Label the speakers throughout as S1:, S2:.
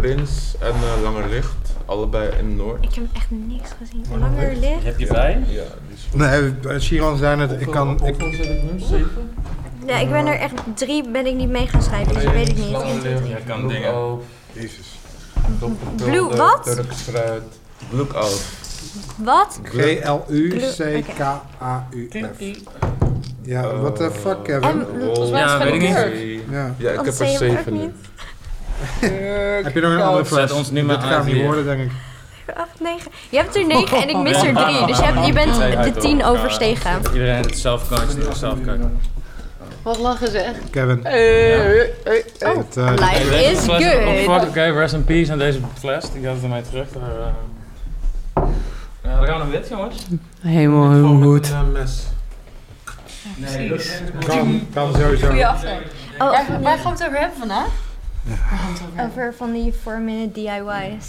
S1: Prins en eh, Langer Licht. Allebei in Noord.
S2: Ik heb echt niks gezien.
S1: Maar dan
S2: Langer
S1: weet-
S2: licht?
S3: Heb je bij?
S1: Ja, die is
S4: Nee, Shiran zijn het. Ik kan. Ik,
S1: Hoeveel zit ik nu? Zeven?
S2: Ja, ik ben er echt drie ben ik niet mee gaan schrijven, dus dat weet ik niet. Eén, twee, drie.
S3: Jij kan dingen.
S1: Jezus.
S2: Blue- wat?
S1: Turks fruit. Lookout.
S2: Wat?
S4: G-L-U-C-K-A-U-F. Ja, what the fuck, Kevin?
S2: Oh. En-
S1: Volgens
S3: mij is het Ja, weet ik niet.
S4: Ja.
S1: Ja, ik
S2: Want
S1: heb
S2: ze
S1: er
S2: hebben ook
S1: zeven nu.
S2: niet.
S4: Heb je nog een andere fles?
S3: Zet ons nu maar
S4: Dit gaan
S3: aan
S4: we niet
S3: hier.
S4: horen, denk ik.
S2: Acht, negen. Je hebt er negen en ik mis er drie. Dus je, hebt, je bent de tien overstegen.
S3: Iedereen heeft het zelf kan, zelf kan.
S5: Wat lachen ze echt.
S4: Kevin.
S2: Eh, Oh,
S4: het, eh,
S2: Life is
S3: Oké,
S2: good.
S3: rest in peace aan deze fles. Die gaat het aan mij terug. Daar, eh. Ja, dan gaan Nou, we naar wit, jongens.
S5: Helemaal goed.
S3: Nee, dat is
S4: kan, kan sowieso.
S5: Goeie aflevering.
S2: Oh,
S5: Waar, waar gaan we het over hebben vandaag? Waar gaan we het over hebben?
S2: Over van die 4-minute DIY's.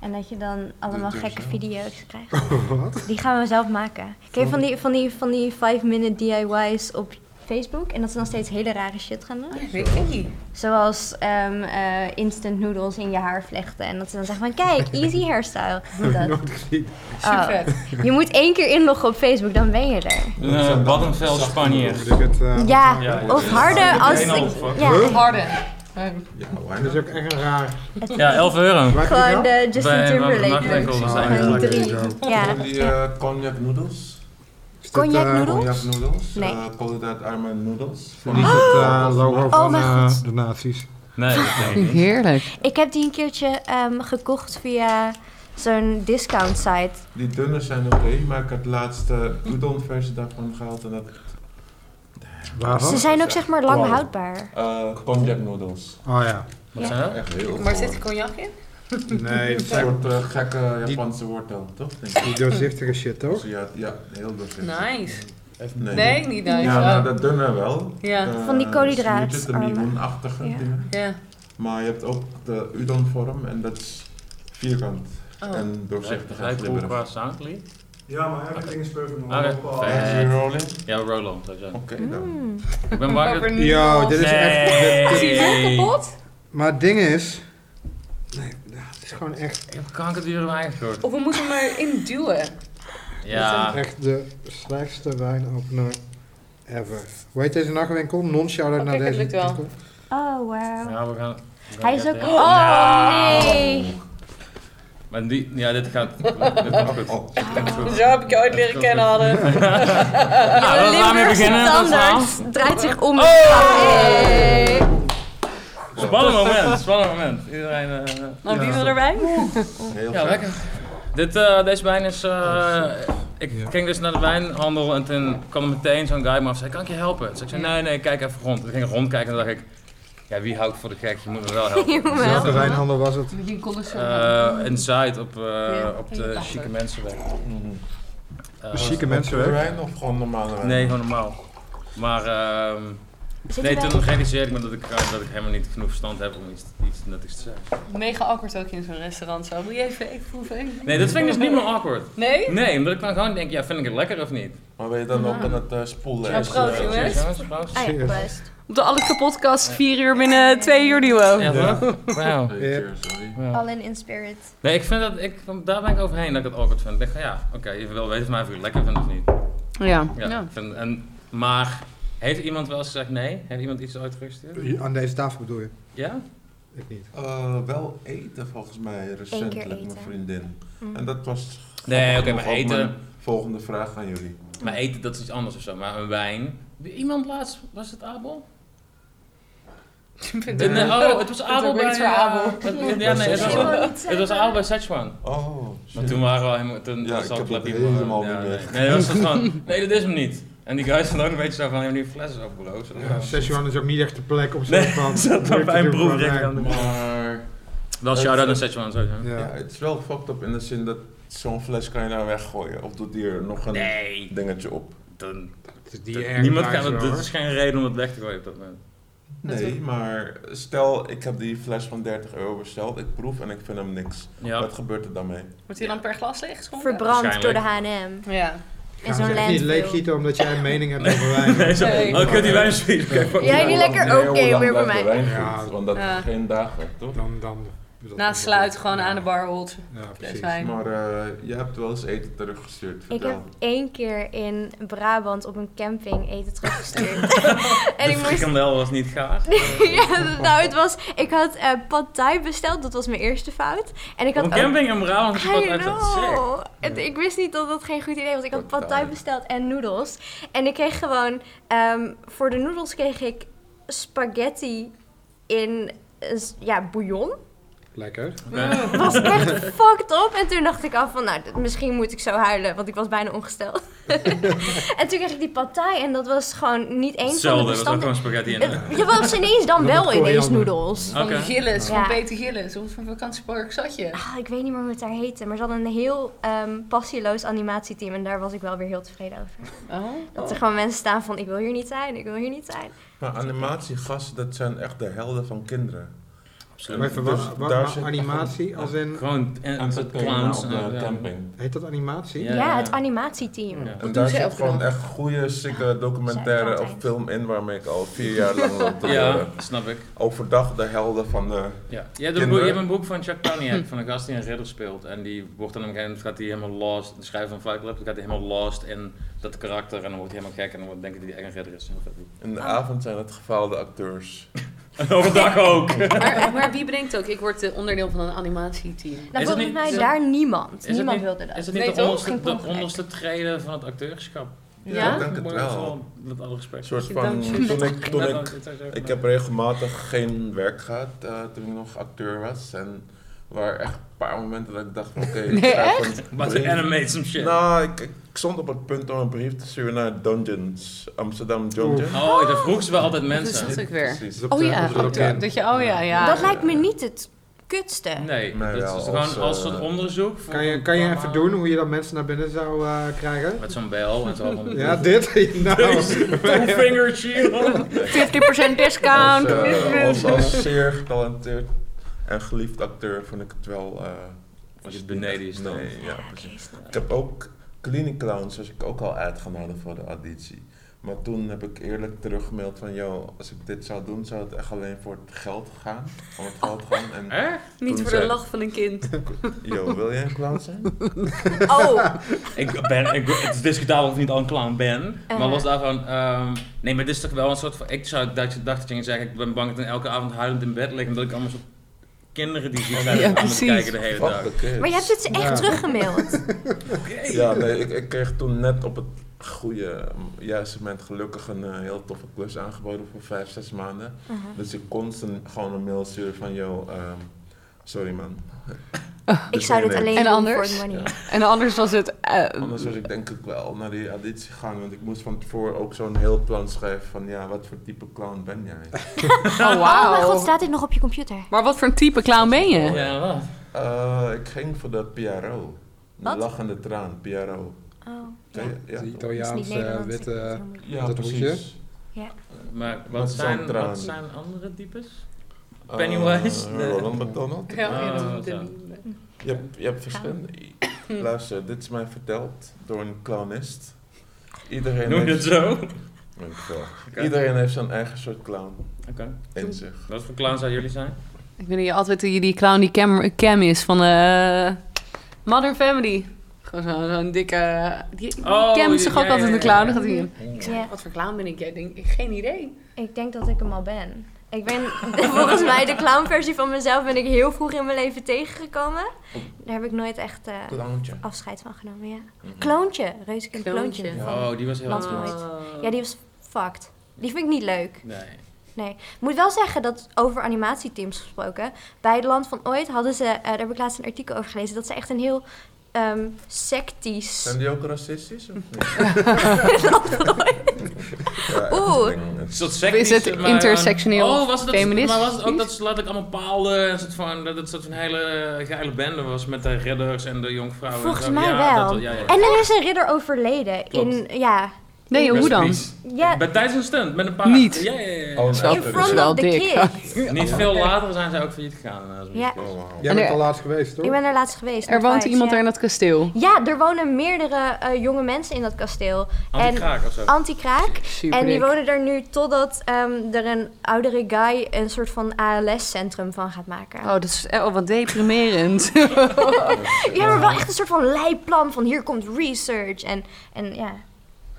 S2: En dat je dan allemaal gekke video's krijgt.
S4: Wat?
S2: Die gaan we zelf maken. Kijk, van die, van die, van die 5-minute DIY's op Facebook. En dat ze dan steeds hele rare shit gaan doen.
S5: Oh, dat Weet ik niet.
S2: Zoals ehm, eh, instant noodles in je haar vlechten. En dat ze dan zeggen van, kijk, easy hairstyle. Doe dat.
S4: Nooit gezien.
S3: Eh,
S2: Oh.
S5: Super.
S2: Je moet één keer inloggen op Facebook, dan ben je er.
S3: een eh, Baddenveld Spanje.
S4: Moet ik het, eh,
S2: Ja,
S3: ja, ja.
S2: of harder als... ik- Ja,
S4: Huh?
S5: Harden.
S4: Dat is ook echt een raar.
S3: Ja, 11 euro.
S4: Waar heb je
S2: gewoon
S4: dat?
S2: de Justin
S3: Bij- bij
S2: Timberlake.
S3: Nachtwinkel,
S2: looks.
S3: dat
S4: zijn
S2: Gewoon
S4: eigenlijk
S2: drie.
S4: zo.
S2: Ja.
S1: die eh, cognac noodles.
S4: Is dit,
S2: Cognac
S4: eh,
S2: noedel?
S1: Cognac noodles.
S2: Nee.
S1: Eh, Koolhydraat arme noodles.
S4: Van die zit eh, logo van
S2: Oh. mijn
S4: eh,
S2: God.
S4: de nazi's.
S3: Nee, dat denk ik niet.
S5: Heerlijk.
S2: Ik heb die een keertje ehm, gekocht via zo'n discount site.
S1: Die dunne zijn oké, maar ik heb laatst de udon versie daarvan gehaald en dat
S2: Ze
S4: Waarvan?
S2: zijn ook zeg maar lang
S1: Wow.
S2: houdbaar.
S1: eh cognac noodles.
S4: Oh ja.
S3: Wat zijn dat?
S1: Echt heel
S5: Maar
S1: goor.
S5: zit er cognac in?
S4: Nee, dat
S1: Een
S4: zijn
S1: soort eh, gekke
S4: Die-
S1: Japanse wortel, toch? Denk ik.
S4: die doorzichtige shit, toch?
S1: Dus ja, ja, heel doorzichtig.
S5: Nice.
S1: Nee.
S5: Nee, niet nice.
S1: Ja,
S5: Ja,
S1: nou, dat dunne wel.
S5: ja.
S1: Eh,
S2: Van die koolhydraat-
S1: smootjes, De meloenachtige
S2: Ja.
S1: dingen.
S5: ja.
S1: Maar je hebt ook de udon vorm en dat is vierkant
S5: Oh.
S1: en
S3: Zegt
S1: doorzichtig en
S3: hij cool
S1: glibberig.
S3: qua soundly?
S6: Ja, maar everything is perfect. man.
S3: Oké.
S6: Hoppa.
S3: Eh.
S1: Energy rolling?
S3: Ja, Roland. dat zijn.
S1: Oké dan.
S2: Mm.
S3: Ik ben bang dat...
S4: Yo, dit is echt... dit- dit-
S3: Nee!
S4: Maar het ding is... Nee, ja, het is gewoon echt,
S3: Ik heb kankerduur in mijn eigen gehoord.
S5: Of we moeten hem erin duwen.
S3: Ja.
S4: echt de slechtste wijnopener ever. Hoe heet deze nachtwinkel? Non-shout-out
S5: Oh,
S4: naar
S5: kijk, het
S4: deze
S5: lukt wel.
S4: winkel.
S2: Oh, wow.
S3: Ja, we gaan...
S2: Hij is ook...
S3: Ja.
S2: Oh, nee.
S3: Maar die... Ja, dit gaat... Dit komt goed.
S5: Oh.
S3: Dit komt goed.
S5: Zo heb ik je ooit leren kennen, hadden.
S3: Nou, laten we daarmee
S2: Limburgse
S3: beginnen. Dat verhaal.
S2: standaard draait zich om.
S3: Oh. Hey! Spannend moment, spannend moment. Iedereen... eh,
S5: Nou, wie
S4: Ja.
S5: wil erbij?
S1: Heel
S3: ja,
S1: vet.
S3: lekker. Dit, eh, deze wijn is... eh, ik ging dus naar de wijnhandel en toen kwam er meteen zo'n guy me af en zei, kan ik je helpen? Dus ik zei, nee, nee, kijk even rond. Dus Ik ging rondkijken en toen dacht ik, ja, wie houdt voor de gek? Je moet me wel helpen.
S2: Je moet me
S3: Dus,
S4: Welke
S3: eh,
S4: wijnhandel was het?
S5: Begin condenseren.
S3: eh, in Zuid, op, eh,
S5: Ja.
S3: op de chique mensenweg.
S1: Mhm.
S3: Eh,
S4: De chique
S1: Witte
S4: mensen, hè?
S1: wijn of gewoon normale wijn?
S3: Nee, gewoon normaal. Maar ehm nee, toen realiseerde ik me dat ik, eh, dat ik helemaal niet genoeg verstand heb om iets, iets nuttigs te zeggen.
S5: Mega awkward ook in zo'n restaurant zo. Moet je even, ik proef even.
S3: Nee, dat vind ik dus niet meer awkward.
S5: Nee?
S3: Nee, omdat ik dan gewoon denk, ja, vind ik het lekker of niet?
S1: Maar ben je dan ook in het eh, spoellijst?
S5: Ja, proost,
S1: eh,
S5: jongens.
S3: Cheers, jongens, proost.
S2: Ah ja, best.
S5: Op de Alleke podcast, vier uur binnen twee uur duo.
S3: Ja,
S4: Ja.
S3: toch? Wauw.
S1: eh,
S4: Ja.
S1: cheers, sorry.
S3: Ja.
S2: All in in spirit.
S3: Nee, ik vind dat, ik, daar ben ik overheen dat ik het awkward vind. Ik denk van, ja, oké, je wil weten van mij of je het lekker vindt of niet.
S5: Ja.
S3: Ja, ik Vind, en, maar, heeft iemand wel eens gezegd nee? Heeft iemand iets ooit teruggestuurd?
S4: Hier Aan deze tafel bedoel je?
S3: Ja?
S4: Ik niet.
S1: Eh, wel eten volgens mij recentelijk, mijn
S2: eten.
S1: vriendin.
S2: Mm.
S1: En dat was.
S3: Nee, oké, maar
S1: Volgens
S3: eten-
S1: mijn Volgende vraag aan jullie.
S3: Maar eten, dat is iets anders of zo. Maar een wijn. Iemand laatst, was het Abel?
S5: Vind
S3: Nee,
S5: ik-
S3: oh, het was
S5: Vind
S3: Abel
S5: ik
S3: bij...
S5: iets voor
S3: eh,
S5: Abel.
S3: het- ja, nee, het was,
S2: Ik wil niet
S3: het was
S2: zeggen.
S3: Abel bij Szechuan.
S1: Oh,
S3: Maar
S1: shit.
S3: toen waren we al helemaal... Toen
S1: Ja,
S3: was
S1: ik
S3: al
S1: heb
S3: Clappy
S1: het
S3: gewoon-
S1: helemaal
S3: ja,
S1: niet
S3: nee.
S1: meer.
S3: Nee, dat was toch gewoon... Nee, dat is hem niet. En die guy stond ook een beetje zo van... Hebben die flessen op, bro? Zo,
S4: Ja,
S3: ja.
S4: Szechuan is ook niet echt de plek om zo
S3: Nee,
S4: van...
S3: zat maar bij een broer direct aan de
S1: Maar
S3: Wel shout-out naar Szechuan, sowieso.
S4: Ja.
S1: ja, het is wel fucked up in de zin dat zo'n fles kan je nou weggooien. Of doet die er nog een
S3: Nee,
S1: dingetje op?
S3: dan,
S4: Het is
S3: dat-
S4: die erg
S3: niemand
S4: daar
S3: kan
S4: zo,
S3: het, dus-
S4: hoor.
S3: dat is geen reden om het weg te gooien op dat moment.
S1: Nee, maar stel ik heb die fles van 30 euro besteld, ik proef en ik vind hem niks.
S3: Ja,
S1: Wat gebeurt er dan mee?
S5: Wordt hij dan per glas leeggeschonken?
S2: Verbrand door de H&M.
S5: Ja.
S4: Gaan
S2: In
S4: ze
S2: zo'n
S4: echt niet
S2: landfill.
S4: leeggieten omdat jij een mening hebt over wijn.
S3: Nee, zo,
S5: Nee.
S3: oh, ik heb die wijn zoiets. Oké, fuck.
S2: Jij niet lekker? Oké, weer bij mij.
S1: Ja,
S4: Ja.
S1: want dat
S5: Ja.
S1: geen dagen, toch?
S4: Dan, dan Dus dat
S5: Naast
S4: is-
S5: Nou, sluit, gewoon aan de bar holzen.
S4: Ja,
S5: Fles
S4: precies.
S5: wijn.
S1: Maar eh, jij hebt wel eens eten teruggestuurd,
S2: Ik
S1: vertel.
S2: heb één keer in Brabant op een camping eten teruggestuurd. en
S3: de
S2: ik moest...
S3: frikandel was niet gaar.
S2: ja, nou, het was... Ik had eh pad thai besteld. Dat was mijn eerste fout. En ik
S3: Op
S2: had
S3: een
S2: ook-
S3: camping in Brabant is wat
S2: I
S3: uit dat sick.
S2: know. Het- ik wist niet dat dat geen goed idee was. Ik had
S1: Pad
S2: pad thai
S1: thai.
S2: besteld en noedels. En ik kreeg gewoon... ehm, voor de noedels kreeg ik spaghetti in... een s- Ja, bouillon.
S4: Lekker.
S3: Oké.
S2: Was echt fucked up. En toen dacht ik af van, nou, dit- misschien moet ik zo huilen. Want ik was bijna ongesteld. en toen kreeg ik die pad thai. En dat was gewoon niet eens
S3: Hetzelfde,
S2: van de
S3: dat was
S2: bestanden.
S3: ook gewoon spaghetti in.
S2: Het- Je was ineens dan
S4: Met
S2: wel ineens
S4: koriander.
S2: noedels.
S5: Van
S3: Oké.
S5: Gillis,
S2: Ja.
S5: van Peter Gillis. Op een vakantiepark zat je.
S2: Ah, ik weet niet meer hoe het daar heette, maar ze hadden een heel ehm passieloos animatieteam en daar was ik wel weer heel tevreden over.
S5: Oh.
S2: Dat er gewoon mensen staan van ik wil hier niet zijn, ik wil hier niet zijn.
S1: Maar animatiegasten, dat zijn echt de helden van kinderen.
S4: Maar even, wat,
S1: Dus
S4: wat-
S1: daar
S4: maar
S1: zit-
S4: animatie als in...
S3: Gewoon en,
S1: En ze
S3: soort
S1: trainen
S3: clowns. eh,
S1: op eh,
S3: en-
S1: de
S3: ja.
S1: camping.
S4: Heet dat animatie?
S3: Ja,
S2: Ja,
S3: ja.
S2: het animatieteam.
S3: Ja.
S1: En
S5: doen
S1: daar
S5: ze
S1: zit
S5: elke
S1: gewoon
S5: dag?
S1: echt goede, sikke documentaire
S2: Zij
S1: of
S2: altijd.
S1: film in waarmee ik al vier jaar lang loop te
S3: Ja,
S1: leren.
S3: snap ik.
S1: Overdag de helden van de...
S3: Ja. Je, hebt een
S1: Kinderen.
S3: boek, je hebt een boek van Chuck Palahniuk, van een gast die een ridder speelt. En die wordt dan op een gegeven moment gaat hij helemaal lost. De schrijver van Fight Club dan gaat hij helemaal lost in dat karakter. En dan wordt hij helemaal gek en dan wordt- denkt hij dat hij echt een ridder is. Heel vet boek.
S1: In de avond zijn het gefaalde acteurs.
S3: En overdag ook.
S5: Maar, maar wie bedenkt ook, ik word eh, onderdeel van een animatieteam.
S2: Nou,
S3: het
S2: volgens
S3: niet-
S2: mij
S3: is-
S2: daar niemand.
S3: is het
S2: Niemand
S3: niet-
S2: wilde dat.
S3: Is dat
S5: Nee,
S3: niet de
S5: toch?
S2: Geen
S3: onderste, de
S2: congres.
S3: onderste treden van het acteurschap?
S1: Ja? Ik
S5: Ja?
S1: denk het
S3: Maar
S1: wel.
S3: Met alle respect.
S1: Een soort
S5: Ik
S1: van,
S5: dank je.
S1: toen ik, toen
S3: Ja,
S1: ik,
S3: dat is ook
S1: ik
S3: wel.
S1: heb regelmatig geen werk gehad eh, toen ik nog acteur was. En waar echt een paar momenten dat ik dacht van oké, ik ga even een
S3: Maar
S1: brief-
S3: ze animate some shit.
S1: Nou, ik, ik stond op het punt om een brief te sturen naar Dungeons, Amsterdam Dungeon.
S3: Oh, dat vroegen ze wel altijd
S5: Dus Dat
S3: mensen.
S5: is ook weer.
S1: Precies.
S5: Oh ja,
S4: Op de- op de-
S5: acteur. dat je, oh ja, ja.
S2: Dat lijkt me niet het kutste.
S3: Nee,
S1: Maar
S3: dat
S1: wel
S3: is gewoon
S1: als,
S3: als
S1: eh,
S3: soort onderzoek. voor-
S4: Kan je, kan je even doen hoe je dat mensen naar binnen zou eh, krijgen?
S3: Met zo'n bel en zo. van-
S4: Ja, dit? Nou,
S3: Two finger shield.
S5: 50%
S1: Als,
S5: discount.
S1: eh, als, als zeer getalenteerd en geliefd acteur vond ik het wel... eh,
S3: Als je het beneden is dan.
S1: Nee, ja, precies. Ik heb ook Cleaning Clowns, was ik ook al uitgenodigd voor de auditie. Maar toen heb ik eerlijk teruggemaild van, joh, als ik dit zou doen, zou het echt alleen voor het geld gaan. Om het geld gaan. En,
S3: Echt?
S5: Niet voor de lach van een kind.
S1: joh, wil jij een clown zijn?
S2: Oh,
S3: Ik ben, ik, het is discutabel of ik niet al een clown ben. Maar
S2: Eh.
S3: los daarvan, ehm, nee, maar dit is toch wel een soort van. Ik zou dat je dacht dat je ging zeggen, ik ben bang dat ik elke avond huilend in bed lig omdat ik allemaal soort kinderen die ziek zijn
S5: Ja,
S3: aan het
S5: precies.
S3: kijken de hele
S1: Fuck
S3: dag.
S1: the kids.
S2: maar je hebt het ze echt
S4: Ja.
S2: teruggemaild.
S1: Dus, Ja, nee, ik, ik kreeg toen net op het goede, mm, juiste moment gelukkig een eh, heel toffe klus aangeboden voor vijf, zes maanden.
S2: Uh-huh.
S1: Dus ik kon ze gewoon een mail sturen van, joh, ehm, sorry man.
S2: Oh,
S1: Dus
S2: Ik zou dit
S1: nee.
S2: alleen
S5: En
S2: doen
S5: anders?
S2: voor de money.
S5: En anders was het... eh,
S1: Anders was ik denk ik wel naar die auditie gegaan, want ik moest van tevoren ook zo'n heel plan schrijven van ja, wat voor type clown ben jij?
S5: oh,
S2: Oh mijn god,
S5: wauw.
S2: staat dit nog op je computer?
S5: Maar wat voor een type clown ben je?
S3: Ja, wat?
S1: Eh, ik ging voor de Piero. De
S2: Wat?
S1: lachende traan, Piero.
S2: Oh, ja.
S1: Ken je-
S4: de
S1: Ja,
S2: Dat is niet
S4: Italiaanse
S2: Nederlands, ik weet het
S4: witte...
S2: heel moeilijk.
S1: ja
S4: Dat hoedje?
S1: precies.
S3: Maar
S1: Met
S3: wat
S1: zo'n
S3: zijn,
S1: traan.
S3: wat zijn andere types?
S1: Eh,
S3: Pennywise? Nee.
S1: Ronald McDonald.
S5: Ja, ja, dat moet
S3: Oh,
S5: ik
S3: zo.
S5: niet.
S1: Je hebt, je hebt verschillende. Luister, dit is mij verteld door een clownist. Iedereen
S3: Noem je dat
S1: heeft,
S3: zo? Oké.
S1: Weet ik veel. Iedereen heeft zijn eigen soort clown in zich.
S3: Wat voor clown zouden jullie zijn?
S5: Ik weet niet, altijd die, die clown die Cam, Cam is van eh Modern Family. Gewoon zo- zo'n dikke... Die, die
S3: Oh,
S5: Cam is
S3: ja,
S5: toch ook
S3: ja,
S5: altijd
S3: ja,
S5: een clown?
S3: ja.
S5: Dan gaat hij in.
S2: Ja.
S5: Wat voor clown ben ik? Jij denkt, ik- geen idee.
S2: Ik denk dat ik hem al ben. Ik ben volgens mij de clownversie van mezelf ben ik heel vroeg in mijn leven tegengekomen. Daar heb ik nooit echt eh,
S1: Clowntje.
S2: afscheid van genomen, ja.
S1: Mhm.
S2: Kloontje, reuzekind kloontje.
S5: Kloontje.
S2: van-
S3: Oh, die was heel
S2: Last
S3: goed.
S2: Nooit. Ja, die was fucked. Die vind ik niet leuk.
S3: Nee.
S2: Ik moet wel zeggen dat over animatieteams gesproken, bij het Land van Ooit hadden ze, eh, daar heb ik laatst een artikel over gelezen, dat ze echt een heel ehm sectisch...
S1: Zijn die ook racistisch of niet? Ja, echt
S2: Oeh.
S1: een ding.
S3: Een
S1: Het-
S3: soort sectisch,
S5: Is het
S3: maar,
S5: intersectioneel
S3: eh, Oh, was het dat,
S5: feministisch?
S3: Maar was het ook dat ze letterlijk allemaal paalden? en soort van, dat het soort van hele geile bende was met de redders en de jonkvrouwen. en
S2: Volgens
S3: zo?
S2: mij
S3: ja,
S2: wel.
S3: Dat, ja, ja.
S2: En er is een ridder overleden
S3: Klopt.
S2: in, ja,
S5: Nee, hoe
S3: Rest in
S5: dan?
S3: peace.
S2: Ja,
S3: Bij tijdens een stunt met een paar.
S5: Niet.
S3: Ja, ja, ja, ja.
S1: Oh,
S5: Zo.
S1: nou,
S2: in
S1: dat is
S2: front
S5: wel
S2: of the
S5: dik.
S2: kids.
S3: Niet veel later zijn zij ook failliet gegaan. eh, als we
S2: Ja.
S3: het
S1: Oh,
S3: weten.
S1: wauw.
S4: Jij bent
S5: En
S4: al
S5: er-
S4: laatst geweest, toch?
S2: Ik ben er laatst geweest.
S5: Er
S2: met
S5: woont
S2: Vibes,
S5: iemand
S2: ja.
S5: er in dat kasteel.
S2: Ja, er wonen meerdere eh, jonge mensen in dat kasteel.
S3: Anti-kraak of zo.
S2: Anti-kraak.
S5: Super
S2: En die
S5: dik.
S2: wonen er nu totdat ehm, er een oudere guy een soort van ALS-centrum van gaat maken.
S5: Oh, dat is oh, wat deprimerend.
S2: Ja, maar wel echt een soort van lijplan van hier komt research. En, en ja,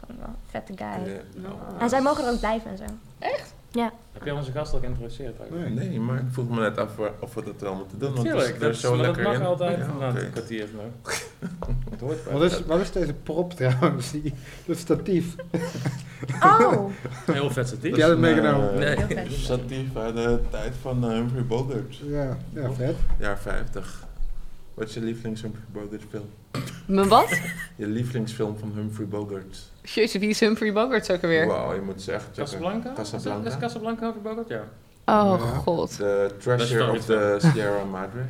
S2: gewoon wel een vette guy.
S1: Ja, nou.
S2: En zij mogen er ook blijven en zo.
S3: Heb je onze gast al geïntroduceerd? eigenlijk?
S1: Nee, Nee, maar ik vroeg me net af waar- of we dat wel moeten doen. Want
S3: Tuurlijk,
S1: we
S3: dat,
S1: zitten er
S3: is,
S1: zo
S3: maar dat
S1: lekker
S3: mag
S1: in.
S3: altijd. Nou,
S1: Ja,
S3: na
S1: oké.
S3: een kwartier nog. Het hoort bij.
S4: Wat is, wat is deze prop trouwens? Die, dat statief.
S2: Oh,
S3: Heel vet
S4: Heb
S3: satief.
S4: jij
S1: is
S4: dat
S1: een,
S4: meegenomen?
S1: Dus, eh,
S3: Nee.
S2: Heel vet.
S1: Statief uit de tijd van eh, Humphrey Bogart.
S4: Ja, ja, vet.
S1: Jaar 50. Wat is je lievelingsfilm Humphrey Bogart film?
S5: Mijn wat?
S1: Je lievelingsfilm van Humphrey Bogart?
S5: Jeetje, wie is Humphrey Bogart ook alweer?
S1: Wauw, je moet ze echt checken.
S3: Casablanca? Is
S1: Casablanca.
S3: dat- Is Casablanca over Bogart? Ja.
S5: Oh
S4: Ja.
S5: god,
S1: The
S3: Dat
S1: Treasure
S3: is
S1: of the Sierra Madre.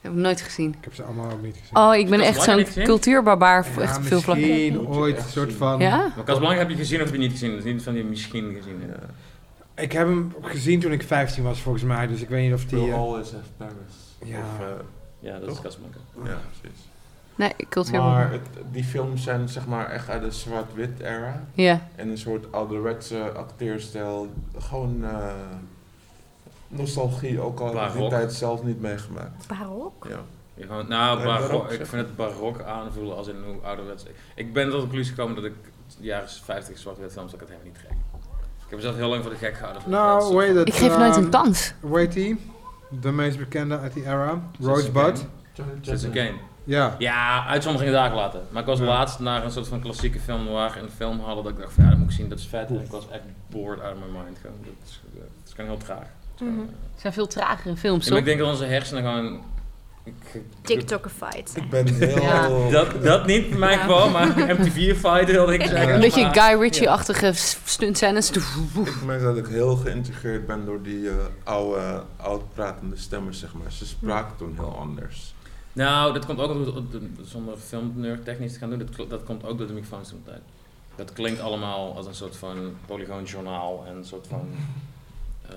S5: heb ik nooit gezien.
S4: Ik heb ze allemaal ook niet gezien.
S5: Oh, ik ben
S3: Dat is
S5: echt
S3: langer
S5: zo'n
S3: niet gezien?
S5: cultuurbarbaar voor
S4: Ja,
S5: echt veel vlakken.
S4: misschien
S1: Moet je
S4: ooit
S1: echt
S4: een soort
S1: zien.
S4: van...
S5: Ja?
S3: Maar Casablanca heb je gezien of heb je niet gezien? Dat is niet van die misschien gezien.
S1: Ja.
S4: Ik heb hem gezien toen ik 15 was, volgens mij. Dus ik weet niet of die...
S1: We'll
S4: eh,
S1: always have Paris.
S4: Ja.
S1: Of, eh,
S3: Ja, dat is
S1: Toch?
S3: Casablanca.
S1: ja, precies.
S5: Nee, cultuurbarbaar.
S1: Maar het- die films zijn zeg maar echt uit de zwart-wit era.
S5: Ja,
S1: En een soort ouderwetse acteerstijl. Gewoon eh, nostalgie, ook al heb ik die
S3: Barok.
S1: tijd zelf niet meegemaakt.
S2: barok?
S1: Ja.
S3: Ja, gewoon- nou,
S1: Nee,
S3: barok,
S1: barok,
S3: ik
S1: zeg
S3: vind het barok aanvoelen als in hoe ouderwets. Ik ben tot de conclusie gekomen dat ik de jaren 50 zwart-wit films, dat ik het helemaal niet gek. Ik heb mezelf heel lang voor de gek gehouden. van dat
S4: Nou,
S3: soort
S4: hoe heet
S3: van-
S4: het?
S5: ik geef nooit een
S4: ehm,
S5: kans.
S4: Hoe heet die? De meest bekende uit die era.
S3: Citizen
S4: Rosebud.
S3: Kane.
S1: Charlie
S3: Citizen
S1: Chaplin.
S3: Kane.
S4: Ja.
S3: Ja, uitzonderingen dagen laten. Maar ik was
S4: Ja.
S3: laatst naar een soort van klassieke film waar een film hadden dat ik dacht van ja, dat moet ik zien, dat is vet. En ik was echt bored out of my mind. Gewoon, dat, is, eh, dat is gewoon heel traag.
S2: Mhm.
S5: Het zijn veel tragere films,
S3: En
S5: toch?
S3: ik denk dat onze hersenen gewoon... ik-
S2: TikTokified.
S1: Ik ben heel...
S5: Ja.
S3: Dat, dat niet in mijn
S5: Ja.
S3: geval, maar MTV Fighter wilde ik zeggen.
S5: Een beetje
S3: maar-
S5: Guy Ritchie-achtige stunt zijn.
S1: Ik merk dat ik heel geïntegreerd ben door die eh, oude, oud-pratende stemmers, zeg maar. Ze spraken toen heel anders.
S3: Nou, dat komt ook omdat we het- het- zonder filmnerd technisch te gaan doen. Dat, kl- dat komt ook door de microfoons van de tijd. Dat klinkt allemaal als een soort van polygoonjournaal en een soort van. eh,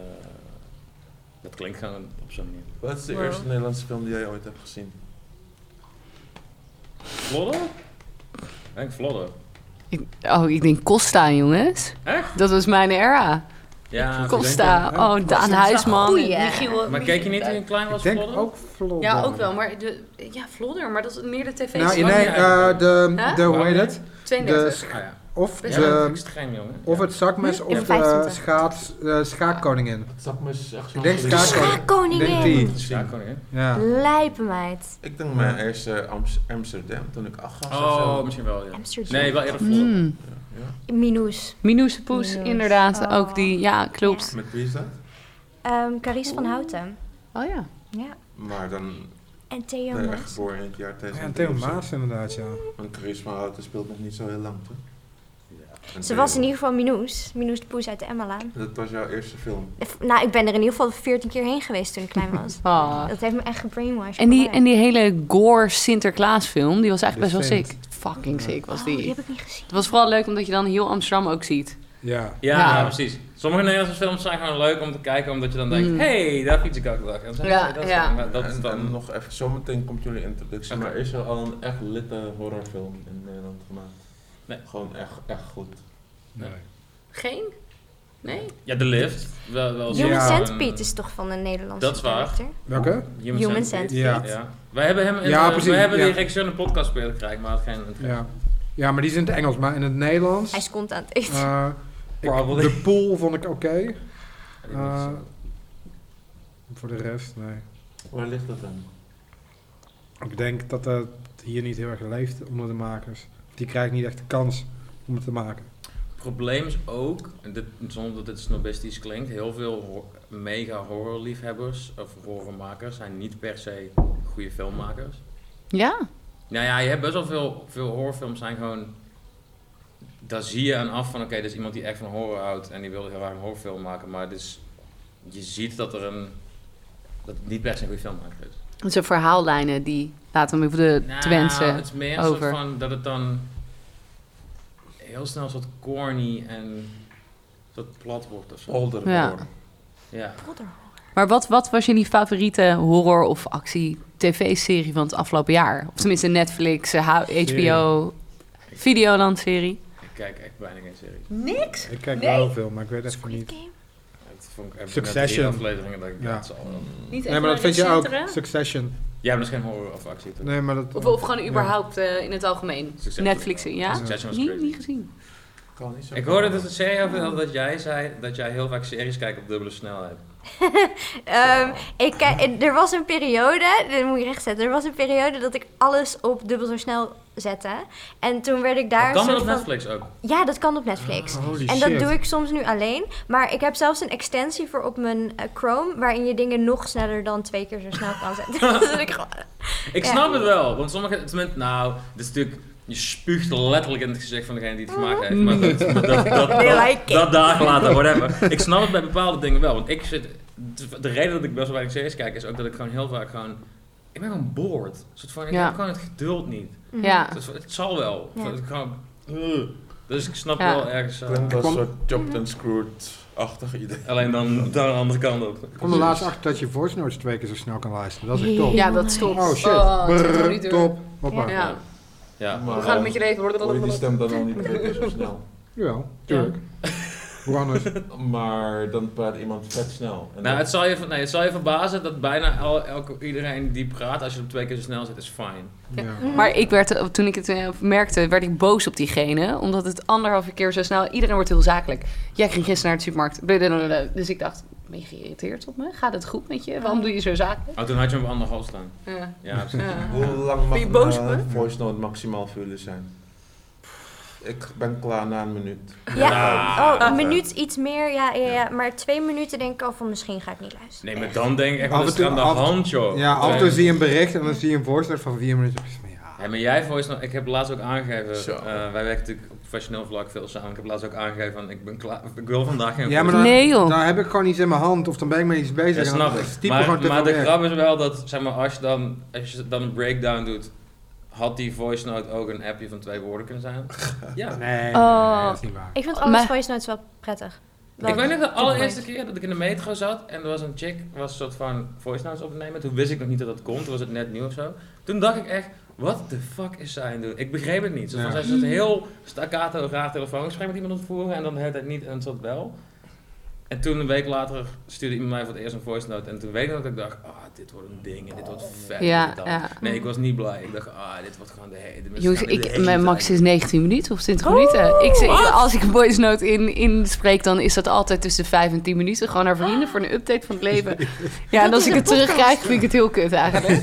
S3: dat klinkt gewoon op zo'n manier.
S1: Wat is de
S2: Wow.
S1: eerste Nederlandse film die jij ooit hebt gezien?
S3: Vlodder? Ik denk Vlodder.
S5: Ik- oh, ik denk Costa, jongens.
S3: Echt?
S5: Dat was mijn era.
S3: Ja,
S5: Costa.
S4: ik ook.
S5: Oh, Daan Huisman.
S2: Goeie.
S5: Michiel-
S3: Maar keek je niet toen je klein was,
S4: Ik denk
S3: Vlodder?
S4: ook Vlodder.
S5: Ja, ook wel. Maar de, ja, Vlodder. Maar dat is meer de tv
S4: Nou,
S5: serie
S4: nee,
S3: eigenlijk.
S4: eh, de,
S5: Huh?
S4: de, hoe heet het? De,
S5: 32.
S3: Ah ja.
S4: of
S3: Ja, dat is
S4: de,
S3: extreem, jongen.
S4: of het zakmes
S2: Hm?
S4: of
S2: Ja,
S4: de
S2: 25.
S4: schaats, eh, schaakkoningin.
S1: Het zat me echt
S4: Ik denk
S2: De
S4: schaakkoningin. Denk
S2: schaakkoningin.
S4: die.
S3: Ja, kon ik, hè?
S4: Ja.
S2: Lijpenmeid.
S1: Ik denk mijn eerste Ams- Amsterdam, toen ik acht was of zo.
S3: Oh, misschien wel, ja.
S2: Amsterdam.
S3: Nee, wel eerder Vlodder.
S5: Mm.
S1: Ja.
S2: Minoes.
S5: Minoes de Poes,
S2: Minoes.
S5: inderdaad.
S2: Oh.
S5: Ook die, ja, klopt.
S1: Met wie is dat?
S2: Ehm Carice van Houten.
S5: Oh ja.
S2: Ja.
S1: Maar dan
S2: En Theo
S1: ben je echt
S2: Maas.
S1: geboren in het jaar
S4: Ja,
S1: 2000.
S4: Theo Maas inderdaad, ja.
S1: Want Chris van Houten speelt nog niet zo heel lang, toch? En
S2: Ze
S1: Theo-
S2: was in ieder geval Minoes. Minoes de Poes uit de Emma-laan.
S1: Dat was jouw eerste film.
S2: F- Nou, ik ben er in ieder geval 14 keer heen geweest toen ik klein was.
S5: Ah.
S2: Dat heeft me echt gebrainwashed.
S5: En die,
S2: Maar-
S5: en die hele gore Sinterklaas film, die was eigenlijk
S4: De
S5: best wel
S4: Saint.
S5: sick. Fucking sick was
S2: Oh,
S5: die.
S2: die heb ik niet gezien.
S5: Het was vooral leuk omdat je dan heel Amsterdam ook ziet.
S4: Ja.
S3: Ja,
S5: Ja.
S3: ja, precies. Sommige Nederlandse films zijn gewoon leuk om te kijken, omdat je dan denkt,
S5: Mm.
S3: hey, daar fiets ik ook dag. En dan
S5: Ja,
S3: dat, is
S5: ja.
S3: dan- maar dat is
S1: en, en
S3: dan...
S1: nog even, zometeen komt jullie introductie.
S3: Oké.
S1: Maar is er al een echt litte horrorfilm in Nederland gemaakt?
S3: Nee.
S1: Gewoon echt, echt goed.
S3: Nee.
S5: Geen? Nee?
S3: Ja, de lift. Wel, wel
S4: Ja.
S2: Human
S3: zeker een-
S2: Centipede is toch van een Nederlandse
S3: Dat is waar.
S2: director?
S4: Welke?
S3: Human,
S2: Human
S3: Centipede.
S4: Ja.
S3: Ja. Wij hebben hem in
S4: Ja,
S3: de-
S4: precies,
S3: We hebben
S4: ja.
S3: die regisseur in de podcast spelen gekregen, maar het geen... het geen-
S4: Ja. Ja, maar die is in het Engels, maar in het
S2: Hij
S4: Nederlands...
S2: is kont aan het eten.
S4: eh, ik-
S3: Probably.
S4: de pool vond ik oké.
S3: die moet
S4: Eh,
S3: zo.
S4: Voor de rest, nee.
S1: Waar ligt dat dan?
S4: Ik denk dat het hier niet heel erg leeft onder de makers. Die krijgen niet echt de kans om het te maken.
S3: probleem is ook, en dit, zonder dat dit snobistisch klinkt, heel veel ho- mega horrorliefhebbers of horrormakers zijn niet per se goede filmmakers.
S5: Ja.
S3: Nou ja, je hebt best wel veel, veel horrorfilms zijn gewoon. Daar zie je aan af van oké, dit is iemand die echt van horror houdt en die wil heel graag een horrorfilm maken, maar het is, je ziet dat er een. dat het niet best een goede filmmaker is.
S5: Het zijn verhaallijnen die laten me de
S3: Nou,
S5: Twentse.
S3: Het is meer een soort
S5: over.
S3: van dat het dan. eh, heel snel een soort corny en een soort plat wordt of zo.
S1: Older
S5: Ja.
S1: worden.
S3: Ja.
S2: Broeder.
S5: Maar wat, wat was jullie favoriete horror- of actie-tv-serie van het afgelopen jaar? Of tenminste Netflix, eh, H- HBO, Videoland-serie.
S3: Ik kijk echt bijna geen series.
S5: Niks?
S4: Ik kijk
S5: Nee.
S4: wel veel, maar ik weet even
S2: Squid
S4: niet.
S2: Game.
S3: Het vond ik even
S4: Succession.
S3: Net drie afleveringen dat ik
S4: Ja.
S3: dat zal wel.
S5: Niet
S4: Nee, maar dat vind je ook. Succession.
S3: Ja, maar dat is geen horror of actie. toch?
S4: Nee, maar dat...
S5: Of, of gewoon überhaupt eh, in het algemeen.
S3: Succession.
S5: Netflix, ja?
S3: Succession was
S5: Niet,
S3: crazy.
S5: niet gezien.
S1: Kan niet zo
S3: Ik hoorde dus dat het serie over had dat jij zei dat jij heel vaak series kijkt op dubbele snelheid.
S2: Ehm, ik, kijk- en er was een periode, dit moet je rechtzetten, er was een periode dat ik alles op dubbel zo snel zette. En toen werd ik daar...
S3: Dat kan
S2: een soort
S3: op
S2: van-
S3: Netflix Ah, ook.
S2: Ja, dat kan op Netflix.
S4: Holy
S2: En dat
S4: shit.
S2: doe ik soms nu alleen. Maar ik heb zelfs een extensie voor op mijn eh, Chrome. waarin je dingen nog sneller dan twee keer zo snel kan zetten. dus dat ik gewoon-
S3: Ik
S2: Ja.
S3: snap het wel, want sommige, tenminste, nou, dit is natuurlijk, je spuugt letterlijk in het gezicht van degene die het gemaakt heeft, maar goed, dat, dat, dat,
S2: They Mhm. like it.
S3: dat dagen later, whatever. Ik snap het bij bepaalde dingen wel, want ik zit, de- de reden dat ik best wel weinig series kijk is ook dat ik gewoon heel vaak gewoon, ik ben gewoon bored. Een soort van, ik
S5: Ja.
S3: heb gewoon het geduld niet.
S2: Mm.
S5: Ja.
S3: Het, het zal wel.
S2: Ah. Ja.
S3: Het kan- Ugh. dus ik snap
S5: Ja.
S3: wel ergens, eh,
S1: Klinkt als een
S4: kwam-
S1: soort chopped and screwed-achtig idee.
S3: alleen dan, dan de andere kant op.
S4: Ik kwam er laatst achter dat je voice notes twee keer zo snel kan luisteren. Dat is echt top.
S5: Ja, dat is top.
S4: Oh shit.
S5: Oh, dat is
S4: Brrr,
S5: een minuut door.
S4: top. Hoppa.
S5: Ja.
S3: Ja.
S1: Maar
S5: Hoe gaat het met je leven? Wordt het
S1: Hoor je die
S5: allemaal...
S1: stem dan al niet meer zo snel?
S4: Jawel, tuurlijk. Hoe anders?
S1: Maar dan praat iemand vet snel. En dan-
S3: Nou, het zal, je, nee, het zal je verbazen dat bijna el- elke, iedereen die praat, als je hem twee keer zo snel zit, is fijn.
S4: Ja.
S5: Maar ik werd, eh, toen ik het eh, merkte, werd ik boos op diegene. Omdat het anderhalve keer zo snel... Iedereen wordt heel zakelijk. Jij ging gisteren naar de supermarkt. blablabla. Dus ik dacht, ben je geïrriteerd op me? Gaat het goed met je? Waarom doe je zo zakelijk?
S3: Oh, toen had je hem op anderhalf staan.
S5: Ja.
S3: Ja, precies.
S5: Ja.
S1: Hoe lang mag
S5: Ben je boos
S1: een
S5: op me?
S1: eh, voice note maximaal vullen zijn? Pff, Ik ben klaar na een minuut.
S2: Ja,
S3: Ja.
S2: oh, een minuut iets meer. Ja, ja, ja, maar twee minuten denk ik al van misschien ga ik niet luisteren.
S3: Nee, maar dan denk ik echt
S4: Af
S3: wel
S4: en
S3: eens
S4: toe-
S3: aan de
S4: af-
S3: hand, joh.
S4: Ja, af en toe
S3: Nee.
S4: zie je een bericht en dan zie je een voorstel van vier minuten. Ja.
S3: Ja, maar jij voice note, ik heb laatst ook aangegeven,
S1: Zo.
S3: eh, wij werken natuurlijk op professioneel vlak veel samen, ik heb laatst ook aangegeven van ik ben klaar, ik wil vandaag geen
S4: Ja, maar
S3: voice-
S4: dan,
S5: Nee, joh.
S4: dan heb ik gewoon iets in mijn hand of dan ben ik met iets bezig.
S3: Ja,
S4: en dan
S3: snap
S4: typ
S3: ik.
S4: ik gewoon
S3: Maar,
S4: te
S3: maar
S4: veel
S3: de
S4: werk.
S3: grap is wel dat, zeg maar, als je dan, als je dan een breakdown doet, had die voice note ook een appje van twee woorden kunnen zijn? Ja.
S4: Nee, nee, nee,
S5: Oh.
S4: dat is niet waar.
S2: Ik vind alles
S5: Maar-
S2: voice notes wel prettig. Wel-
S3: Ik weet nog de
S2: Toch
S3: allereerste keer dat ik in de metro zat en er was een chick, was een soort van voice notes opnemen. Toen wist ik nog niet dat dat kon, toen was het net nieuw of zo. Toen dacht ik echt, wat de fuck is zij aan het doen? Ik begreep het niet. Zo van,
S4: Ja.
S3: Zij zat heel staccato raar telefoongesprek met iemand ontvoeren en dan had het niet en zat wel. En toen een week later stuurde iemand mij voor het eerst een voice note en toen weet ik nog dat ik dacht, ah, dit wordt een ding en dit wordt vet.
S5: Ja,
S3: Dan-
S5: ja.
S3: Nee, ik was niet blij. Ik dacht, ah, dit wordt gewoon de hele... dit
S5: Jongens,
S3: gaan we de
S5: ik,
S3: hele
S5: mijn max
S3: tijd-
S5: is 19 minuten of 20
S2: Oh,
S5: minuten. Ik, zeg-
S2: wat?
S5: als ik een voice note in, inspreek, dan is dat altijd tussen 5 en 10 minuten. Gewoon naar vrienden voor een update van het leven. Ja, en
S2: Dat
S5: als
S2: is
S5: ik
S2: een
S5: het terugkrijg, vind ik het heel kut eigenlijk.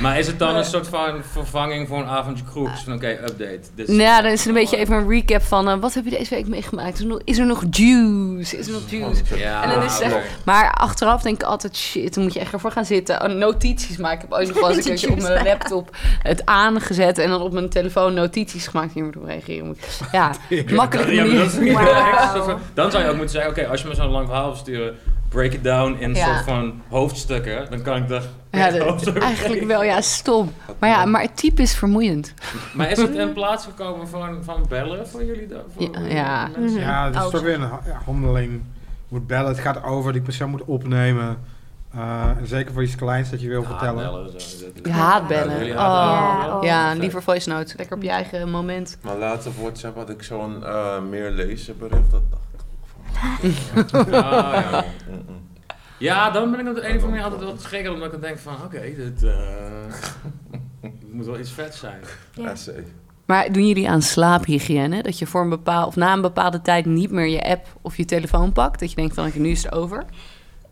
S3: Maar is het dan een soort van vervanging voor een avondje kroeg? Dus van oké, update. Dit
S5: Nou, ja, dan is het een beetje even een recap van eh, wat heb je deze week meegemaakt? Is er nog- Is er nog juice? Is er nog
S1: Gewoon
S5: juice?
S1: een soort-
S3: Ja,
S5: En dan is het echt-
S3: oké.
S5: Maar achteraf denk ik altijd, shit, dan moet je echt ervoor gaan zitten. Oh, notities maken. Ik heb ooit nog wel eens een
S2: Die
S5: keertje op
S2: juice,
S5: mijn
S2: ja.
S5: laptop het aangezet en dan op mijn telefoon notities gemaakt die je moet op reageren moet. Ja, makkelijk
S3: Ja, maar dat
S5: manier.
S3: is niet
S2: Wauw.
S3: relaxed of zo. Dan zou je ook moeten zeggen, oké, als je me zo'n lang verhaal wil sturen, break it down in
S5: Ja.
S3: soort van hoofdstukken. Dan kan ik daar...
S5: Ja, dat, eigenlijk wel, ja, stom. Maar ja, maar het type is vermoeiend.
S3: Maar is het in plaats gekomen van, van bellen voor jullie? daar- Voor
S5: Ja, ja. Mhm.
S3: mensen?
S4: Ja, dat is
S2: Ook.
S4: toch weer een ha- ja, handeling. Je moet bellen, het gaat over, die persoon moet opnemen. Eh, en zeker voor iets kleins dat je wil
S3: Ja,
S4: vertellen.
S3: bellen, zo. Dat-
S5: Je haat
S3: Ja,
S5: bellen.
S3: jullie
S5: Oh.
S3: haten-
S2: Ja, oh.
S5: Ja, liever voice note. Lekker op je eigen moment.
S1: Maar laatst op WhatsApp had ik zo'n eh, meer lezen bericht. Dat dacht ik mm, ook van.
S3: Ah, ja.
S1: mm-mm.
S3: Ja, dan ben ik op de een of andere manier altijd wel schrikker, omdat ik dan denk van, oké, dit eh, moet wel iets vet zijn.
S2: Ja.
S1: SC.
S5: Maar doen jullie aan slaaphygiëne? Dat je voor een bepaal, of na een bepaalde tijd niet meer je app of je telefoon pakt? Dat je denkt van, oké, nu is het over.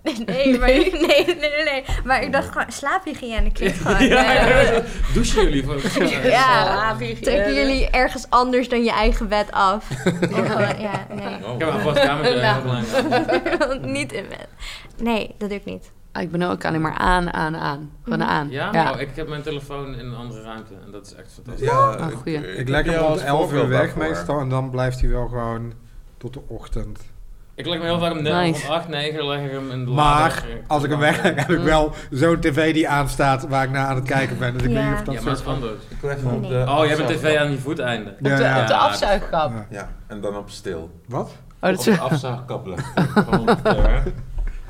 S2: Nee, maar, nee, nee, nee, nee. Maar ik dacht gewoon, slaaphygiëne klinkt gewoon.
S3: Ja,
S2: eh,
S3: ja. douchen jullie voor
S2: Ja, trekken jullie ergens anders dan je eigen bed af. En gewoon, ja, nee.
S1: Oh.
S3: Ik heb een apart kamertje.
S5: Ja.
S3: heel belangrijk.
S2: niet in bed. Nee, dat doe ik niet.
S5: Ah, ik ben ook alleen maar aan, aan, aan. Gewoon aan.
S3: Ja,
S5: Mhm. Ja. Oh,
S3: nou, ik heb mijn telefoon in een andere ruimte en dat is echt fantastisch.
S1: Ja,
S5: Ah, goeie.
S4: Ik leg
S1: heb
S4: hem
S1: jou
S4: rond
S1: als
S4: 11 uur
S1: voorbeeld
S4: weg
S1: daarvoor.
S4: meestal en dan blijft hij wel gewoon tot de ochtend.
S3: Ik leg hem heel vaak om, de,
S5: Nice.
S3: om 8, 9 leg ik hem in de
S4: Maar
S3: lader.
S4: als ik hem weg heb, heb ik wel zo'n tv die aanstaat waar ik naar aan het kijken ben. Dus ik
S2: Ja.
S4: weet niet of
S3: Ja, maar
S4: dat
S3: dat
S4: soort
S3: is
S4: van-
S3: anders.
S1: Ik leg hem op de...
S3: Oh, je hebt een tv aan je voeteinde.
S5: Op de,
S4: Ja,
S5: op de
S3: ja.
S5: afzuigkap.
S4: Ja.
S1: Ja, en dan op stil.
S4: Wat?
S5: Oh, dat
S1: op
S5: is-
S1: de afzaagkap leg ik hem. Gewoon, eh,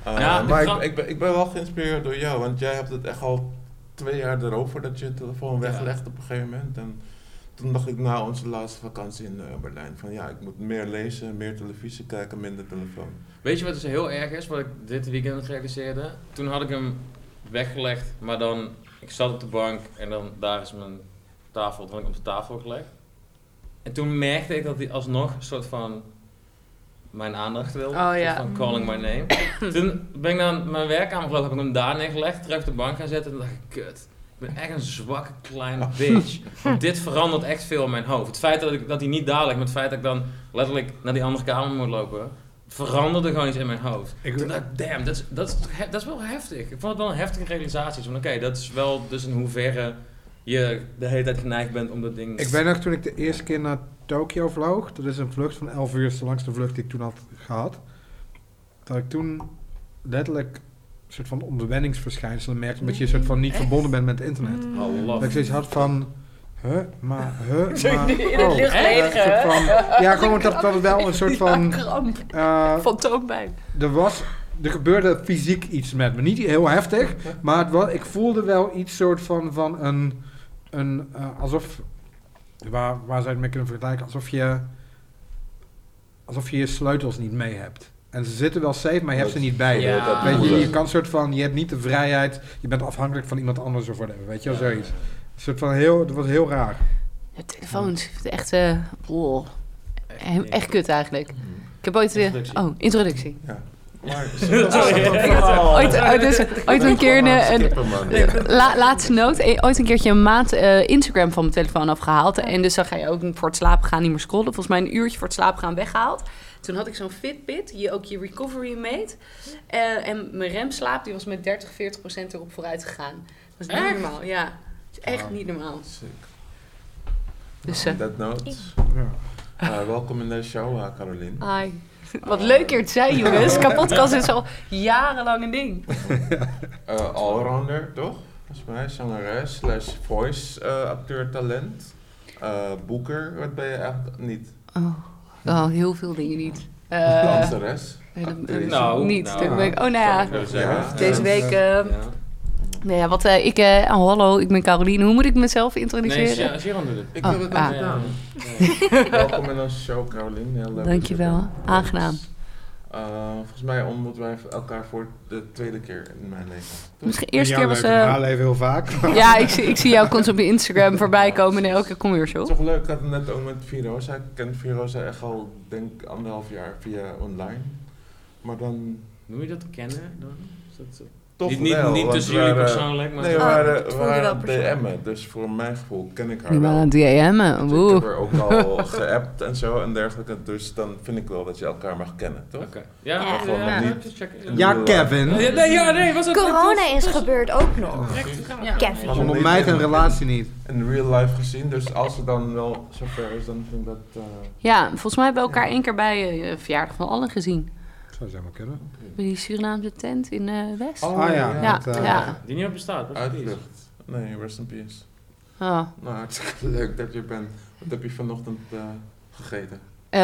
S1: eh,
S3: Ja,
S1: maar
S3: ik
S1: ik,
S3: ga-
S1: ik, ben, ik ben wel geïnspireerd door jou, want jij hebt het echt al twee jaar erover dat je je telefoon weglegt op een gegeven moment. En toen dacht ik na onze laatste vakantie in eh, Berlijn van ja, ik moet meer lezen, meer televisie kijken, minder telefoon.
S3: Weet je wat dus heel erg is, wat ik dit weekend realiseerde? Toen had ik hem weggelegd, maar dan, ik zat op de bank en dan daar is mijn tafel, toen had ik op de tafel gelegd. En toen merkte ik dat hij alsnog een soort van mijn aandacht wilde. Een
S5: Oh,
S3: soort
S5: ja.
S3: Van calling my name. toen ben ik naar mijn werkkamer gelopen, heb ik hem daar neergelegd, terug op de bank gaan zetten en toen dacht ik, kut. Ik ben echt een zwakke kleine
S4: Oh.
S3: bitch. Want dit verandert echt veel in mijn hoofd. Het feit dat, ik, dat hij niet dadelijk, maar het feit dat ik dan letterlijk naar die andere kamer moet lopen, veranderde gewoon iets in mijn hoofd.
S4: Ik-
S3: Toen dacht ik, damn, dat is, dat, is, toch he- dat is wel heftig. Ik vond het wel een heftige realisatie. Van oké, dat is wel dus in hoeverre je de hele tijd geneigd bent om dat ding...
S4: Ik ben nog toen ik de eerste keer naar Tokio vloog. Dat is een vlucht van 11 uur, is de langste vlucht die ik toen had gehad. Dat ik toen letterlijk een soort van onderwenningsverschijnselen merkte. Omdat je een soort van niet verbonden bent met het internet.
S2: Mm.
S3: Oh,
S4: Dat ik
S3: love.
S4: zoiets had van... Huh? Maar, huh?
S5: Zo
S4: Maar,
S5: in het
S4: oh.
S5: licht
S4: Eh,
S5: liggen,
S4: een soort
S5: hè?
S4: van- Ja, gewoon dat, dat het wel een soort van...
S5: Ja, kramp.
S4: eh,
S5: Fantoompijn.
S4: er was... Er gebeurde fysiek iets met me. Niet heel heftig, maar het wa- ik voelde wel iets soort van, van een... een eh, alsof... Waar, waar zou je het mee kunnen vergelijken? Alsof je... Alsof je je sleutels niet mee hebt. En ze zitten wel safe, maar je hebt ze niet bij je.
S3: Ja.
S1: Dat
S4: Weet je,
S1: voelde.
S4: je kan soort van... Je hebt niet de vrijheid. Je bent afhankelijk van iemand anders of whatever. Weet je wel, zoiets. Een soort van heel... Dat was heel raar.
S5: Ja, telefoons. het Echt, eh, lol. Echt, echt kut eigenlijk. Ik heb ooit... eh,
S3: Introductie.
S5: oh, introductie.
S1: Maar
S3: Sorry.
S5: Ooit, ooit, dus- ooit een keer een, een, La- laatste noot. E- Ooit een keertje een maand eh, Instagram van mijn telefoon afgehaald. En dus dan ga je ook voor het slapen gaan niet meer scrollen. Volgens mij een uurtje voor het slapen gaan weggehaald. Toen had ik zo'n Fitbit, die ook je recovery meet. Eh, en mijn remslaap die was met 30, 40 procent erop vooruit gegaan. Dat is niet
S3: Echt?
S5: normaal, ja. Dat is echt
S1: Wauw.
S5: niet normaal.
S1: Sick.
S5: Dus, eh,
S1: On that note,
S4: Ja.
S1: eh, welkom in de show, eh, Caroline.
S5: hi. Wat leuk hier te zijn, jongens. Kapotkast is al jarenlang een ding.
S1: Eh, allrounder, toch? Volgens mij, zangeres, slash voice eh, acteur talent. Eh, boeker, wat ben je echt niet?
S5: Oh, oh, heel veel dingen niet. Eh,
S1: Danseres.
S5: nee, dat-
S1: actrice.
S3: Nou,
S5: niet.
S3: nou.
S5: Dat ben ik- oh, nou ja.
S3: Zou ik zo zeggen.
S1: Ja.
S5: Deze
S1: Ja.
S5: week... eh,
S3: Ja.
S5: Nou ja, wat eh, ik... eh, oh, hallo, ik ben Caroline. Hoe moet ik mezelf
S3: Nee,
S5: introduceren?
S3: Sharon- Sharon doet het.
S1: Ik
S5: Oh,
S1: heb het net
S5: ah.
S1: gedaan.
S3: Ja.
S1: Welkom in onze show, Caroline. Heel leuk. dat je
S5: Dankjewel.
S1: er bent.
S5: Aangenaam.
S1: Eh, volgens mij ontmoeten wij elkaar voor de tweede keer in mijn leven.
S5: Misschien eerste
S4: Ja,
S5: keer was...
S4: leuk.
S5: eh,
S4: Ja, leven heel vaak.
S5: ja, ik zie, ik zie jou constant op je Instagram voorbij komen in elke commercial.
S1: Toch leuk, ik had het net ook met Virosa. Ik ken Virosa echt al, denk anderhalf jaar via online. Maar dan
S3: Noem je dat kennen dan? Is dat zo?
S1: toch
S3: niet, niet,
S1: wel.
S3: niet
S1: want
S3: tussen
S1: we
S3: jullie
S1: waren-
S3: persoonlijk, maar...
S1: Nee, we
S2: Oh,
S1: waren,
S2: het
S1: we
S2: voelde wel
S1: waren
S2: persoonlijk.
S1: DM'en, dus voor mijn gevoel ken ik haar
S5: Nu wel
S1: wel.
S5: aan het DM'en.
S1: Dus ik heb
S5: eh, Woe.
S1: haar ook al geappt en zo en dergelijke. Dus dan vind ik wel dat je elkaar mag kennen, toch?
S3: Oké. Ja,
S2: Ja.
S3: ja,
S1: Gewoon
S3: ja.
S1: niet-
S3: check it.
S4: eh, Ja, Kevin.
S3: Ja, nee, ja, nee, was dat...
S2: Corona is gebeurd ook nog.
S5: Ja.
S2: Kevin.
S1: Van-
S4: Zonder mij een relatie niet.
S1: In real life gezien, dus als ze dan wel zover is, dan vind ik dat... eh,
S5: Ja, volgens mij hebben we elkaar één keer bij eh, een verjaardag van Allen gezien.
S4: Zou ze helemaal kunnen.
S5: Bij die Surinaamse tent in eh, West.
S1: Oh,
S4: Ah ja.
S5: ja,
S4: met, eh,
S5: ja.
S3: Die niet meer bestaat, was dat iets?
S1: Uitvlucht. Nee, rest in peace.
S5: Oh.
S1: Nou, hartstikke leuk dat je er bent. Wat heb je vanochtend eh, gegeten?
S5: Eh,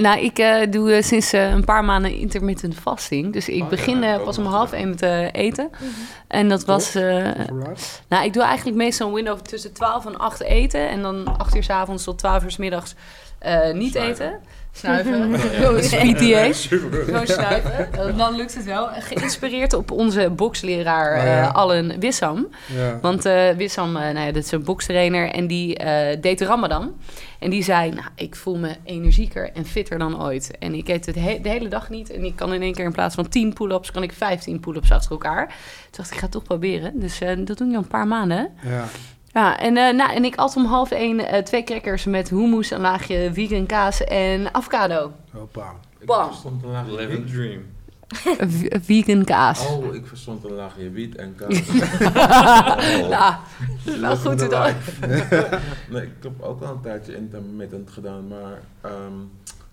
S5: nou, ik eh, doe eh, sinds eh, een paar maanden intermittent fasting. Dus ik
S1: Oh,
S5: begin
S1: ja,
S5: eh,
S1: ik ook
S5: pas om
S1: nog
S5: half
S1: gedaan.
S5: één met eh, eten. En dat was... eh,
S4: Vooruit.
S5: Nou, ik doe eigenlijk meestal een window tussen 12 en 8 eten. En dan 8 uur s avonds tot 12 uur s middags eh, niet
S3: Snuiven.
S5: eten. Snuiven. Gewoon een Sweet dieet. Gewoon snuiven. Eh, Dan lukt het wel. Geïnspireerd op onze boksleraar
S4: Oh, ja.
S5: eh, Allen Wissam.
S4: Ja.
S5: Want eh, Wissam, eh, nou ja, dat is een bokstrainer en die eh, deed de Ramadan. En die zei: Nou, ik voel me energieker en fitter dan ooit. En ik eet het he- de hele dag niet. En ik kan in één keer in plaats van 10 pull-ups, kan ik 15 pull-ups achter elkaar. Toen dacht ik: Ik ga het toch proberen. Dus eh, dat doe ik al een paar maanden.
S4: Ja.
S5: Ja, en, eh, nou, en ik at om half één eh, twee crackers met hummus, een laagje vegan kaas en avocado.
S4: Hoppa.
S1: Ik
S5: Bam.
S1: verstond een laagje
S3: Live a
S1: wiet.
S3: dream.
S5: V- vegan kaas.
S1: Oh, ik verstond een laagje wiet en kaas. Oh.
S5: nou, nou, goed
S1: Living the
S5: dan.
S1: life. nee, ik heb ook al een tijdje intermittent gedaan, maar ehm,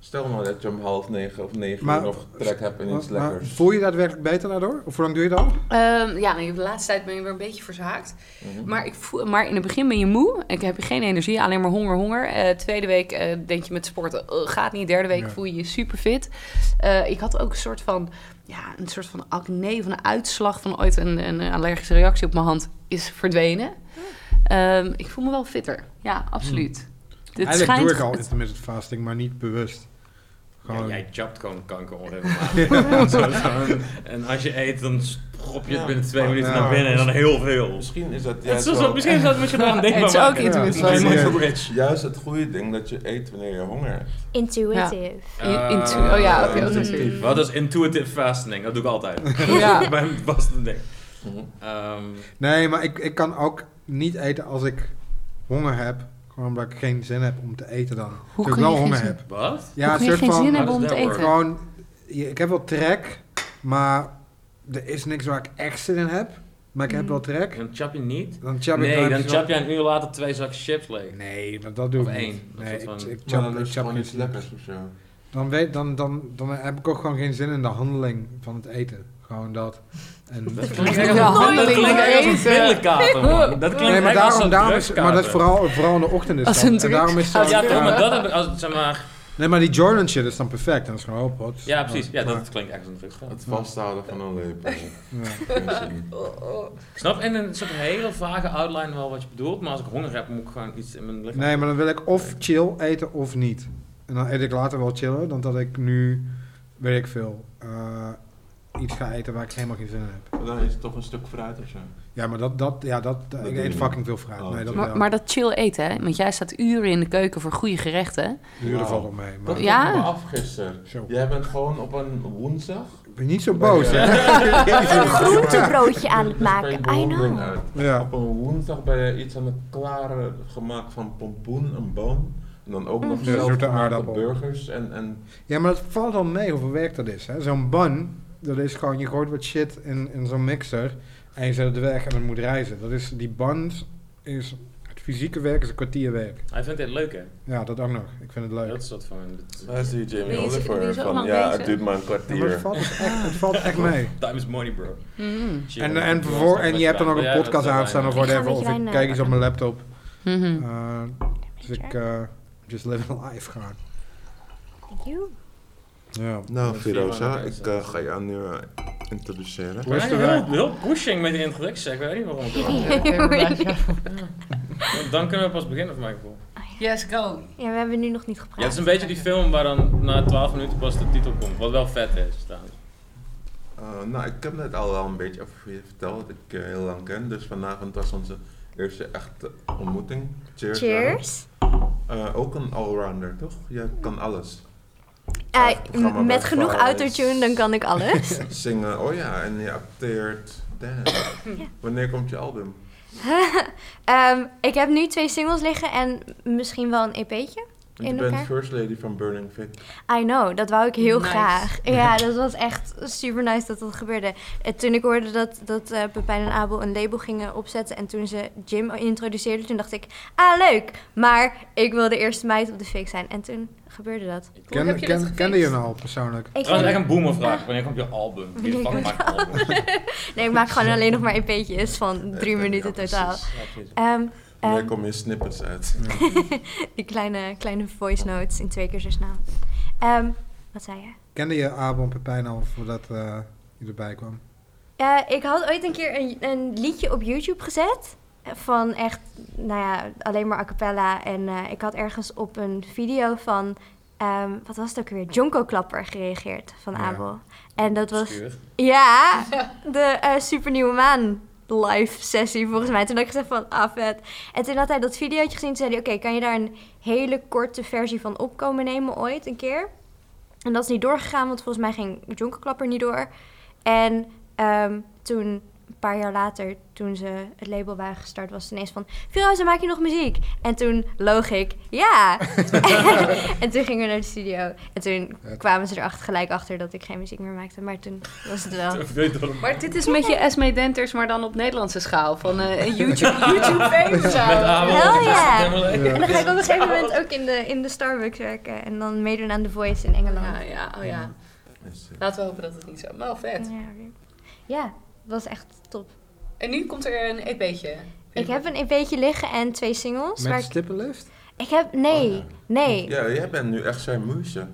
S1: Stel nou dat je om half negen of negen
S4: Maar-
S1: uur nog trek hebt in iets
S4: Maar- maar
S1: lekkers.
S4: voel je daadwerkelijk beter daardoor? Of hoe lang doe je dat?
S5: Ehm, ja, nee, de laatste tijd ben je weer een beetje verzaakt.
S1: Mhm.
S5: Maar, ik voel, maar in het begin ben je moe. Ik heb geen energie, alleen maar honger, honger. Eh, tweede week eh, denk je met sporten, eh, gaat niet. Derde week
S4: Ja.
S5: voel je je super fit. ik had ook een soort van, ja, een soort van acne, van een uitslag van ooit een, een allergische reactie op mijn hand is verdwenen. Ehm, ik voel me wel fitter. Ja, absoluut. Het
S4: Mm. Eigenlijk doe ik al
S5: het-
S4: intermittent fasting, maar niet bewust. Gewoon,
S3: jij jabt gewoon kanker onregelmatig. Zo- zo'n- en als je eet, dan prop je het
S1: Ja. Oh,
S3: binnen twee
S1: Ja.
S3: minuten naar binnen en dan heel veel.
S1: Misschien is dat
S3: Het
S1: juist
S3: is zo-
S1: wel-
S3: misschien is dat wat je dan denkt.
S5: Het is ook intuïtie.
S4: Ja,
S3: Emotional
S4: ja.
S3: rich.
S1: Juist het goede ding dat je eet wanneer je honger hebt.
S2: Intuitive.
S5: In- intu- oh ja, oké.
S1: Eh,
S5: dat is-
S2: intuïtief.
S3: Wat is intuitive fasting? Dat doe ik altijd.
S5: Ja.
S3: Bij mijn vaste ding.
S1: Mhm.
S3: Ehm,
S4: Nee, maar ik, ik kan ook niet eten als ik honger heb. Gewoon omdat ik geen zin heb om te eten dan. Als ik
S5: kun
S4: wel
S5: je geen
S4: honger
S5: zin-
S4: heb.
S3: wat?
S5: Hoe kun je geen zin hebben om te
S3: How does
S5: eten?
S3: that
S4: Gewoon, je- ik heb wel trek, maar er is niks waar ik echt zin in heb. Maar ik heb
S5: Mm.
S4: wel trek.
S3: Dan chap je niet?
S4: Dan chap ik
S3: nee, dan
S4: buiten-
S3: chap je een uur later twee zakken chips leeg.
S4: Nee, maar dat doe
S3: Of
S4: ik
S3: één.
S4: niet.
S3: Of
S4: Nee,
S3: wat
S4: ik,
S3: van-
S4: ik
S1: Ja,
S4: chap,
S1: dan
S4: ik
S1: is het
S4: chap
S1: gewoon
S4: niet.
S1: iets lekkers of zo.
S4: Dan, weet, dan, dan, dan heb ik ook gewoon geen zin in de handeling van het eten. Gewoon dat. En
S3: Dat
S5: klinkt
S3: klinkt
S5: echt
S3: echt
S5: als-
S3: als,
S5: Nooit
S3: dat klinkt echt als een
S5: eten.
S3: billenkater, man. Dat klinkt
S4: nee, maar
S3: echt als
S4: daarom,
S3: een
S4: daarom is, maar dat is
S3: drugskater. Oh,
S4: vooral, vooral in de ochtend is
S5: Als
S4: dat.
S5: een
S4: en daarom is dat,
S5: drugskater.
S3: Ja, toch, maar
S4: ja.
S3: dat heb ik als, zeg maar...
S4: Nee, maar die Jordan shit is dan perfect. Dat is gewoon heel pot.
S3: Ja, precies. Ja, dat
S4: Oh, Maar-
S3: klinkt echt als een drugskater.
S1: Het vasthouden van een lepel.
S4: ja.
S1: Geen zin.
S3: Snap? En een soort hele vage outline wel wat je bedoelt, maar als ik honger heb, moet ik gewoon iets in mijn lichaam...
S4: Nee, maar dan wil ik of chill eten of niet. En dan eet ik later wel chillen, dan dat ik nu, weet ik veel, eh, iets ga eten waar ik helemaal geen zin in heb.
S1: Maar dan is het toch een stuk fruit of zo.
S4: Ja, maar dat, dat, ja, dat,
S1: Dat
S4: ik
S1: doe
S4: eet
S1: je
S4: fucking
S1: niet.
S4: veel fruit.
S1: Oh,
S4: nee, dat
S5: Maar,
S4: wel.
S5: maar dat chill eten, hè? Want jij staat uren in de keuken voor goede gerechten.
S4: Uren
S3: Oh.
S1: Wauw.
S4: valt op mee.
S1: Dat
S4: Maar,
S5: Ja?
S1: ja? me af gisteren.
S4: zo.
S1: Jij bent gewoon op een woensdag.
S4: Ik ben niet zo boos,
S1: Ben je-
S4: hè?
S2: Een groentebroodje aan het maken. I know.
S1: Uit.
S4: Ja.
S1: Op een woensdag ben je iets aan het klaren gemaakt van pompoen, een boom. En dan
S2: Mm.
S1: ook nog
S4: Ja,
S1: zelf
S4: zoete
S1: gemaakte
S4: aardappel.
S1: burgers en, en
S4: ja, maar het valt al mee hoeveel werk dat is. hè. Zo'n bun, dat is gewoon, je gooit wat shit in, in zo'n mixer en je zet het weg en het moet reizen. Dat is, die bun is, het fysieke werk is een kwartier werk.
S3: Hij vindt dit leuk, hè?
S4: Oh, Ja, dat ook nog. Ik vind het leuk.
S3: Dat is dat van...
S1: Waar is die
S5: Ben
S1: Jamie
S5: je- ben je
S1: Oliver
S5: zo
S1: van?
S5: lang
S1: Ja,
S5: bezig?
S1: het duurt maar een
S4: Ja, maar het
S1: kwartier.
S4: valt, dus echt, het valt echt mee.
S3: Time is money, bro.
S5: Mhm.
S3: Chill.
S4: En, en, vervoor, en je hebt dan ook
S3: Wil jij
S4: een
S3: dat
S4: podcast
S3: erbij
S4: aanstaan of
S3: nemen?
S2: Ik ga een
S4: whatever. Of
S2: beetje
S4: ik
S2: wijn,
S4: kijk
S2: eh,
S4: eens op mijn laptop.
S5: Mhm.
S4: Eh, dus ik eh, just live a life gaan.
S2: Thank you.
S4: Ja.
S1: Nou, Firoza,
S3: Firoza,
S1: ik
S3: ik,
S1: eh, ga jou nu eh, introduceren.
S4: Hoe is de
S3: Ja,
S4: wijn?
S3: heel, heel pushing met die introductie, zeg. Ik weet niet waarom. ik dat doe. Want Dan kunnen we pas beginnen, voor mijn gevoel.
S5: Yes, go.
S2: Ja, we hebben nu nog niet gepraat.
S3: Ja, het is een beetje die film waar dan na 12 minuten pas de titel komt. Wat wel vet is, trouwens.
S1: Eh, nou, ik heb net al wel een beetje over je verteld dat ik je heel lang ken. Dus vanavond was onze eerste echte ontmoeting. Cheers. daarom.
S2: Cheers.
S1: Eh, ook een allrounder, toch? Je kan alles.
S2: Eh,
S1: Het programma
S2: m- met
S1: bij
S2: genoeg
S1: Vara is-
S2: autotune, dan kan ik alles.
S1: Zingen, oh ja, en je acteert. Damn. Wanneer komt je album?
S2: Ehm, ik heb nu twee singles liggen en misschien wel een EP'tje.
S1: Want je
S2: In
S1: bent
S2: elkaar.
S1: first lady van Burning Vic.
S2: I know, dat wou ik heel
S5: Nice.
S2: graag. Ja, dat was echt super nice dat dat gebeurde. En toen ik hoorde dat, dat eh, Pepijn en Abel een label gingen opzetten en toen ze Jim introduceerden, toen dacht ik, ah leuk, maar ik wil de eerste meid op de fik zijn. En toen gebeurde dat.
S4: Ken-
S5: heb je
S4: ken-
S5: dit gefixt?
S4: kende je hem al persoonlijk?
S2: Ik
S3: Trouwens,
S2: vind-
S3: echt een boomervraag. Wanneer komt je album? Wie de fuck maakt albums?
S2: nee, ik maak gewoon alleen nog maar EP'tjes van drie
S1: Ja,
S2: minuten
S1: Eh, precies.
S2: totaal.
S3: Ja, precies.
S2: Ehm, ehm,
S1: Wanneer komen je snippets uit?
S2: die kleine, kleine voice notes in twee keer zo snel. Ehm, wat zei je?
S4: Kende je Abel en Pepijn al voordat eh, je erbij kwam?
S2: Eh, ik had ooit een keer een, een liedje op YouTube gezet. eh, Van echt, nou ja, alleen maar a cappella. En eh, ik had ergens op een video van, ehm, wat was het ook weer? Jonko Klapper gereageerd van
S4: Ja.
S2: Abel. En dat was,
S3: Obscuur.
S2: ja, de eh Supernieuwe Maan live sessie volgens mij. Toen had ik gezegd van, ah vet. En toen had hij dat videootje gezien. Toen zei hij, oké, kan je daar een hele korte versie van opkomen nemen ooit een keer? En dat is niet doorgegaan, want volgens mij ging Jonko Klapper niet door. En ehm, toen een paar jaar later, toen ze het label waren gestart, was het ineens van... Firouze, maak je nog muziek? En toen loog ik, ja! en toen gingen we naar de studio. En toen kwamen ze er gelijk achter dat ik geen muziek meer maakte. Maar toen was het wel...
S5: Maar dit is met je Esme Denters, maar dan op Nederlandse schaal. Van eh, een YouTube, YouTube famous.
S3: Abel,
S2: Hell
S3: dat is echt
S2: yeah.
S3: helemaal leuk.
S2: En dan ga ik op een gegeven moment ook in de, in de Starbucks werken. En dan meedoen aan The Voice in Engeland.
S5: Ja, ja, oh ja.
S1: Dus, eh,
S5: Laten we hopen dat het niet zo. Maar wel vet.
S2: Ja, ja, dat was echt top.
S5: En nu komt er een EP'tje.
S2: Ik heb een EP'tje liggen en twee singles.
S4: Met
S2: Waar
S4: een
S2: ik,
S4: stippenlift?
S2: ik heb... Nee,
S1: Oh,
S2: nee.
S1: Ja, jij bent nu echt zijn moesje.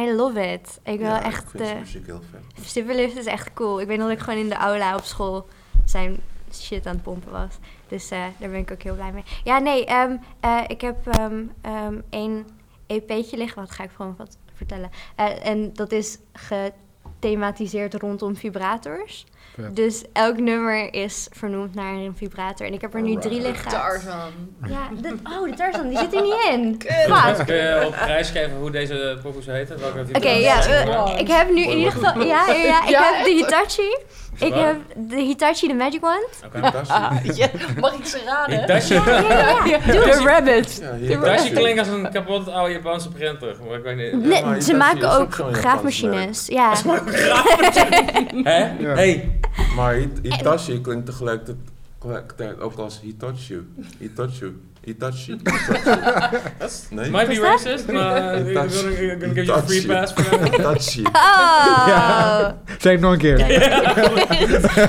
S2: I love it. Ik wil
S1: Ja, Ik
S2: echt... eh,
S1: vind
S2: De
S1: zijn muziek heel vet.
S2: Stippenlift is echt cool. Ik weet nog dat ik gewoon in de aula op school zijn shit aan het pompen was. Dus eh, daar ben ik ook heel blij mee. Ja, nee. ehm, eh, ik heb ehm ehm één EP'tje liggen. Wat ga ik gewoon wat vertellen? Eh, en dat is gethematiseerd rondom vibrators.
S4: Vet.
S2: Dus elk nummer is vernoemd naar een vibrator. En ik heb er nu drie liggen.
S5: Tarzan.
S2: Ja, de, oh, de Tarzan, die zit er niet in.
S5: Kut.
S2: Fuck.
S3: Kun je op prijs geven hoe deze pokoes heten? Welke
S2: Oké, ja.
S5: Ja,
S2: eh,
S5: wow.
S2: ik heb nu in ieder geval... Ja, ja, ja, ik
S5: Ja,
S2: heb de
S5: echt?
S2: Hitachi. Ik
S3: Waar?
S2: heb de Hitachi, de Magic Wand.
S1: Fantastisch.
S5: Ah, ja, mag ik ze raden?
S3: Hitachi,
S2: Ja, ja, ja.
S5: The Rabbit.
S1: Ja, hier-
S3: Hitachi klinkt als een kapot oude Japanse printer. Maar ik weet niet.
S2: Nee,
S1: maar
S2: ze
S1: Hitachi
S2: maken
S1: is ook
S2: ook
S1: zo'n Japans
S2: graafmachines. Ja.
S3: Hè?
S4: Ja.
S3: Hey.
S1: Maar Hit- Hitachi klinkt tegelijkertijd ook als Hitachi. Hitachi. Hitachi. Nee?
S3: Might be
S2: Wat is
S3: racist, maar uh, ik eh, wil
S1: Hitachi.
S3: ik wil give you a free
S1: Hitachi.
S3: pass for that.
S1: Hitachi.
S2: Oh.
S4: Zeg het nog een keer.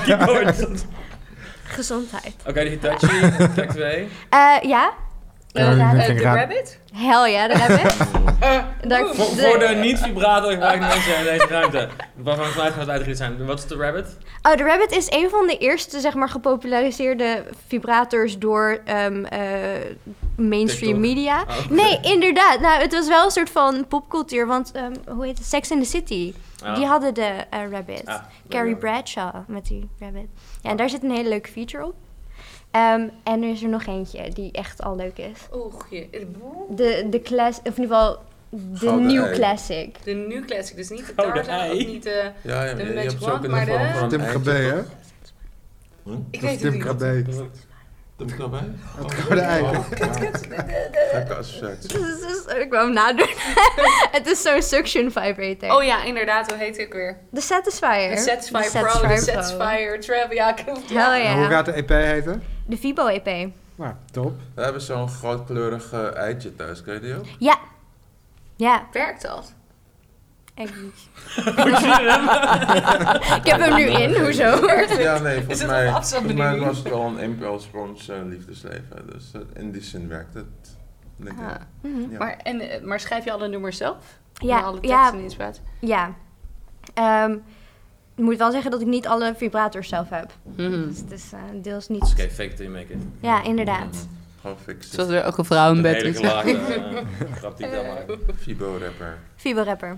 S3: Keep going.
S2: Gezondheid.
S3: Oké, de Hitachi, track 2.
S2: Eh, ja,
S5: Eh,
S2: Ja,
S5: eh,
S4: ik vind
S5: the
S4: raar.
S5: Rabbit?
S2: hel ja, daar heb ik. Dank-
S5: oeh.
S3: Voor, voor de niet-vibrator gebruikte mensen in deze ruimte. Waarvan ik mij gaat uitgericht zijn. Wat is de rabbit?
S2: Oh, de Rabbit is een van de eerste, zeg maar, gepopulariseerde vibrators door ehm, eh, mainstream
S3: TikTok.
S2: media.
S3: Oh.
S2: Nee, inderdaad. Nou, het was wel een soort van popcultuur, want ehm, hoe heet het? Sex in the City.
S3: Ah.
S2: Die hadden de eh, Rabbit.
S3: Ah,
S2: Carrie Bradshaw met die rabbit. Ja, en daar zit een hele leuke feature op. Ehm, en er is er nog eentje die echt al leuk is.
S5: Oeh, je-
S2: De, de class, of in ieder geval de
S1: Gouden
S2: nieuw
S1: ei.
S2: classic.
S5: De nu classic, dus niet de
S3: Gouden
S5: Tarzan,
S3: ei.
S5: ook niet eh, de...
S1: Ja, ja, je, je hebt
S5: Magic
S1: ze ook
S5: Wand,
S1: in
S5: maar
S1: de
S5: de-
S1: vorm van
S4: Tim
S1: een
S4: KB,
S1: eitje,
S4: hè?
S1: toch? Hm?
S4: Dat is
S5: Ik weet het
S4: Tim
S5: niet.
S4: KB.
S1: Tim KB? Het
S4: koude ei.
S1: Oh, Gekke associatie.
S2: Dus- dus- ik wou hem nadoen. het is zo'n suction vibrator.
S5: Oh ja, inderdaad, hoe heet ik weer?
S2: De Satisfier.
S5: De Satisfyer
S2: De
S5: Pro, de
S2: Pro.
S5: Satisfyer Travel. Ja, ik hoef
S2: Hell
S4: En Nou, Hoe
S2: ja.
S4: gaat de EP heten?
S2: De Vibo E EP.
S4: Nou, top.
S1: We hebben zo'n grootkleurig eh, eitje thuis, ken je die
S5: Ah,
S1: ook?
S2: Ja. Ja.
S5: Werkt dat?
S2: Ik,
S3: Oh,
S2: ik heb hem nu in, hoezo?
S1: Ja, nee,
S5: Is
S1: volgens
S5: het
S1: mij,
S5: een afstandsbediening?
S1: volgens mij was het wel een impuls voor ons eh, liefdesleven. Dus eh, in die zin werkt het. Denk ik.
S5: Ah,
S2: Mhm.
S1: Ja.
S5: maar, en, eh, maar schrijf je alle nummers zelf?
S2: Ja,
S5: En alle teksten
S2: ja,
S5: en inspiratie?
S2: Ja. Ehm, ik moet wel zeggen dat ik niet alle vibrators zelf heb.
S5: Hmm.
S2: Dus het is eh, deels
S3: Oké,
S2: niet...
S3: fake it till you make it.
S2: Ja, inderdaad.
S1: Mhm. Gewoon fixen.
S5: Zoals er ook een vrouw in
S3: Een
S5: bed
S3: hele
S5: is.
S3: gelaagde eh, grap die ik dan maak.
S1: Fibo-rapper.
S2: Fibo-rapper.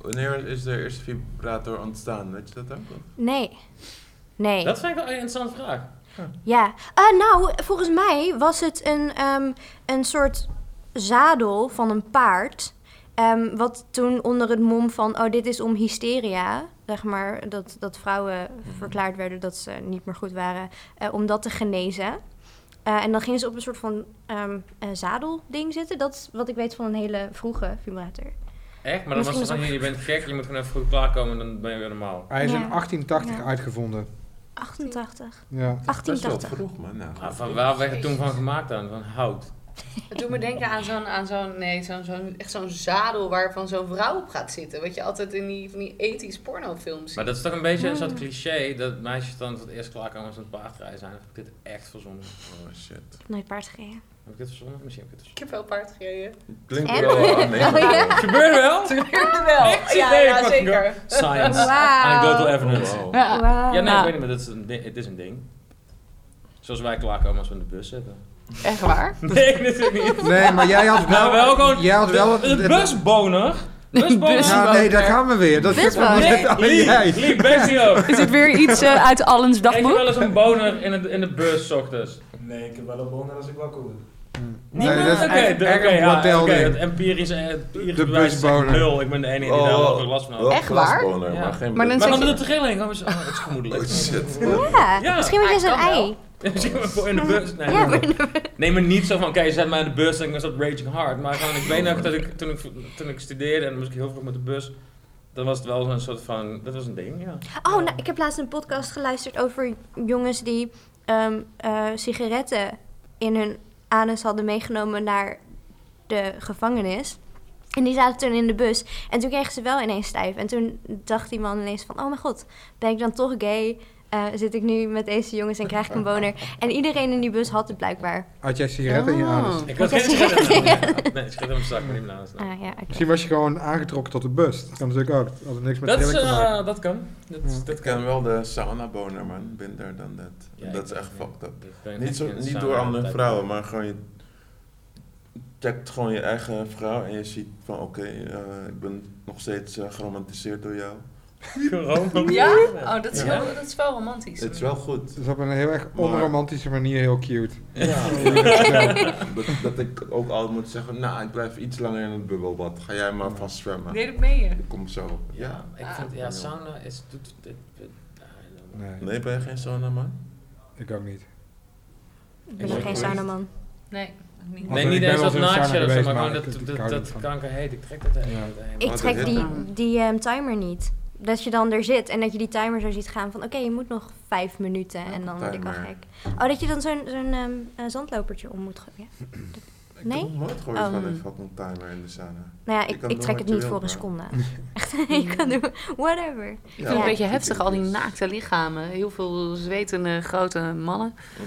S1: Wanneer is de eerste vibrator ontstaan? Weet je dat ook?
S2: Nee. Nee.
S3: Dat vind ik wel een interessante vraag.
S2: Ja. Eh, nou, volgens mij was het een, ehm, een soort zadel van een paard. ehm, wat toen onder het mom van, oh, dit is om hysteria. Zeg maar, dat, dat vrouwen verklaard werden dat ze niet meer goed waren. eh, om dat te genezen. Eh, en dan gingen ze op een soort van ehm een zadelding zitten. Dat is wat ik weet van een hele vroege vibrator.
S3: Echt? Maar dan was
S2: Misschien
S3: het van,
S2: is
S3: hier, je bent gek, je moet gewoon even goed klaarkomen en dan ben je weer normaal.
S4: Hij is
S2: Ja.
S4: in 1880
S2: Ja.
S4: uitgevonden.
S2: 88.
S4: Ja.
S1: Dat is wel
S2: 1880.
S1: vroeg, man. Nou,
S3: Ah, van waar werd het toen van gemaakt dan? Van hout.
S5: Het doet me denken aan zo'n, aan zo'n, nee, zo'n, zo'n, echt zo'n zadel waarvan zo'n vrouw op gaat zitten. Wat je altijd in die, van die ethisch pornofilms ziet.
S3: Maar dat is toch een beetje een soort cliché dat meisjes dan voor het eerst klaarkomen als ze een paardrijden zijn. Of heb ik dit echt verzonnen?
S1: Oh shit.
S2: Nooit paard gereden.
S3: Heb ik dit verzonnen? Misschien heb ik dit
S5: Ik heb wel paard gereden.
S1: Klinkt
S2: En?
S1: wel eh, aan
S2: Oh, ja.
S3: verzonnen. Gebeurt wel!
S5: wel.
S3: Echt?
S5: Ja,
S3: Nee,
S5: ja,
S3: fucking
S5: zeker.
S3: Science.
S2: Wauw.
S3: Anecdotal evidence.
S5: Ja.
S2: Wauw.
S3: Ja, nee,
S5: Ja.
S3: ik weet niet, maar dat is een ding, het is een ding. Zoals wij klaarkomen als we in de bus zitten.
S5: Echt waar?
S3: Nee, natuurlijk niet.
S4: Nee, maar jij had wel...
S3: Nou, wel gewoon.
S4: Jij had wel...
S3: de, de busboner. Busboner.
S5: Bus-
S4: Nou, nee, daar gaan we weer. Dat
S2: Dit was-
S3: Nee,
S4: jij.
S3: Lief, lief, Bessio.
S5: Is het weer iets eh, uit Allens
S3: Krijg je
S5: dagboek?
S3: wel eens een boner in, het, in de bus 's ochtends?
S6: Nee, ik heb wel een boner als ik wakker word.
S4: Hmm. Nee,
S7: Niemand?
S4: dat is
S7: Oké,
S4: echt
S3: de-
S4: echt
S3: oké,
S4: een
S3: ja,
S4: bordelding.
S3: oké, het empirisch, eh, empirisch
S4: De
S3: bewijs is echt
S4: busboner.
S3: nul. Ik ben de enige die daar
S1: Oh.
S3: heel veel last van had.
S1: Wel
S5: Echt waar?
S1: klasboner,
S3: Ja.
S1: Maar, geen
S5: Maar dan
S1: blik-
S3: Maar dan
S5: je-
S3: met de trilling, dan is oh, het is gemoedelijk.
S1: Oh shit.
S2: Ja,
S3: Ja,
S2: misschien was
S5: hij
S2: je zo'n
S5: Ah, kan wel.
S2: ei.
S3: Misschien voor in de bus. Nee,
S2: Ja, maar
S3: nee, maar niet zo van, oké, zet mij in de bus en ik was dat raging hard. Maar gewoon, ik weet nog dat ik toen, ik toen ik studeerde en dan moest ik heel vroeg met de bus, dan was het wel zo'n soort van, dat was een ding, ja.
S2: Oh, nou, ik heb laatst een podcast geluisterd over jongens die ehm, eh, sigaretten in hun anus hadden meegenomen naar de gevangenis. En die zaten toen in de bus. En toen kregen ze wel ineens stijf. En toen dacht die man ineens van... Oh mijn god, ben ik dan toch gay? Eh, zit ik nu met deze jongens en krijg ik een boner? En iedereen in die bus had het blijkbaar.
S4: Had jij sigaretten in je
S5: Oh.
S4: anus?
S3: Ik
S2: Wat
S3: had
S2: was
S3: geen
S2: je
S3: schrik
S2: reactie?
S3: Nee, schrik hem straks, maar niet naast.
S2: Ah ja, oké.
S4: Misschien was je gewoon aangetrokken tot de bus. Dat kan natuurlijk ook. Dat had niks met
S3: Dat, is,
S4: trilling te maken.
S3: eh, dat kan. Dat,
S4: Ja.
S3: dat
S1: Ik
S3: kan.
S1: ken wel de sauna boner, man. Binder dan dat.
S3: Ja,
S1: dat is
S3: ik-
S1: echt fucked up.
S3: Ik ben
S1: Niet,
S3: echt
S1: zo,
S3: in de
S1: niet
S3: sauna
S1: door andere
S3: altijd.
S1: vrouwen, maar gewoon je checkt gewoon je eigen vrouw en je ziet van oké, eh, ik ben nog steeds eh, geromantiseerd door jou.
S3: Gewoon.
S5: Ja? Oh, dat is,
S3: Ja.
S5: Heel, dat is wel romantisch.
S1: Het is wel goed.
S4: Het Dus is op een heel erg
S1: Maar-
S4: onromantische manier heel cute.
S1: Dat, dat ik ook altijd moet zeggen, nou ik blijf iets langer in het bubbelbad. Ga jij maar vast zwemmen.
S5: Nee, dat meen je.
S1: Ik kom zo. Ja.
S3: Ja, ik vind, Ah, ja, sauna is... doet- doet- doet-
S4: Nee,
S1: Nee, ben je geen sauna man?
S4: ik ook niet.
S2: Ik ben nog geen saunaman.
S5: Nee, ook niet.
S4: Want
S3: Nee,
S4: ik
S3: niet
S4: ben
S3: eens
S4: wel
S3: dat
S4: eens in de sauna
S3: naadje of zo,
S4: geweest,
S3: maar
S4: maar
S3: gewoon
S4: ik- ik
S3: dat,
S4: hou
S3: dat,
S4: er
S3: dat
S4: niet
S3: kanker heet. Ik trek dat
S4: Ja.
S3: helemaal niet.
S2: Ik
S1: Wat
S2: trek
S1: is
S2: die,
S5: dit?
S2: die ehm, timer niet. Dat je dan er zit en dat je die timer zo ziet gaan van... oké, je moet nog vijf minuten en dan word ik al
S1: timer?
S2: gek. Oh, dat je dan zo'n zo'n ehm, eh, zandlopertje om moet gooien.
S1: Ik
S2: Nee?
S1: heb nog nooit gehoord van
S5: Ehm,
S2: Oh.
S1: een fucking timer in de sauna.
S2: Nou ja,
S1: Je
S2: ik,
S1: kan
S2: ik
S1: doen
S2: trek
S1: wat
S2: het
S1: je wil,
S2: niet voor een
S1: maar-
S2: seconde. Echt, je kan doen whatever.
S5: Ik vind het een
S2: Ja.
S5: beetje heftig, al die naakte lichamen. Heel veel zwetende grote mannen.
S1: Mhm.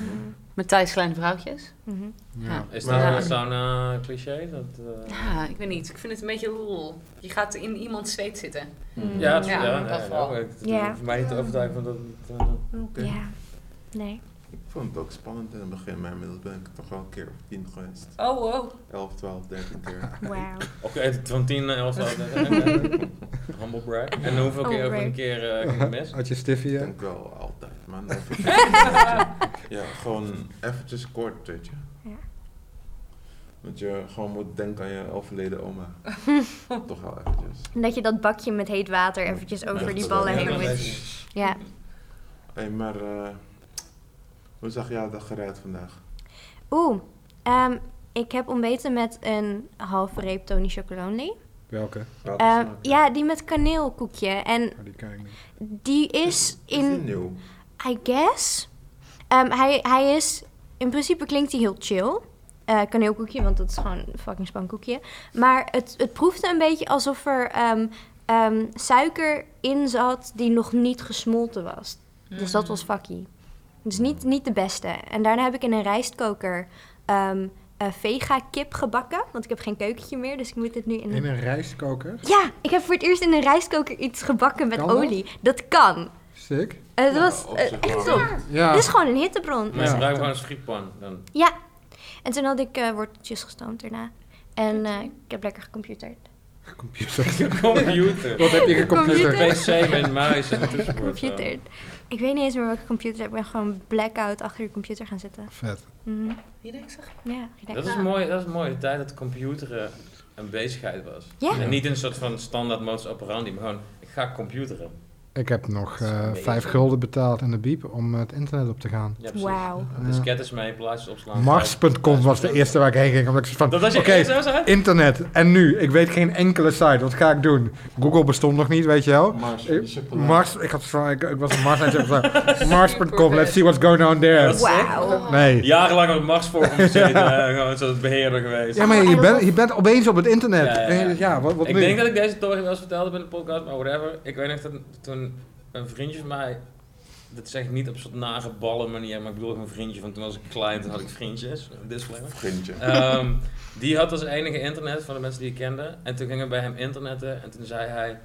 S5: Met thuis kleine vrouwtjes.
S2: Mhm.
S5: Ja.
S3: Is dat
S1: Maar-
S3: een sauna cliché? Dat, eh,
S5: Ja, ik weet niet. Ik vind het een beetje lol. Je gaat in iemands zweet zitten.
S2: Mhm.
S3: Ja, dat,
S5: Ja,
S3: ja,
S5: dat
S3: nee,
S5: wel.
S3: nou, ik- dat
S2: Ja.
S3: hoeft mij niet te overtuigen van dat het niet... eh,
S1: Oké.
S2: Ja. Nee.
S1: Ik vond het ook spannend in het begin, maar inmiddels ben ik er toch wel een keer of tien geweest.
S5: Oh, wow.
S1: 11, 12, 13 keer.
S2: Wauw.
S3: Oké, het van 10 naar 11 Humble brag. En hoeveel
S2: Humble
S3: keer over een
S2: brag.
S3: keer eh, ging het mis?
S4: Had je stiffie?
S1: Ik
S4: hè?
S1: denk wel altijd, man. Even- ja, gewoon eventjes kort, weet je.
S2: Ja.
S1: Want je gewoon moet denken aan je overleden oma. Toch wel eventjes.
S2: En dat je dat bakje met heet water eventjes over
S1: Echt
S2: die
S1: wel.
S2: ballen
S1: Ja,
S2: heen
S1: dat
S2: moet.
S1: is-
S2: Ja.
S1: Hé, maar eh, hoe zag jouw dag eruit vandaag?
S2: Oeh, ehm, ik heb ontbeten met een halve reep Tony
S1: Oh,
S2: Chocolonely.
S4: Welke?
S1: Laat
S2: Ehm,
S1: eens maken.
S2: ja, die met kaneelkoekje. En
S4: Oh, die ken ik niet.
S2: die is
S1: Is die
S2: in
S1: nieuw?
S2: I guess. Ehm, hij, hij is, in principe klinkt hij heel chill. Eh kaneelkoekje, want dat is gewoon een fucking spankoekje. Maar het, het proefde een beetje alsof er ehm, ehm, suiker in zat die nog niet gesmolten was. Dus dat was fucky. Dus niet, niet de beste. En daarna heb ik in een rijstkoker ehm eh, vega kip gebakken. Want ik heb geen keukentje meer, dus ik moet dit nu in
S4: In
S2: een...
S4: een rijstkoker?
S2: Ja, ik heb voor het eerst in een rijstkoker iets gebakken met
S4: Kan dat?
S2: olie. Dat kan.
S4: Sick.
S2: Het
S1: Ja,
S2: was
S1: op
S2: eh,
S1: zich
S2: echt
S1: wel.
S2: top.
S4: Ja.
S2: Dit is gewoon een hittebron.
S3: Maar
S4: Ja.
S3: ze gebruiken gewoon een schietpan. Dan.
S2: Ja. En toen had ik eh, worteltjes gestoomd daarna. En eh, ik heb lekker gecomputerd.
S4: Computer.
S3: Computer.
S4: Wat heb je
S2: Computer.
S4: gecomputer?
S3: PC met muis en toetsenbord. eh.
S2: Computerd. Ik weet niet eens meer welke computer. Ik ben gewoon blackout achter de computer gaan zitten.
S4: Vet.
S2: Mhm.
S5: Relaxig.
S2: Ja,
S3: Ja.
S2: relaxed.
S3: Dat is mooi, dat is mooi. De tijd dat computeren een bezigheid was.
S2: Ja.
S3: En niet in een soort van standaard modus operandi, maar gewoon, ik ga computeren.
S4: Ik heb nog
S3: Dat is een
S4: eh
S3: beetje-
S4: vijf gulden betaald in de biep om het internet op te gaan.
S3: Ja, precies.
S2: Wauw.
S3: Diskettes mee, plaatjes
S4: Ah,
S3: opslaan.
S4: Mars.com was de eerste waar ik heen ging. Omdat ik zoiets
S3: Dat was
S4: van,
S3: je
S4: oké,
S3: eerste website?
S4: internet. En nu? Ik weet geen enkele site. Wat ga ik doen? Google bestond nog niet, weet je wel.
S1: Mars,
S4: Eh,
S1: die chocolade.
S4: Mars, ik, had, zo- ik, ik was op Mars en ik zei, Mars.com, let's see what's going on there.
S2: Wauw.
S4: Nee.
S3: Jarenlang op Mars voor gezeten, eh, gewoon zo'n beheerder geweest.
S4: Ja, maar je bent, je bent opeens op het internet.
S3: Ja, ja, ja.
S4: En je denkt, ja, wat, wat
S3: ik
S4: nu?
S3: denk dat ik deze story wel eens vertelde bij de podcast, maar whatever. Ik weet nog dat toen een vriendje van mij, dat zeg ik niet op zo'n nageballen manier, maar ik bedoel ook een vriendje van toen was ik klein, toen had ik vriendjes, een disclaimer.
S1: Vriendje.
S3: Ehm, die had als enige internet van de mensen die ik kende. En toen gingen we bij hem internetten en toen zei hij,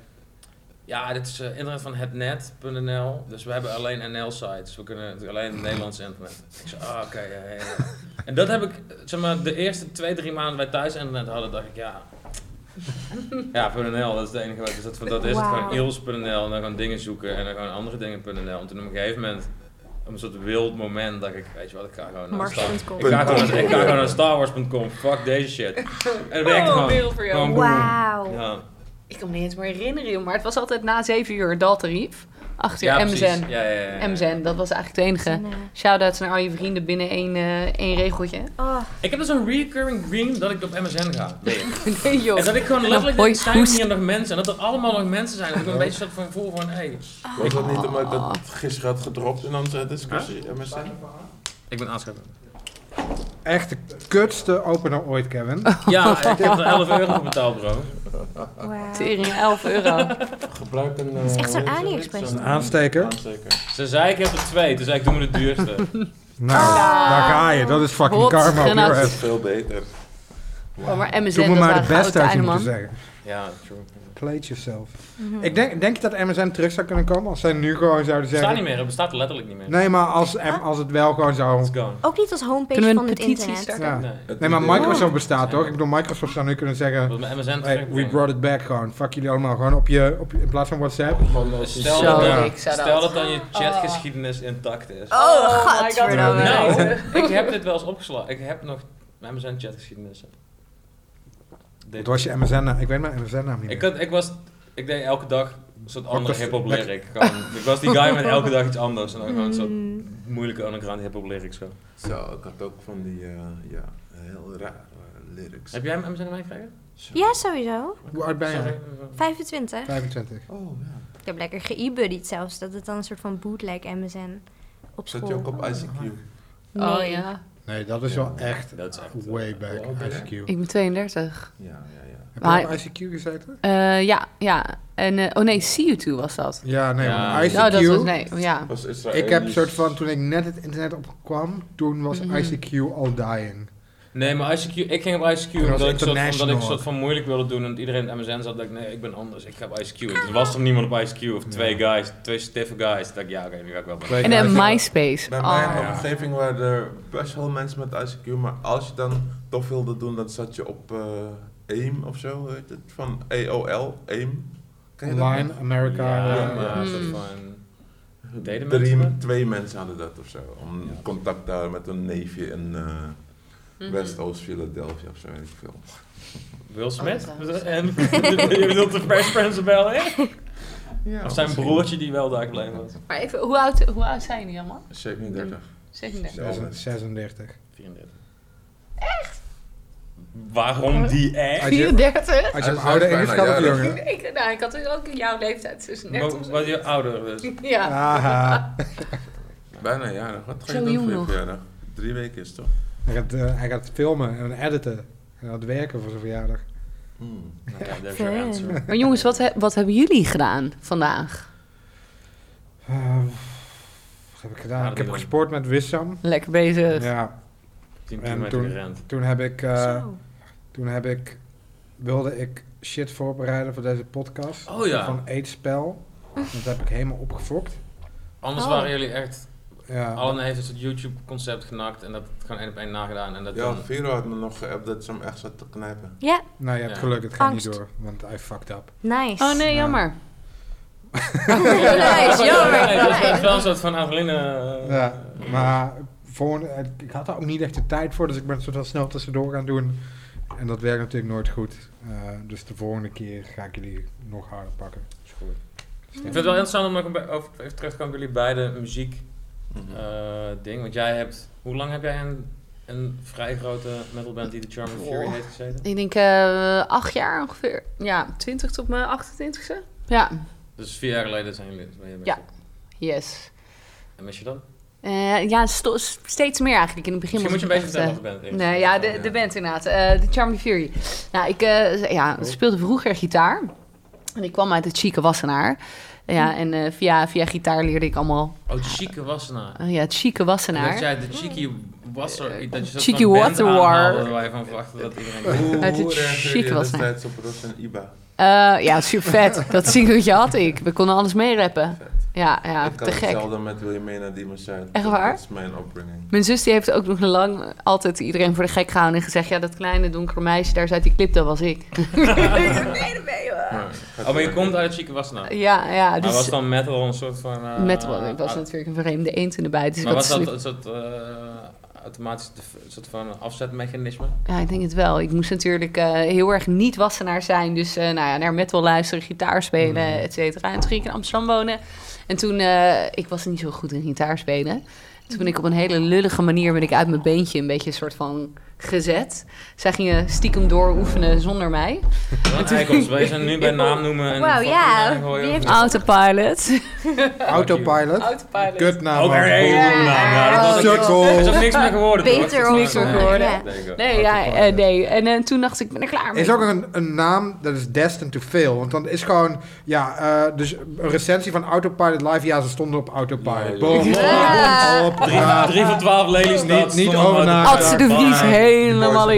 S3: ja, dit is eh, internet van hetnet.nl, dus we hebben alleen NL-sites, we kunnen alleen het Nederlands internet. Ik zei, ah, oké, ja, ja, ja. En dat heb ik, zeg maar, de eerste twee, drie maanden wij thuis internet hadden, dacht ik, ja, ja, .nl, dat is de enige wat is dat, van- dat is het
S2: Wauw.
S3: gewoon eels.nl en dan gewoon dingen zoeken en dan gewoon andere dingen.nl. En toen op een gegeven moment een soort wild moment dat ik, weet je wat, ik ga gewoon naar Star
S2: Mars.com.
S3: Ik ga gewoon, ik ga gewoon naar StarWars.com, fuck deze shit. En dat werkt
S5: Oh,
S3: gewoon.
S5: wereld voor jou.
S3: Gewoon boem.
S2: Wauw.
S3: Ja,
S5: Ik kan me niet eens meer herinneren, joh, maar het was altijd na 7 uur daltarief. 8 uur
S3: ja, precies.
S5: MZN.
S3: Ja, ja, ja, ja.
S5: MZN, dat was eigenlijk het enige.
S2: En, eh,
S5: Shoutouts naar al je vrienden binnen één, eh, één regeltje.
S2: oh,
S3: Ik heb dus een recurring dream dat ik op MSN ga. Nee.
S5: Nee joh.
S3: En dat ik gewoon letterlijk
S5: hoi,
S3: denk, zijn
S5: hoest.
S3: hier nog mensen? En dat er allemaal nog mensen zijn. Dat ik me een beetje soort van voel van, hey,
S1: Was dat
S2: Ah.
S1: niet omdat ik dat gisteren had gedropt in onze discussie? MSN?
S3: ik ben aanschrijven.
S4: Echt de kutste opener ooit, Kevin.
S5: Ah.
S3: Ja, ik heb er 11 euro voor betaald, bro.
S2: wauw.
S5: Tering, 11 euro.
S1: Gebruik een... Het
S2: is echt zo'n AliExpress.
S4: Een eh, aansteker.
S3: Ze zei ik heb er twee, dus ik doe me de duurste.
S4: Nou, daar ga je. Dat is fucking
S5: Rot,
S4: karma. op
S5: genot.
S4: your
S1: Dat is
S4: ass.
S1: veel beter.
S5: Oh,
S4: Toen
S5: maar MSN, dat
S4: we maar
S5: waren
S4: de beste
S5: gouden
S4: uit
S5: tijden,
S4: moeten
S5: man.
S4: zeggen.
S3: Ja, true.
S4: Plate yourself.
S3: Mhm.
S4: Ik denk, denk je dat MSN terug zou kunnen komen als zij nu gewoon zouden
S3: Het bestaat
S4: zeggen...
S3: niet meer, het bestaat letterlijk niet meer.
S4: Nee, maar als, em- als het wel gewoon zou...
S3: It's gone.
S2: Ook niet als
S5: Kunnen
S2: homepage
S5: we een
S2: van het
S5: petitie
S2: internet.
S5: starten?
S4: Ja.
S3: Nee.
S4: Nee, maar Microsoft bestaat toch? Ik bedoel, Microsoft zou nu kunnen zeggen...
S3: Wat met MSN
S4: Hey, we brought it back gewoon. Fuck jullie allemaal. Gewoon op je, op, je- in plaats van WhatsApp.
S3: Stel,
S5: Zo,
S3: dat,
S5: ik zou dat-
S3: stel dat dan je chatgeschiedenis intact
S2: Oh,
S3: is.
S5: my god.
S2: godverdomme.
S3: Nou, ik heb dit wel eens opgeslagen. Ik heb nog mijn MSN chatgeschiedenis.
S4: Het
S3: Dit.
S4: was je MSN naam. Ik weet mijn MSN naam niet
S3: Ik,
S4: meer.
S3: had, ik was, ik deed elke dag een soort andere
S4: was-
S3: hip-hop
S4: dat-
S3: lyric. Gewoon, ik was die guy met elke dag iets anders en dan gewoon een soort
S2: Mm.
S3: moeilijke underground hip-hop lyrics. Zo.
S1: Zo, ik had ook van die, eh, ja, heel raar eh, lyrics.
S3: Heb jij mijn MSN erbij gekregen?
S1: Zo.
S2: Ja, sowieso.
S4: Hoe oud ben je?
S2: 25.
S4: 25.
S1: Oh, ja.
S2: Ik heb lekker ge-buddied zelfs. Dat het dan een soort van bootleg MSN op school.
S1: Zat je ook op ICQ?
S2: Nee.
S5: Oh ja.
S4: Nee, dat is wel echt
S3: Dat is echt.
S4: way back.
S1: Hoe oud ben je?
S4: ICQ.
S5: Ik ben 32.
S1: Ja, ja, ja.
S4: Heb
S5: Maar-
S4: je op ICQ gezeten?
S5: Eh, ja, ja. En, eh, oh nee, See You Too was dat.
S4: Ja, nee.
S3: Ja.
S4: maar ICQ...
S5: Nou, dat was, nee, ja.
S1: Was
S4: Ik heb een
S1: Israëlisch-
S4: soort van, toen ik net het internet opkwam, toen was
S5: Mhm.
S4: ICQ al dying.
S3: Nee, maar ICQ, ik ging op ICQ omdat
S4: was
S3: ik, soort, van- omdat
S4: international
S3: ik soort
S4: ook.
S3: van moeilijk wilde doen. En iedereen op MSN zat, dat ik, nee, ik ben anders, ik ga op ICQ. Er was er niemand op ICQ, of twee guys, twee stiffe guys. Dat ik, ja, oké, nu ga ik wel.
S4: Twee
S5: En
S4: guys-
S5: dan MySpace.
S1: Bij
S5: Oh.
S1: mij in mijn omgeving waren er best wel mensen met ICQ, maar als je dan toch wilde doen, dan zat je op eh AIM of zo, heet het? Van AOL, AIM. Ken je dat
S4: Online,
S1: nog?
S4: America.
S3: ja,
S4: eh,
S3: maar
S5: ja.
S3: soort
S5: Hmm.
S3: van... Deden
S1: Drie-
S3: mensen dat?
S1: twee mensen hadden dat of zo. Om
S3: Ja.
S1: contact te houden met een neefje in eh
S5: Mhm.
S1: West-Oost Philadelphia of zo, weet ik veel.
S3: Will Smith?
S5: Oh, dat is-
S3: en je bedoelt de Fresh Prince of Bel-Air?
S1: Ja,
S3: Of zijn broertje die wel daar gebleven was?
S5: Maar even, hoe oud, hoe oud zijn jullie allemaal?
S1: 37.
S5: 36.
S1: Ja.
S4: 36.
S3: 34. Echt? Waarom die echt?
S4: Als je-
S5: 34?
S4: Als
S1: Hij
S4: je
S1: is
S4: hem ouder
S1: bijna
S4: Engels gaat of
S1: jarig.
S4: jonger?
S5: Ik, nou, ik had dus ook jouw leeftijd, dus net
S3: Wa- Was je ouder dus?
S5: Ja.
S4: Haha.
S1: Bijna jarig. Wat ga
S5: Zo
S1: je doen
S5: jong
S1: voor je
S5: nog.
S1: verjaardag? Drie weken is het toch?
S4: Hij gaat, eh, hij gaat filmen en editen. En dat werken voor zijn verjaardag.
S1: Hmm.
S3: Nou ja, there's your
S2: Fun.
S3: answer.
S5: Maar jongens, wat, he- wat hebben jullie gedaan vandaag?
S4: Eh, wat heb ik gedaan?
S3: Ja,
S4: ik heb
S3: dat-
S4: gesport met Wissam.
S5: Lekker bezig.
S4: Ja,
S3: 10
S4: En
S3: kilometer
S4: toen-
S3: gerend.
S4: toen heb ik, eh,
S2: Zo.
S4: toen heb ik, wilde ik shit voorbereiden voor deze podcast.
S3: Oh ja.
S4: Van eetspel. Dat heb ik helemaal opgefokt.
S3: Anders
S2: Oh.
S3: waren jullie echt...
S4: Ja.
S3: Allen heeft een soort YouTube-concept genakt en dat gewoon één op één nagedaan. En dat
S1: Ja,
S3: dan-
S1: Vero had me nog geappt dat ze hem echt zat te knijpen.
S2: Ja,
S4: Nou, je hebt
S3: Ja.
S4: geluk, het gaat niet
S2: Angst.
S4: door, want I fucked up.
S2: nice.
S5: Oh nee,
S4: Ja.
S5: Oh, jammer.
S3: Ja,
S2: nice,
S3: dat was- nee, dat was
S2: jammer.
S3: wel een soort van adrenaline... eh,
S4: Ja, maar voor, ik had daar ook niet echt de tijd voor, dus ik ben het zo wel snel tussendoor gaan doen. En dat werkt natuurlijk nooit goed. Eh, dus de volgende keer ga ik jullie nog harder pakken.
S3: is goed. Ik vind het wel interessant om nog een be- over, even terug te komen op jullie beide muziek
S1: Mhm.
S3: eh, ding. Want jij hebt... Hoe lang heb jij een, een vrij grote metalband die de German Fury
S5: Oh.
S3: heeft gezeten?
S5: Ik denk eh, acht jaar ongeveer. Ja, 20 tot mijn 28ste. Ja,
S3: Dus vier jaar geleden zijn jullie... ben je met
S5: Ja.
S3: je-
S5: yes.
S3: En mis je dat?
S5: Eh, ja, sto- s- steeds meer eigenlijk. In het begin
S3: Misschien moet je een
S5: was
S3: beetje
S5: het
S3: vertellen
S5: echt,
S3: wat de band is.
S5: eh, Nee, ja, de, de band inderdaad. Eh, de Charming Fury. Nou, ik eh, ja,
S3: Oh.
S5: speelde vroeger gitaar. En ik kwam uit het chique Wassenaar. Ja, en eh, via, via gitaar leerde ik allemaal...
S3: Oh, de chique wassenaar.
S5: eh, ja, het chique
S3: Dat
S5: Wassenaar.
S3: jij de cheeky wasser... Dat je zo'n
S5: Cheeky
S3: band
S5: water
S3: aanhaalde
S5: war.
S3: Waar je van verwachtte dat iedereen...
S1: Hoe
S5: het
S1: hoe
S5: chic
S1: reageerde je
S5: was, nee.
S1: destijds op Ros en Iba?
S5: Eh, ja, super vet. dat singeltje had ik. We konden alles meerappen. Ja, ja,
S1: ik had
S5: te gek.
S1: hetzelfde met Wilhelmina die me zei.
S5: Echt waar?
S1: Dat is mijn opbringing.
S5: Mijn zus die heeft ook nog lang altijd iedereen voor de gek gehouden en gezegd... ja, dat kleine donkere meisje daar uit die clip, dat was ik. nee, dat ben je wel.
S3: Oh, maar je komt uit het chique Wassenaar.
S5: Ja, ja.
S3: Maar was
S5: Dus
S3: dan metal een soort van... eh,
S5: metal was natuurlijk een vreemde eend in de bijt. Dus
S3: Maar
S5: wat
S3: was
S5: is
S3: dat
S5: nu-
S3: een soort eh, automatisch def- een soort van afzetmechanisme?
S5: Ja, ik denk het wel. Ik moest natuurlijk eh, heel erg niet wassenaar zijn. Dus eh, nou ja, naar metal luisteren, gitaar spelen, et cetera. En toen ging ik in Amsterdam wonen. En toen, eh, ik was niet zo goed in gitaar spelen. Toen ben ik op een hele lullige manier ben ik uit mijn beentje een beetje een soort van gezet. Zij gingen stiekem door oefenen zonder mij.
S3: Wat eikels, wij zijn nu bij naam noemen en...
S2: Wauw,
S3: fucking
S2: ja.
S3: naam gooien.
S2: Wie heeft-
S5: Autopilot.
S4: Autopilot.
S5: Autopilot.
S4: Kutnaam.
S3: Ook weer een hele
S2: Ja.
S3: lange naam. Ja, dat was ook niks-
S4: Sukkel.
S3: Er is ook niks meer geworden. toch?
S2: Beter
S3: Er is
S2: om- Ja.
S3: meer There you go.
S5: Nee, ja, eh, nee. En eh, toen dacht ik, ik ben er klaar
S4: Er
S5: mee.
S4: is ook een, een naam dat is destined to fail. Want dan is gewoon, ja, eh, dus een recensie van Autopilot Live. Ja, ze stonden op Autopilot.
S1: Ja,
S4: Bom,
S2: ja.
S4: bom, bom,
S3: Drie,
S4: ja.
S3: drie van twaalf lelies
S4: Niet- niet over na-
S5: Adse de Vries helemaal
S1: Allemaal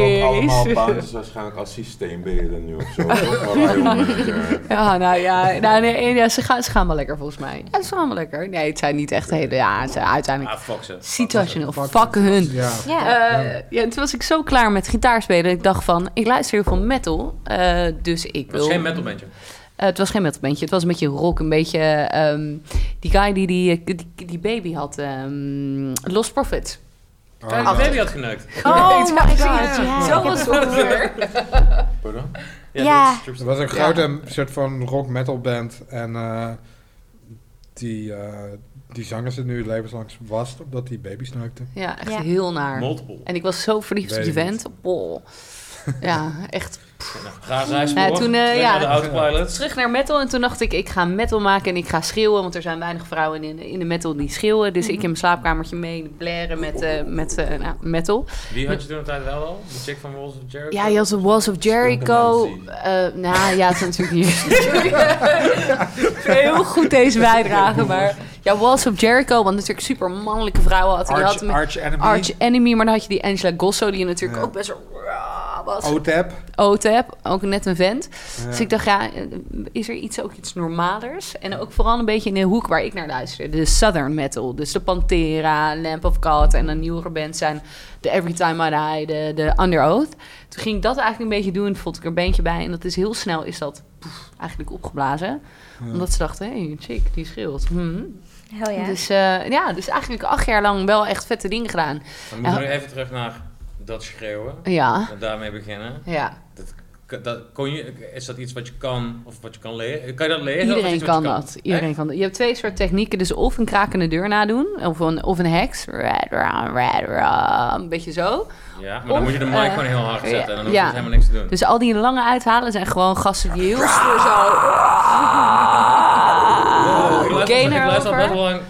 S5: eens.
S1: baantjes waarschijnlijk als systeembeheerder nu of zo. toch? Waar wij eh, onder- ja.
S5: Ja, nou ja, nou, nee, ja ze, gaan, ze gaan wel lekker volgens mij. Ja, ze gaan wel lekker. Nee, het zijn niet echt hele, ja, het zijn uiteindelijk
S3: Ah, fuck ze.
S5: situationeel. Fuck hun.
S4: Ja.
S2: Ja.
S5: Eh, ja, toen was ik zo klaar met gitaarspelen. Ik dacht van, ik luister heel veel metal. eh, dus ik
S3: Het
S5: wil...
S3: is geen metal bandje.
S4: Ah.
S5: Eh, het was geen metalbandje. Het was een beetje rock. Een beetje ehm, die guy die die, eh, die, die baby had. ehm, Lost Prophet.
S3: Kijk,
S4: Oh,
S3: de baby had geneukt.
S2: Oh
S5: weet
S2: my
S5: het.
S2: god,
S5: Ja.
S2: ja.
S5: Zo was het ongeveer.
S1: Pardon?
S2: Ja.
S3: dat is
S4: Er was een grote soort van rock metal band. En eh, die, eh, die zanger zit nu levenslangs vast omdat hij baby snuikte.
S5: Ja, echt
S2: Ja.
S5: heel naar.
S3: Multiple.
S5: En ik was zo verliefd
S4: Weet
S5: op die
S4: ik niet.
S5: vent. Oh. Ja, echt.
S3: Nou, Ga zij
S5: Nou,
S3: sporen.
S5: toen, eh,
S3: Terug
S5: ja.
S3: naar de autopilot.
S5: Terug naar metal. En toen dacht ik, ik ga metal maken en ik ga schreeuwen. Want er zijn weinig vrouwen in, in de metal die schreeuwen. Dus ik in mijn slaapkamertje mee blaren met, eh, met eh, nou, metal.
S3: Wie had je toen de tijd wel al? De chick van Walls of Jericho?
S5: Ja, je had de Walls of Jericho.
S1: Stonken
S5: eh, nou ja, het is natuurlijk niet. Heel goed deze bijdrage, maar. Ja, Walls of Jericho, want natuurlijk super mannelijke vrouwen had. Je had
S4: Arch,
S5: met
S4: Arch Enemy.
S5: Arch Enemy, maar dan had je die Angela Gosso, die natuurlijk
S4: Ja. Oh.
S5: ook best wel raar was.
S4: OTAP.
S5: OTAP, ook net een vent.
S4: E Ja.
S5: Dus ik dacht, ja, eh, is er iets, ook iets normalers? En ook vooral een beetje in de hoek waar ik naar luisterde. De Southern Metal. Dus de Pantera, Lamp of God en een nieuwere band zijn de Every Time I Die, de, de Under Oath. Toen ging ik dat eigenlijk een beetje doen. Vond ik er een bandje bij. En dat is heel snel is dat poef, eigenlijk opgeblazen.
S4: Ja.
S5: Omdat ze dachten, hé, hey, chick, die schreeuwt. Hm.
S2: Hell ja.
S5: Dus, eh, ja, dus eigenlijk acht jaar lang wel echt vette dingen gedaan.
S3: Dan moeten we nog even terug naar dat schreeuwen.
S5: Ja,
S3: En daarmee beginnen.
S5: ja.
S3: K- Dat, kon je, is dat iets wat je kan of wat je kan leren? Kan je dat leren? of is
S5: Iedereen
S3: het iets wat
S5: kan
S3: je
S5: dat.
S3: Echt?
S5: Iedereen kan dat. Je hebt twee soort technieken. Dus of een krakende deur nadoen. Of een, of een heks. Red, ra, red, ra, een beetje zo.
S3: Ja, maar
S5: Of,
S3: dan moet je de mic
S5: eh,
S3: gewoon heel hard zetten. En dan hoef je
S5: ja.
S3: dus helemaal niks te doen.
S5: Dus al die lange uithalen zijn gewoon gasten die heel stoer zo...
S3: Oh, ik luister,
S5: gain
S3: ik luister al
S5: erover.
S3: best wel lang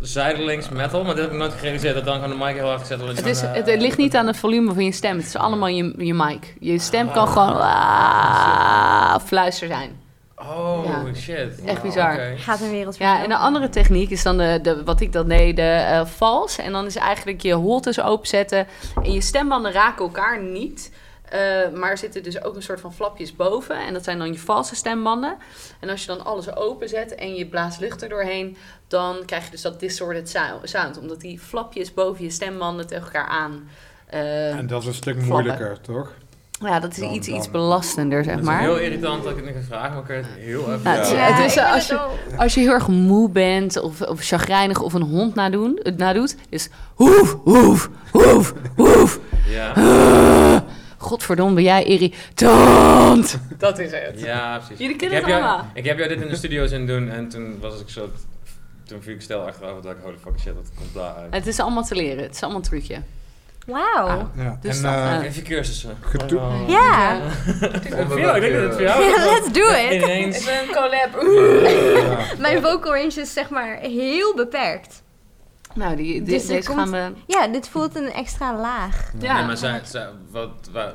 S3: zijdelings metal, maar dit heb ik nooit gerealiseerd dat dan gewoon de mic heel hard gezet wordt.
S5: Het, is, het, het ligt niet aan het volume van je stem. Het is allemaal je, je mic. Je stem kan gewoon ah, fluister zijn.
S3: Oh,
S5: Ja.
S3: shit.
S5: Echt bizar.
S3: oké.
S2: Gaat een wereld
S5: Ja, en de andere techniek is dan de, de wat ik dan deed, de eh, vals. En dan is eigenlijk je holtes openzetten. En je stembanden raken elkaar niet. Eh, maar er zitten dus ook een soort van flapjes boven. En dat zijn dan je valse stembanden. En als je dan alles openzet en je blaast lucht er doorheen... dan krijg je dus dat distorted sou- sound. Omdat die flapjes boven je stembanden tegen elkaar aan... eh,
S4: En dat is een stuk
S5: Flappen.
S4: moeilijker, toch?
S5: ja, dat is
S4: dan-
S5: iets,
S4: dan-
S5: iets belastender, zeg
S3: Het is
S5: maar.
S3: heel irritant dat ik het nu ga vragen, maar ik kan het heel even...
S5: Nou, het is-
S1: Ja.
S5: het is,
S2: ik wil
S5: als, je,
S2: ook.
S5: als je heel erg moe bent of, of chagrijnig of een hond nadoen, het nadoet, is hoef, hoef, hoef, hoef. Ah,
S3: Ja.
S5: Godverdomme, ben jij irritant. Dat is het.
S3: Ja, precies.
S5: Jullie kennen
S3: Ik heb
S5: het
S3: jou-
S5: allemaal.
S3: Ik heb jou dit in de studio zien doen en toen was ik zo... Toen viel ik stel achterover dat ik, holy fuck shit, dat komt daaruit.
S5: Het is allemaal te leren, het is allemaal een trucje.
S2: Wauw.
S4: Ja.
S5: Dus
S4: en
S5: dat,
S4: eh,
S5: eh,
S3: Even cursussen.
S4: Geto-
S3: Oh.
S2: Ja.
S3: Ja, ik denk dat het voor jou...
S2: Ja, let's do it.
S3: Ineens...
S5: ben een collab. Ah.
S4: ja.
S2: Mijn vocal range is zeg maar heel beperkt.
S5: Nou, die, die,
S2: Dus er
S5: deze
S2: komt-
S5: gaan we...
S2: Ja, dit voelt een extra laag.
S5: eh, Ja.
S3: Nee, maar zij, zij, wat, wij,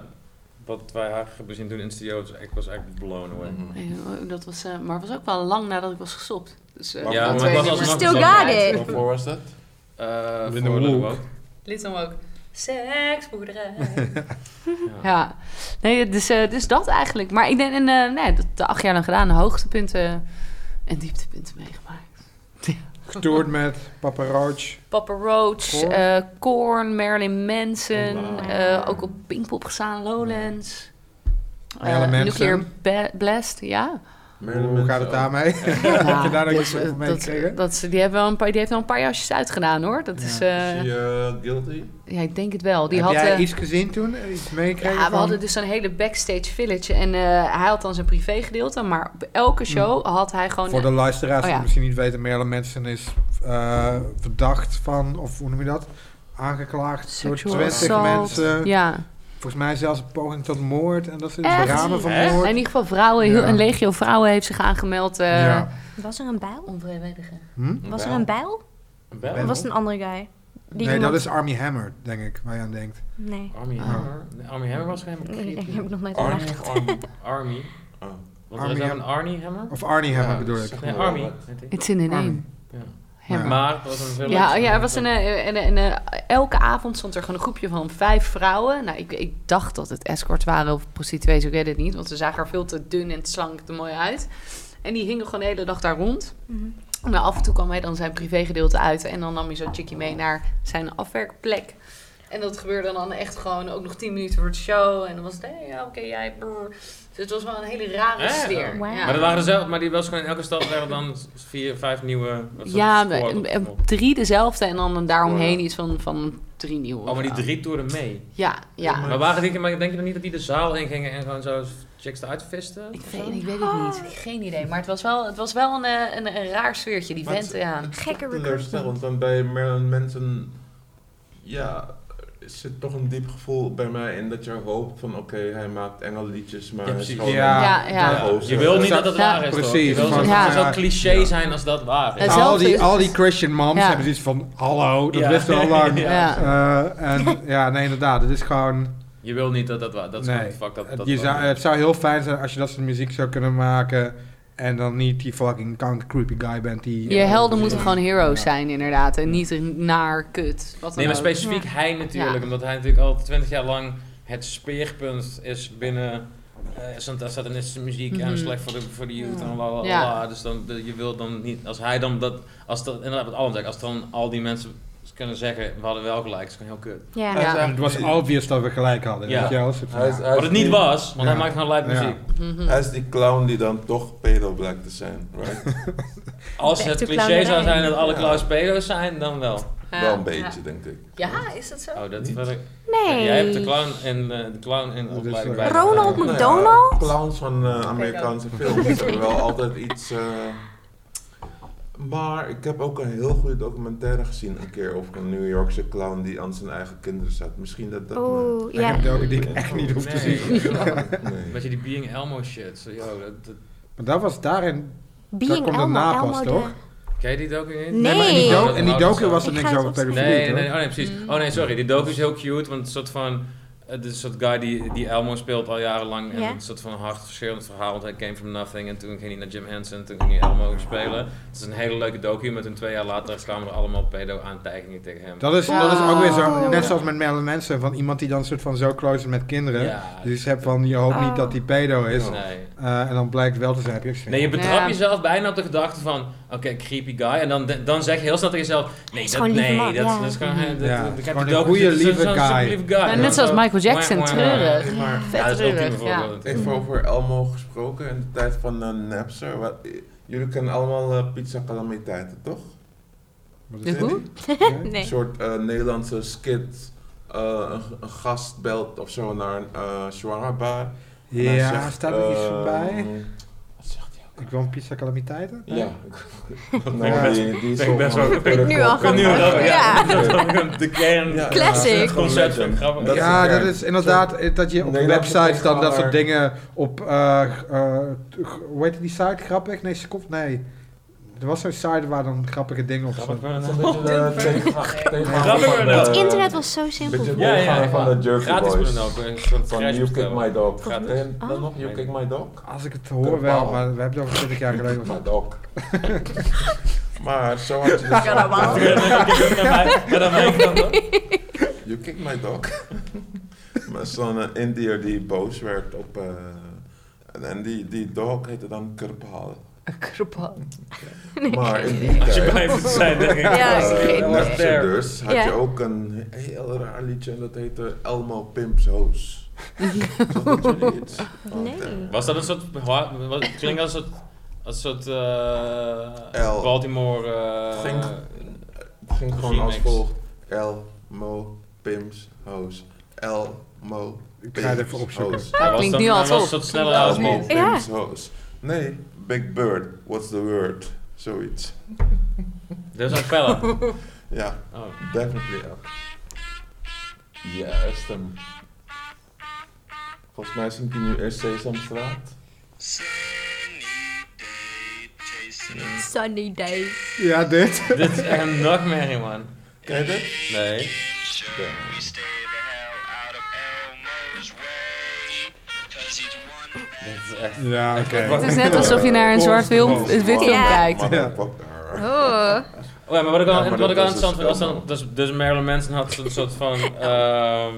S3: wat wij haar hebben zien doen in de studio, was- ik was eigenlijk blown away.
S1: Mhm.
S5: Dat was, eh, maar het was ook wel lang nadat ik was gestopt. Dus, eh,
S1: Ja,
S5: dat
S1: maar het
S5: weet
S1: was
S5: ik
S1: alsnog
S5: nog.
S2: Still got it.
S1: Waarvoor was dat?
S3: Eh
S4: Binnen
S3: voor
S4: de
S3: de
S4: hoek.
S3: woke.
S5: Lid dan ook. Seksboerderij. ja, nee, dus, eh, dus dat eigenlijk. Maar ik denk, en, eh, nee, dat de acht jaar lang gedaan, hoogtepunten en dieptepunten meegemaakt.
S4: getoerd met Papa Roach.
S5: Papa Roach,
S4: Korn. Oh.
S5: eh, Korn, Marilyn Manson,
S1: Wauw.
S2: Oh
S5: eh, ook op Pinkpop gestaan, Lowlands.
S4: Marilyn
S5: Eh,
S4: Oh, Manson.
S5: Nuclear Ba- Blast, ja.
S1: Meerdere
S4: Hoe gaat
S1: mensen
S4: het
S1: ook.
S4: daarmee? Heb je daar nog iets over
S5: dus, eh, dat,
S4: meegekregen?
S5: dat, ze- die, hebben wel een paar, die heeft wel een paar jasjes uitgedaan hoor. Dat is, eh,
S1: Is je guilty?
S5: ja, ik denk het wel. Die
S4: Heb
S5: had,
S4: jij
S5: eh,
S4: iets gezien toen? Iets meegekregen?
S5: Ja, we
S4: van-
S5: hadden dus zo'n hele backstage village. En eh, hij had dan zijn privégedeelte. Maar op elke show had hij gewoon...
S4: Hm. Voor de luisteraars
S5: Oh,
S4: die
S5: ja.
S4: misschien niet weten, Merle Manson is eh, verdacht van, of hoe noem je dat? Aangeklaagd
S5: Sexual
S4: door 20
S5: assault.
S4: mensen.
S5: ja,
S4: Volgens mij zelfs een poging tot moord en dat soort
S5: Echt?
S4: ramen van
S3: Hè?
S5: in
S4: moord.
S5: ieder geval vrouwen. Heel,
S4: Ja.
S5: Een legio vrouwen heeft zich aangemeld. eh
S4: Ja.
S2: Was er een bijl?
S5: Onvrijwillige.
S4: Hm?
S2: Was er een bijl? Of
S4: Bijl?
S2: was het een andere guy? Die
S4: Nee, dat
S2: iemand-
S4: is Army Hammer, denk ik, waar je aan denkt.
S2: Nee,
S3: Army
S4: Ah.
S3: Hammer. Nee, Army Hammer was geen
S2: Nee, ik heb ik nog nooit aan
S1: Arnie
S2: gedacht.
S1: of Army?
S3: Army.
S1: Oh.
S3: Want er
S4: Army
S3: is ook
S4: Hammer.
S3: een Arnie Hammer.
S4: Of Arnie Hammer bedoel ik.
S1: zeg
S3: Nee,
S1: maar
S3: Army.
S1: wat.
S3: heet die.
S5: Het is in de
S4: Army.
S5: name.
S3: Ja.
S5: Ja.
S3: Maar dat was een veel
S5: Ja,
S3: leukste.
S5: ja, er was een, eh, een, een, eh, elke avond stond er gewoon een groepje van vijf vrouwen. Nou, ik, ik dacht dat het escorts waren of prostituees, ik weet het niet. Want ze zagen er veel te dun en te slank te mooi uit. En die hingen gewoon de hele dag daar rond.
S2: Mhm.
S5: Nou, af en toe kwam hij dan zijn privégedeelte uit. En dan nam hij zo'n chickie mee naar zijn afwerkplek. En dat gebeurde dan echt gewoon ook nog tien minuten voor de show. En dan was het, hé, ja, oké, jij... brr. Dus het was wel een hele rare
S3: Echt?
S5: sfeer.
S2: Wauw.
S5: Ja.
S3: Maar, dat waren er zelf, maar die was gewoon in elke stad waren dan vier, vijf nieuwe. wat soort
S5: Ja,
S3: squad
S5: maar,
S3: of-
S5: eh, drie dezelfde en dan daaromheen iets van, van drie nieuwe.
S3: Oh, maar die
S5: vrouwen.
S3: drie toerden mee.
S5: Ja, ja.
S3: Maar waren die, maar denk je dan niet dat die de zaal ingingen en gewoon zo chicks eruit visten?
S5: Ik weet, ik weet het niet. Geen idee. Maar het was wel, het was wel een, eh, een, een raar sfeertje. Die
S1: Maar
S5: vent, ja.
S1: het is
S2: Gekke
S1: toch
S2: recruitment.
S1: teleurstellend, want bij Marilyn Manson... Ja, er zit toch een diep gevoel bij mij in dat je hoopt van... Oké, hij maakt engelliedjes, maar
S3: Ja,
S1: hij is
S3: precies.
S1: gewoon
S4: Ja.
S1: een
S5: Ja, ja.
S1: gozer.
S3: Je wil niet dat het
S5: Ja,
S3: waar is, toch? Je
S4: precies.
S3: wil
S5: Van-
S3: zo,
S5: Ja.
S3: het zou cliché
S1: Ja.
S3: zijn als dat waar is.
S5: Ja.
S4: Al
S5: Hetzelfde
S4: die,
S5: is-
S4: al die Christian moms
S5: Ja.
S4: hebben zoiets van, hallo, Oh, dat
S3: Ja.
S4: wisten we al lang.
S3: Ja.
S4: Eh, en ja, nee, inderdaad, het is gewoon...
S3: Je wil niet dat dat waar is. Dat is
S4: Nee.
S3: gewoon fuck dat, dat
S4: je
S3: waar
S4: zou,
S3: is.
S4: het zou heel fijn zijn als je dat soort muziek zou kunnen maken. En dan niet die fucking kanker creepy guy bent die...
S5: Je helden moeten
S2: Ja.
S5: gewoon heroes zijn, inderdaad. En niet een naar kut. Wat dan
S3: Nee, maar
S5: ook.
S3: specifiek hij natuurlijk,
S5: Ja.
S3: omdat hij natuurlijk al twintig jaar lang het speerpunt is binnen eh Santa- satanistische muziek
S5: Mhm.
S3: en slecht voor de, voor de youth en la la la,
S5: Ja.
S3: la. Dus dan, de- je wilt dan niet, als hij dan dat, als dat, inderdaad wat Alan zegt, als dan al die mensen kunnen zeggen, we hadden wel gelijk, is gewoon heel kut.
S2: Ja.
S5: Ja.
S4: En het was obvious dat we gelijk hadden.
S3: Ja.
S4: Weet je wel? Soort van,
S1: Hij is-
S4: ja.
S1: hij
S3: Wat
S1: is
S3: het niet
S1: die-
S3: was, want
S4: Ja.
S3: hij maakt gewoon lijp
S4: Ja.
S3: muziek.
S5: Mhm.
S1: Hij is die clown die dan toch pedo blijkt te zijn, right?
S3: Als
S2: Back
S3: het
S2: to
S3: cliché zou
S2: clownerij.
S3: zijn dat alle
S1: Ja.
S3: clowns pedo's zijn, dan wel.
S5: Ja.
S1: Wel een beetje, denk ik.
S5: Ja, is dat zo?
S3: Oh, dat
S1: Niet?
S3: wil ik.
S2: Nee.
S3: Jij hebt de clown in eh, de clown in
S4: Dat is,
S3: opleiding
S4: eh,
S3: bij.
S2: Ronald
S3: Ja.
S2: McDonald?
S1: Ja, clowns van eh, Amerikaanse films hebben wel altijd iets. eh, maar ik heb ook een heel goede documentaire gezien een keer over een New Yorkse clown die aan zijn eigen kinderen zat. Misschien dat dat. me-
S2: Oeh,
S4: Ik
S2: ja.
S4: heb het ook die ik echt niet hoef te
S3: Nee.
S4: zien.
S1: Nee.
S3: Beetje die Being Elmo shit. Zo, yo, dat, dat,
S4: Maar dat was daarin...
S2: Being
S4: komt
S2: Elmo,
S4: daarna
S2: Elmo
S4: pas,
S2: de-
S4: toch?
S3: ken je die docu niet?
S2: Nee.
S4: maar in die,
S2: Nee.
S4: docu- in die docu was er
S2: Ik
S4: niks
S2: ga het
S4: over
S2: opzoeken.
S4: pedofilie,
S3: Nee,
S4: toch?
S3: nee, oh nee, precies.
S5: Mm.
S3: Oh nee, sorry. Die docu is heel cute, want het soort van... Het is een soort guy die, die Elmo speelt al jarenlang. En
S2: Ja.
S3: het is een soort van een hartverscheurend verhaal, want hij came from nothing. En toen ging hij naar Jim Henson, toen ging hij Elmo spelen. Het is een hele leuke docu, maar toen twee jaar later kwamen er allemaal pedo-aantijgingen tegen hem.
S4: Dat is, dat is ook weer zo,
S2: Oh.
S4: net zoals met Merle Mensen, van iemand die dan soort van zo close is met kinderen.
S3: Ja.
S4: Dus je hebt van, je hoopt niet
S2: Oh.
S4: dat die pedo is.
S3: Nee.
S4: Eh, en dan blijkt wel te zijn, heb je ook gezien.
S3: Nee, je betrapt
S5: Ja.
S3: jezelf bijna op de gedachte van, oké, creepy guy. En dan, dan zeg je heel snel tegen jezelf, nee,
S2: is
S3: dat,
S2: gewoon een lieve
S3: nee,
S2: man,
S3: dat,
S2: ja.
S3: dat is gewoon...
S5: Ja,
S3: dat-
S4: het is
S3: dat- ik heb
S4: gewoon
S3: die
S4: een
S3: docu
S4: goede,
S3: gezien,
S4: lieve
S3: zo'n- zo'n
S4: guy.
S3: superlieve guy.
S5: Ja, net zoals Michael Jackson,
S3: Mwah, mwah, mwah.
S5: treurig.
S1: Nee, maar
S5: Vet
S3: Ja, dat is een ultieme
S5: treurig, ja.
S3: voorbeeld.
S1: even over Elmo gesproken in de tijd van eh, Napster. Wat- jullie kennen allemaal eh, pizza calamiteiten, toch?
S4: Wat
S5: De
S4: is dit?
S5: hoe?
S4: Ja.
S1: Een
S2: Nee.
S1: soort eh, Nederlandse skit. eh, een, een gast belt of zo naar een eh shawarma-bar. En hij
S4: Ja,
S1: zegt,
S4: staat er iets
S1: ehm,
S4: voorbij?
S1: Wat zegt hij ook?
S4: Ik wil een pizza calamiteiten.
S1: Ja.
S4: ik
S1: Nou,
S4: best-
S1: die, die is
S3: ben ik best wel-
S1: van-
S3: ben
S2: ik nu al
S1: Ja.
S2: gewoon- Ja.
S3: De kern.
S1: Ja,
S2: Classic.
S1: dat is echt gewoon
S3: Concept
S1: legend.
S3: van grappig.
S1: Dat is
S4: ja,
S1: de
S4: dat
S1: kern.
S4: is inderdaad eh, dat je op
S1: Nee, dat is
S4: websites
S1: echt
S4: dan dat soort
S1: waar.
S4: dingen op, eh, eh, g- hoe heet die site, grappig? Nee, secof, nee. Er was zo'n site waar dan grappige dingen op stonden.
S1: Zo- dat is een beetje eh, de tegenhanger
S3: Grappig
S1: van de-
S3: wel.
S4: eh,
S2: Het internet was zo simpel.
S1: Beetje
S3: Ja, ja, ja.
S1: doorgaan van de Jerky
S3: Gratis
S1: Boys.
S3: voor ook. een soort
S1: Van
S3: crash
S1: You Kick
S3: bestellen.
S1: My Dog.
S3: Gratis.
S1: Ken je
S2: Oh.
S1: dat nog? You Kick My Dog?
S4: Als ik het hoor wel, maar we hebben het over 20 jaar geleden. of
S1: My
S4: zo.
S1: Dog. Maar zo had je dus...
S3: Ja, dan kijk ik ook naar mij. Ja, dan ben ik dan wel.
S1: You kick my dog. maar zo'n eh, Indiër die boos werd op... eh, en en die, die dog heette dan Krpal.
S5: Acrobat.
S1: Maar in die
S3: Als je
S1: tijd,
S3: blijft het zijn, denk ik.
S2: Ja,
S1: eh,
S5: geen idee.
S1: naast er dus, had
S2: Ja.
S1: je ook een heel raar liedje en dat heette Elmo Pimps Hoos. Zag dat jullie iets?
S2: Nee.
S1: eh,
S3: Was dat een soort... Wat, klinkt als een soort... Als een soort...
S1: El.
S3: eh Baltimore... eh,
S1: Ging- Het ging gewoon als
S3: Remix.
S1: volgt. Elmo Pimps Hoos. Elmo
S4: Ik ga het
S1: Pimps
S4: even opzoeken.
S1: Hoos.
S5: Ja,
S3: was
S5: klinkt
S3: dat-
S5: nu al
S3: was een
S5: tof.
S3: soort sneller
S5: Klinkt
S3: als
S5: wel
S1: Elmo
S3: Bob.
S5: tof.
S2: Ja.
S1: Pimps Hoos. Nee, Big Bird. What's the word? Zoiets.
S3: Dit is een fella.
S1: Ja,
S3: Oh.
S1: definitely up. Juist hem. Volgens mij zingt hij nu eerst Sesamstraat.
S2: Sunny day.
S4: Ja, dit.
S3: Dit is echt een nachtmerrie, man.
S1: Ken je dit?
S3: Nee. Dit is echt...
S4: Ja, oké.
S3: Het
S5: Het is net alsof je naar een zwart film, wit film
S2: Ja.
S5: kijkt.
S2: Oh.
S3: Oh ja, maar wat ik al,
S1: Ja, maar
S3: wat
S1: dat-
S3: ik al
S1: dat is
S3: interessant vind, was dan,
S1: wel-
S3: dus, dus Marilyn Manson had een soort van ehm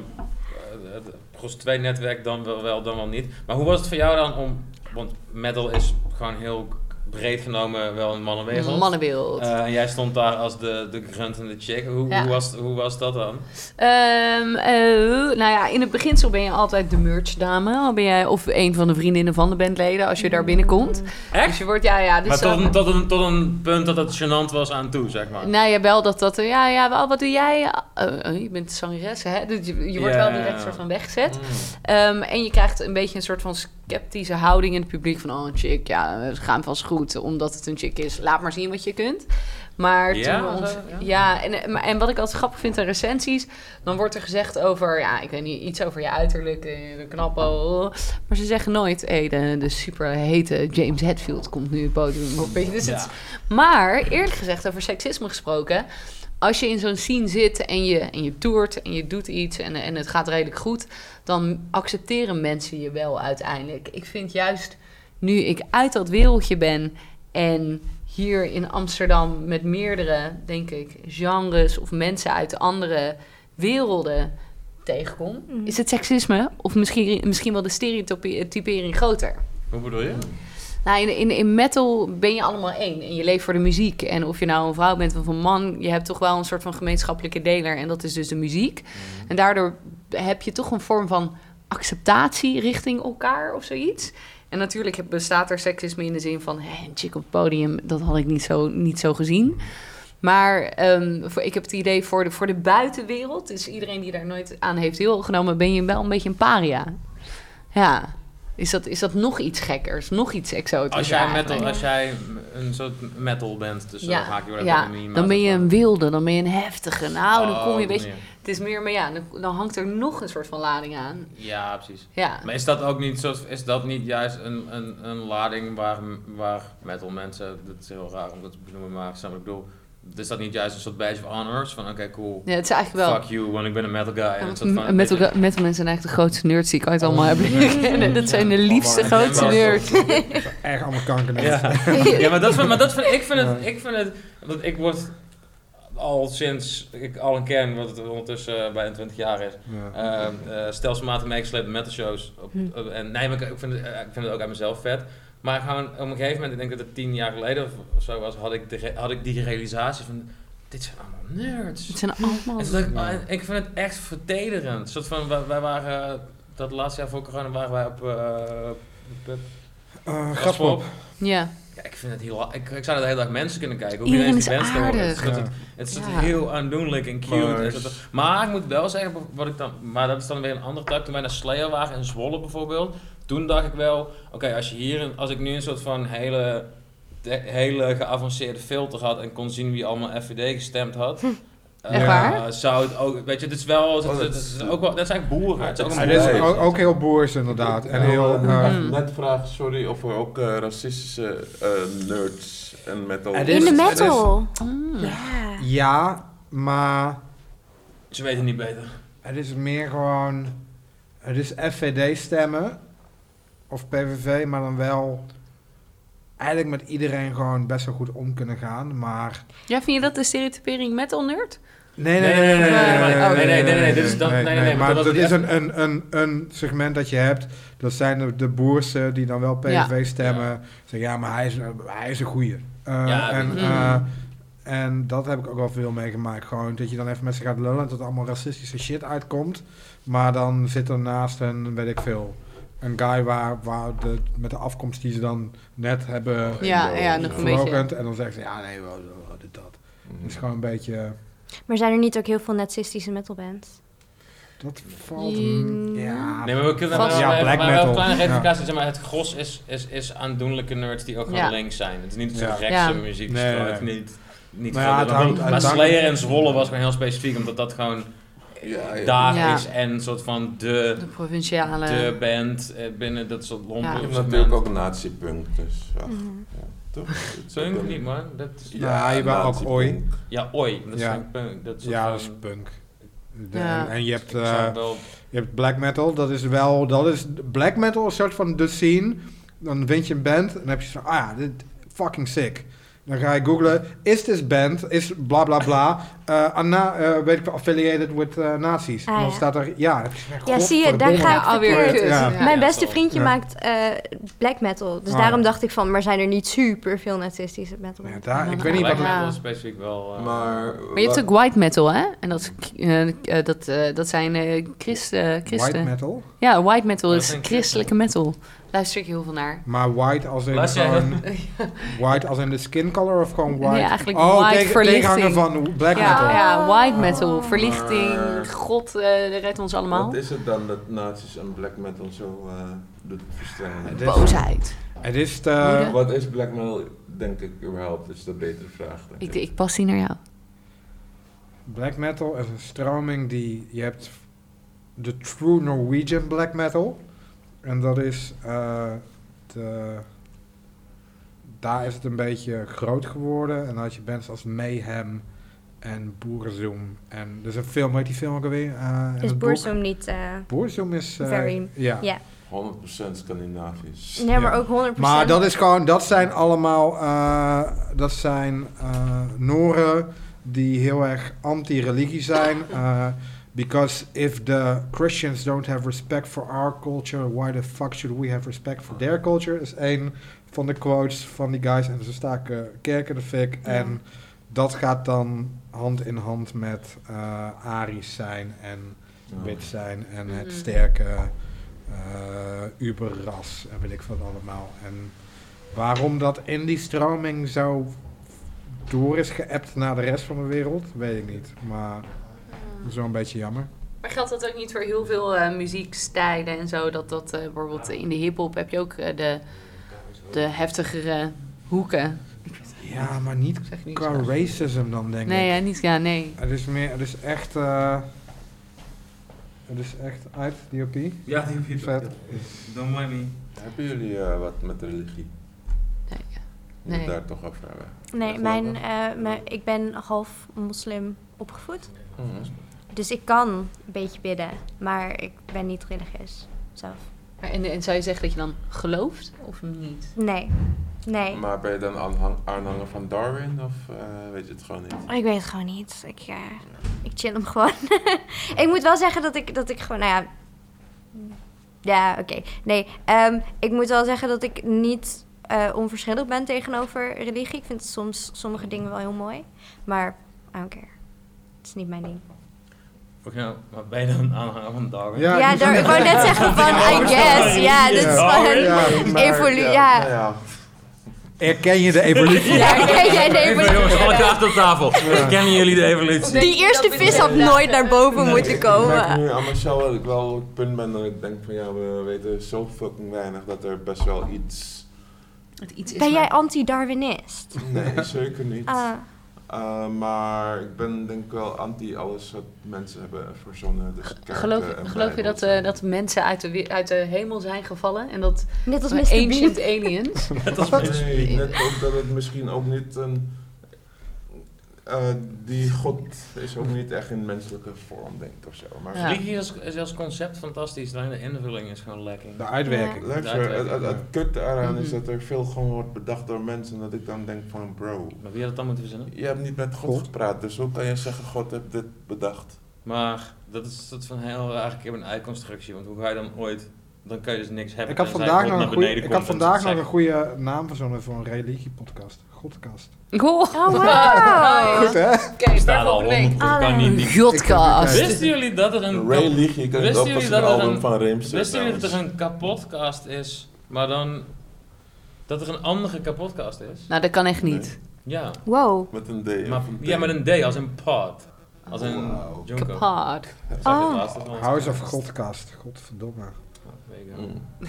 S3: het prostituee-netwerk dan wel, wel, dan wel niet. Maar hoe was het voor jou dan om, want metal is gewoon heel breed genomen wel een mannenwereld.
S5: Mannenbeeld.
S3: Eh, en jij stond daar als de, de grunt en de chick. Hoe,
S5: Ja.
S3: hoe, was, hoe was dat dan?
S5: Ehm, eh, nou ja, in het beginsel ben je altijd de merchdame. Al ben jij of een van de vriendinnen van de bandleden als je daar binnenkomt. Dus je wordt, ja, ja.
S3: maar
S5: Dus
S3: tot
S5: dan-
S3: een, tot, een, tot een punt dat het gênant was aan toe, zeg maar.
S5: Nou ja, wel dat dat... eh, Ja, ja, wel, wat doe jij? Eh, eh, je bent zangeres, hè? Dus je, je wordt
S3: Ja.
S5: wel direct soort van weggezet.
S3: Mm.
S5: Ehm, en je krijgt een beetje een soort van sceptische houding in het publiek. Van, oh, een chick, ja, het gaat vast goed. Omdat het een chick is, laat maar zien wat je kunt. Maar
S3: Ja,
S5: toen we
S3: was
S5: ons-
S3: dat- ja.
S5: ja en, eh, maar- en wat ik altijd grappig vind aan recensies... dan wordt er gezegd over, ja, ik weet niet, iets over je uiterlijk, eh, de knappe... oh. maar ze zeggen nooit, hé, de, de super hete James Hetfield komt nu het podium op. weet je. Dus het, maar eerlijk gezegd, over seksisme gesproken. Als je in zo'n scene zit en je, en je toert en je doet iets en, en het gaat redelijk goed, dan accepteren mensen je wel uiteindelijk. Ik vind juist nu ik uit dat wereldje ben en hier in Amsterdam met meerdere, denk ik, genres of mensen uit andere werelden tegenkom,
S2: Mhm.
S5: is het seksisme of misschien, misschien wel de stereotypering groter.
S3: Hoe bedoel je?
S5: Nou, in, in, in metal ben je allemaal één en je leeft voor de muziek. En of je nou een vrouw bent of een man, je hebt toch wel een soort van gemeenschappelijke deler en dat is dus de muziek. En daardoor heb je toch een vorm van acceptatie richting elkaar of zoiets. En natuurlijk heb- bestaat er seksisme in de zin van hé, een chick op het podium, dat had ik niet zo, niet zo gezien. Maar ehm, voor, ik heb het idee voor de, voor de buitenwereld, dus iedereen die daar nooit aan heeft deelgenomen, ben je wel een beetje een paria. Ja. Is dat, is dat nog iets gekkers, nog iets exotisch?
S3: Als jij, metal, als jij een soort metal bent, dus dan haak je wel Oh,
S5: ja, dan ben je een wilde, dan ben je een heftige. Nou, dan kom je een beetje...
S3: beetje...
S5: Het is meer, maar ja, dan, dan hangt er nog een soort van lading aan.
S3: Ja, precies.
S5: Ja.
S3: Maar is dat ook niet, zo, is dat niet juist een, een, een lading waar, waar metal mensen, dat is heel raar om dat te benoemen, maar snap wat ik bedoel, is dat niet juist een soort badge of honors? Van oké, cool,
S5: Ja, het is eigenlijk wel...
S3: fuck you, want ik ben een metal guy. En een soort
S5: M-
S3: van,
S5: Metal,
S3: weet je,
S5: metal mensen zijn eigenlijk de grootste nerds die ik ooit allemaal heb leren kennen. Dat zijn de liefste,
S1: Allemaal
S5: grootste
S3: nerds.
S5: nerds.
S4: Echt allemaal kanker.
S3: Ja, ja maar, dat vind, maar dat vind ik vind het, ik vind het, want ik word al sinds ik al een kern, wat het ondertussen eh, bijna 20 jaar is, ehm, eh, stelselmatig meegesleept met metal shows. Op,
S2: Hm.
S3: op- en nee, maar ik, ik vind het, eh, ik vind het ook aan mezelf vet. Maar gewoon op een gegeven moment, ik denk dat het tien jaar geleden of of zo was, had ik, de, re- had ik die realisatie van, dit zijn allemaal nerds.
S5: Het zijn allemaal...
S3: Het is leuk, maar ik vind het echt vertederend. Een soort van, wij, wij waren, eh, dat laatste jaar voor corona waren wij op... eh, op- op-
S4: Graspop.
S5: Ja.
S3: ja, ik vind het heel... Ik, ik zou dat de hele dag mensen kunnen kijken. Hoe
S5: Iedereen
S3: ineens die
S5: is
S3: mensen te horen. Het is
S4: aardig.
S3: dat- Het is dat
S5: Ja.
S3: heel aandoenlijk en cute.
S1: Maar-
S3: Maar, en dat, maar ik moet wel zeggen, wat ik dan, maar dat is dan weer een ander type. Toen wij naar Slayer waren in Zwolle bijvoorbeeld, toen dacht ik wel, oké, als je hier, een- als ik nu een soort van hele, de- hele geavanceerde filter had en kon zien wie allemaal FVD gestemd had. eh,
S5: Hm. Echt waar?
S3: Zou het ook, weet je, het is wel, het,
S1: Oh, dat
S3: het- het
S1: is-
S3: is ook wel, dat zijn boeren. Het is ook
S1: Ja,
S4: Ja,
S3: een
S4: dit is
S1: Nee.
S4: ook, ook heel boers inderdaad. En heel... eh,
S5: Mm.
S1: Net vraag, sorry, of er ook eh, racistische eh, nerds en metal...
S4: Er
S2: In
S4: is-
S2: de
S4: er
S2: metal.
S5: Mm.
S2: Ja.
S4: ja, maar
S3: Ze weten niet beter.
S4: het is meer gewoon... Het is FVD stemmen. Of PVV, maar dan wel... Eigenlijk met iedereen gewoon best wel goed om kunnen gaan. Maar
S5: Ja, vind je dat de stereotypering metal nerd?
S4: Nee,
S3: Nee, nee, nee, nee, nee, nee, nee, nee, nee, dit is dan- nee, nee, nee,
S4: Maar
S3: dat
S4: dat
S3: is
S4: is
S3: echt-
S4: een, een, een, een segment dat je hebt. Dat zijn de, de boersen die dan wel PVV stemmen. Zeggen, ja, maar hij is, een- hij is een goeie. Eh,
S3: Ja,
S4: en,
S5: mm.
S4: eh, en dat heb ik ook wel veel meegemaakt. Gewoon dat je dan even met ze gaat lullen en dat er allemaal racistische shit uitkomt. Maar dan zit er naast een, weet ik veel, een guy waar, waar de, met de afkomst die ze dan net hebben
S5: Ja, ja, nog een beetje.
S4: verlogend. En dan zeggen ze, ja, nee, wel, wel, dit, dat.
S1: Mhm.
S4: Het is gewoon een beetje...
S2: Maar zijn er niet ook heel veel narcistische metalbands?
S4: Dat valt...
S5: Mm.
S4: Ja,
S3: Nee, maar we kunnen
S5: Vast.
S3: wel,
S4: ja,
S3: maar-
S4: black
S3: maar wel
S4: metal.
S3: kleine
S4: Ja.
S3: rectificaties. Zeg maar, het gros is, is, is aandoenlijke nerds die ook gewoon
S5: Ja.
S3: links zijn. Het is niet dat ze
S4: Ja.
S3: rechtse
S5: Ja.
S3: muziek
S4: Nee,
S3: nee,
S4: nee,
S3: het
S4: nee.
S3: niet, niet
S4: Maar
S3: veel
S4: ja, het
S3: doen.
S4: hangt-
S3: Maar
S4: het hangt-
S3: Slayer en Zwolle was gewoon heel specifiek, omdat dat gewoon
S1: Ja, ja.
S3: daar
S5: Ja.
S3: is en een soort van de,
S5: De provinciale.
S3: de band eh, binnen dat soort
S5: Ja.
S1: Je
S3: Londen.
S1: hebt
S3: Ja.
S1: natuurlijk ook nazi-punk, dus ja,
S2: Mhm.
S1: toch? Het is
S3: Punk
S1: een-
S3: niet, man. Dat is,
S4: Ja, je wou ook
S1: nazi-punk.
S4: ooi.
S3: ja, oi. Dat is
S4: Ja.
S3: geen punk. Dat is soort
S4: Ja,
S3: van-
S4: dat is punk. De-
S5: Ja.
S4: En je hebt,
S3: ik
S4: eh,
S3: zou wel-
S4: je hebt black metal, dat is wel, dat is black metal is een soort van de scene. Dan vind je een band en dan heb je zo, ah ja, dit fucking sick. Dan ga je googlen, is this band, is bla bla bla, eh, ana- eh, weet ik veel, affiliated with eh, nazi's.
S2: Ah,
S4: en dan
S2: ja.
S4: staat er, ja, heb je gezegd,
S2: Ja, zie je, daar
S4: godverdomme.
S2: ga ik verkeerd.
S5: kut.
S4: Ja.
S5: Ja.
S2: Mijn
S3: ja,
S2: beste
S3: zo.
S2: vriendje
S4: Ja.
S2: maakt eh, black metal. Dus
S4: Ah,
S2: daarom
S4: ja.
S2: dacht ik van, maar zijn er niet super veel narcistische
S4: Ja,
S2: metalbands?
S4: daar, ik weet niet
S3: Black
S4: wat
S5: Ja.
S4: het...
S3: metal is specifiek wel... eh,
S1: Maar,
S5: Maar je hebt
S1: wa-
S5: ook white metal, hè? En dat, is- eh, eh, dat, eh, dat zijn eh, christen, christen.
S4: White metal?
S5: Ja, white metal
S3: Dat
S5: is
S3: zijn
S5: christelijke metal. Luister ik heel veel naar.
S4: Maar white als in
S3: Luister jij
S4: gewoon... White als in de skin color of gewoon white?
S5: Nee, eigenlijk
S4: oh,
S5: white
S4: tegen-
S5: verlichting.
S4: tegenhanger van black metal.
S5: Ja, ja, white metal,
S2: Oh.
S5: verlichting, God eh redt ons allemaal.
S1: Ah. Wat is het dan dat nazi's en black metal zo eh, doet verstrengen?
S4: Het is- Eh,
S5: Boosheid.
S4: Het is
S5: Woede.
S4: de...
S1: Wat is black metal, denk ik, überhaupt? Is de betere vraag. denk
S5: Ik, ik pas die naar jou.
S4: Black metal is een stroming die je hebt de true Norwegian black metal en dat is eh, de daar is het een beetje groot geworden en dan had je bands als Mayhem en Boerzoom en er is een film heet die film ook alweer Eh, in
S2: Is
S4: het boek.
S2: Boerzoom Dus niet... eh,
S4: Boerzoom is eh,
S2: Very-
S4: ja.
S2: ja.
S1: 100% Scandinavisch.
S2: Nee, maar
S4: Ja.
S2: ook 100%.
S4: Maar dat is gewoon, dat zijn allemaal, eh, dat zijn eh Noren die heel erg anti-religie zijn. eh, because if the Christians don't have respect for our culture, why the fuck should we have respect for their culture? Is één van de quotes van die guys. En ze staken kerken de fik.
S2: Ja.
S4: En dat gaat dan hand in hand met eh Aries zijn en
S1: Ja.
S4: wit zijn en
S5: Mhm.
S2: Mm.
S4: het sterke eh uberras en weet ik wat allemaal. En waarom dat in die stroming zo door is geappt naar de rest van de wereld, weet ik niet. Maar dat is wel een beetje jammer.
S5: Maar geldt dat ook niet voor heel veel eh, muziekstijlen en zo? Dat dat eh, bijvoorbeeld in de hip-hop heb je ook eh, de, de heftigere hoeken.
S4: Ja, maar niet
S5: Ik zeg niet
S4: qua
S5: zo.
S4: racism dan, denk
S5: Nee,
S4: ik.
S5: hè, niet, ja, nee.
S4: Het is meer, het is echt, eh, het is echt uit DOP.
S3: Ja, die heb
S4: Vet.
S3: Don't mind me.
S1: Hebben jullie eh, wat met religie?
S5: Nee, ja.
S1: Moet
S5: Nee.
S1: daar toch over hebben.
S2: Nee,
S1: Echt
S2: mijn,
S1: wel,
S2: eh, mijn, ik ben half moslim opgevoed.
S1: Mhm.
S2: Dus ik kan een beetje bidden, maar ik ben niet religieus zelf.
S5: Maar en, en zou je zeggen dat je dan gelooft of niet?
S2: Nee, nee.
S1: Maar ben je dan aanhang- aanhanger van Darwin of eh, weet je het gewoon niet?
S2: Ik weet het gewoon niet. Ik, eh, ik chill hem gewoon. ik moet wel zeggen dat ik, dat ik gewoon, nou ja... Ja, oké. Nee, ehm, ik moet wel zeggen dat ik niet eh, onverschillig ben tegenover religie. Ik vind soms sommige dingen wel heel mooi, maar I don't care. Het is niet mijn ding.
S3: Fuck nou, maar ben je dan aanhanger van Darwin?
S4: Ja,
S2: Ja,
S4: ik moest
S2: daar,
S4: ook
S2: ik wou
S4: net
S2: net zeggen van, I guess. Ja, dit is
S4: Ja.
S2: gewoon...
S4: Ja,
S2: Evolu- ja.
S1: nou ja.
S4: Erken je de evolutie?
S2: Ja, ken jij de
S3: Even jongens, alle
S2: evolutie?
S3: kaarten op tafel. Kennen jullie de evolutie?
S2: Die eerste vis had nooit naar boven moeten
S1: Ik merk
S2: komen.
S1: nu aan mezelf dat ik wel op het punt ben dat ik denk van ja, we weten zo fucking weinig dat er best wel iets...
S5: Dat iets is
S2: Ben jij
S5: maar-
S2: anti-Darwinist?
S1: Nee, zeker niet.
S2: Ah,
S1: Eh, maar ik ben denk ik wel anti alles wat mensen hebben verzonnen. Dus kerken
S5: Geloof,
S1: en
S5: geloof je dat,
S1: bijbels
S5: eh,
S1: en-
S5: dat mensen uit de, we- uit de hemel zijn gevallen en dat
S2: net als
S5: we
S2: Mr.
S5: ancient
S2: Bean.
S5: aliens?
S1: Nee, net ook dat het misschien ook niet een eh, die God is ook niet echt in menselijke vorm, denk ik of zo. Maar
S5: Ja.
S3: Religie is, is als concept fantastisch, alleen de invulling is gewoon lekker.
S4: De uitwerking.
S1: Luister, het, het, het kut eraan is
S5: Mhm.
S1: dat er veel gewoon wordt bedacht door mensen. Dat ik dan denk van bro,
S3: Maar wie had het dan moeten verzinnen?
S1: je hebt niet met God,
S4: God.
S1: gepraat. Dus hoe kan je zeggen God heeft dit bedacht?
S3: Maar dat is dat van heel eigenlijk een uitconstructie, want hoe ga je dan ooit... Dan kan je dus niks hebben.
S4: Ik had
S3: tenzij
S4: vandaag
S3: God
S4: nog een
S3: naar
S4: goede,
S3: beneden
S4: ik had
S3: komt en
S4: vandaag
S3: zegt-
S4: nog een goede naam verzonnen voor een religiepodcast. Godcast.
S5: Goh.
S2: Oh, wauw.
S4: Goed hè?
S5: Oké,
S3: Ik sta
S5: daar
S3: er al
S5: volgende week.
S3: honderd, ik kan niet... niet-
S5: Godcast.
S3: Wisten jullie dat er een...
S1: Religie, je kunt het
S3: Wisten
S1: ook als
S3: jullie
S1: een
S3: dat er
S1: album
S3: een-
S1: van Rims.
S3: Wisten jullie dat er een kapotcast is, maar dan... Dat er een andere kapotcast is?
S5: Nou, dat kan echt niet.
S3: Ja.
S2: Wow.
S1: Met een D.
S3: Maar,
S1: of een T.
S3: ja, met een D, als een pod. Als een
S1: Wauw.
S3: Junko.
S5: Kapot.
S3: Zag je het
S2: Oh.
S3: laatste van ons?
S4: House of Godcast. Godverdomme.
S3: Weet ik wel.
S1: Mm.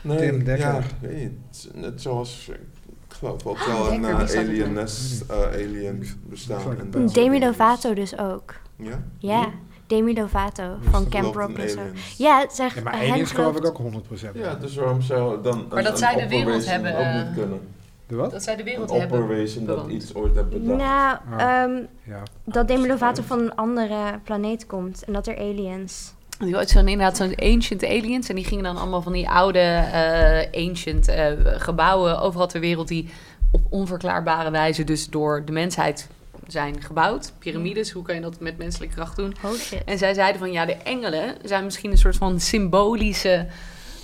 S1: Nee,
S4: Tim Dekker.
S1: Ja, ik weet niet. Net zoals, ik geloof ook wel
S2: Ah,
S1: een
S2: Dekker,
S1: eh,
S2: die zat erin.
S1: alienness, eh, alien
S4: Ik zag
S1: bestaan. en
S4: het.
S1: dat soort
S2: Demi
S1: dingen.
S2: Lovato dus ook.
S1: Ja?
S2: Ja,
S1: Hm?
S2: Demi Lovato
S4: Dus
S2: van
S4: dat
S2: Camp
S1: Gelooft
S2: Rock
S1: in
S2: en zo.
S1: aliens.
S2: Ja, eh, het zijn
S4: Ja, maar
S2: hen
S4: aliens geloof ik
S2: gelooft-
S4: ook 100%.
S1: Ja, dus waarom zou dan een,
S5: Maar dat
S1: een
S5: zij de wereld
S1: opperwezen
S5: hebben,
S1: ook
S5: eh,
S1: niet kunnen?
S4: De wat?
S5: zij de
S1: Een opperwezen dat
S5: bewoond.
S1: iets ooit heeft bedacht.
S2: Nou,
S4: Ah.
S2: ehm,
S4: Ja.
S2: dat Demi Lovato van een andere planeet komt en dat er aliens.
S5: Die had zo'n inderdaad zo'n ancient aliens. En die gingen dan allemaal van die oude eh, ancient eh, gebouwen overal ter wereld. Die op onverklaarbare wijze dus door de mensheid zijn gebouwd. Pyramides, hoe kan je dat met menselijke kracht doen?
S2: Oh shit.
S5: En zij zeiden van ja, de engelen zijn misschien een soort van symbolische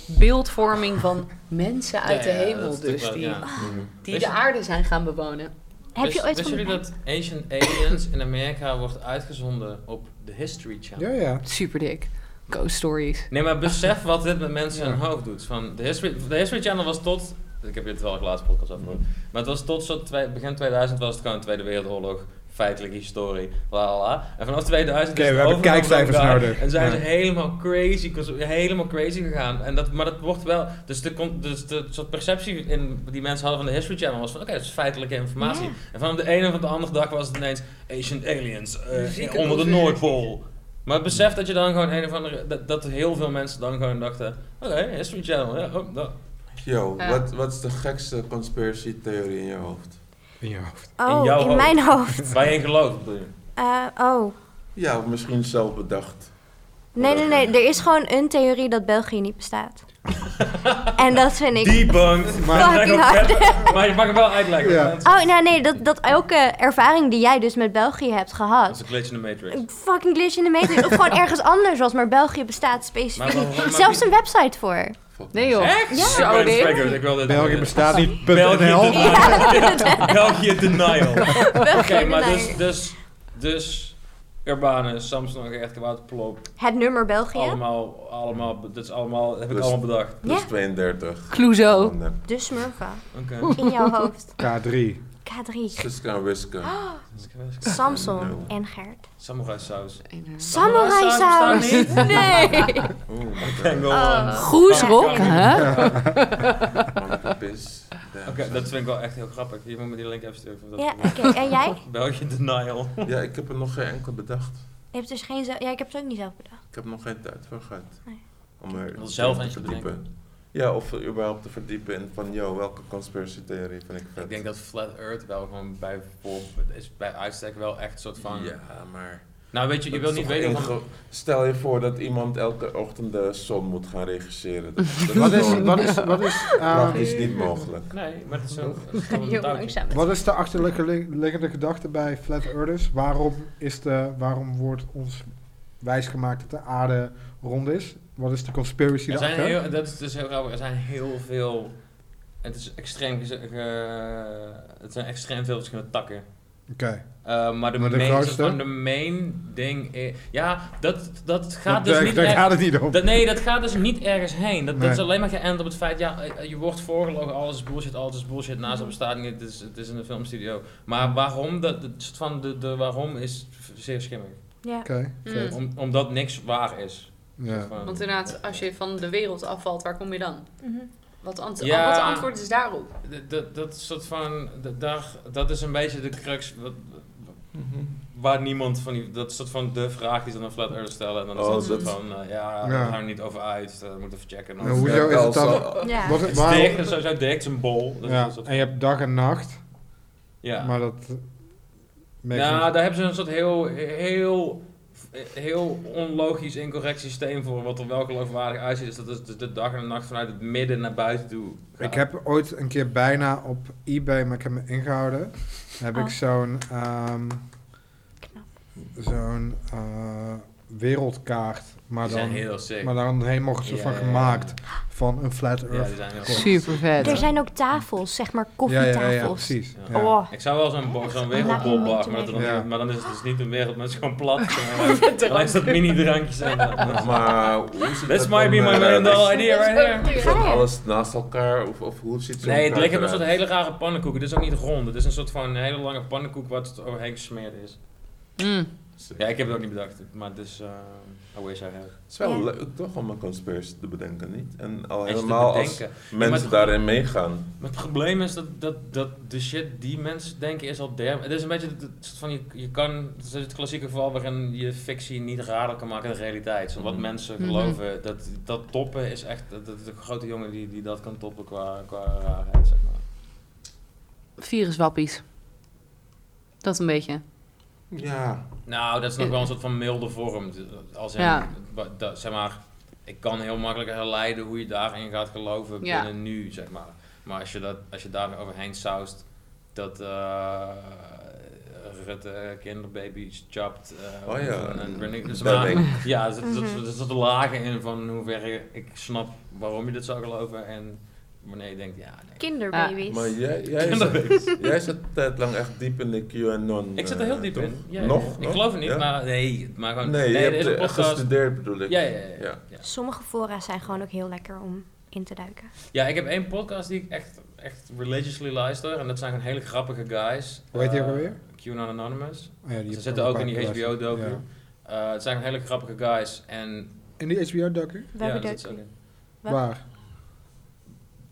S5: beeldvorming van mensen uit
S3: Ja,
S5: de
S3: ja,
S5: hemel.
S3: dat is
S5: Dus
S3: natuurlijk
S5: die,
S3: wel- ja.
S1: Mm.
S5: die
S3: Wist
S5: de
S3: je-
S5: aarde zijn gaan bewonen.
S2: Heb je
S3: Wist-
S2: ooit
S3: Wisten jullie dat Ancient Aliens in Amerika wordt uitgezonden op de History Channel?
S4: Ja, ja.
S5: Super dik. Ghost stories.
S3: Nee, maar besef wat dit met mensen
S4: Ja.
S3: hun hoofd doet. Van de, History, de History Channel was tot... Ik heb je het wel de laatste podcast over.
S4: Mm.
S3: Maar het was tot zo twee- begin 2000 was het gewoon Tweede Wereldoorlog. Feitelijk historie. La la la. En vanaf 2000
S4: Oké,
S3: is het
S4: we hebben
S3: overal
S4: kijkcijfers
S3: vandaan.
S4: nodig.
S3: En zijn ze
S4: Ja.
S3: helemaal crazy, cons- helemaal crazy gegaan. En dat, maar dat wordt wel... Dus de, con- dus de soort perceptie in, die mensen hadden van de History Channel was van... Oké, dat is feitelijke informatie.
S2: Ja.
S3: En van de ene of de andere dag was het ineens... Ancient Aliens. eh,
S5: Zieke
S3: onder de
S5: cultuur.
S3: Noordpool. Maar het besef dat je dan gewoon een of andere... Dat, dat heel veel mensen dan gewoon dachten... Oké, History Channel, ja, oh, dat.
S1: Yo,
S5: Ja.
S1: wat, wat is de gekste conspiracy theorie in je hoofd?
S4: In je hoofd.
S2: Oh, in,
S3: jouw hoofd.
S2: mijn hoofd.
S3: Waar je in gelooft, bedoel je?
S2: Eh, oh.
S1: Ja, of misschien zelf bedacht.
S2: Nee, nee, nee. Er is gewoon een theorie dat België niet bestaat. en dat vind ik...
S3: Debunked! Maar,
S2: Fucking
S3: maar, maar, je mag hem wel uitleggen.
S4: Ja.
S3: want het-
S2: Oh, nou nee, dat, dat elke ervaring die jij dus met België hebt
S3: Dat is
S2: gehad...
S3: een glitch in de Matrix.
S2: een fucking glitch in de matrix. of gewoon ergens anders was, maar België bestaat
S3: Maar
S2: specifiek.
S3: waarom- maar
S2: Zelfs
S3: wie-
S2: een website voor.
S1: Fuck.
S5: Nee joh.
S2: Ja.
S3: Echt? Ik ben
S5: Zo, dit.
S3: triggered, ik wil dit
S4: België bestaat niet.
S3: België
S4: .nl.
S3: denial. België denial. Oké, maar dus,
S2: denial.
S3: dus, dus Urbanus, Samsung, Gertgewaard, Plop,
S2: Het nummer België.
S3: Oh. allemaal, allemaal, dat is allemaal, heb ik
S1: Dus-
S3: allemaal bedacht.
S1: Plus
S2: Ja.
S1: 32.
S5: Cluzo.
S1: Dan heb
S2: De Smurfa.
S3: Oké.
S2: In jouw hoofd.
S4: K3.
S2: K3.
S1: Suska en
S5: Ah.
S1: Wiske.
S3: Dus
S2: Samson en Gert.
S3: Samurai saus.
S2: Samurai
S3: Samurai
S2: saus.
S3: saus bestaat
S2: Nee.
S1: Oeh, wat een-
S3: Tangle
S2: Oh.
S3: One.
S5: Groesrok, hè?
S1: wat een pis.
S3: Oké, dat vind ik wel echt heel grappig. Je moet me die link even sturen. voor dat
S2: Ja,
S3: te maken.
S2: oké. En jij?
S3: België denial.
S1: Ja, ik heb er nog geen enkel bedacht.
S2: Je hebt dus geen zelf... Ja, ik heb het ook niet zelf bedacht.
S1: Ik heb nog geen tijd voor gehad.
S2: Nee.
S1: Om er
S3: Om zelf
S1: te
S3: eens te
S1: verdiepen. Ja, of er überhaupt te verdiepen in van, yo, welke conspiracy theorie vind ik vet.
S3: Ik denk dat Flat Earth wel gewoon bij, voor, is bij uitstek wel echt een soort van...
S1: Ja, maar...
S3: Nou weet je, je
S1: dat
S3: wil
S1: is
S3: niet
S1: toch
S3: weten
S1: één
S3: van...
S1: gro- Stel je voor dat iemand elke ochtend de zon moet gaan regisseren. Dat, dat
S4: Wat
S1: is
S4: is,
S1: gewoon
S4: wat is, wat is, eh,
S1: praktisch niet mogelijk.
S3: Nee, maar dat is zo...
S2: Heel langzaam.
S4: wat is de achterliggende gedachte bij Flat Earthers? Waarom, is de, waarom wordt ons wijsgemaakt dat de aarde rond is? Wat is de conspiracy
S3: Er zijn
S4: daarachter?
S3: heel, dat is dus heel grappig. Er zijn heel veel... Het is extreem... gez- ge- het zijn extreem veel verschillende takken.
S4: Oké.
S3: Eh, maar de,
S4: Maar de
S3: main,
S4: grootste?
S3: soort van de main ding is... Ja, dat, dat gaat
S4: Dat,
S3: dus
S4: eh,
S3: niet...
S4: daar
S3: echt-
S4: gaat het niet om.
S3: Dat, nee, dat gaat dus niet ergens heen. Dat, dat is
S4: Nee.
S3: alleen maar geënt op het feit, ja, eh, je wordt voorgelogen, alles is bullshit, alles is bullshit, naast bestaat niet, het is, het is in een filmstudio. Maar waarom, dat, het soort van de, de waarom is v- zeer schimmig.
S2: Ja.
S4: Oké. vet.
S3: Om, omdat niks waar is.
S4: Ja.
S3: Van-
S5: Hmm. Want inderdaad, als je van de wereld afvalt, waar kom je dan?
S2: Mhm.
S5: Wat, ant-
S3: Ja.
S5: wat antwoord is daarop?
S3: D- Dat, dat soort van, d- daar, dat is een beetje de crux wat-
S4: Mm-hmm.
S3: waar niemand van die, dat is soort van de vraag die ze dan aan Flat Earth stellen. En dan is
S1: Oh,
S3: dat soort
S5: dat-
S3: van, eh, ja, we
S4: Ja.
S3: gaan er niet over uit, eh, we moeten even checken.
S4: Nou, hoezo is het dan-
S2: Ja.
S4: Wat-
S3: Het is
S4: waarom-
S3: dicht, dus sowieso dicht, het is een bol. Dus dat
S4: Ja,
S3: is een soort-
S4: en je hebt dag en nacht,
S3: ja.
S4: maar dat...
S3: Nou, daar hebben ze een soort heel, heel, heel onlogisch incorrect systeem voor. Wat er wel geloofwaardig uitziet, is dat het de- de dag en de nacht vanuit het midden naar buiten toe gaat.
S4: Ik heb ooit een keer bijna op eBay, maar ik heb me ingehouden. Heb
S2: Oh.
S4: ik zo'n ehm,
S2: Knap.
S4: zo'n eh, wereldkaart, maar
S3: Die zijn
S4: dan,
S3: heel sick.
S4: maar dan helemaal een soort
S3: Ja,
S4: van
S3: ja, ja.
S4: gemaakt van een flat
S3: ja, die
S4: earth.
S3: zijn heel
S4: Klopt.
S5: Super vet.
S2: Er zijn ook tafels, zeg maar
S4: ja,
S2: koffietafels.
S4: ja, ja, precies.
S3: Ja.
S4: Ja.
S2: Oh.
S3: Ik zou wel zo'n bo- zo'n
S2: Ja.
S3: wereldbolblaag, maar, dan-
S4: Ja.
S3: maar dan is het dus niet een wereld, maar het is gewoon plat. Alleen- Alleen dat mini-drankjes en
S1: Maar hoe zit
S3: This
S1: dat dan,
S3: might be my
S1: eh,
S3: million dollar idea
S5: Dat is
S3: right here.
S5: ook duur.
S1: Is dat alles naast elkaar? Of, of hoe zit zo'n
S3: Nee, het
S1: kaart
S3: lijkt op een
S1: eruit?
S3: soort hele rare pannenkoek. Het is ook niet rond. Het is een soort van hele lange pannenkoek wat het overheen gesmeerd is.
S5: Mm.
S3: Ja, ik heb het ook niet bedacht, maar het is... eh I wish I had.
S1: Het is wel
S2: Ja.
S1: leuk toch om een conspiracy te bedenken, niet? En al
S3: En ze te
S1: helemaal als
S3: bedenken. maar
S1: mensen
S3: het-
S1: daarin meegaan.
S3: Maar het probleem is dat, dat, dat de shit die mensen denken is al derm. Het is een beetje het- het soort van, je, je kan, het is het klassieke geval waarin je fictie niet rader kan maken dan de realiteit. Zo, wat
S1: Mhm.
S3: mensen
S5: Mhm.
S3: geloven, dat, dat toppen is echt, dat, dat is de grote jongen die, die dat kan toppen qua, qua raarheid, zeg maar.
S5: Viruswappies. Dat een beetje.
S1: Ja.
S3: Nou, dat is nog wel een soort van milde vorm. Als in,
S5: Ja.
S3: wa- da- zeg maar, ik kan heel makkelijk herleiden hoe je daarin gaat geloven
S5: Ja.
S3: binnen nu, zeg maar. Maar als je, dat, als je daar overheen saust, dat eh Rutte kinderbaby's chopt. eh,
S1: Oh ja.
S3: En, en Brennick- dus
S1: Daar
S3: maar-
S1: ben
S3: ja, er zitten- er
S5: Mhm.
S3: zitten- er zitten lagen in van hoe ver je- ik snap waarom je dit zou geloven en wanneer je denkt, ja, nee.
S2: Kinderbabies.
S1: Maar jij, jij,
S3: Kinderbabies.
S1: zat, jij zat een tijd lang echt diep in de QAnon.
S3: Ik zit er heel
S1: eh,
S3: diep
S1: toch?
S3: in. Ja,
S1: nog?
S3: ja. Ik
S1: nog?
S3: geloof het niet,
S1: Ja?
S3: maar nee, maar gewoon.
S1: Nee, je
S3: er
S1: hebt
S3: is een
S1: eh,
S3: podcast.
S1: gestudeerd bedoel ik.
S3: Ja, ja, ja, ja. ja.
S2: Sommige fora zijn gewoon ook heel lekker om in te duiken.
S3: Ja, ik heb één podcast die ik echt, echt religiously luister. En dat zijn gewoon hele grappige guys.
S4: Hoe heet die
S3: Eh,
S4: ook alweer?
S3: QAnon Anonymous.
S4: Oh ja, die heb
S3: Ze
S4: ik
S3: zitten
S4: een
S3: ook in
S4: paar
S3: die
S4: keer geluisterd.
S3: HBO-docu.
S4: Ja.
S3: Eh, het zijn gewoon hele grappige guys. En
S4: In die HBO-docu?
S2: We hebben
S3: ja,
S2: de-
S3: dat ook in.
S2: Wat?
S4: Waar?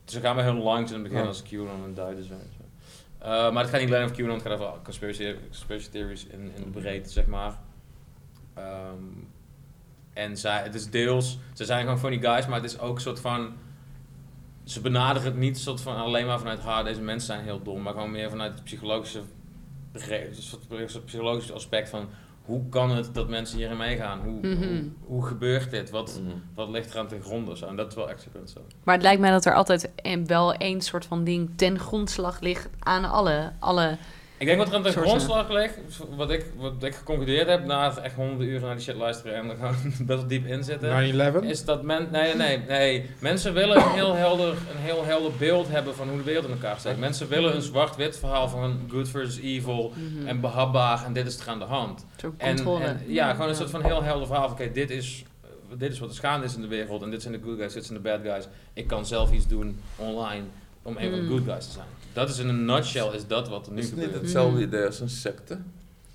S3: Ze gaan bij hun langs in het begin
S4: Ja.
S3: als QAnon en duiden zijn. weet je. Eh, maar het gaat niet alleen over QAnon, het gaat over conspiracy, conspiracy theories in, in de breedte, zeg maar. Ehm, en zij, het is deels, ze zijn gewoon funny guys, maar het is ook een soort van. Ze benaderen het niet soort van alleen maar vanuit haar, deze mensen zijn heel dom, maar gewoon meer vanuit het psychologische, begre- een soort- een soort psychologische aspect van hoe kan het dat mensen hierin meegaan? Hoe,
S5: Mhm.
S3: hoe, hoe gebeurt dit? Wat,
S1: Mhm.
S3: wat ligt er aan ten gronde? of Zo? En dat is wel echt super interessant.
S5: Maar het lijkt mij dat er altijd eh, wel één soort van ding ten grondslag ligt aan alle. alle
S3: Ik denk wat er aan de
S5: Soort,
S3: grondslag ligt, wat ik, wat ik geconcludeerd heb na echt honderden uren naar die shit luisteren en er gewoon best wel diep in zitten,
S4: 9-11?
S3: is dat men, nee, nee, nee, nee, mensen willen een heel, helder, een heel helder beeld hebben van hoe de wereld in elkaar steekt. Mensen willen een zwart-wit verhaal van good versus evil
S5: Mhm.
S3: en behapbaar en dit is er aan de hand.
S5: soort
S3: En,
S5: controle.
S3: en ja, gewoon een soort van heel helder verhaal van oké, dit, is, eh, dit is wat er gaande is in de wereld en dit zijn de good guys, dit zijn de bad guys. Ik kan zelf iets doen online om een van de
S5: Mm.
S3: good guys te zijn. Dat is in een nutshell is dat wat er nu
S1: Is het
S3: gebeurt.
S1: niet hetzelfde
S5: Mhm.
S1: idee als een secte?
S3: Het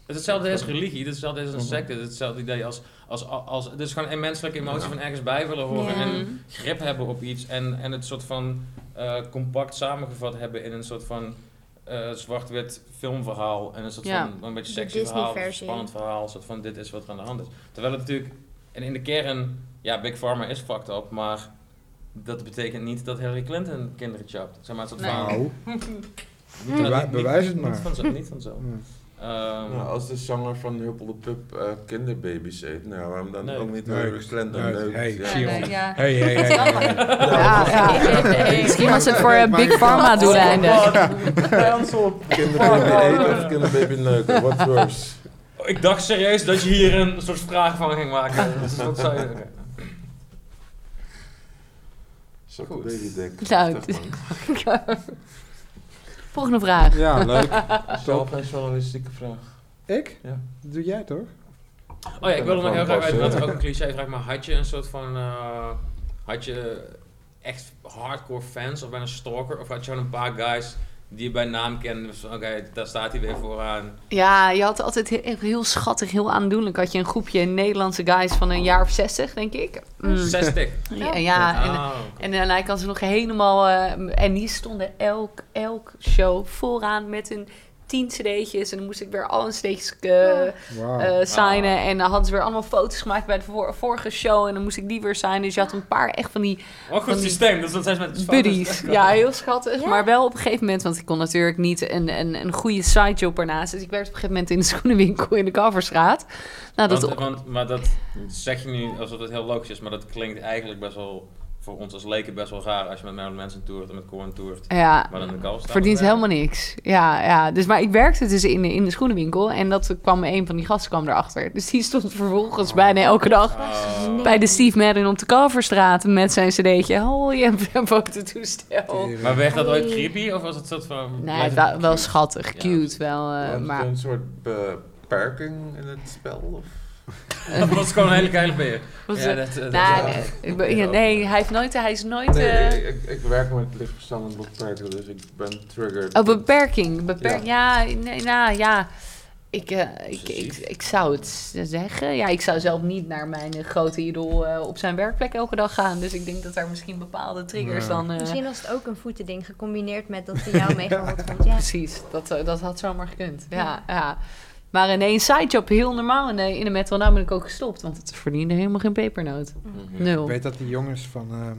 S3: is hetzelfde als religie, het is hetzelfde als een
S4: Mhm.
S3: secte, het is hetzelfde idee als... als, als het is gewoon een menselijke emotie
S1: Ja.
S3: van ergens bij willen horen
S2: Ja.
S3: en
S5: Mm.
S3: grip hebben op iets en, en het soort van eh, compact samengevat hebben in een soort van eh, zwart-wit filmverhaal en een soort
S5: Ja.
S3: van een beetje
S2: De
S3: sexy verhaal, een
S2: Disney-versie.
S3: spannend verhaal, een soort van dit is wat er aan de hand is. Terwijl het natuurlijk, en in de kern, ja, Big Pharma is fucked up, maar dat betekent niet dat Hillary Clinton kinderen chapt. Zeg maar, het soort
S5: Nee.
S3: van...
S4: Nou,
S3: niet-
S4: Bewa-
S3: niet-
S4: bewijs het
S3: niet
S4: maar.
S3: vanzelf- Niet vanzelf.
S4: ja.
S3: Ehm,
S1: Nou, als de zanger van Huppel de Pup eh, kinderbabies eet, nou, waarom dan
S3: Nee.
S1: ook niet
S4: Nee.
S1: Hillary Clinton?
S4: Nee.
S1: Leuk.
S4: Hey,
S1: Ja.
S4: zie je.
S5: nee, ja.
S4: Hey, hey, hey, hey, hey.
S5: Ja, ja. Misschien was het voor eh, Big Pharma doeleinden.
S1: Cancel. Kinderbaby eten of kinderbaby neuken, what's worse?
S3: Ik dacht serieus dat je hier een soort vraag van ging maken. Dus wat zou je... oké.
S1: Zo'n
S3: Goed.
S1: baby dick.
S5: Nou,
S1: Echt, man.
S5: Volgende vraag.
S4: Ja, leuk.
S1: Zelf een journalistieke vraag.
S4: Ik?
S1: Ja.
S4: Dat doe jij toch?
S3: Oh ja, ik wilde nog heel graag weten,
S1: Passen.
S3: dat is ook een cliché vraag, maar had je een soort van... eh, had je echt hardcore fans of bij een stalker? Of had je gewoon een paar guys die je bij naam kende? Dus, Oké, daar staat hij weer vooraan.
S5: Ja, je had altijd he- echt heel schattig, heel aandoenlijk. Had je een groepje Nederlandse guys van een jaar of zestig, denk ik. Mm.
S3: 60.
S5: Ja, ja, en,
S3: Ah.
S5: en daarna kan ze nog helemaal... eh, en die stonden elk, elk show vooraan met een tien cd'tjes. En dan moest ik weer al een cd'tjes eh,
S4: Wauw.
S5: eh, signen. En dan hadden ze weer allemaal foto's gemaakt bij de voor- vorige show. En dan moest ik die weer signen. Dus je had een paar echt van die
S3: Wat goed
S5: Van die
S3: systeem, dus dat zijn ze met foto's.
S5: buddies. Ja, heel schattig.
S2: Ja.
S5: Maar wel op een gegeven moment, want ik kon natuurlijk niet een, een, een goede sidejob ernaast. Dus ik werkte op een gegeven moment in de schoenenwinkel in de Kalverstraat. Nou, dat,
S3: want, want- maar Oh, dat zeg je nu alsof het heel logisch is, maar dat klinkt eigenlijk best wel voor ons als leken best wel raar als je met meerdere mensen toert en met Korn toert.
S5: ja,
S3: Maar dan de kalf staat.
S5: verdient helemaal niks. Ja, ja. Dus, maar ik werkte dus in de, in de schoenenwinkel en dat kwam een van die gasten kwam erachter. Dus die stond vervolgens bijna elke dag
S3: Oh.
S5: bij de Steve Madden op de Kalverstraat met zijn cd'tje. Oh, je hebt een fototoestel.
S4: Tering.
S3: Maar werd dat ooit creepy of was het soort van.
S5: Nee,
S3: blijft
S5: het wa- wel
S3: cute?
S5: schattig,
S3: Ja.
S5: cute wel. eh,
S1: Was het
S5: maar
S1: een soort beperking in het spel? Of?
S3: Dat was gewoon een hele geile beer.
S5: Wat
S3: Ja,
S5: ze-
S3: dat- eh, dat-
S5: Nou,
S1: dat-
S5: nee,
S1: dat-
S5: ik ben- ja, nee, hij heeft nooit, hij is nooit.
S1: Nee,
S5: eh,
S1: ik, ik, ik werk met lichtverstanden beperken, dus ik ben triggered.
S5: oh, beperking, beperking. Ja, nee, nou ja. Ik, eh, ik, ik,
S1: Precies.
S5: ik zou het z- zeggen. Ja, ik zou zelf niet naar mijn eh, grote idool eh, op zijn werkplek elke dag gaan. Dus ik denk dat daar misschien bepaalde triggers
S4: Ja.
S5: dan. eh,
S2: Misschien was het ook een voetending gecombineerd met dat hij jou meegehaald vond. Ja.
S5: Precies, dat, eh, dat had zomaar gekund. Ja, ja. Maar eh, nee, een sidejob heel normaal in de, in de metal. Nou ben ik ook gestopt, want het verdiende helemaal geen pepernoot.
S1: Mhm.
S5: Nul.
S4: Ik weet dat die jongens van ehm,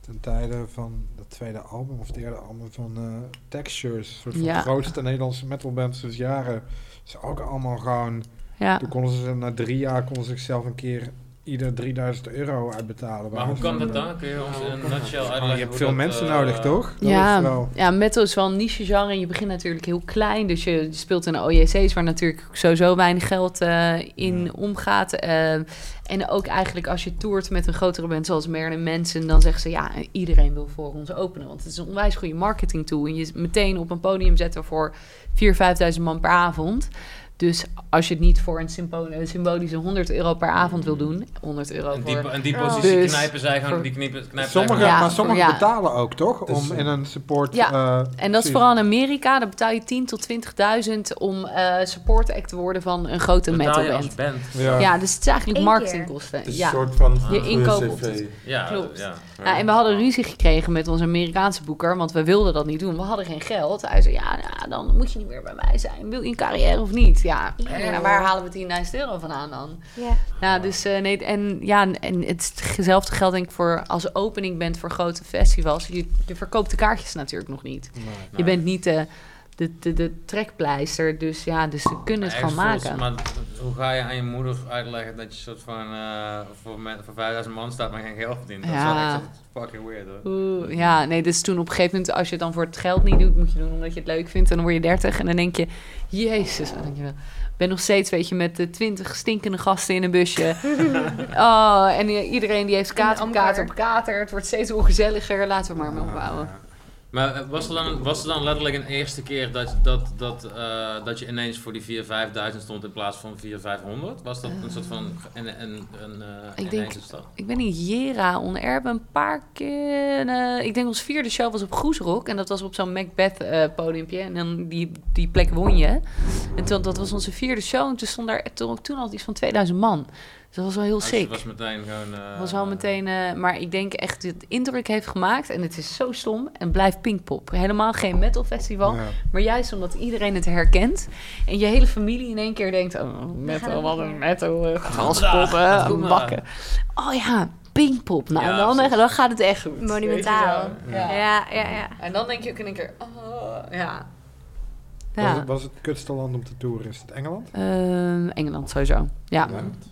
S4: ten tijde van het tweede album of het derde album van eh Textures, een soort van
S5: Ja.
S4: de grootste Nederlandse metalband sinds jaren, ze ook allemaal gewoon.
S5: Ja.
S4: Toen konden ze na drie jaar konden ze zichzelf een keer ieder 3000 euro uitbetalen.
S3: Maar hoe kan dat dan? Kun je ons in een nutshell uitleggen?
S4: Ah, je hebt
S3: hoe
S4: veel
S3: dat,
S4: mensen
S3: eh,
S4: nodig, toch? Dat
S5: ja,
S4: is wel.
S5: ja, metal is wel een niche genre. en Je begint natuurlijk heel klein. Dus je, je speelt in de OJC's waar natuurlijk sowieso weinig geld eh, in
S4: Ja.
S5: omgaat. Eh, en ook eigenlijk als je toert met een grotere band zoals Merlin Mensen, dan zeggen ze ja, iedereen wil voor ons openen. Want het is een onwijs goede marketing tool. En je meteen op een podium zetten voor 4.000, 5.000 man per avond. Dus als je het niet voor een sympo- een symbolische 100 euro per avond
S4: Mm.
S5: wil doen, 100 euro
S3: En
S5: voor
S3: die, en die
S2: Oh.
S3: positie
S5: Dus-
S3: knijpen zij gewoon,
S5: voor-
S3: die knippen, knijpen zij
S4: Sommige,
S3: gewoon.
S5: Ja,
S4: maar sommigen
S5: ja.
S4: betalen ook, toch?
S1: Dus,
S4: Om in een support.
S5: ja,
S4: eh,
S5: En dat is
S4: precies.
S5: vooral in Amerika. Daar betaal je 10.000 tot 20.000 om eh, support act te worden van een grote
S3: Betaal je
S5: metalband.
S3: als band.
S4: Ja.
S5: Ja, dus het is eigenlijk
S2: Eén
S5: marketingkosten.
S1: Het is
S5: Ja.
S1: een soort eh, van goede
S5: inkoop op
S1: cv.
S5: het-
S3: Ja,
S5: Klopt.
S3: ja.
S5: Ja, en we hadden ruzie gekregen met onze Amerikaanse boeker, want we wilden dat niet doen. We hadden geen geld. Hij zei, ja, nou, dan moet je niet meer bij mij zijn. Wil je een carrière of niet? Ja,
S2: Ja.
S5: nou, waar halen we 10.000 euro vandaan dan?
S2: Ja.
S5: Nou, dus eh, nee, en ja, en hetzelfde geldt denk ik voor als opening bent voor grote festivals. Je, je verkoopt de kaartjes natuurlijk nog niet.
S4: Nee.
S3: Nou,
S5: Je bent niet de, de, de, de trekpleister, dus ja, dus ze kunnen het
S3: Maar
S5: gaan
S3: ergens
S5: maken.
S3: voelt- Maar hoe ga je aan je moeder uitleggen dat je soort van eh, voor, me- voor 5000 man staat maar geen geld verdient? Dat is wel
S5: Ja.
S3: echt zo fucking weird hoor.
S5: Oeh, ja, nee, dus toen op een gegeven moment, als je het dan voor het geld niet doet, moet je doen omdat je het leuk vindt. En dan word je 30 en dan denk je, jezus, wat denk je wel. Ik ben nog steeds, weet je, met de 20 stinkende gasten in een busje. oh, en eh, iedereen die heeft kater op
S2: Ambar.
S5: kater op kater. Het wordt steeds ongezelliger, laten we maar mee opbouwen.
S3: Maar eh, was er dan, was er dan letterlijk een eerste keer dat, dat, dat, eh, dat je ineens voor die 4 5000 stond in plaats van 4 500? Was dat een soort van een, een, een, eh,
S5: Ik denk-
S3: ineens stap?
S5: Ik ben in Jera on Air ben een paar keer. eh, ik denk ons vierde show was op Goesrock. En dat was op zo'n Macbeth eh, podiumpje. En dan die, die plek won je. En toen, dat was onze vierde show. En toen stond daar toen, toen al iets van 2000 man. Dus dat was wel heel
S3: Oh, dus het
S5: sick.
S3: was meteen gewoon... eh,
S5: was wel meteen, eh, maar ik denk echt dat het indruk heeft gemaakt. En het is zo stom. En blijft Pinkpop. Helemaal geen metal festival.
S4: Ja.
S5: Maar juist omdat iedereen het herkent. En je hele familie in één keer denkt: Oh, metal, wat een metal. eh,
S3: Vandaag,
S5: Graspoppen,
S3: doe maar.
S5: bakken. Oh ja, Pinkpop. Nou,
S3: Ja,
S5: dan,
S3: precies.
S5: dan gaat het echt goed.
S2: Monumentaal.
S5: Weet je wel.
S2: Ja,
S5: Ja.
S2: ja, ja.
S5: En dan denk je ook in één keer: Oh, ja.
S4: Was,
S5: Ja.
S4: het, was het kutste land om te toeren? Is het Engeland?
S5: Ehm, Engeland sowieso. Ja,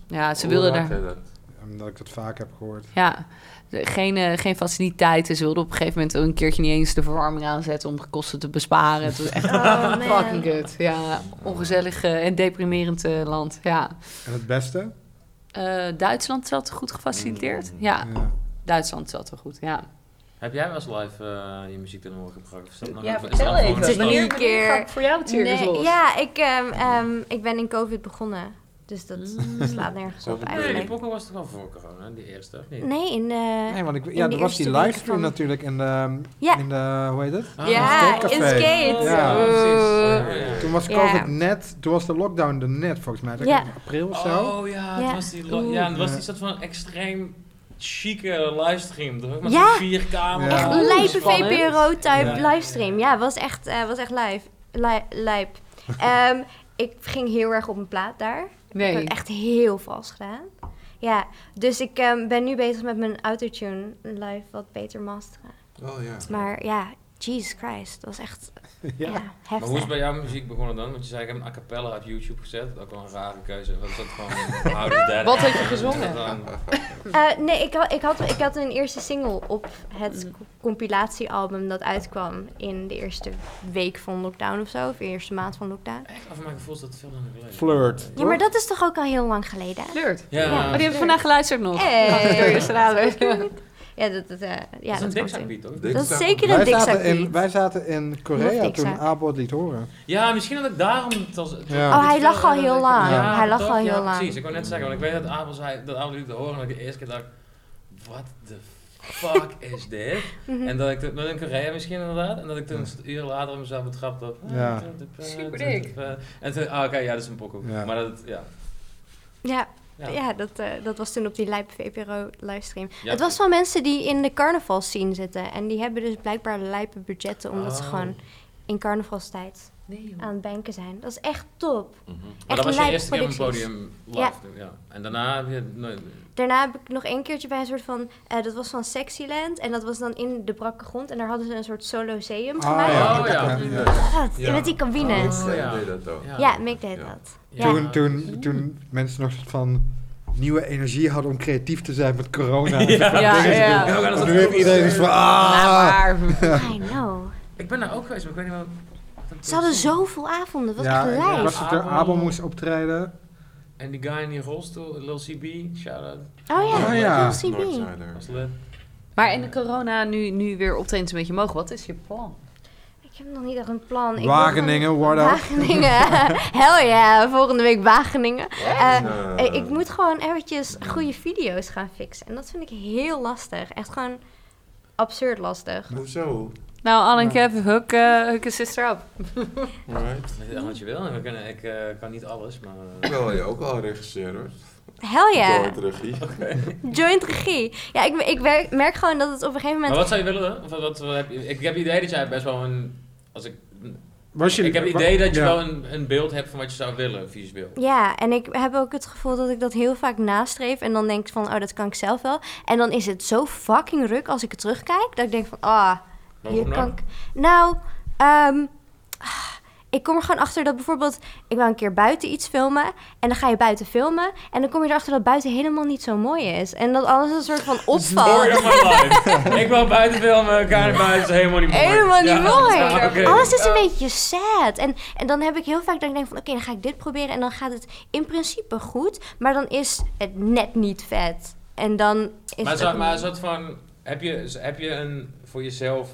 S5: ja ze wilden daar.
S4: Omdat ik dat vaak heb gehoord.
S5: Ja, de- geen, eh, geen faciliteiten. Ze wilden op een gegeven moment een keertje niet eens de verwarming aanzetten om kosten te besparen. Het was echt
S2: Oh, man.
S5: fucking kut. Ja, ongezellig eh, en deprimerend eh, land. Ja.
S4: En het beste?
S5: Eh, Duitsland zat goed gefaciliteerd. Ja,
S4: Ja.
S5: Duitsland zat wel goed. Ja. heb
S3: Heb jij wel eens live eh, je muziek ten horen gebracht? Of is dat nog even- is
S5: vertel
S3: dat nog
S5: even.
S3: een
S5: Wanneer-
S3: stap?
S2: Wanneer-
S5: wanneer gaat het voor jou het circus
S2: Nee,
S5: los?
S2: ja, ik, ehm, ehm, ik ben in COVID begonnen. Dus dat
S5: Mm.
S2: slaat nergens op
S1: Nee,
S3: Nee, die
S2: eigenlijk.
S3: pokken was toch wel voor corona, die eerste, of niet?
S2: Nee, in de...
S4: Nee, want ik,
S2: in
S4: ja,
S2: de
S4: er was die
S2: eerste
S4: livestream
S2: weken van-
S4: natuurlijk in de, ehm,
S2: Ja.
S4: in de, hoe heet het?
S3: Ah,
S2: ja,
S4: Skatecafé.
S2: in skate.
S4: Ja,
S3: precies.
S2: Oeh.
S3: Ja, ja.
S4: Toen was
S2: Ja.
S4: COVID net, toen was de lockdown er net volgens mij,
S2: Ja.
S4: in april of zo.
S3: Oh ja, het
S2: Ja.
S3: was die, lo- ja, het was die soort van extreem chique livestream, toch? Met
S2: Ja.
S3: vier
S4: Ja.
S3: camera's.
S2: Echt lijpe
S5: Spannend.
S2: VPRO-type
S3: Oh, Ja.
S2: livestream. Ja, was echt, eh, was echt live. li- lijp. Ehm, ik ging heel erg op mijn plaat daar. Ik
S5: Nee.
S2: heb echt heel vals gedaan. Ja, dus ik ehm, ben nu bezig met mijn autotune live wat beter masteren.
S1: Oh ja.
S2: Maar ja, Jesus Christ, dat was echt ja. heftig.
S3: Maar hoe is het bij jouw muziek begonnen dan? Want je zei, ik heb een a cappella op YouTube gezet. Ook wel een rare keuze. Wat is dat gewoon? How did that
S5: Wat heb je
S3: happen?
S5: gezongen?
S3: Is dat dan-
S2: Eh, nee, ik, ha- ik, had, ik had een eerste single op het co- compilatiealbum dat uitkwam in de eerste week van lockdown of zo, of de eerste maand van lockdown.
S3: Echt, over mijn gevoel is dat veel langer geleden.
S4: Flirt.
S2: Ja, maar dat is toch ook al heel lang geleden?
S5: Flirt.
S3: Ja,
S2: Ja,
S5: Maar Oh, die hebben vandaag geluisterd nog.
S2: Hey.
S5: Had ik door je stralen.
S2: Ja, dat, dat, eh, ja,
S3: dat
S2: dat,
S3: is een
S2: komt in.
S3: dikzakpiet, toch?
S1: Dik-
S2: dat is
S1: Dikzak.
S2: zeker een
S4: Wij zaten,
S2: dikzakpiet.
S4: in, wij zaten in
S2: Nog
S4: Korea
S2: niks,
S4: toen
S2: hè?
S4: Abo het liet horen.
S3: Ja, misschien dat ik daarom het als... het-
S4: Ja.
S3: dat
S2: Oh, hij
S3: het
S2: lag
S3: veel
S2: al heel
S3: eerder-
S2: lang.
S3: Ja,
S2: Hij lag
S3: toch?
S2: al
S3: Ja,
S2: heel lang.
S3: precies. Ik wou net zeggen, want ik weet dat Abel zei, dat Abel liet te horen, en dat ik de eerste keer dacht, what the fuck is dit?
S2: Mhm.
S3: En dat ik toen, dat in Korea misschien inderdaad, en dat ik toen een uur later op mezelf betrapt op.
S4: Ja.
S5: Superdik.
S3: En toen, ah oké, ja, dat is een pokoe.
S4: Ja.
S3: Maar dat, ja.
S2: Ja,
S3: Ja.
S2: ja. dat, eh, dat was toen op die Lijp VPRO livestream.
S3: Ja.
S2: het was van mensen die in de carnavalscene zitten. En die hebben dus blijkbaar lijpe budgetten, omdat ze
S3: Oh.
S2: gewoon in carnavalstijd
S5: Nee, joh.
S2: aan het banken zijn. Dat is echt top.
S1: Mhm.
S3: Maar
S2: echt
S3: dat was je
S2: lijpe
S3: eerste keer op een
S2: producties.
S3: podium live.
S2: Ja.
S3: toen, ja. En daarna heb je nooit meer.
S2: Daarna heb ik nog één keertje bij een soort van... eh, dat was van Sexyland. En dat was dan in de brakke grond. En daar hadden ze een soort soloseum
S4: Ah,
S2: gemaakt.
S4: ja.
S3: Oh ja.
S1: Ja.
S2: God,
S1: Ja.
S2: Met die cabines.
S3: Oh,
S1: Zij
S3: ja.
S1: deed dat ook.
S3: Ja.
S2: ja, Mick
S1: Ja.
S2: deed dat.
S3: Ja.
S4: Toen, toen, toen mensen nog soort van nieuwe energie hadden om creatief te zijn met corona.
S5: Ja, ja. ja.
S3: we gaan het
S4: Nu heeft iedereen iets van,
S5: Nou,
S4: ah!
S5: maar.
S2: I know.
S3: Ik ben daar ook geweest, maar ik weet niet wat...
S2: Ze hadden zoveel avonden. Dat was
S4: Ja,
S2: echt
S4: en
S2: lijp.
S4: dat was het er Abo moest optreden.
S3: En die guy in die rolstoel, Lil CB, shout-out.
S2: Oh ja,
S4: Oh ja.
S2: LCB.
S1: Noordzider.
S3: Was lit.
S5: Maar in de corona nu, nu weer optreedt een beetje mogen. Wat is je plan?
S2: Ik heb nog niet echt een plan. Ik wil
S4: Wageningen,
S2: gewoon-
S4: what up?
S2: Wageningen. Hell ja, volgende week Wageningen. Eh,
S1: Nou.
S2: eh, ik moet gewoon eventjes goede video's gaan fixen. En dat vind ik heel lastig. Echt gewoon absurd lastig.
S1: Hoezo?
S5: Nou, Anneke, huk, eh, huk een sister op.
S1: Alright.
S3: Ja, wat je wil. En we kunnen, ik eh, kan niet alles, maar... eh,
S1: Wel, je ook al regisseur hoor.
S2: Hell Oh, ja,
S1: Door het regie.
S2: joint regie. Ja, ik, ik werk- merk gewoon dat het op een gegeven
S3: Maar
S2: moment...
S3: wat zou je willen? Of wat, wat heb je, ik heb het idee dat jij best wel een... Als ik,
S4: Was
S3: ik heb het idee dat je
S4: ja.
S3: wel een, een beeld hebt van wat je zou willen, visueel.
S2: Ja, en ik heb ook het gevoel dat ik dat heel vaak nastreef. En dan denk ik van, oh, dat kan ik zelf wel. En dan is het zo fucking ruk als ik het terugkijk. Dat ik denk van, ah,
S3: Maar
S2: Hier
S3: waarom
S2: kan
S3: nou?
S2: ik... Nou, ehm, ik kom er gewoon achter dat bijvoorbeeld... Ik wou een keer buiten iets filmen. En dan ga je buiten filmen. En dan kom je erachter dat buiten helemaal niet zo mooi is. En dat alles een soort van opvalt.
S3: Story of my life. ik wil buiten filmen, kan niet buiten, is helemaal niet mooi.
S2: Helemaal niet
S3: Ja,
S2: mooi.
S3: ja, oké.
S2: Alles is een
S3: Ja.
S2: beetje sad. En, en dan heb ik heel vaak dat ik denk van... Oké, dan ga ik dit proberen. En dan gaat het in principe goed. Maar dan is het net niet vet. En dan is
S3: Maar,
S2: het...
S3: zou, maar soort van... Heb je, heb je een voor jezelf...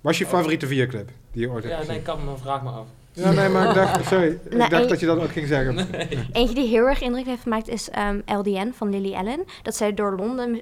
S4: Was je favoriete videoclip die je ooit hebt
S3: Ja, nee,
S4: gezien?
S3: ik kan me, vraag me af.
S4: Ja, nee, maar ik dacht, sorry, ik
S2: Nou,
S4: dacht
S2: en-
S4: dat je dat ook ging zeggen.
S2: Eentje die heel erg indruk heeft gemaakt is ehm, LDN van Lily Allen. Dat zij door Londen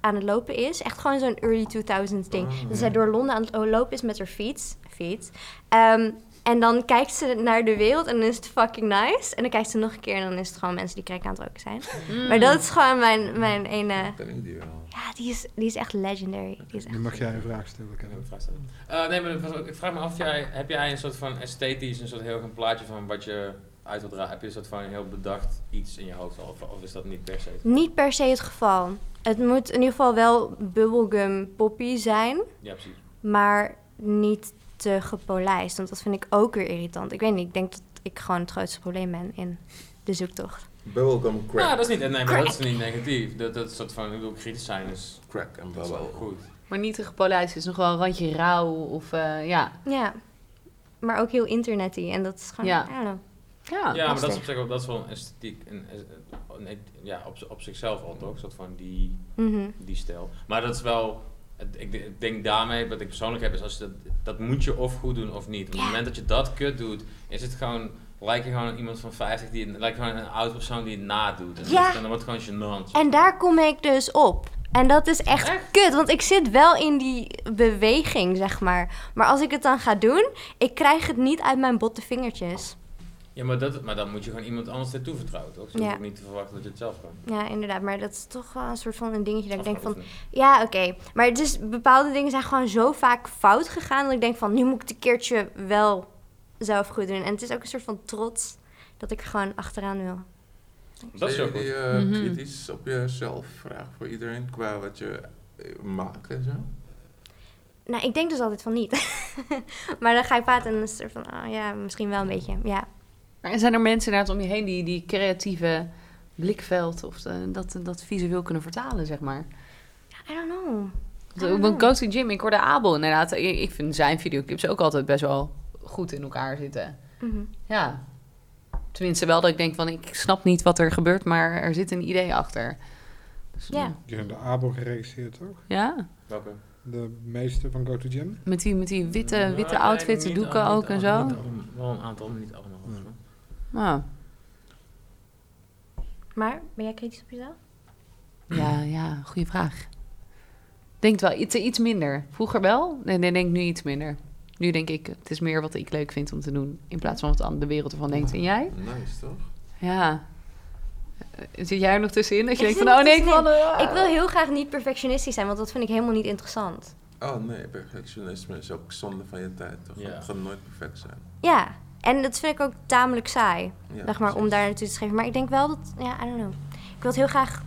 S2: aan het lopen is. Echt gewoon zo'n early 2000s ding.
S1: Oh,
S2: dat zij door Londen aan het lopen is met haar fiets. fiets. Ehm, en dan kijkt ze naar de wereld en dan is het fucking nice. En dan kijkt ze nog een keer en dan is het gewoon mensen die krek aan het roken zijn. Maar dat is gewoon mijn, mijn ene...
S1: Ken ik die wel.
S2: Ja, die is, die is echt legendary. Die is echt...
S4: Nu mag jij een vraag stellen.
S3: Ik heb
S4: Kevin.
S3: een vraag stellen. Eh, nee, maar ik was ook- ik vraag me af, jij, heb jij een soort van esthetisch, een soort heel erg een plaatje van wat je uit wilt dragen? Heb je een soort van heel bedacht iets in je hoofd al? Of, of is dat niet per se?
S2: Niet per se het geval. Het moet in ieder geval wel bubblegum poppy zijn.
S3: Ja, precies.
S2: maar niet te gepolijst. Want dat vind ik ook weer irritant. Ik weet niet, ik denk dat ik gewoon het grootste probleem ben in de zoektocht.
S1: Bubblegum
S3: Nou,
S1: crack.
S3: dat is niet, nee, maar dat is niet negatief. Dat, dat soort van, ik bedoel, kritisch zijn is
S1: Crack en
S3: dat is wel
S1: bubble.
S3: goed.
S5: Maar niet te gepolijst. is nog wel een randje rauw of eh, ja.
S2: Ja, maar ook heel internety. En dat is gewoon,
S5: Ja.
S2: I don't know.
S5: Ja.
S3: Ja, maar dat is
S1: lastig.
S3: op zich wel, dat is wel een esthetiek. Een, es- een- een- ja, op, z- op zichzelf al toch? Een soort van die,
S2: Mhm.
S3: die stijl. Maar dat is wel, het- ik, ik denk daarmee, wat ik persoonlijk heb, is als je dat, dat moet je of goed doen of niet. Op het
S2: Ja.
S3: moment dat je dat kut doet, is het gewoon, lijkt je gewoon iemand van 50, die, het- lijkt je gewoon een oud persoon die het nadoet. En,
S2: Ja.
S3: dan, dan wordt het gewoon gênant.
S2: En daar kom ik dus op. En dat is echt, kut, want ik zit wel in die beweging, zeg maar. Maar als ik het dan ga doen, ik krijg het niet uit mijn botte vingertjes.
S3: Ja, maar, dat, maar dan moet je gewoon iemand anders ertoe vertrouwen, toch? Zo
S2: Ja.
S3: hoef je niet te verwachten dat je het zelf kan.
S2: Ja, inderdaad, maar dat is toch wel een soort van een dingetje dat ik denk van...
S3: Oefenen.
S2: Ja, oké. Maar dus het is, bepaalde dingen zijn gewoon zo vaak fout gegaan... dat ik denk van, nu moet ik het een keertje wel zelf goed doen. En het is ook een soort van trots dat ik er gewoon achteraan wil.
S3: Dat is
S1: Ben
S3: ook
S1: je
S3: goed.
S1: die, eh,
S5: Mhm.
S1: kritisch op jezelf vraag voor iedereen qua wat je eh, maakt en zo?
S2: Nou, ik denk dus altijd van niet. maar dan ga ik praten en dan is het er van, oh ja, misschien wel een beetje. Ja,
S5: Maar en zijn er mensen inderdaad om je heen die die creatieve blikveld of de- dat, dat visueel kunnen vertalen, zeg maar?
S2: I don't know.
S5: Want Op een coaching gym, ik hoorde Abel inderdaad. Ik, ik vind zijn videoclips ook altijd best wel goed in elkaar zitten.
S2: Mhm.
S5: Ja. Tenminste wel dat ik denk van, ik snap niet wat er gebeurt, maar er zit een idee achter. Dus,
S2: Ja.
S5: eh,
S4: Die zijn de Abel geregisseerd ook.
S5: Ja,
S3: Welke?
S4: De meeste van Go to Gym.
S5: met die, met die witte,
S3: Nou,
S5: witte
S3: nee,
S5: outfits,
S3: niet
S5: doeken
S3: allemaal,
S5: ook
S3: niet
S5: en
S3: allemaal,
S5: zo.
S3: niet allemaal. Wel een aantal, maar niet allemaal. volgens mij.
S5: Ah.
S2: Maar ben jij kritisch op jezelf?
S5: Ja, ja, goede vraag. Denk wel iets, iets minder. Vroeger wel, nee, nee, denk nu iets minder. Nu denk ik, het is meer wat ik leuk vind om te doen. In plaats van wat aan de wereld ervan denkt. En jij?
S1: Nice, toch?
S5: Ja. Eh, Zit jij er nog tussenin? Dat je
S2: Ik
S5: denkt
S2: zit
S5: van, oh
S2: er
S5: nee, ik wil...
S2: Ik wil heel graag niet perfectionistisch zijn, want dat vind ik helemaal niet interessant.
S1: Oh nee, perfectionisme is ook zonde van je tijd, toch?
S3: Ja.
S1: Het kan nooit perfect zijn.
S2: Ja, en dat vind ik ook tamelijk saai,
S1: Ja,
S2: zeg maar, om
S1: precies.
S2: daar naartoe te schrijven. Maar ik denk wel dat, ja, I don't know. Ik wil het heel graag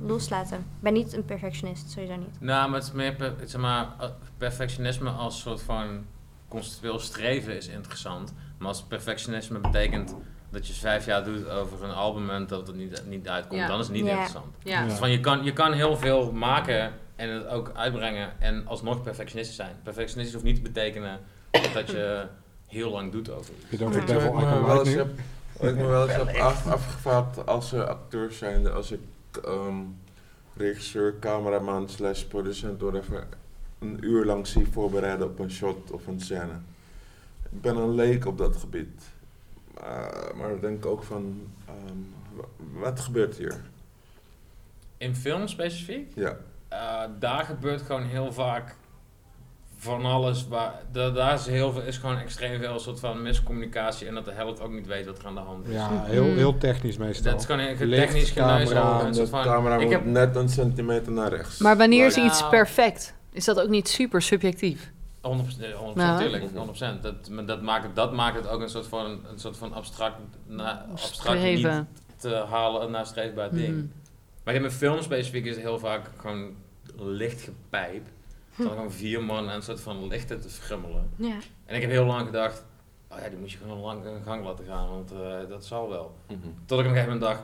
S2: loslaten. Ik ben niet een perfectionist, sowieso niet.
S3: Nou, maar het is meer per- zeg maar, eh, perfectionisme als soort van conceptueel streven is interessant. Maar als perfectionisme betekent dat je vijf jaar doet over een album en dat het niet, niet uitkomt,
S5: Ja.
S3: dan is het niet
S2: Ja.
S3: interessant.
S5: Ja.
S3: Dus van, je, kan, je kan heel veel maken en het ook uitbrengen en alsnog perfectionistisch zijn. Perfectionistisch hoeft niet te betekenen dat je heel lang doet over iets.
S4: Je denkt
S2: Ja.
S4: ook
S1: Wat ik
S4: Devil I
S1: me
S4: Can
S1: wel
S4: Light
S1: eens
S4: nu.
S1: heb, wat ik me wel eens heb af, afgevraagd als eh, acteur zijnde, als ik ehm, regisseur, cameraman, slash producent, whatever, een uur lang zie voorbereiden op een shot of een scène. Ik ben een leek op dat gebied. Eh, Maar, maar dan denk ik ook van, ehm, wa- wat gebeurt hier?
S3: In film specifiek?
S1: Ja.
S3: Eh, daar gebeurt gewoon heel vaak van alles. Waar, da- daar is, heel veel, is gewoon extreem veel soort van miscommunicatie en dat de helft ook niet weet wat er aan de hand is.
S4: Ja, heel, heel technisch meestal.
S3: Dat is gewoon een
S4: Licht,
S3: technisch geneuzel.
S4: camera,
S3: een
S1: En
S3: soort
S1: de
S3: van-
S1: camera
S3: ik
S1: moet
S3: heb,
S1: net een centimeter naar rechts.
S5: Maar wanneer is
S3: Nou.
S5: iets perfect? Is dat ook niet super subjectief?
S3: 100%, eh, 100%
S5: Nou.
S3: tuurlijk, 100%. Dat, maar dat, maakt, het- dat maakt het ook een soort van, een soort van abstract, na, abstract niet
S5: Streven.
S3: te halen, nastreefbaar ding.
S5: Hmm.
S3: Maar in mijn film specifiek is het heel vaak gewoon licht gepijp. Dan gewoon vier man aan een soort van lichten te frummelen.
S2: Ja.
S3: En ik heb heel lang gedacht, oh ja, die moet je gewoon lang een gang laten gaan, want eh, dat zal wel.
S1: Mhm.
S3: Tot ik op een gegeven moment dacht,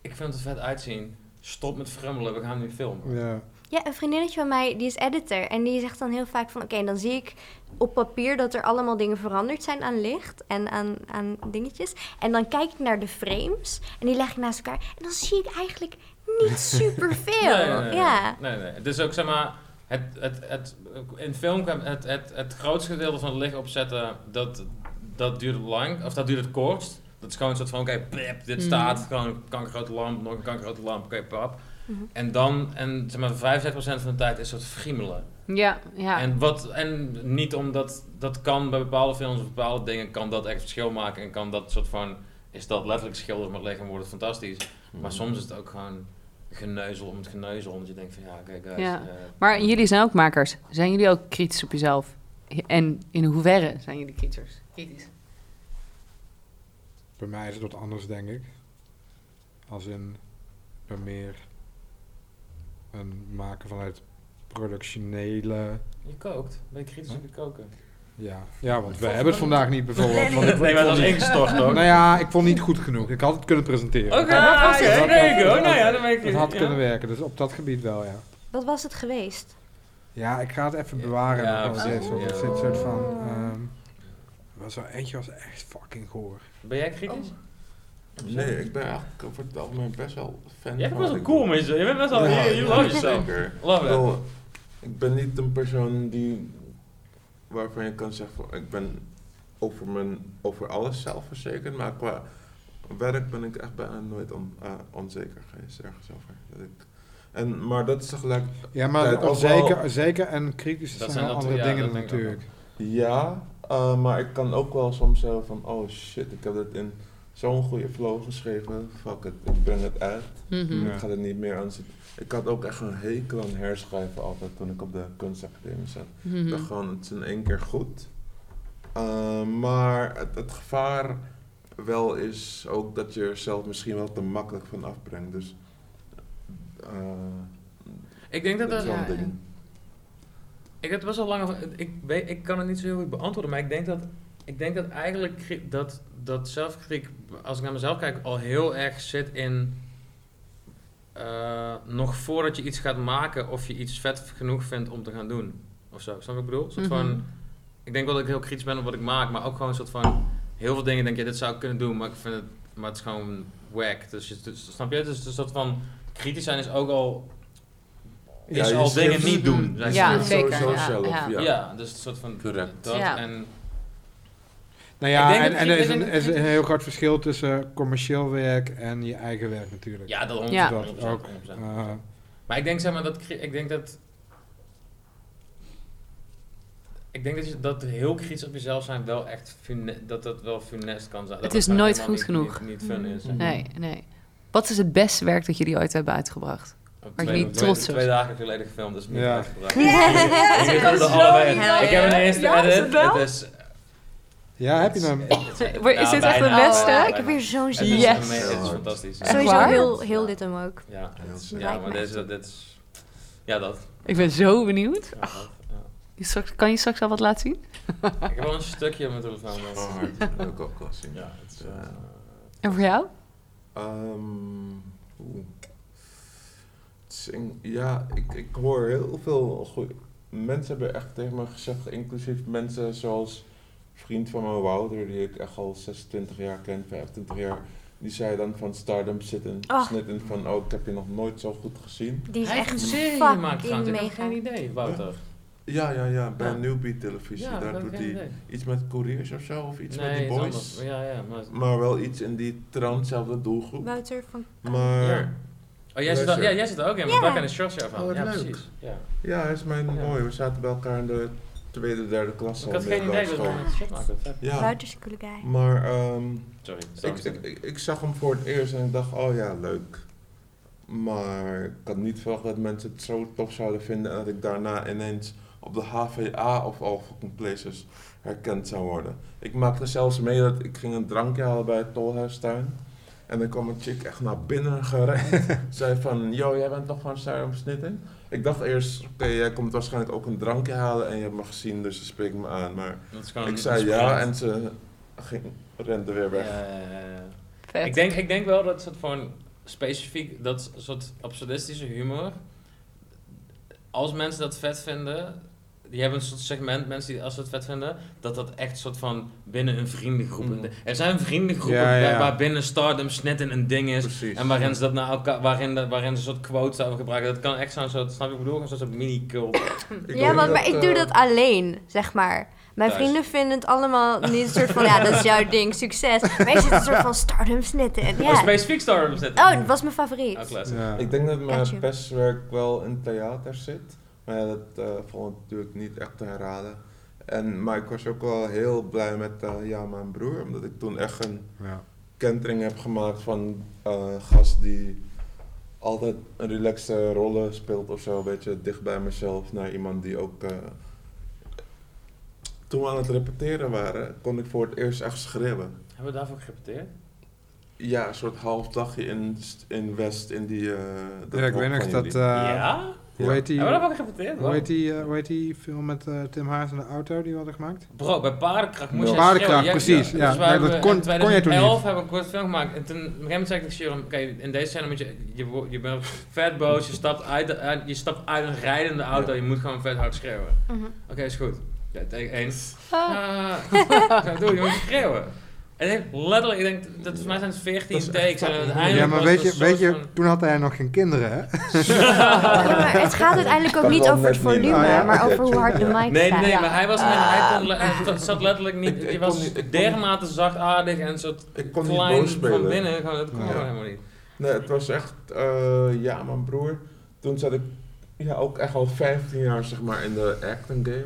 S3: ik vind het er vet uitzien, stop met frummelen, we gaan nu filmen.
S4: Ja.
S2: Ja, een vriendinnetje van mij, die is editor. En die zegt dan heel vaak van... Oké, dan zie ik op papier dat er allemaal dingen veranderd zijn aan licht en aan, aan dingetjes. En dan kijk ik naar de frames en die leg ik naast elkaar. En dan zie ik eigenlijk niet superveel.
S3: Nee, nee, nee,
S2: Ja.
S3: Nee, nee. Het is ook, zeg maar, het, het, het, in film kwam het, het, het grootste gedeelte van het licht opzetten, dat, dat duurt lang, of dat duurt het kortst. Dat is gewoon een soort van, oké, plip, dit
S5: Mhm.
S3: staat, gewoon een kankergrote lamp, nog een kankergrote lamp, oké, pap.
S2: Mhm.
S3: En dan, en zeg maar, 65% van de tijd is dat friemelen.
S5: Ja, ja.
S3: En, wat, en niet omdat dat kan bij bepaalde films of bepaalde dingen, kan dat echt verschil maken en kan dat soort van, is dat letterlijk schilderen met leggen en wordt het fantastisch.
S1: Mhm.
S3: Maar soms is het ook gewoon geneuzel om het geneuzel, omdat je denkt van ja, oké guys.
S5: Ja.
S3: eh,
S5: Maar jullie zijn ook makers. Zijn jullie ook kritisch op jezelf? En in hoeverre zijn jullie kritisch? Kritisch.
S4: Bij mij is het wat anders, denk ik. Als in, ik ben meer een maken vanuit productionele...
S3: Je kookt, ben je kritisch op je koken?
S4: Ja, ja want we
S3: Vond-
S4: hebben het vandaag niet bijvoorbeeld. want ik-
S3: Nee, maar dat is ingestort ook.
S4: nou ja, ik vond niet goed genoeg. Ik had het kunnen presenteren.
S3: dat was
S4: het.
S3: Nee, ik ook. Nou ja, dan ben ik
S4: Het had
S3: ja.
S4: kunnen werken, dus op dat gebied wel, ja.
S2: Wat was het geweest?
S4: Ja, ik ga het even bewaren.
S3: Ja,
S4: want het
S3: precies.
S4: is- het is
S3: Ja.
S4: een soort van... ehm, er was wel eentje was echt fucking goor.
S3: Ben jij kritisch?
S1: Nee, ik ben eigenlijk over het algemeen best wel fan
S3: Jij
S1: van
S3: bent best
S1: wat
S3: wel
S1: oh, ik
S3: cool,
S1: doe.
S3: mensen. Je bent best wel, you love yourself.
S1: Zeker. Ik
S3: Love it.
S1: bedoel, ik ben niet een persoon die waarvan je kan zeggen van, ik ben over, mijn, over alles zelfverzekerd, maar qua werk ben ik echt bijna nooit on- eh, onzeker geweest ergens over. Dat ik, en, maar dat is tegelijk
S4: Ja,
S1: Ja,
S4: maar
S1: het was
S4: onzeker,
S1: wel-
S4: zeker en
S3: Dat
S4: kritisch zijn,
S3: zijn
S4: wel
S3: dat-
S4: andere
S3: ja,
S4: dingen
S3: dat denk ik ook
S4: natuurlijk.
S1: ja, eh, maar ik kan ook wel soms zeggen van oh shit, ik heb dit in zo'n goede flow geschreven, fuck it, ik breng het uit.
S5: Mhm.
S4: Ja.
S1: Ik ga er niet meer aan zitten. Ik had ook echt een hekel aan herschrijven altijd toen ik op de kunstacademie zat.
S3: Mm-hmm.
S5: Mhm.
S1: Ik dacht gewoon, het is in één keer goed. Eh, maar het, het gevaar wel is ook dat je er zelf misschien wel te makkelijk van afbrengt. Dus eh,
S3: Ik denk dat
S1: dat is
S3: dat...
S1: wel
S5: ja,
S1: een ding.
S3: Ik heb het best wel lang... over- Ik, weet, ik kan het niet zo heel goed beantwoorden, maar ik denk dat... Ik denk dat eigenlijk kri- dat, dat zelfkritiek, als ik naar mezelf kijk, al heel erg zit in... eh, nog voordat je iets gaat maken of je iets vet genoeg vindt om te gaan doen. Of zo, snap je wat ik bedoel? Een soort van...
S5: Mhm.
S3: Ik denk wel dat ik heel kritisch ben op wat ik maak, maar ook gewoon een soort van... Heel veel dingen denk je, dit zou ik kunnen doen, maar ik vind het... Maar het is gewoon whack. Dus, je- dus snap je? Dus een soort van... Kritisch zijn is ook al...
S1: Ja,
S3: Is
S1: je
S3: al dingen
S1: schrift-
S3: niet doen. zijn
S1: je
S3: ze.
S5: Ja,
S1: schrift
S5: zeker,
S1: sowieso
S5: ja,
S1: zelf,
S5: ja.
S3: Ja.
S1: ja.
S3: dus een soort van
S1: Correct.
S3: dat
S5: Ja.
S3: en
S4: Nou
S3: Ik
S4: ja,
S3: denk
S4: en,
S3: dat
S4: en
S3: je-
S4: er is
S5: ik
S4: een,
S5: denk
S4: er
S5: dat
S4: is een
S5: je-
S4: heel groot verschil tussen commercieel werk en je eigen werk natuurlijk.
S3: ja, dat 100%.
S5: Ja.
S4: Dat
S3: 100%,
S4: ook.
S3: 100%.
S4: Eh,
S3: Maar ik denk zeg maar dat cri- ik denk dat ik denk dat, je, dat heel kritisch op jezelf zijn wel echt fune- dat dat wel funest kan zijn. Dat
S5: Het is
S3: gewoon
S5: nooit
S3: helemaal
S5: goed
S3: niet-
S5: genoeg. Mm-hmm.
S3: Niet, niet fun is.
S1: Nee.
S5: Nee, nee. Wat is het beste werk dat jullie ooit hebben uitgebracht?
S3: Op
S5: Waar je
S3: twee-
S5: niet
S3: op
S5: trots
S3: twee,
S5: op
S3: twee dagen geleden gefilmd, dus niet
S4: Ja.
S3: uitgebracht.
S2: Ja.
S3: Ik weet dat
S5: Zo
S3: er allebei-
S2: hel,
S3: Ik heb een
S2: ja.
S3: eerste
S2: Ja, is het
S3: edit.
S2: wel?
S3: Het is,
S4: ja, heb je hem?
S5: Is dit echt de
S2: Oh,
S5: beste?
S2: ik heb hier zo'n
S3: Nou, eh, Het
S2: zin in.
S3: is, een-
S5: Yes.
S3: het is fantastisch.
S5: Echt
S2: Sowieso
S5: waar?
S2: heel, heel dit hem ook.
S3: Ja,
S1: Heel
S3: het is-
S1: sick.
S3: ja maar deze, dit is... Ja, dat.
S5: Ik ben zo benieuwd.
S3: Ja, dat, ja.
S5: Je straks- kan je straks al wat laten zien?
S3: Ik heb wel een stukje op mijn telefoon. maar-
S1: Oh, hard. Dat wil ik ook wel zien.
S3: Ja, het is,
S1: Ja.
S3: eh,
S5: En voor jou?
S1: Ehm, oeh. Het is een- ja, ik, ik hoor heel veel goeie... Mensen hebben echt tegen me gezegd, inclusief mensen zoals vriend van me Wouter, die ik echt al 26 jaar ken, 25 jaar, die zei dan van Stardom zit een
S2: Ah.
S1: snit in van, oh, ik heb je nog nooit zo goed gezien.
S2: Die is
S3: Hij heeft
S2: echt
S3: een serie gemaakt
S2: fucking
S3: trouwens, ik heb
S2: mega.
S3: geen idee, Wouter.
S1: Ja, ja, ja, bij
S3: Ja.
S1: Newbie Televisie,
S3: Ja,
S1: daar
S3: dat
S1: doet
S3: geen
S1: hij
S3: idee.
S1: iets met couriers of zo, of iets
S3: Nee,
S1: met die
S3: iets
S1: boys.
S3: anders. Ja, ja, maar...
S1: Maar wel iets in die trouwzelfde doelgroep.
S2: Wouter van...
S1: Maar...
S3: Ja. Oh, jij zit, er, ja, jij zit er ook in, want
S2: Ja.
S3: daar ken ik shorts jou van.
S1: Oh, wat
S3: ja,
S1: leuk.
S3: precies. Ja.
S1: Ja, hij is mij
S3: Ja.
S1: mooi. We zaten bij elkaar in de tweede, derde klas
S3: Ik had
S1: middelbare
S3: geen idee dat
S1: school.
S3: ik shit maken. Vet.
S1: Ja,
S2: Wouter is een coole guy.
S1: maar ehm,
S3: Sorry.
S1: ik, ik, ik, ik zag hem voor het eerst en ik dacht, oh ja, leuk. Maar ik had niet verwacht dat mensen het zo tof zouden vinden en dat ik daarna ineens op de HVA of al fucking places herkend zou worden. Ik maakte zelfs mee dat ik ging een drankje halen bij het Tolhuistuin. En dan kwam een chick echt naar binnen gerend. Zei van, yo, jij bent toch van Sarah Snitten? Ik dacht eerst, oké, jij komt waarschijnlijk ook een drankje halen en je hebt me gezien, dus je spreekt me aan. Maar
S3: Oh, Dat is gewoon
S1: ik
S3: een
S1: zei ja
S3: experiment.
S1: en ze ging, rende weer weg.
S3: Ja, ja, ja, ja.
S5: Vet.
S3: Ik denk, ik denk wel dat soort van specifiek, dat soort absurdistische humor, als mensen dat vet vinden, die hebben een soort segment, mensen die als ze het vet vinden, dat dat echt soort van binnen een vriendengroep.
S1: Mm.
S3: Er zijn vriendengroepen
S4: Ja, ja.
S3: Waar, binnen Stardom snitten een ding is.
S1: Precies.
S3: En waarin ze dat naar elkaar, waarin, de- waarin ze een soort quotes over gebruiken. Dat kan echt zo'n soort, snap je wat ik bedoel? Een soort mini-cult.
S1: Ik
S2: ja,
S1: denk
S2: want, maar ik doe
S1: eh,
S2: dat alleen, zeg maar. Mijn
S3: Thuis.
S2: vrienden vinden het allemaal niet een soort van, ja, dat is jouw ding, succes. Maar ik zit een soort van stardom snitten. En,
S3: Oh,
S2: ja.
S3: specifiek Stardom snitten.
S2: Oh, dat was mijn favoriet.
S3: Oh, classic.
S4: Ja.
S1: Ik denk dat
S2: Gotcha.
S1: mijn pestwerk wel in theater zit. Maar ja, dat eh valt natuurlijk niet echt te herhalen. En, maar ik was ook wel heel blij met eh, ja, mijn broer. Omdat ik toen echt een
S4: Ja.
S1: kentering heb gemaakt van eh gast die altijd een relaxte rollen speelt of zo, een beetje dicht bij mezelf, naar iemand die ook. eh, toen we aan het repeteren waren, kon ik voor het eerst echt schreeuwen.
S3: Hebben we daarvoor gerepeteerd?
S1: Ja, een soort half dagje in, st- in West, in die... eh, dat
S4: Ja, ik
S1: hok
S4: weet nog
S1: van
S4: dat...
S1: jullie.
S4: eh,
S3: ja?
S4: Hoe heet die...
S3: Hebben we daarvoor gerepeteerd?
S4: Hoe heet die, eh, hoe heet die film met eh, Tim Haas en de auto die we hadden gemaakt?
S3: Bro, bij paardenkracht moest
S1: Ja.
S3: je
S4: Paardenkracht, precies, ja.
S3: wij
S4: Nee,
S3: dus hebben
S4: dat kon-
S3: in
S4: kon jij toen niet.
S3: 2011 hebben we een korte film gemaakt. En toen, op een gegeven moment zei ik tegen Sharon, oké, in deze scène moet je, je, wo- je bent vet boos, je stapt uit, de- uit- je stapt uit een rijdende auto, je moet gewoon vet hard schreeuwen.
S2: Mhm.
S3: Oké, is goed. Ja, take één.
S2: Oh.
S5: Ah.
S3: Ah. Ja, doe, je moet schreeuwen. En ik letterlijk, ik denk, dat volgens mij zijn het 14
S1: Dat is echt
S3: takes en
S1: fucking
S3: uiteindelijk
S4: Ja, maar
S3: was
S4: weet
S3: het
S4: je,
S3: een
S4: weet
S3: soort
S4: je, toen had hij nog geen kinderen, hè?
S2: Ja, maar het gaat uiteindelijk ook
S1: Dat
S2: niet
S1: wel
S2: over het
S1: net niet.
S2: volume,
S4: Ah, ja.
S2: maar over hoe hard de mic
S3: van- Nee,
S2: staat.
S3: nee,
S5: Ja.
S3: maar hij was, hij
S4: Ah.
S3: kon le- hij zat letterlijk niet,
S1: Ik- ik
S3: je
S1: kon
S3: was
S1: niet- ik kon-
S3: dermate zachtaardig en een soort
S1: Ik kon niet
S3: klein
S1: boos
S3: van
S1: spelen.
S3: binnen, gewoon, dat kon
S4: Ja.
S3: gewoon helemaal niet.
S1: Nee, het was echt... eh, ja, mijn broer. Toen zat ik ja, ook echt al 15 jaar zeg maar, in de acting game.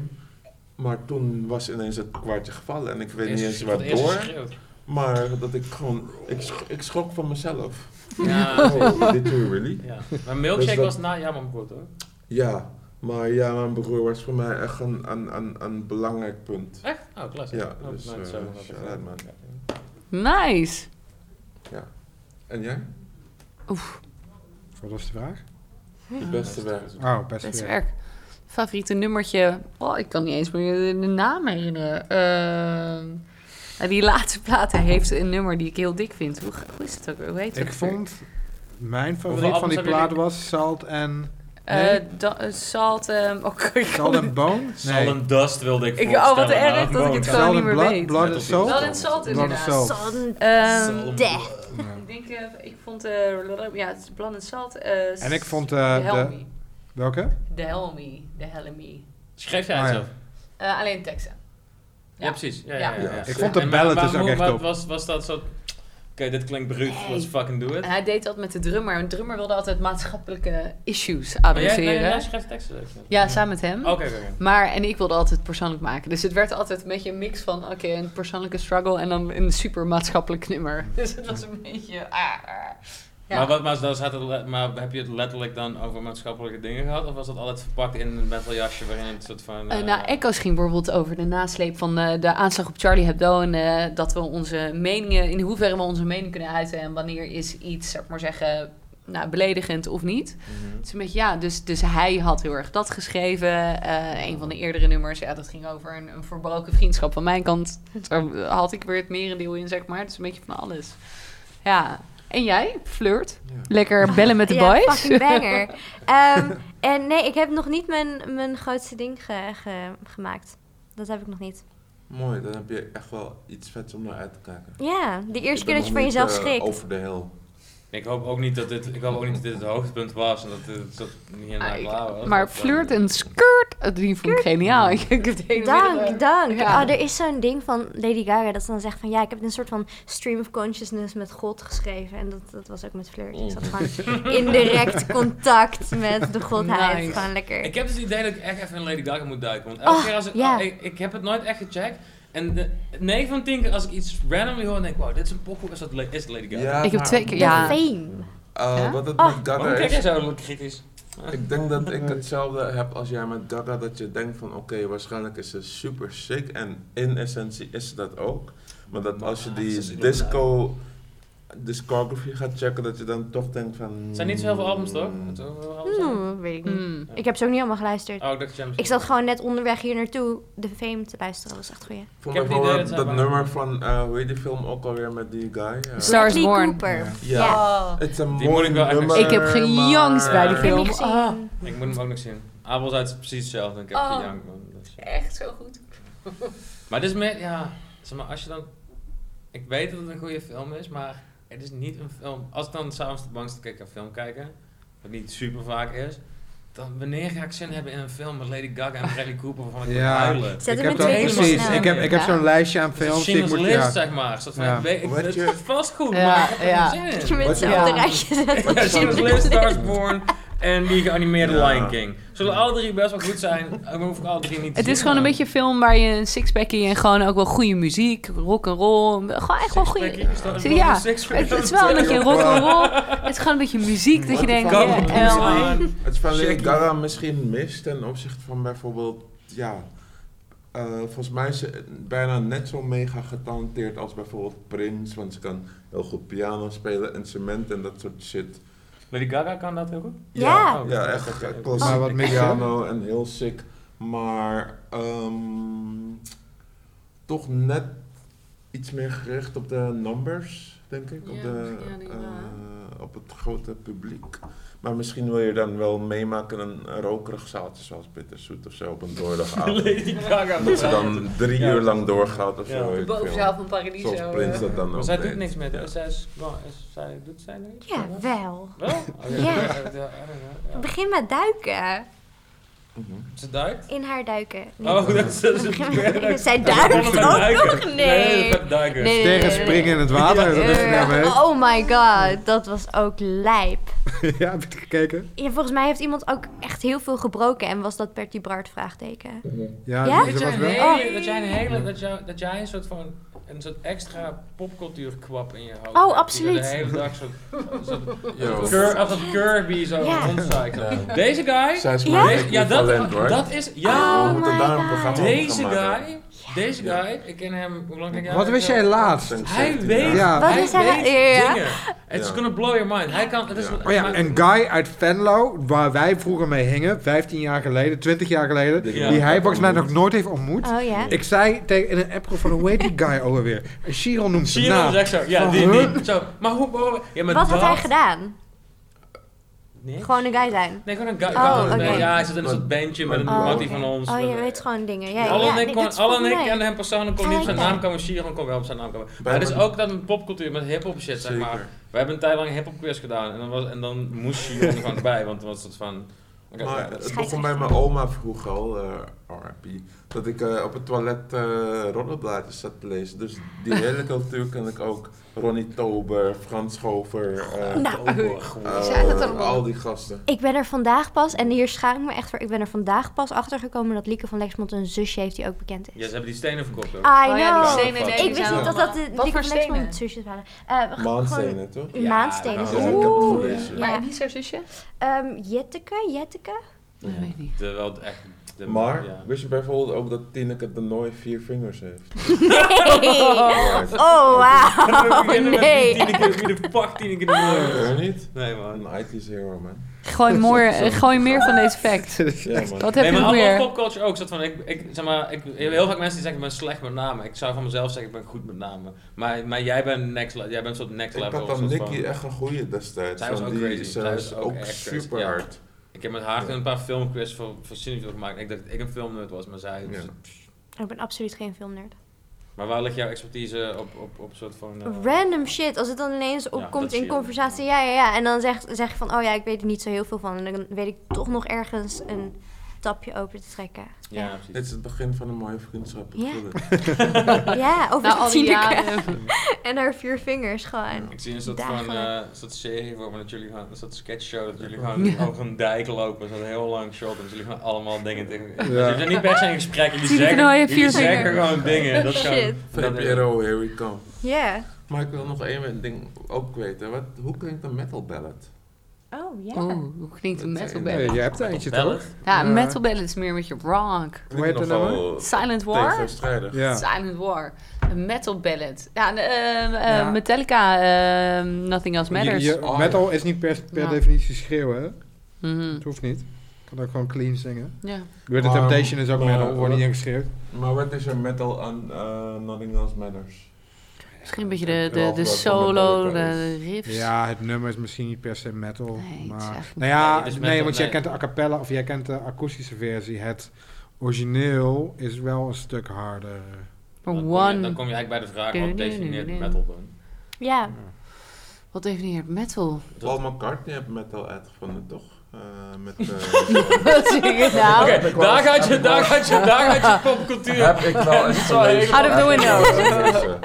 S1: Maar toen was ineens het kwartje gevallen. En ik weet niet eens
S3: Eerst- voor het eerst
S1: waardoor.
S3: geschreeuwd.
S1: Maar dat ik gewoon... Ik, sch- ik schrok van mezelf.
S3: Ja,
S1: Oh, did you really?
S3: ja. Maar milkshake
S1: Dus dat-
S3: was na Jammer Brood hoor.
S1: Ja, maar ja, mijn broer was voor mij echt een, een, een, een belangrijk punt.
S3: Echt? Oh, klas.
S1: Ja,
S3: Oh,
S1: dus
S3: nou,
S1: eh
S3: dat zou wel wat
S1: shout-out,
S3: ik-
S1: man.
S5: Nice.
S1: En jij?
S4: Wat was de vraag?
S1: Je beste werk.
S4: Oh, best,
S5: Best
S4: weer.
S5: werk. Favoriete nummertje? Oh, ik kan niet eens meer de, de naam herinneren. Ehm, nou, die laatste plaat hij heeft een nummer die ik heel dik vind. Hoe, hoe is het ook? weer? Hoe heet het?
S4: Ik vond mijn favoriet
S3: Hoeveel
S4: van die
S3: albums hebben
S4: plaat was Salt en
S5: Eh,
S4: nee.
S5: Salt... ehm, oh, ik kan-
S4: Salt en Bone.
S3: Salt and Dust wilde ik
S5: Ik- oh,
S3: voorstellen,
S5: wat
S3: maar
S5: erg dat ik
S3: gewoon
S5: het
S3: kan.
S5: gewoon-
S4: Salt
S5: niet
S4: en
S5: meer
S4: Blood,
S5: weet.
S4: Blood and Soul.
S5: Salt and Salt
S4: Blood and
S5: inderdaad.
S4: Soul.
S2: Salt.
S5: Ehm,
S2: Death.
S4: Ja.
S5: ik denk, eh, ik vond... eh, ja, het is Bland and Salt. eh,
S4: En ik vond
S5: de
S4: eh, de,
S5: Helmi.
S4: welke?
S5: De Helmi. De Helmi.
S3: Schreef jij
S4: Ah,
S3: het
S4: ja.
S3: zelf?
S5: Eh, alleen teksten.
S3: Ja, precies. Ja, ja,
S5: Ja.
S3: ja, ja.
S4: Ik vond de
S3: En maar-
S4: ballad
S3: maar
S4: dus ook
S3: hoe-
S4: echt
S3: wat
S4: top.
S3: Was, was dat zo... Oké, dit klinkt bruut,
S5: Nee.
S3: let's fucking do it.
S5: En hij deed dat met de drummer. En de drummer wilde altijd maatschappelijke issues
S3: Maar jij,
S5: adresseren.
S3: nee, jij schrijft teksten. dus.
S5: Ja, samen met hem.
S3: Oké, oké. oké.
S5: Maar, en ik wilde altijd persoonlijk maken. Dus het werd altijd een beetje een mix van, oké, een persoonlijke struggle en dan een super maatschappelijk nummer. Dus het was een beetje, ah, ah. Ja.
S3: Maar, wat, maar, dan staat het le- maar heb je het letterlijk dan over maatschappelijke dingen gehad? Of was dat altijd verpakt in een metal jasje waarin het soort van...
S5: Eh,
S3: eh,
S5: nou, Echo's ging bijvoorbeeld over de nasleep van eh, de aanslag op Charlie Hebdo. En eh, dat we onze meningen, in hoeverre we onze mening kunnen uiten. En wanneer is iets, zeg maar zeggen, nou, beledigend of niet.
S3: mhm.
S4: Ah.
S5: Het is een beetje, ja, dus, dus hij had heel erg dat geschreven. Eh, een van de eerdere nummers, ja, dat ging over een, een verbroken vriendschap van mijn kant. Daar had ik weer het merendeel in, zeg maar. Dus een beetje van alles. Ja. En jij? Flirt?
S1: Ja.
S5: Lekker bellen met de
S2: Ja,
S5: boys?
S2: fucking banger. Ehm, en nee, ik heb nog niet mijn, mijn grootste ding ge- ge- gemaakt. Dat heb ik nog niet.
S1: Mooi, dan heb je echt wel iets vets om naar uit te kijken.
S2: Ja, de eerste
S1: Ik ben
S2: keer dat
S1: nog
S2: je van
S1: niet,
S2: jezelf
S1: eh,
S2: schrikt.
S1: Over de hill.
S3: Ik hoop ook niet dat dit, ik hoop ook niet dat dit het hoogtepunt was en dat het dat hierna
S5: Ah, ik-
S3: klaar was.
S5: maar
S3: Dat, eh,
S5: flirt en skirt, die vond ik geniaal. Ik heb het hele middag-
S2: Dank, dank.
S5: Ja.
S2: Oh, er is zo'n ding van Lady Gaga dat ze dan zegt van... ja, ik heb een soort van stream of consciousness met God geschreven. En dat, dat was ook met flirt. Ik zat gewoon in direct contact met de godheid.
S5: Nice.
S2: Gewoon lekker.
S3: Ik heb dus het idee dat ik echt even in Lady Gaga moet duiken. Want elke
S2: Oh,
S3: keer als ik,
S2: ja.
S3: ik... ik heb het nooit echt gecheckt. En de, 9 van 10 keer als ik iets randomly hoor, dan denk ik, wow, dit is een pokoe, is dat Le- is Lady Gaga.
S1: Ja,
S5: Ik heb
S1: maar-
S5: twee keer-
S2: De
S5: ja.
S2: fame.
S1: Eh,
S5: Ja?
S1: Wat het
S2: Oh.
S1: met
S3: Waarom
S1: Gaga
S3: kijk jij
S1: is,
S3: zo kritisch?
S1: ik denk dat ik hetzelfde heb als jij met Gaga, dat je denkt van oké, waarschijnlijk is ze super sick en in essentie is ze dat ook. Maar dat als je
S3: Ah, ze is
S1: die
S3: een
S1: disco, discography gaat checken, dat je dan toch denkt van... hmm.
S3: Het zijn niet zo heel veel albums, toch? Het zijn hoeveel albums zijn er?
S2: Hmm, weet ik niet.
S5: Hmm.
S2: Ik heb ze ook niet allemaal geluisterd.
S3: Oh, ik dacht dat jij misschien-
S2: Ik zat gewoon net onderweg hier naartoe de fame te luisteren. Dat was echt goeie.
S1: Voor
S3: Ik heb
S1: mij
S3: het
S1: vooral dat,
S3: idee dat zij
S1: dat
S3: wel-
S1: nummer van, eh hoe heet die film ook alweer met die guy? Eh,
S5: Star is
S2: Bradley
S5: Born.
S2: Cooper.
S4: Ja.
S1: Ja. Het is een
S3: Die
S1: mooi
S3: moet ik wel echt
S1: nummer,
S5: Ik heb gejangst bij die
S2: Ik
S1: maar-
S2: heb
S5: film.
S2: hem niet gezien.
S5: Ah.
S3: Ik moet hem ook nog zien. Abel zei het precies hetzelfde en ik heb
S5: Oh.
S3: gejankt, man. Dus-
S5: Echt zo goed.
S3: Maar dit is meer, ja, zeg maar, als je dan... Ik weet dat het een goede film is, maar het is niet een film... Als ik dan s'avonds de bank sta te kijken, een film kijken, wat niet super vaak is... Dan wanneer ga ik zin hebben in een film met Lady Gaga en Bradley Cooper waarvan ik
S4: Ja.
S3: ja.
S2: Zet
S3: huilen?
S4: ik
S2: hem in
S4: heb dat
S2: twee keer
S4: precies.
S2: snel.
S4: Ik heb, ik heb
S5: Ja.
S4: zo'n lijstje aan
S3: Het is
S4: films die ik
S3: Schindler's
S4: moet
S3: List,
S4: ja.
S3: zeg maar. Soort van,
S4: Ja.
S3: ik weet, ik,
S1: Wat
S3: het
S1: je-
S3: is vast goed,
S5: Ja,
S3: maar ik heb er
S5: ja.
S3: geen
S2: Dat
S3: zin
S2: je
S3: in.
S2: mensen
S5: Ja.
S2: op de rijtje zet.
S3: Ja, Schindler's List, Stars Born en die geanimeerde
S1: Ja.
S3: Lion King. Zullen alle drie best wel goed zijn, maar hoef ik alle drie niet te
S5: Het is
S3: zien,
S5: gewoon een
S3: maar-
S5: beetje een film waar je een sixpackie en gewoon ook wel goede muziek, rock and roll, gewoon echt wel goede.
S3: Sixpackie, Stars
S5: Ja.
S3: Born,
S5: Ja.
S3: Sixpackie.
S5: Het, het is wel een beetje rock and roll. Het is gewoon een beetje muziek dat je
S1: What the
S5: denkt.
S1: fuck?
S5: ja,
S1: Come
S5: en-
S1: on.
S3: aan.
S1: Het is van Lady
S3: Shaggy.
S1: Gaga misschien mis ten opzichte van bijvoorbeeld, ja, eh, volgens mij is ze bijna net zo mega getalenteerd als bijvoorbeeld Prince, want ze kan heel goed piano spelen, instrumenten en dat soort shit.
S3: Lady Gaga kan dat heel goed.
S2: Ja.
S1: ja,
S3: Oh,
S1: echt
S3: oké.
S1: eh,
S4: Maar
S1: klassiek
S4: wat mis je?
S1: piano nou en heel sick, maar ehm, toch net iets meer gericht op de numbers, denk ik,
S5: Ja,
S1: op, de,
S5: misschien, ja, denk ik wel, hè.
S1: eh, op het grote publiek. Maar misschien wil je dan wel meemaken in een rokerig zaaltje zoals Bitterzoet of zo op een donderdagavond.
S3: Lady Gaga.
S1: dat ze dan drie
S3: Ja.
S1: uur lang doorgaat of
S3: Ja.
S1: zo. weet ik veel.
S5: van eh.
S1: Zoals Prins dat dan
S3: Maar
S1: ook
S3: zij doet
S1: deed.
S3: niks met.
S1: Ja.
S3: Ja. Zij is, wel, is, zij, doet zij niks?
S2: Ja, wel.
S3: Wel? Oké.
S2: Ja.
S3: I don't know, ja.
S2: Begin met duiken.
S1: Mhm.
S3: Ze duikt?
S2: In haar duiken. Nee.
S3: Oh, dat is... dat is-
S2: Zij
S3: Ja,
S2: duikt
S3: ze kan
S2: ook
S3: duiken.
S2: nog? Nee.
S3: ze kan duiken.
S2: Nee.
S4: Tegen springen in het water. Dat nou is
S2: Eh,
S4: niet meer.
S2: oh my god, dat was ook lijp.
S4: Ja, heb je het gekeken?
S2: Ja, volgens mij heeft iemand ook echt heel veel gebroken en was dat Bertie Bart vraagteken.
S4: Ja,
S2: Ja?
S4: die-
S3: Dat
S4: die
S3: jij
S4: was
S3: een
S4: wel.
S2: wel-
S3: hele, dat jij een hele, dat jij, dat jij een soort van, een soort extra popcultuur kwap in je hoofd hebt, Die
S2: Oh, absoluut.
S3: de hele dag zo'n
S1: Yo.
S3: Cur- als een Kirby zo
S2: Ja.
S3: rondzaait.
S1: Ja.
S3: Deze guy,
S1: Zij is
S2: Ja?
S1: maar
S3: deze, ja dat,
S1: hoor.
S3: dat is, ja,
S1: we
S2: Oh
S1: moeten
S2: my
S1: daar een
S2: God.
S1: programma over gaan
S3: deze
S1: maken.
S3: guy Deze guy, ik ken hem, hoe lang ken jij
S4: Wat
S3: hem?
S4: wist jij laatst?
S1: Sinds
S3: Hij
S1: 17
S3: weet,
S1: jaar.
S4: Ja.
S2: Wat
S3: hij
S2: is hij-
S3: weet
S2: Ja.
S3: dingen. It's
S1: Ja.
S3: gonna blow your mind. Hij kan, het is,
S1: Ja.
S4: Oh ja,
S3: maar-
S4: een guy uit Venlo, waar wij vroeger mee hingen, 15 jaar geleden, 20 jaar geleden, die hij volgens mij nog nooit heeft ontmoet.
S2: Oh ja.
S4: Ik zei tegen, in een appgroep van, hoe heet die guy ook alweer? En Chiron noemt zijn
S3: Zie je hem
S4: naam.
S3: zegt zo, ja,
S4: Van,
S3: die,
S4: huh?
S3: die. Zo, maar hoe, hoe- ja, maar
S2: Wat
S3: dat,
S2: had hij gedaan?
S3: Nee,
S2: Gewoon een guy zijn.
S3: nee gewoon een guy.
S2: Oh,
S3: nee,
S2: oké.
S3: Ja, hij zit in een soort bandje met een
S1: Oh,
S3: mattie
S2: oké.
S3: van ons.
S2: Oh, je
S3: Met-
S2: weet gewoon dingen. Ja, ja,
S3: Alle
S2: ja,
S3: en ik,
S2: nee,
S3: kon,
S2: dit is
S3: Alan en
S2: volgens
S3: ik
S2: mij-
S3: kenden hem persoonlijk, kon niet op zijn
S2: Kijk.
S3: naam komen, Sharon kon wel op zijn naam komen.
S1: Bij
S3: Maar het is
S1: mijn-
S3: ook dat met popcultuur, met hip-hop shit, zeg
S1: Zeker.
S3: maar. We hebben een tijd lang een hip-hop quiz gedaan en dan, was, en dan moest Sharon er gewoon bij, want dan was het van. oké,
S1: Maar
S3: dat-
S1: het begon bij mijn oma vroeger al, eh, RIP, dat ik eh, op het toilet eh roddelblaadjes zat te lezen. Dus die hele cultuur ken ik ook. Ronnie Tober, Frans Schover, eh,
S2: Nou,
S1: eh,
S5: zijn dat allemaal?
S1: al die gasten.
S2: Ik ben er vandaag pas, en hier schaam ik me echt voor, ik ben er vandaag pas achter gekomen dat Lieke van Lexmond een zusje heeft die ook bekend is.
S3: Ja, ze hebben die stenen verkocht ook.
S2: I
S5: Oh
S2: know.
S5: ja, die
S1: stenen,
S5: nee, die
S2: ik wist
S5: zijn
S2: niet dat
S5: allemaal-
S2: dat de
S5: Wat
S2: Lieke
S5: voor
S2: van Lexmond
S5: stenen?
S2: zusjes waren. Eh, gewoon
S1: Maanstenen, toch?
S3: Ja,
S2: Maanstenen.
S3: nou,
S1: Ja,
S2: zusjes.
S1: ik heb het
S2: Oeh.
S1: gelezen.
S2: Ja.
S5: wie is haar zusje?
S2: Ehm, Jetteke, Jetteke.
S5: Dat weet ik niet.
S3: De, wel echt, de,
S1: Maar,
S3: ja.
S1: wist je bijvoorbeeld ook dat Tineke de Nooi vier vingers heeft?
S2: Nee.
S1: Right.
S2: Oh, wauw.
S3: Ik ken hem
S2: Nee.
S3: echt niet. Tieneke, Wie de fuck Tieneke de Nooi?
S1: Hoor je niet?
S3: Nee man.
S1: Een IT's hero, man.
S5: Gooi, mooi, gooi meer van deze fact.
S1: Ja, man.
S5: Wat heb
S3: nee,
S5: je
S3: maar
S5: nog
S3: allemaal
S5: meer?
S3: popculture ook. Soort van, ik, ik, zeg maar, ik, heel vaak mensen die zeggen, ik ben slecht met namen. Ik zou van mezelf zeggen, ik ben goed met namen. Maar, maar jij bent next level. Jij bent een soort next
S1: Ik
S3: level.
S1: had
S3: of
S1: dan
S3: soort van-
S1: Nicky echt een goeie destijds.
S3: Zij was
S1: want
S3: ook
S1: die
S3: crazy.
S1: is,
S3: Zij
S1: eh,
S3: was ook
S1: ook
S3: echt crazy,
S1: super
S3: ja.
S1: hard.
S3: Ik heb met haar een paar filmquiz voor, voor Cineville gemaakt. En ik dacht dat ik een filmnerd was, maar zij...
S1: Ja.
S2: Ik ben absoluut geen filmnerd.
S3: Maar waar ligt jouw expertise op, op, op soort van... eh,
S2: Random shit, als het dan ineens opkomt
S3: zie
S2: in
S3: je.
S2: conversatie, ja, ja, ja. En dan zeg, zeg je van, oh ja, ik weet er niet zo heel veel van. En dan weet ik toch nog ergens een tapje open te trekken.
S3: Ja,
S1: Dit
S3: precies.
S1: is het begin van een mooie vriendschap. ik
S2: Ja.
S1: voel het.
S2: Ja, over
S5: Na
S2: nou,
S5: al die jaren.
S2: En haar vier vingers gewoon.
S3: Ik zie een soort van eh
S2: Dagelijks.
S3: een soort serie voor me dat jullie gaan, een soort sketchshow dat jullie gewoon over een dijk lopen, zo'n heel lang shot en jullie gaan allemaal dingen tegen. Dus Jullie zijn niet per se in gesprek, jullie
S5: Tieneke
S3: zeggen,
S5: Nooy heeft
S3: jullie
S5: vier
S3: zeggen
S5: vingers.
S3: gewoon dingen. Dat is
S2: Shit.
S3: gewoon, dat is-
S1: VPRO, here we come.
S2: Ja.
S1: Maar ik wil nog één ding ook weten. Wat, hoe klinkt een metal ballad?
S2: Oh, ja.
S5: Oeh, hoe klinkt een metal
S4: Nee,
S5: ballad?
S4: je hebt er eentje
S3: Bellen?
S4: toch?
S5: Ja,
S4: Ja.
S5: metal ballad is meer met je rock.
S4: Hoe heet dat
S1: nogal eh,
S5: Silent War?
S1: tegenstrijdig.
S4: Ja.
S5: Silent War. Een metal ballad. Ja, en, eh, eh,
S4: Ja.
S5: Metallica, eh, Nothing Else Matters.
S4: Je- je- metal is niet per, per
S5: Ja.
S4: definitie schreeuwen, hè?
S5: Mhm.
S4: Het hoeft niet. Ik kan ook gewoon clean zingen.
S5: Ja.
S4: Weer the
S1: Maar-
S4: Temptation is ook
S1: maar-
S4: metal, wordt niet ingeschreeuwd.
S1: Maar wat is er metal aan eh, Nothing Else Matters?
S5: Misschien een beetje de,
S1: Ja,
S5: de,
S1: of
S5: de
S1: dat van
S5: solo,
S1: Metallica
S5: de riffs.
S4: Ja, het nummer is misschien niet per se metal.
S5: Nee, het is
S4: maar,
S5: echt-
S4: nou ja,
S3: Nee, het is
S4: nee,
S3: metal,
S4: want jij
S3: nee.
S4: kent de a cappella of jij kent de akoestische versie. Het origineel is wel een stuk harder.
S5: Maar
S3: Dan kom, je,
S5: one.
S3: dan kom je eigenlijk bij de vraag wat definieert metal dan.
S2: Ja.
S5: Wat definieert metal?
S1: Paul McCartney heeft metal uitgevonden, toch? Eh, met, eh,
S5: Wat zeg je nou?
S3: Oké, daar gaat je, daar gaat je, daar gaat je popcultuur.
S1: heb ik wel eens
S3: is wel
S1: gelezen.
S5: Out of the window.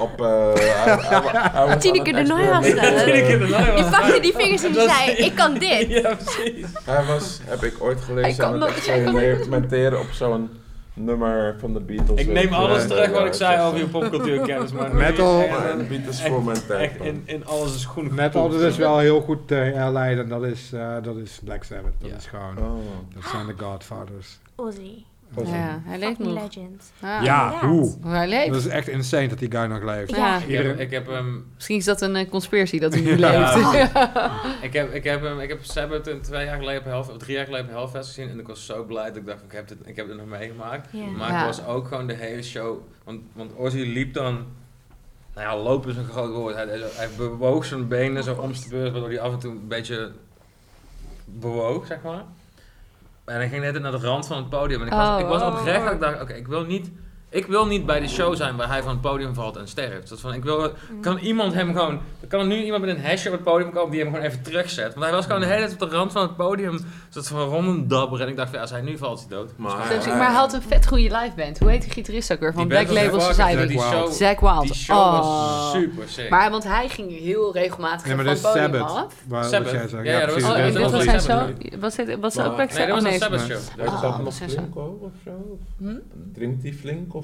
S1: Op... eh, Uh,
S2: Tineke de Nooi was dat.
S3: Tieneke de Nooi
S2: Je
S3: was-
S2: pakte die vingers en die zei, ik kan dit.
S3: Ja, precies.
S1: Hij was, heb ik ooit
S5: Hij
S1: gelezen,
S5: kan
S1: aan het
S5: nooit-
S1: experimenteren op zo'n nummer van de eh, Beatles.
S3: Ik neem alles terug wat ik zei over je
S1: je
S3: popcultuurkennis, maar
S4: Metal.
S1: Beatles
S3: Echt-
S1: voor mijn tijd.
S3: Echt
S1: man.
S3: in, in alles is groen
S4: Metal dat
S3: gepoetst.
S4: is wel heel goed te herleiden. en Dat is, eh, dat is Black Sabbath. Dat
S3: Ja.
S4: is gewoon...
S1: Oh.
S4: Dat zijn de Godfathers.
S2: Ozzy.
S5: Ja, hij leeft
S2: Fucking
S5: nog.
S2: legend.
S5: Ja.
S4: ja,
S2: inderdaad.
S4: hoe?
S5: Hij
S4: Dat
S5: leeft.
S4: is echt insane dat die guy nog leeft.
S5: Ja.
S3: Ik heb, ik heb ehm, hem,
S5: Misschien is dat een eh, conspiracy dat hij nu
S3: Ja.
S5: leeft.
S3: ik heb, ik heb hem, ik heb Sabbath een twee jaar geleden op Hellfest, of drie jaar geleden op Hellfest gezien en ik was zo blij dat ik dacht, van, ik heb dit, ik heb dit nog meegemaakt.
S2: Ja.
S3: Maar
S5: Ja.
S3: het was ook gewoon de hele show, want, want Ozzy liep dan, nou ja, lopen is een groot woord. Hij, hij- hij bewoog zijn benen zo om de beurt, waardoor hij af en toe een beetje bewoog, zeg maar. En hij ging net naar de rand van het podium en ik was,
S5: Oh,
S3: ik was
S5: oh,
S3: oprecht, dat
S5: oh.
S3: ik dacht, oké, ik wil niet... Ik wil niet bij de show zijn waar hij van het podium valt en sterft. Dat van, ik wil, kan iemand hem gewoon. Kan er nu iemand met een hesje op het podium komen die hem gewoon even terugzet? Want hij was gewoon de hele tijd op de rand van het podium. Zat van rond een dabber. En ik dacht, van, ja, als hij nu valt, is hij dood.
S1: Maar,
S5: Zo zie ik, Maar hij had een vet goede live band. Hoe heet die gitarist ook weer? Van Black Label Society.
S3: Die show,
S5: Zack Wild.
S3: die show
S5: oh.
S3: was super sick.
S5: Maar want hij ging heel regelmatig
S4: Nee, maar
S5: van
S4: dat is
S5: het podium
S4: Sabbath.
S5: af.
S4: Waar,
S3: Sabbath.
S4: Wat jij zegt.
S3: Ja,
S4: Ja,
S3: ja, dat
S4: precies.
S5: Oh,
S3: dat
S5: en
S3: is
S5: dit
S3: een
S5: was
S3: andere
S5: zijn
S3: show.
S5: zo. Was dit was dat
S1: Maar-
S5: ook Black
S3: nee, dat
S5: Sabbath?
S3: was een
S5: Nee.
S3: Sabbath
S4: nee.
S3: show.
S1: Weet je
S5: Ah,
S1: dat nog
S5: zo, zo.
S1: flink ook of zo?
S5: Ah, Hm?
S1: Drinkt hij flink of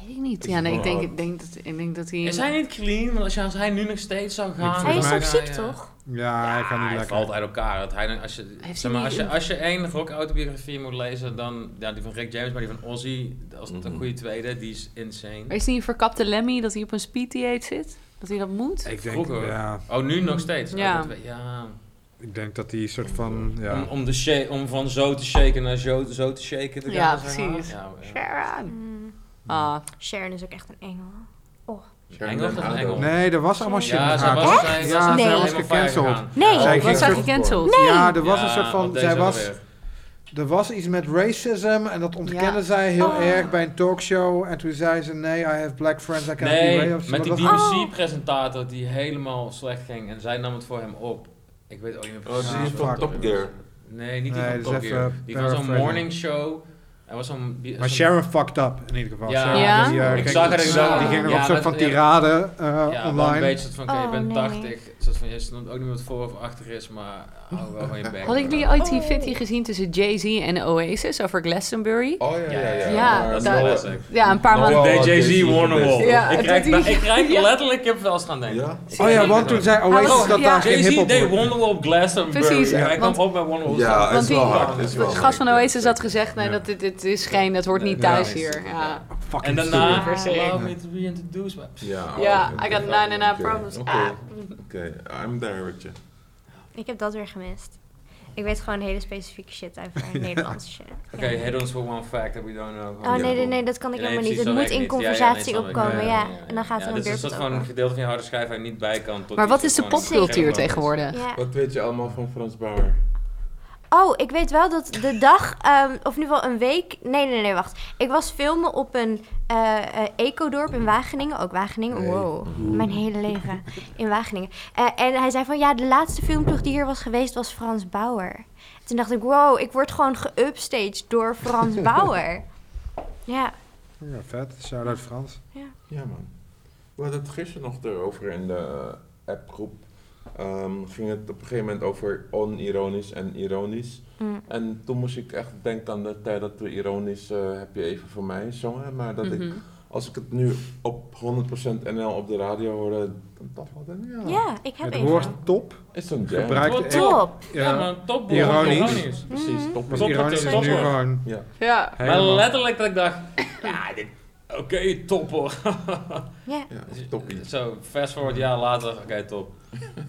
S5: Weet ik niet.
S1: Is
S5: Ja, nee, ik
S1: het
S5: denk,
S1: wel-
S5: ik denk dat, ik denk dat hij...
S3: Is hij niet clean? Want als, je, als hij nu nog steeds zou gaan...
S2: Mm. Hij is
S3: dan
S2: toch
S3: ga
S2: ziek,
S3: je-
S2: toch?
S4: Ja, hij gaat niet
S3: hij
S4: lekker.
S3: valt uit elkaar. Dat hij, dan- als, je,
S5: heeft
S3: zeg maar,
S5: niet
S3: als, je,
S5: in-
S3: als je één rock-autobiografie moet lezen, dan ja, die van Rick James, maar die van Ozzy, als het een
S1: Mhm.
S3: goede tweede, die is insane.
S5: Maar Is niet een verkapte Lemmy dat hij op een speed dieet zit? Dat hij dat moet?
S4: Ik denk,
S3: Vroeger.
S4: ja,
S3: Oh, nu nog steeds? Oh,
S5: Ja.
S3: dat we- ja.
S4: ik denk dat hij een soort van... Ja.
S3: Om, om, de sha- om van zo te shaken naar zo, zo te shaken te gaan.
S5: Ja,
S3: zeg maar.
S5: precies.
S3: Ja, ja.
S5: Sharon!
S2: Mm.
S5: Ah,
S2: Sharon is ook echt een engel.
S1: Sharon
S3: Engels
S1: en
S3: of
S1: Ado.
S3: Engel?
S4: Nee, er was allemaal shit
S3: Ja,
S4: met
S3: ze
S4: haar,
S3: was,
S4: toch?
S3: zij, zij
S4: Ja,
S3: was
S2: Nee.
S4: zij
S2: helemaal
S4: was
S3: helemaal fire
S4: gecanceld.
S3: gegaan.
S2: Nee,
S4: Zij
S2: Zij
S5: was hij
S1: ging-
S5: gecanceld?
S4: Ja, er was
S3: Ja,
S4: een soort van...
S3: want
S4: Zij
S3: deze
S4: was,
S3: alweer.
S4: er was iets met racism en dat ontkende
S5: Ja.
S4: zij heel
S2: Oh.
S4: erg bij een talkshow. En toen zei ze, nee, I have black friends, I can't be
S3: Nee,
S4: racist. Maar
S3: met die
S4: dat-
S2: die- Oh.
S3: BBC-presentator die helemaal slecht ging en zij nam het voor hem op. Ik weet ook niet meer
S1: Oh,
S3: precies.
S1: zie je
S4: Ah,
S1: van
S4: fuck.
S1: Top Gear.
S3: Nee, niet die
S4: Nee,
S3: van
S4: dus
S3: Top
S4: even
S3: Gear. Die van zo'n
S4: paraphrasing.
S3: morning show. Er was zo'n... die-
S4: Maar
S3: zo'n-
S4: Sharon fucked up, in ieder geval.
S3: Ja.
S4: Sharon,
S5: Ja?
S4: Die, eh,
S5: Ik
S4: ging,
S3: zag haar
S4: die
S3: inderdaad.
S4: ging nog
S3: Ja,
S4: op soort
S3: dat-
S4: van
S3: ja.
S4: tirade eh,
S3: Ja, wel een
S4: online.
S3: beetje soort van, oké, je
S2: Oh,
S3: bent
S2: nee.
S3: 80. Soort van, je stond ook niet wat voor of achter is, maar hou wel van je bek.
S5: Hadden jullie ooit die
S2: Oh.
S5: fitty gezien tussen Jay-Z en Oasis over Glastonbury?
S1: Oh ja, ja, ja.
S5: Ja,
S1: maar
S3: dat
S5: daar-
S1: Noah-
S3: is leuk.
S5: Ja, een paar
S1: Noah
S5: maanden.
S3: Day
S1: had
S3: Jay-Z
S1: Jay-Z
S3: Warner
S1: gebest.
S3: Ball.
S5: Ja,
S3: ik
S5: dat
S3: krijg,
S5: die-
S3: maar ik krijg
S5: Ja.
S3: letterlijk kipvels gaan denken.
S1: Ja?
S4: Oh ja, want toen zei Oasis
S5: was-
S4: dat
S5: ja.
S4: daar geen
S3: Jay-Z
S4: hiphop
S3: deed
S4: op
S3: Wonderwall op Glastonbury.
S5: Precies,
S3: Ja, Hij
S5: want-
S3: kwam op bij Wonderwall.
S1: Ja,
S5: Want
S1: is wel
S5: die-
S1: hard. Is wel
S5: De gast van
S1: hard.
S5: Oasis had gezegd, nee, dat dit, dit is geen, dat hoort
S3: Nee,
S5: niet
S4: ja.
S5: thuis hier. Ja.
S3: En
S4: Oh, Fucking
S3: daarna,
S5: per se.
S3: allow me to be introduced. Maar,
S1: Ja, oh,
S5: Ja,
S1: oké.
S5: I got 99 problems.
S1: Oké,
S5: Ah.
S1: oké. I'm there with you.
S2: Ik heb dat weer gemist. Ik weet gewoon hele specifieke shit over Nederlandse shit.
S3: Oké, hit ons for one fact that we don't know.
S2: Oh nee, nee, nee, dat kan ik
S3: Ja,
S2: helemaal
S3: nee,
S2: niet.
S3: precies,
S2: Het
S3: dat
S2: moet
S3: weet ik
S2: in
S3: niet. Ja, ja, nee,
S2: conversatie
S3: snap ik.
S2: opkomen,
S4: Nee,
S2: ja. En dan gaat er
S3: dit
S2: een
S3: dus is een
S2: beurt
S3: soort van een
S2: over.
S3: gedeelte van je harde schijf waar je niet bij kan. Tot
S5: Maar
S3: iets
S5: wat is de
S3: gewoon
S5: popcultuur
S3: helemaal is.
S5: tegenwoordig?
S2: Ja.
S1: Wat weet je allemaal van Frans Bauer?
S2: Oh, ik weet wel dat de dag, ehm, of in ieder geval een week. Nee, nee, nee, wacht. Ik was filmen op een eh, eh, ecodorp in Wageningen. Ook Wageningen,
S4: Nee.
S2: wow. Mijn hele leven in Wageningen. Eh, en hij zei van ja, de laatste filmploeg die hier was geweest was Frans Bauer. Toen dacht ik, wow, ik word gewoon geupstaged door Frans Bauer. Ja.
S4: Ja, vet. Shout-out Frans.
S1: Ja, man. We hadden het gisteren nog erover in de eh, appgroep. Ehm, ging het op een gegeven moment over onironisch en ironisch.
S2: Mm.
S1: En toen moest ik echt denken aan de tijd dat we ironisch eh, heb je even voor mij zongen. Maar dat ik,
S5: Mhm.
S1: als ik het nu op 100% NL op de radio hoorde, dan dacht ik wel, dan ja.
S2: Ja, ik heb
S4: Het
S2: even.
S4: woord top
S1: Is een jam.
S4: gebruikt...
S3: Wordt
S4: echt-
S2: Top.
S3: Ja,
S4: Ja,
S3: man, top
S4: Ironisch.
S1: Precies, top.
S4: was
S3: Top
S4: ironisch is
S3: top
S4: nu
S3: hoor.
S4: gewoon...
S1: Mm. Ja.
S5: Ja.
S3: Maar
S4: helemaal-
S3: letterlijk dat ik dacht, ja, dit, oké, top hoor.
S2: Ja,
S1: Ja, is toppie.
S3: Zo, fast forward, een jaar later, oké, top.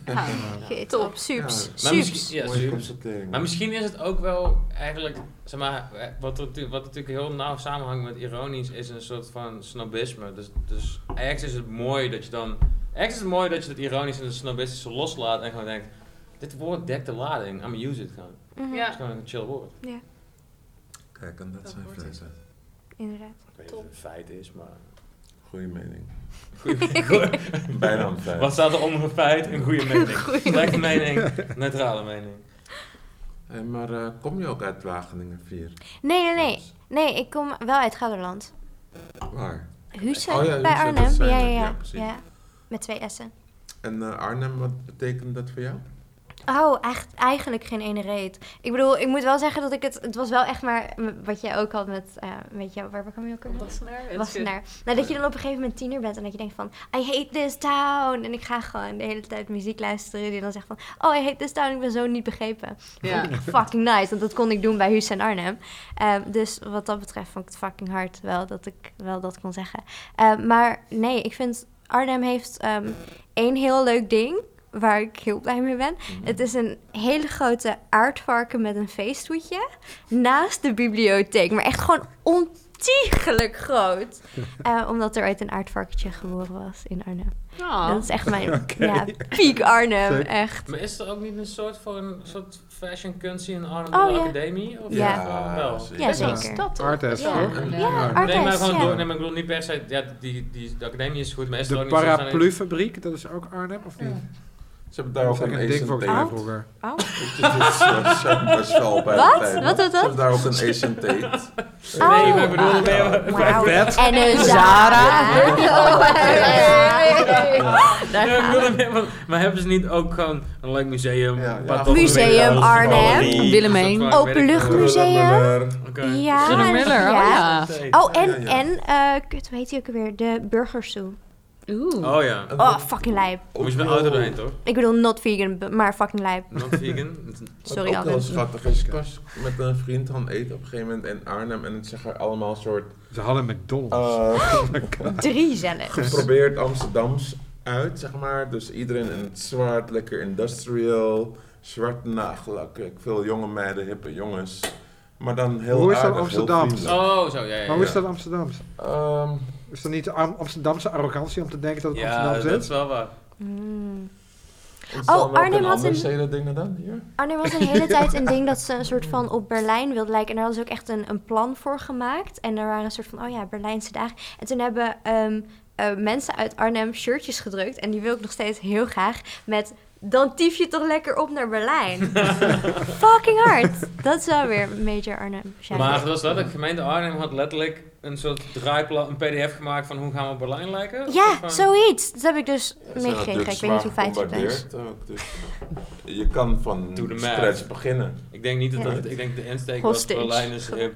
S5: Ja.
S2: Goed,
S5: Top.
S2: top. Sups.
S1: Ja,
S3: Maar
S2: Sups.
S3: misschien, ja,
S1: Mooie
S3: super.
S1: constatering.
S3: Maar misschien is het ook wel eigenlijk, zeg maar, eh, wat, er, natu- wat natuurlijk heel nauw samenhangt met ironisch, is een soort van snobisme. Dus, dus ergens is het mooi dat je dan, ergens is het mooi dat je dat ironisch en het snobistische loslaat en gewoon denkt, dit woord dekt de lading, I'm gonna use it gewoon.
S2: Mhm,
S5: Ja.
S3: Het is gewoon een chill woord.
S1: Kijk, en dat
S5: Dat
S1: zijn
S5: hoort
S1: flessen.
S2: Inderdaad.
S3: Ik weet niet of het een feit is, maar...
S1: Goeie mening.
S3: Goeie- goeie-
S1: Bijna een feit.
S3: Wat staat er onder een feit? Een goede mening. Slechte mening, neutrale mening.
S1: Hey, maar eh, kom je ook uit Wageningen 4?
S2: Nee, nee, nee. Nee, ik kom wel uit Gelderland.
S1: Waar?
S2: Husse
S1: Oh ja,
S2: bij
S1: Husse, dat
S2: Arnhem.
S1: zijn we.
S2: ja, ja,
S1: Ja,
S2: ja,
S1: precies.
S2: ja. Met twee S'en.
S1: En eh, Arnhem, wat betekent dat voor jou?
S2: Oh, echt, eigenlijk geen ene reet. Ik bedoel, ik moet wel zeggen dat ik het... Het was wel echt maar m- wat jij ook had met... eh weet je, waar kwam je ook weer? Wassenaar. Nou, dat je dan op een gegeven moment tiener bent en dat je denkt van... I hate this town. En ik ga gewoon de hele tijd muziek luisteren die dan zegt van... Oh, I hate this town. Ik ben zo niet begrepen.
S5: Ja.
S2: Vond ik echt fucking nice. Want dat kon ik doen bij Huus en Arnhem. Ehm, dus wat dat betreft vond ik het fucking hard wel dat ik wel dat kon zeggen. Ehm, maar nee, ik vind Arnhem heeft ehm, één heel leuk ding waar ik heel blij mee ben. Het is een hele grote aardvarken met een feesthoedje naast de bibliotheek. Maar echt gewoon ontiegelijk groot. Eh, omdat er ooit een aardvarkentje geboren was in Arnhem.
S5: Ja.
S2: Dat is echt mijn
S4: Oké.
S2: ja, piek Arnhem,
S4: Sick.
S2: echt.
S3: Maar is er ook niet een soort voor een soort fashion kunst in Arnhem
S2: Oh,
S3: de
S2: ja.
S3: Academie? Of
S2: Ja.
S3: wel?
S1: zeker.
S2: Ja, zeker.
S5: Dat toch?
S4: Artest,
S5: Ja.
S4: toch?
S5: Ja.
S1: eh,
S2: Ja, Artes,
S3: nee, maar gewoon
S2: ja.
S3: door, nee, maar ik bedoel niet per se, ja, die, die, de Academie is goed, maar is er
S4: De
S3: ook niet zo-
S4: paraplufabriek, dat is ook Arnhem, of niet?
S1: Ze hebben daar ook
S4: Zeg
S1: een
S4: een
S1: Ace
S4: dikvok
S1: in
S4: tegen
S2: Out?
S1: Tate.
S4: vroeger.
S2: Wat?
S1: Wat?
S2: Wat is dat?
S1: Ze hebben daar ook een Ace in Tate.
S8: Nee, maar
S2: Oh.
S8: ik bedoel, ben je-
S2: Wauw.
S4: Bed.
S2: En een
S5: Zara.
S2: Zara. Oh, eh,
S3: Ja, ik wilde meer, want- maar hebben ze niet ook gewoon een leuk museum?
S1: Ja,
S3: een
S1: ja.
S3: toppe
S2: Museum
S3: wereld,
S2: Arnhem.
S3: galerie,
S5: Willemijn.
S3: een soort van, weet ik
S2: Openluchtmuseum.
S3: veel. Oké.
S2: Ja.
S5: Gunnar Miller, oh ja.
S3: Oké.
S2: Oh, en,
S1: Ja, ja.
S2: en eh kut, hoe heet die ook alweer? De Burger Zoo.
S5: Oeh.
S3: Oh ja.
S2: Oh, fucking lijp.
S3: Moet je met auto doorheen, toch?
S2: Ik bedoel, not vegan, b- maar fucking lijp.
S3: Not vegan.
S2: Sorry,
S1: Wat ook wel
S2: Alwin.
S1: schattig is, ik was met een vriend gaan eten op een gegeven moment in Arnhem en het zag er allemaal soort...
S4: Ze hadden
S8: Oh,
S4: McDonald's.
S2: Oh.
S1: eh,
S2: Drie
S4: Dus-
S2: zelfs.
S1: geprobeerd Amsterdams uit, zeg maar. Dus iedereen in het zwart, lekker industrial, zwart nagelak. Ik veel jonge meiden, hippe jongens. Maar dan heel
S4: Hoe is dat
S1: aardig,
S4: Amsterdams?
S1: heel vriendelijk.
S8: Oh, zo, ja, ja.
S4: maar hoe
S8: ja.
S4: is dat Amsterdams?
S2: Oh.
S1: Ehm,
S4: Is dat niet de Am- Amsterdamse arrogantie om te denken dat het
S8: Ja,
S4: Amsterdams
S8: dat
S4: is?
S8: is wel waar.
S2: Mm.
S1: is dan ook
S2: Arnhem
S1: een
S2: had
S1: ander
S2: een-
S1: steden dingen dan hier?
S2: Arnhem Ah, was een hele tijd een ding dat ze een soort van op Berlijn wilden lijken. En daar hadden ze ook echt een, een plan voor gemaakt. En er waren een soort van, oh ja, Berlijnse dagen. En toen hebben ehm, eh, mensen uit Arnhem shirtjes gedrukt. En die wil ik nog steeds heel graag. Met, dan tief je toch lekker op naar Berlijn. Fucking hard. Dat is wel weer Major Arnhem. Shout
S3: Maar
S2: out.
S3: het was letterlijk, gemeente Arnhem had letterlijk een soort draaiplan, een pdf gemaakt van hoe gaan we op Berlijn lijken. Of
S2: Ja,
S3: van-
S2: zoiets. Dat heb ik dus
S1: Ze zijn
S2: meegekregen.
S1: natuurlijk
S2: Ik weet niet hoe
S1: zwaar
S2: feitelijk dat is.
S1: gebombardeerd ook, dus je kan van
S3: Doe de math.
S1: stretch beginnen.
S3: Ik denk niet dat
S2: Ja.
S3: dat, ik denk de insteek was
S2: Hostage.
S3: Berlijn is hip.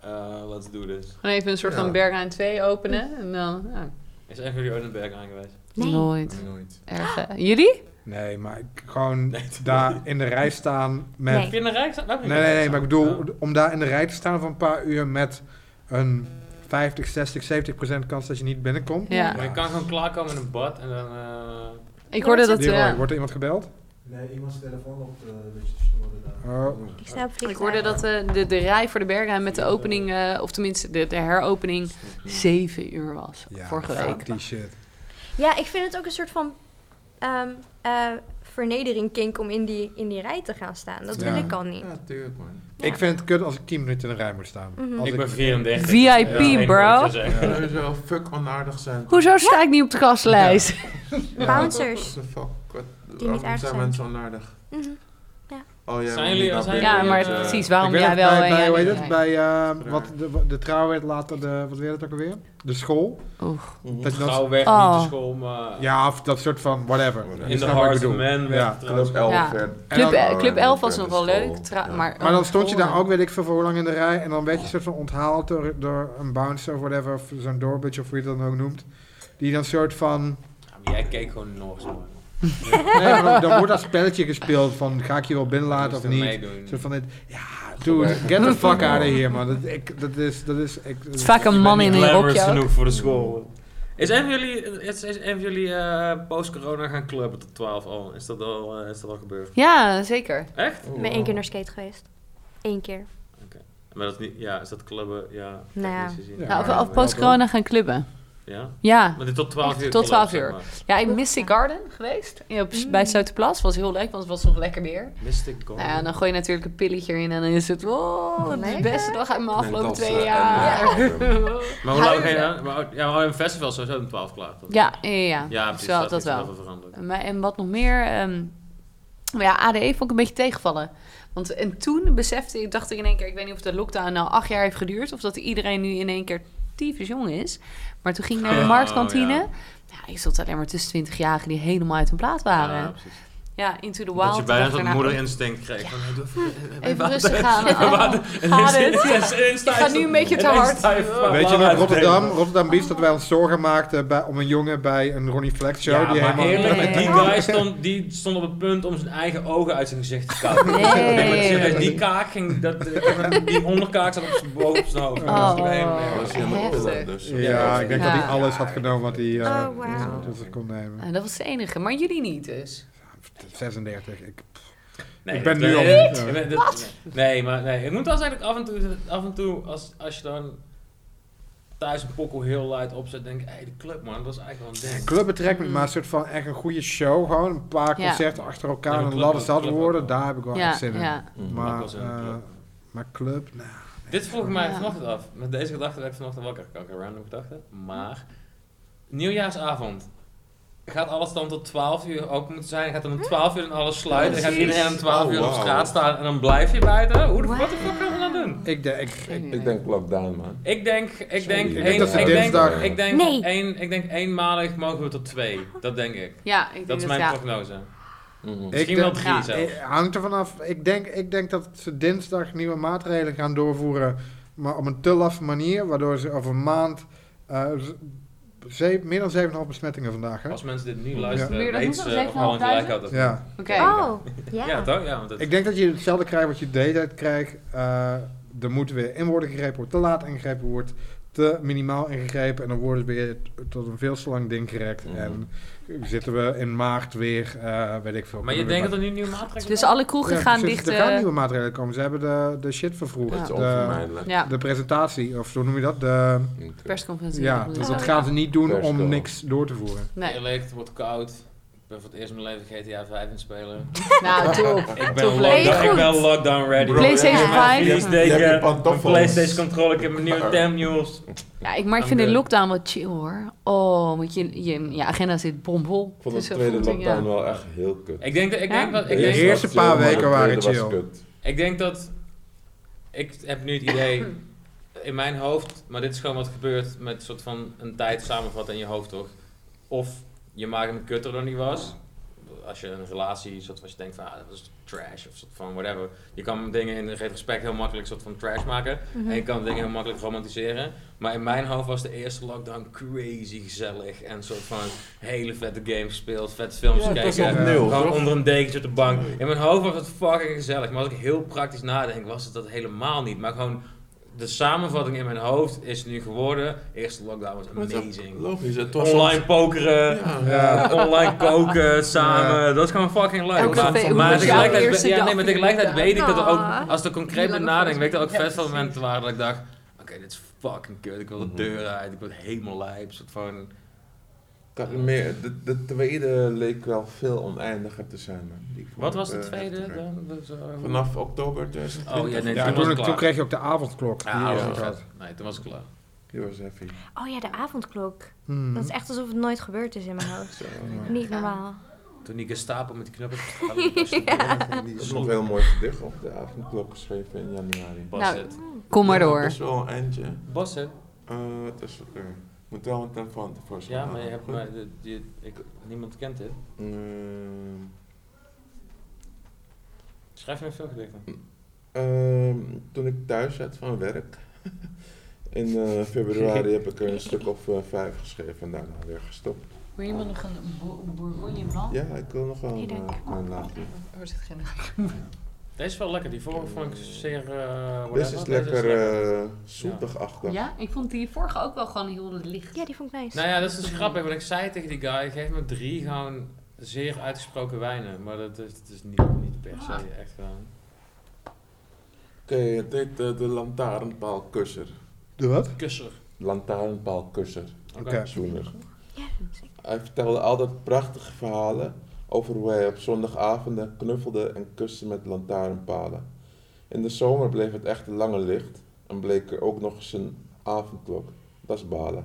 S3: Eh, let's do this.
S5: Gewoon even een soort
S1: Ja.
S5: van Berghain 2 openen. En dan, ja.
S3: Is echt jullie ooit een berg aangewezen?
S2: Nee.
S5: Nooit.
S1: Nooit.
S5: Erg, hè. Jullie?
S4: Nee, maar ik- gewoon
S3: Nee, toch?
S4: daar in de rij staan met...
S2: Nee.
S3: Heb je in de Rijk staan? Nou,
S4: Nee, nee, nee, maar ik bedoel,
S3: Ja.
S4: om daar in de rij te staan voor een paar uur met een 50, 60, 70 procent kans dat je niet binnenkomt.
S5: Ja.
S3: Maar je kan gewoon klaarkomen in een bad en dan... eh,
S5: Ik hoorde dat...
S4: Leroy,
S5: ja.
S4: wordt er iemand gebeld?
S9: Nee, iemands telefoon op de dus te storen daar.
S4: Oh.
S2: Ik snap het
S5: Ik hoorde dat eh, de, de rij voor de Berghain met de opening, eh, of tenminste de, de heropening, zeven uur was. vorige
S4: fuck
S5: week.
S4: die shit.
S2: Ja, ik vind het ook een soort van ehm eh, vernedering kink om in die, in die rij te gaan staan. Dat wil
S4: Ja.
S2: ik al niet.
S1: Ja, tuurlijk man.
S2: Ja.
S4: Ik vind het kut als ik 10 minuten in de rij moet staan.
S2: Mhm.
S4: Als
S3: ik ben 34.
S5: VIP,
S3: Ja, ik moet
S5: bro.
S3: het zeggen.
S1: Sowieso fuck onaardig zijn.
S5: Hoezo sta ik niet op de gastlijst?
S2: Bouncers.
S1: What the fuck? Wat-
S2: Die niet
S1: Waarom
S2: aardig
S1: zijn
S2: zijn.
S1: mensen onaardig?
S2: Mhm.
S1: Oh, jij
S3: Zijn
S1: wil
S3: jullie-
S1: niet naar
S3: zijn
S1: binnen,
S5: Ja, maar
S1: dus, eh,
S5: precies,
S4: Ik
S5: waarom
S4: weet
S5: jij
S4: het
S5: wel
S4: bij,
S5: en
S4: bij,
S5: jij
S4: hoe heet
S5: niet?
S4: het? bij eh, wat de, de trouw werd later, de, wat weer het ook alweer? De school.
S1: mhm.
S4: Dat je dan-
S3: Gauw weg,
S5: Oh.
S3: niet de school, maar...
S4: ja, of dat soort van whatever.
S1: In
S4: Je
S3: In
S4: snapt
S3: de
S4: wat ik
S3: heart of
S4: bedoel.
S3: man
S4: Ja.
S3: werd
S1: Club
S3: trouwens-
S1: 11
S5: Ja.
S1: werd- en
S5: Club,
S1: dan-
S5: eh, Club 11 was
S1: en
S5: nog
S1: de
S5: wel
S1: school.
S5: leuk. tra-
S1: Ja.
S5: Maar,
S4: Maar dan stond je
S5: Oh.
S4: daar ook, weet ik veel, voor hoe lang in de rij. En dan werd je soort van onthaald door, door een bouncer of whatever. Of zo'n doorbitch of hoe je dat dan ook noemt. Die dan soort van...
S3: Ja, maar Jij keek gewoon nog zo.
S4: Nee, maar dan, dan wordt dat spelletje gespeeld van ga ik je wel binnenlaten of
S3: Moesten
S4: niet.
S3: meedoen.
S4: Soort van dit, ja, dude, get the fuck out of here, man. Dat, ik, dat is, dat is... Ik,
S5: Het is vaak een man in een
S3: Glamorous
S5: rokje ook.
S3: genoeg voor de school. Is een van jullie, is, is een van jullie eh, post-corona gaan clubben tot 12 al? Is dat al, eh, is dat al gebeurd?
S5: Ja, zeker.
S3: Echt?
S2: Ik ben één keer naar skate geweest. Eén keer.
S3: Maar dat is niet, ja, is dat clubben? Ja,
S2: Nou ja.
S3: technisch gezien.
S4: Ja,
S5: Ja, of,
S4: maar-
S5: of post-corona gaan clubben.
S3: Ja?
S5: Ja.
S3: Maar dit tot 12 uur.
S5: Tot
S3: club,
S5: 12
S3: zeg
S5: uur.
S3: maar.
S5: Ja, in Mystic Garden geweest. Ja, op, Bij
S4: Mm.
S5: het Zuiderplas. Was heel leuk, want het was nog lekker weer.
S3: Mystic Gold.
S5: Nou ja, dan gooi je natuurlijk een pilletje in en dan is het... Oh, het is de
S2: Lekker.
S5: beste dag uit mijn
S1: Net
S5: afgelopen
S1: als,
S5: twee
S1: eh,
S5: jaar.
S1: en, eh,
S3: maar hoe lang ga je
S5: huilen.
S3: dan? Maar, oh, ja, maar een festival is sowieso om 12 klaar. toch?
S5: Ja, ja, ja.
S3: ja precies.
S5: Zo, dat
S3: is
S5: wel.
S3: veranderd.
S5: Maar, en wat nog meer... ehm, maar ja, ADE vond ik een beetje tegenvallen. Want en toen besefte ik, dacht ik in één keer... Ik weet niet of de lockdown nou acht jaar heeft geduurd... of dat iedereen nu in één keer tyfus jong is. Maar toen ging ik naar de
S3: Oh,
S5: marktkantine...
S3: ja.
S5: Ja. ik zat alleen maar tussen 20-jarigen die helemaal uit hun plaat
S3: Ja,
S5: waren.
S3: precies.
S5: Ja, Into the Wild.
S3: dat je
S5: de
S3: bijna
S5: dag
S3: dat
S5: daarna-
S3: moederinstinct kreeg. Van, hey, doe even,
S5: Even
S3: water.
S5: rustig dus. aan.
S3: Even water.
S5: Gaat het? Ik ga nu een beetje te hard.
S4: Weet je nog, Rotterdam, Rotterdam Beach, dat wij ons zorgen maakten bij, om een jongen bij een Ronnie Flex show.
S3: Ja,
S4: die
S3: maar
S4: helemaal...
S3: eerlijk,
S5: Nee. Oh.
S3: die guy stond, die stond op het punt om zijn eigen ogen uit zijn gezicht te kapen.
S5: Nee.
S3: Die kaak ging, dat, die onderkaak zat op zijn boven op zijn hoofd.
S5: Oh.
S3: Dat was helemaal
S1: hij was helemaal
S5: Heftig.
S1: pillen, dus.
S4: Ja, ik denk dat
S5: Ja.
S4: hij alles had genomen wat hij eh,
S2: Oh, wauw.
S4: dat ze kon nemen.
S5: Ah, dat was de enige, maar jullie niet dus.
S4: 36. Ik,
S3: Nee,
S4: Ik ben
S3: dat-
S4: nu al-
S3: nee,
S4: Niet?
S3: ik ben- dat- Nee, maar nee. Ik moet wel zeggen dat ik af en toe, af en toe als, als je dan thuis een pokkel heel luid opzet, denk ik, hé, hey, die club man, dat is eigenlijk wel een ding.
S4: club betrekt me, maar een soort van echt een goede show. Gewoon een paar
S5: Mm. Ja.
S4: concerten achter elkaar
S3: Ja,
S4: en
S3: club
S4: ladder
S3: ook,
S4: zat
S3: club
S4: worden.
S3: ook.
S4: Daar heb ik wel
S5: Ja,
S4: echt zin in.
S5: ja.
S4: Maar,
S3: Ook wel zin in
S4: eh,
S3: club.
S4: maar club, nou,
S3: Dit vroeg mij
S5: Ja.
S3: vanochtend af. Met deze gedachte werd ik vanochtend wakker. Ik had ook een random gedachte. Maar, nieuwjaarsavond. Gaat alles dan tot 12 uur ook moeten zijn? Gaat dan om 12 uur en alles sluiten? En gaat
S1: Precies.
S3: iedereen om 12
S1: Oh,
S3: uur op
S1: wauw.
S3: straat staan en dan blijf je buiten? Hoe de
S2: Wauw.
S3: what the fuck gaan we dan doen?
S4: Ik denk, ik,
S3: Mhm.
S1: Ik denk lockdown, man.
S3: Ik denk, ik denk,
S1: Ik
S4: denk
S3: één-
S4: dat ze
S3: ik denk,
S4: dinsdag-
S3: ik denk,
S2: Nee.
S3: één- ik denk eenmalig mogen we tot twee. Dat denk ik.
S5: Ja, ik denk
S3: Dat is mijn
S5: ja.
S3: prognose.
S1: Mhm.
S4: Ik
S3: Misschien wel
S4: denk-
S3: drie
S5: ja,
S3: zelfs.
S4: Eh, hangt er vanaf. Ik denk, ik denk dat ze dinsdag nieuwe maatregelen gaan doorvoeren. Maar op een te laffe manier. Waardoor ze over een maand. eh, z- ze- meer dan 7,5 besmettingen vandaag. Hè?
S3: Als mensen dit nu
S5: Ja.
S3: luisteren,
S5: Meer dan
S3: weten ze
S5: hoeveel?
S3: of Holland gelijk had. of niet.
S4: Ja.
S5: Oké.
S2: Oh, ja.
S3: Ja, toch? Ja, want het-
S4: Ik denk dat je hetzelfde krijgt wat je de hele tijd krijgt. Eh, er moet weer in worden gegrepen, wordt te laat ingegrepen, wordt te minimaal ingegrepen. En dan wordt het weer t- tot een veel te lang ding gerekt.
S1: Mhm.
S4: En zitten we in maart weer, eh, weet ik veel.
S3: Maar je denkt dat er nu nieuwe maatregelen
S5: Dus alle kroegen gaan dicht.
S4: Er
S5: eh,
S4: gaan nieuwe maatregelen komen. Ze hebben de, de shit vervroegd.
S1: Het is
S5: Ja.
S4: De,
S1: onvermijdelijk.
S5: ja,
S4: de presentatie, of zo noem je dat? De,
S1: eh.
S5: persconferentie. eh.
S4: ja,
S5: bedoel
S4: dus
S5: je.
S4: dat gaan ze niet doen
S1: Persco.
S4: om niks door te voeren.
S3: komen?
S5: Nee.
S3: Eerlijk, het wordt koud. Ik ben voor het eerst in mijn leven GTA 5 in het spelen.
S5: Nou, top.
S3: Ik ben,
S5: Toch
S3: lockdown,
S2: leuk.
S3: ik ben lockdown ready.
S1: Bro,
S5: PlayStation
S1: je hebt mijn
S5: 5.
S1: vlies, je hebt je
S3: Mijn
S1: pantoffels.
S3: PlayStation controller, ik heb mijn nieuwe Damnules.
S5: Ja, ik, maar ik
S3: I'm
S5: vind de
S3: good.
S5: lockdown wel chill hoor. Oh, want je, je, je agenda zit bomvol.
S1: Ik vond
S5: Dus
S1: het
S5: dat
S1: tweede
S5: voelt-
S1: lockdown
S5: ja.
S1: wel echt heel kut.
S3: Ik denk dat, ik
S5: Ja?
S3: denk dat,
S1: De
S3: ik denk,
S4: De eerste
S1: was chill,
S4: paar
S1: maar de
S4: weken waren
S1: tweede was
S4: chill.
S1: kut.
S3: Ik denk dat. Ik heb nu het idee in mijn hoofd, maar dit is gewoon wat gebeurt met soort van een tijd samenvatten in je hoofd toch? Of je maakt hem kutter dan die was. Als je een relatie, soort van, als je denkt van ah, dat was trash of soort van whatever. Je kan dingen in retrospect heel makkelijk soort van trash maken.
S2: Mhm.
S3: En je kan dingen heel makkelijk romantiseren. Maar in mijn hoofd was de eerste lockdown crazy gezellig. En soort van hele vette games gespeeld, vette films
S1: Ja, het was
S3: gekeken.
S1: nog nul,
S3: Gewoon
S1: toch?
S3: onder een dekentje op de bank. In mijn hoofd was het fucking gezellig. Maar als ik heel praktisch nadenk, was het dat helemaal niet. Maar gewoon, de samenvatting in mijn hoofd is nu geworden... Eerste lockdown was
S1: Maar het is
S3: amazing.
S1: Logisch, het was
S3: Online pokeren,
S4: Ja.
S3: eh, online koken samen, dat is gewoon fucking leuk.
S5: Elke twee
S3: Maar,
S5: uur
S3: maar
S5: was jouw
S3: tegelijkertijd,
S5: eerste
S3: ja, nee,
S5: dag
S3: maar
S5: in de
S3: tegelijkertijd
S5: lockdown.
S3: weet ik dat er ook,
S2: Ah.
S3: als ik er concreet
S5: Die
S3: ben
S5: lange
S3: nadenk, weet ik dat er ook
S5: voorzet.
S3: vet veel
S5: Ja,
S3: momenten waren dat ik dacht, oké, dit is fucking kut, ik wil de
S1: Mhm.
S3: deur uit, ik word helemaal lijp, soort van...
S1: Ik had meer, de, de tweede leek wel veel oneindiger te zijn. man. Die vond
S3: Wat
S1: ik,
S3: was de
S1: eh,
S3: tweede
S1: heftiger.
S3: dan? Dus, eh, hoe-
S1: Vanaf oktober 2020.
S3: Oh, ja, nee,
S4: Ja,
S3: toen
S4: en
S3: was
S4: toen,
S3: het
S4: toen
S3: klaar.
S4: kreeg je ook de avondklok.
S3: Ja,
S4: die,
S3: oh,
S4: eh,
S3: shit.
S4: had.
S3: Nee, toen was ik klaar.
S1: Die was heavy.
S2: Oh ja, de avondklok.
S4: Hmm.
S2: Dat is echt alsof het nooit gebeurd is in mijn hoofd.
S1: Zo, eh,
S2: Niet normaal.
S3: Toen die gestapel met die knuppels...
S1: ja. Die is nog een heel mooi gedicht op de avondklok geschreven in januari.
S3: Bas
S5: Nou.
S3: het.
S5: Kom maar
S1: Ja,
S5: door.
S1: Dat is wel een eindje.
S3: Bas het.
S1: Eh, het is er. Moet wel een telefoon tevoorschijn.
S3: Ja, maar je
S1: halen.
S3: hebt...
S1: Goed.
S3: Maar, de- die- ik, niemand kent dit.
S1: Ehm,
S3: Schrijf je veel gedichten?
S1: ehm, toen ik thuis zat van werk. In eh, februari heb ik er een stuk of eh, vijf geschreven en daarna weer gestopt.
S5: Wil je nog een bourgogne blanc?
S1: Ja, ik wil nog wel
S2: Nee,
S1: een
S2: dank.
S1: eh, klein laagje.
S3: Deze is wel lekker. Die vorige vond ik zeer... eh
S1: Dit is
S3: whatever.
S1: lekker
S3: lekker.
S1: eh zoetigachtig.
S5: Ja, ik vond die vorige ook wel gewoon heel licht.
S2: Ja, die vond ik nice.
S3: Nou ja, dat is dus grappig. Want ik zei tegen die guy, geef me drie gewoon zeer uitgesproken wijnen. Maar dat is, dat is niet, niet per se echt gewoon...
S1: Oké, het heet eh, de lantaarnpaalkusser.
S4: De wat?
S3: Kusser.
S1: Lantaarnpaalkusser.
S3: Oké.
S4: Oké.
S1: Zoener.
S2: Ja, zeker.
S1: Hij vertelde altijd prachtige verhalen over hoe hij op zondagavonden knuffelde en kuste met lantaarnpalen. In de zomer bleef het echt langer licht en bleek er ook nog eens een avondklok. Dat is balen.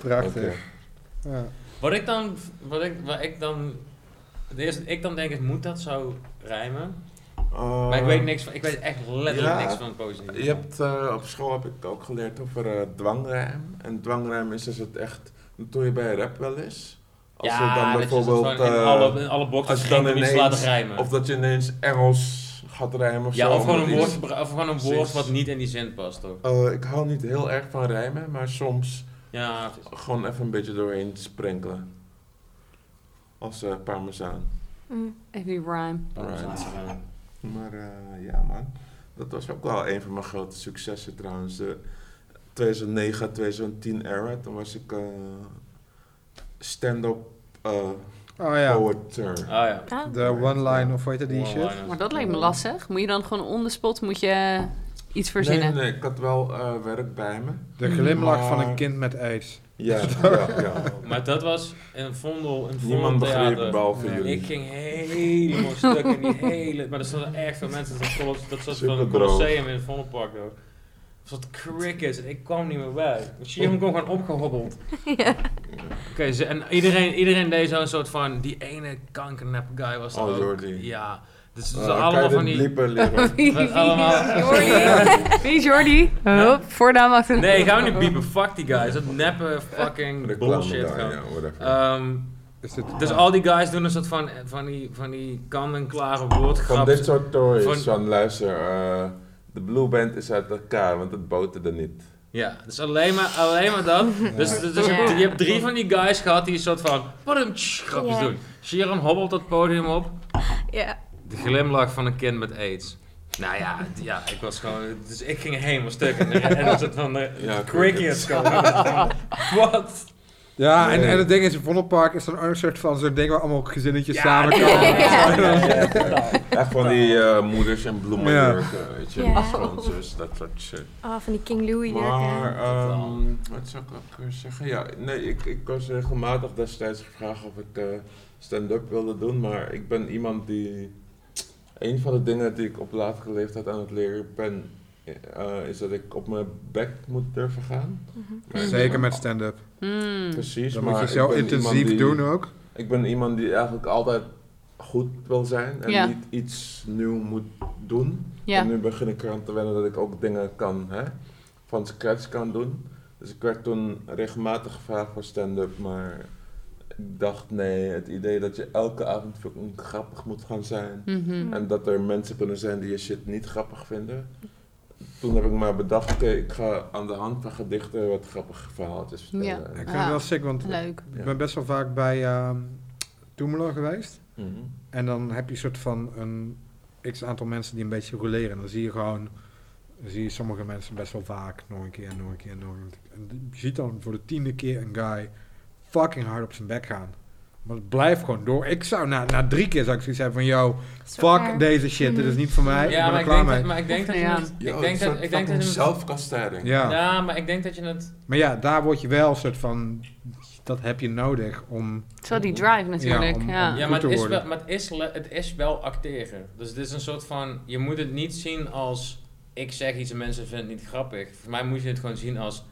S4: Prachtig.
S1: Oké.
S4: Ja.
S3: Wat ik dan, wat ik, waar ik dan, het eerste wat ik dan denk is, moet dat zo rijmen?
S1: Eh,
S3: maar ik weet niks van, ik weet echt letterlijk
S1: ja.
S3: niks van poëzie.
S1: Je hebt, eh, op school heb ik ook geleerd over eh, dwangrijm. En dwangrijm is dus het echt, dat doe je bij rap wel eens. Als
S3: ja,
S1: je dan
S3: dat je
S1: bijvoorbeeld,
S3: soort van in
S1: eh,
S3: alle, in alle
S1: als
S3: boxen
S1: je
S3: dan
S1: dan
S3: iets
S1: ineens-
S3: laten rijmen.
S1: of dat je ineens Engels gaat rijmen of
S3: ja,
S1: zo.
S3: of gewoon,
S1: omdat
S3: een
S1: iets-
S3: woord, gebru- of gewoon een woord
S1: Precies.
S3: wat niet in die zin past, toch?
S1: Eh, ik hou niet heel erg van rijmen, maar soms
S3: Ja, precies.
S1: gewoon even een beetje doorheen sprenkelen. Als eh parmezaan.
S2: Mm.
S5: Even die rhyme.
S1: Alright. Maar eh, ja man, dat was ook wel een van mijn grote successen trouwens. De 2009, 2010 era, toen was ik eh, stand-up eh
S4: Oh ja,
S1: poeter.
S3: Ah ja.
S2: Ah.
S4: de one line of weet je die shit?
S3: One-liners.
S5: Maar dat lijkt me lastig. Moet je dan gewoon on the spot moet je iets verzinnen?
S1: Nee, nee, ik had wel eh, werk bij me.
S4: De glimlach van een
S1: Maar-
S4: kind met aids.
S1: Ja, ja, ja.
S3: Maar dat was een vondel, een
S1: Niemand begreep
S3: vondeltheater.
S1: het behalve
S4: Ja.
S1: jullie.
S3: Ik ging helemaal stuk in die hele... Maar er stonden echt veel mensen. Dat was, dat was van
S1: Superbro.
S3: een Colosseum in het Vondelpark. hoor. Een soort crickets. En ik kwam niet meer bij. Dus Shiram kwam gewoon opgehobbeld.
S2: Ja.
S3: Oké, ze- en iedereen, iedereen deed zo'n soort van... Die ene kankernep guy was er
S1: Oh,
S3: ook.
S1: Jordi.
S3: Ja. Dus ze
S1: Oh, dan kan je
S3: allemaal
S1: dit
S3: van die...
S1: bliepen leren.
S5: Wie
S3: Met allemaal-
S5: is Jordi? Wie is Jordi? Hup, voornaam achter.
S3: Nee, gaan we niet piepen. Fuck die guys. Dat neppe fucking
S1: Reclame
S3: bullshit
S1: daar,
S3: gewoon.
S1: ja, whatever.
S3: Ehm,
S4: Is het,
S2: Oh.
S3: dus al die guys doen een soort van, eh, van die, van die kant-en-klare
S1: Van
S3: woordgrap.
S1: dit soort
S3: Van-
S1: toys, van luister, eh, de Blue Band is uit elkaar, want het boterde niet.
S3: Ja, dus alleen maar, alleen maar dat. Dus, dus, dus
S2: Ja.
S3: je hebt drie van die guys gehad die een soort van... Wat een grapjes
S2: Ja.
S3: doen. Sharon hobbelt dat podium op.
S2: Ja.
S3: De glimlach van een kind met aids. Nou ja, d- ja, ik was gewoon... Dus ik ging helemaal stuk. En, de- en een soort van eh, de
S1: Ja,
S3: crickets gewoon. Wat?
S4: ja, en,
S1: Nee.
S4: en het ding is, in Vondelpark is dan ook een soort van zo'n ding waar allemaal gezinnetjes
S3: Ja,
S4: samen
S3: nee.
S4: komen.
S2: Ja.
S1: Echt van die eh, moeders en bloemen
S4: Ja.
S1: jurken, weet je,
S2: Ja.
S1: sponsors, dat soort shit.
S2: Oh, van die King Louis
S1: Maar,
S2: jurken.
S1: ehm, wat zou ik ook kunnen zeggen? Ja, nee, ik, ik was regelmatig destijds gevraagd of ik eh, stand-up wilde doen, maar ik ben iemand die... Een van de dingen die ik op latere leeftijd aan het leren ben, eh, is dat ik op mijn bek moet durven gaan.
S2: Mhm.
S4: Zeker met stand-up.
S5: Hmm.
S1: Precies,
S4: Dat
S1: maar
S4: moet je
S1: ik
S4: zo
S1: ben
S4: intensief
S1: iemand die-
S4: doen ook.
S1: Ik ben iemand die eigenlijk altijd goed wil zijn en
S5: Ja.
S1: niet iets nieuw moet doen. En
S5: Ja.
S1: nu begin ik eraan te wennen dat ik ook dingen kan, hè, van scratch kan doen. Dus ik werd toen regelmatig gevraagd voor stand-up, maar ik dacht nee, het idee dat je elke avond fucking grappig moet gaan zijn.
S5: Mhm.
S1: En dat er mensen kunnen zijn die je shit niet grappig vinden. Toen heb ik maar bedacht, oké, ik ga aan de hand van gedichten wat grappige verhaaltjes vertellen.
S5: Ja.
S1: En-
S4: Ik vind
S5: Ah.
S4: het wel sick, want
S5: Leuk.
S4: ik ben best wel vaak bij ehm Toemelo geweest.
S1: Mhm.
S4: En dan heb je een soort van een x aantal mensen die een beetje roleren. En dan zie je gewoon, dan zie je sommige mensen best wel vaak nog een keer en nog een keer en nog een keer. En je ziet dan voor de tiende keer een guy fucking hard op zijn bek gaan. Maar het blijft gewoon door. Ik zou na, na drie keer zou ik zoiets hebben van, yo, fuck deze shit, dit is niet voor
S3: Ja,
S4: mij, ik ben
S3: maar
S4: er
S3: ik,
S4: klaar
S3: denk
S4: mee.
S3: dat, maar ik denk dat je
S5: Ja.
S3: het...
S1: Yo,
S3: Ik denk dat, ik denk dat je het...
S1: zelfkastijding.
S4: Ja.
S3: Ja, maar ik denk dat je het...
S4: Maar ja, daar word je wel een soort van, dat heb je nodig om...
S5: Zo die drive natuurlijk.
S4: om-
S5: Ja,
S4: om-
S3: Ja,
S4: goed
S3: maar,
S4: te
S3: het is,
S4: worden.
S3: wel, maar het, is, le- het is wel acteren. Dus het is een soort van... Je moet het niet zien als... Ik zeg iets en mensen vinden het niet grappig. Voor mij moet je het gewoon zien als...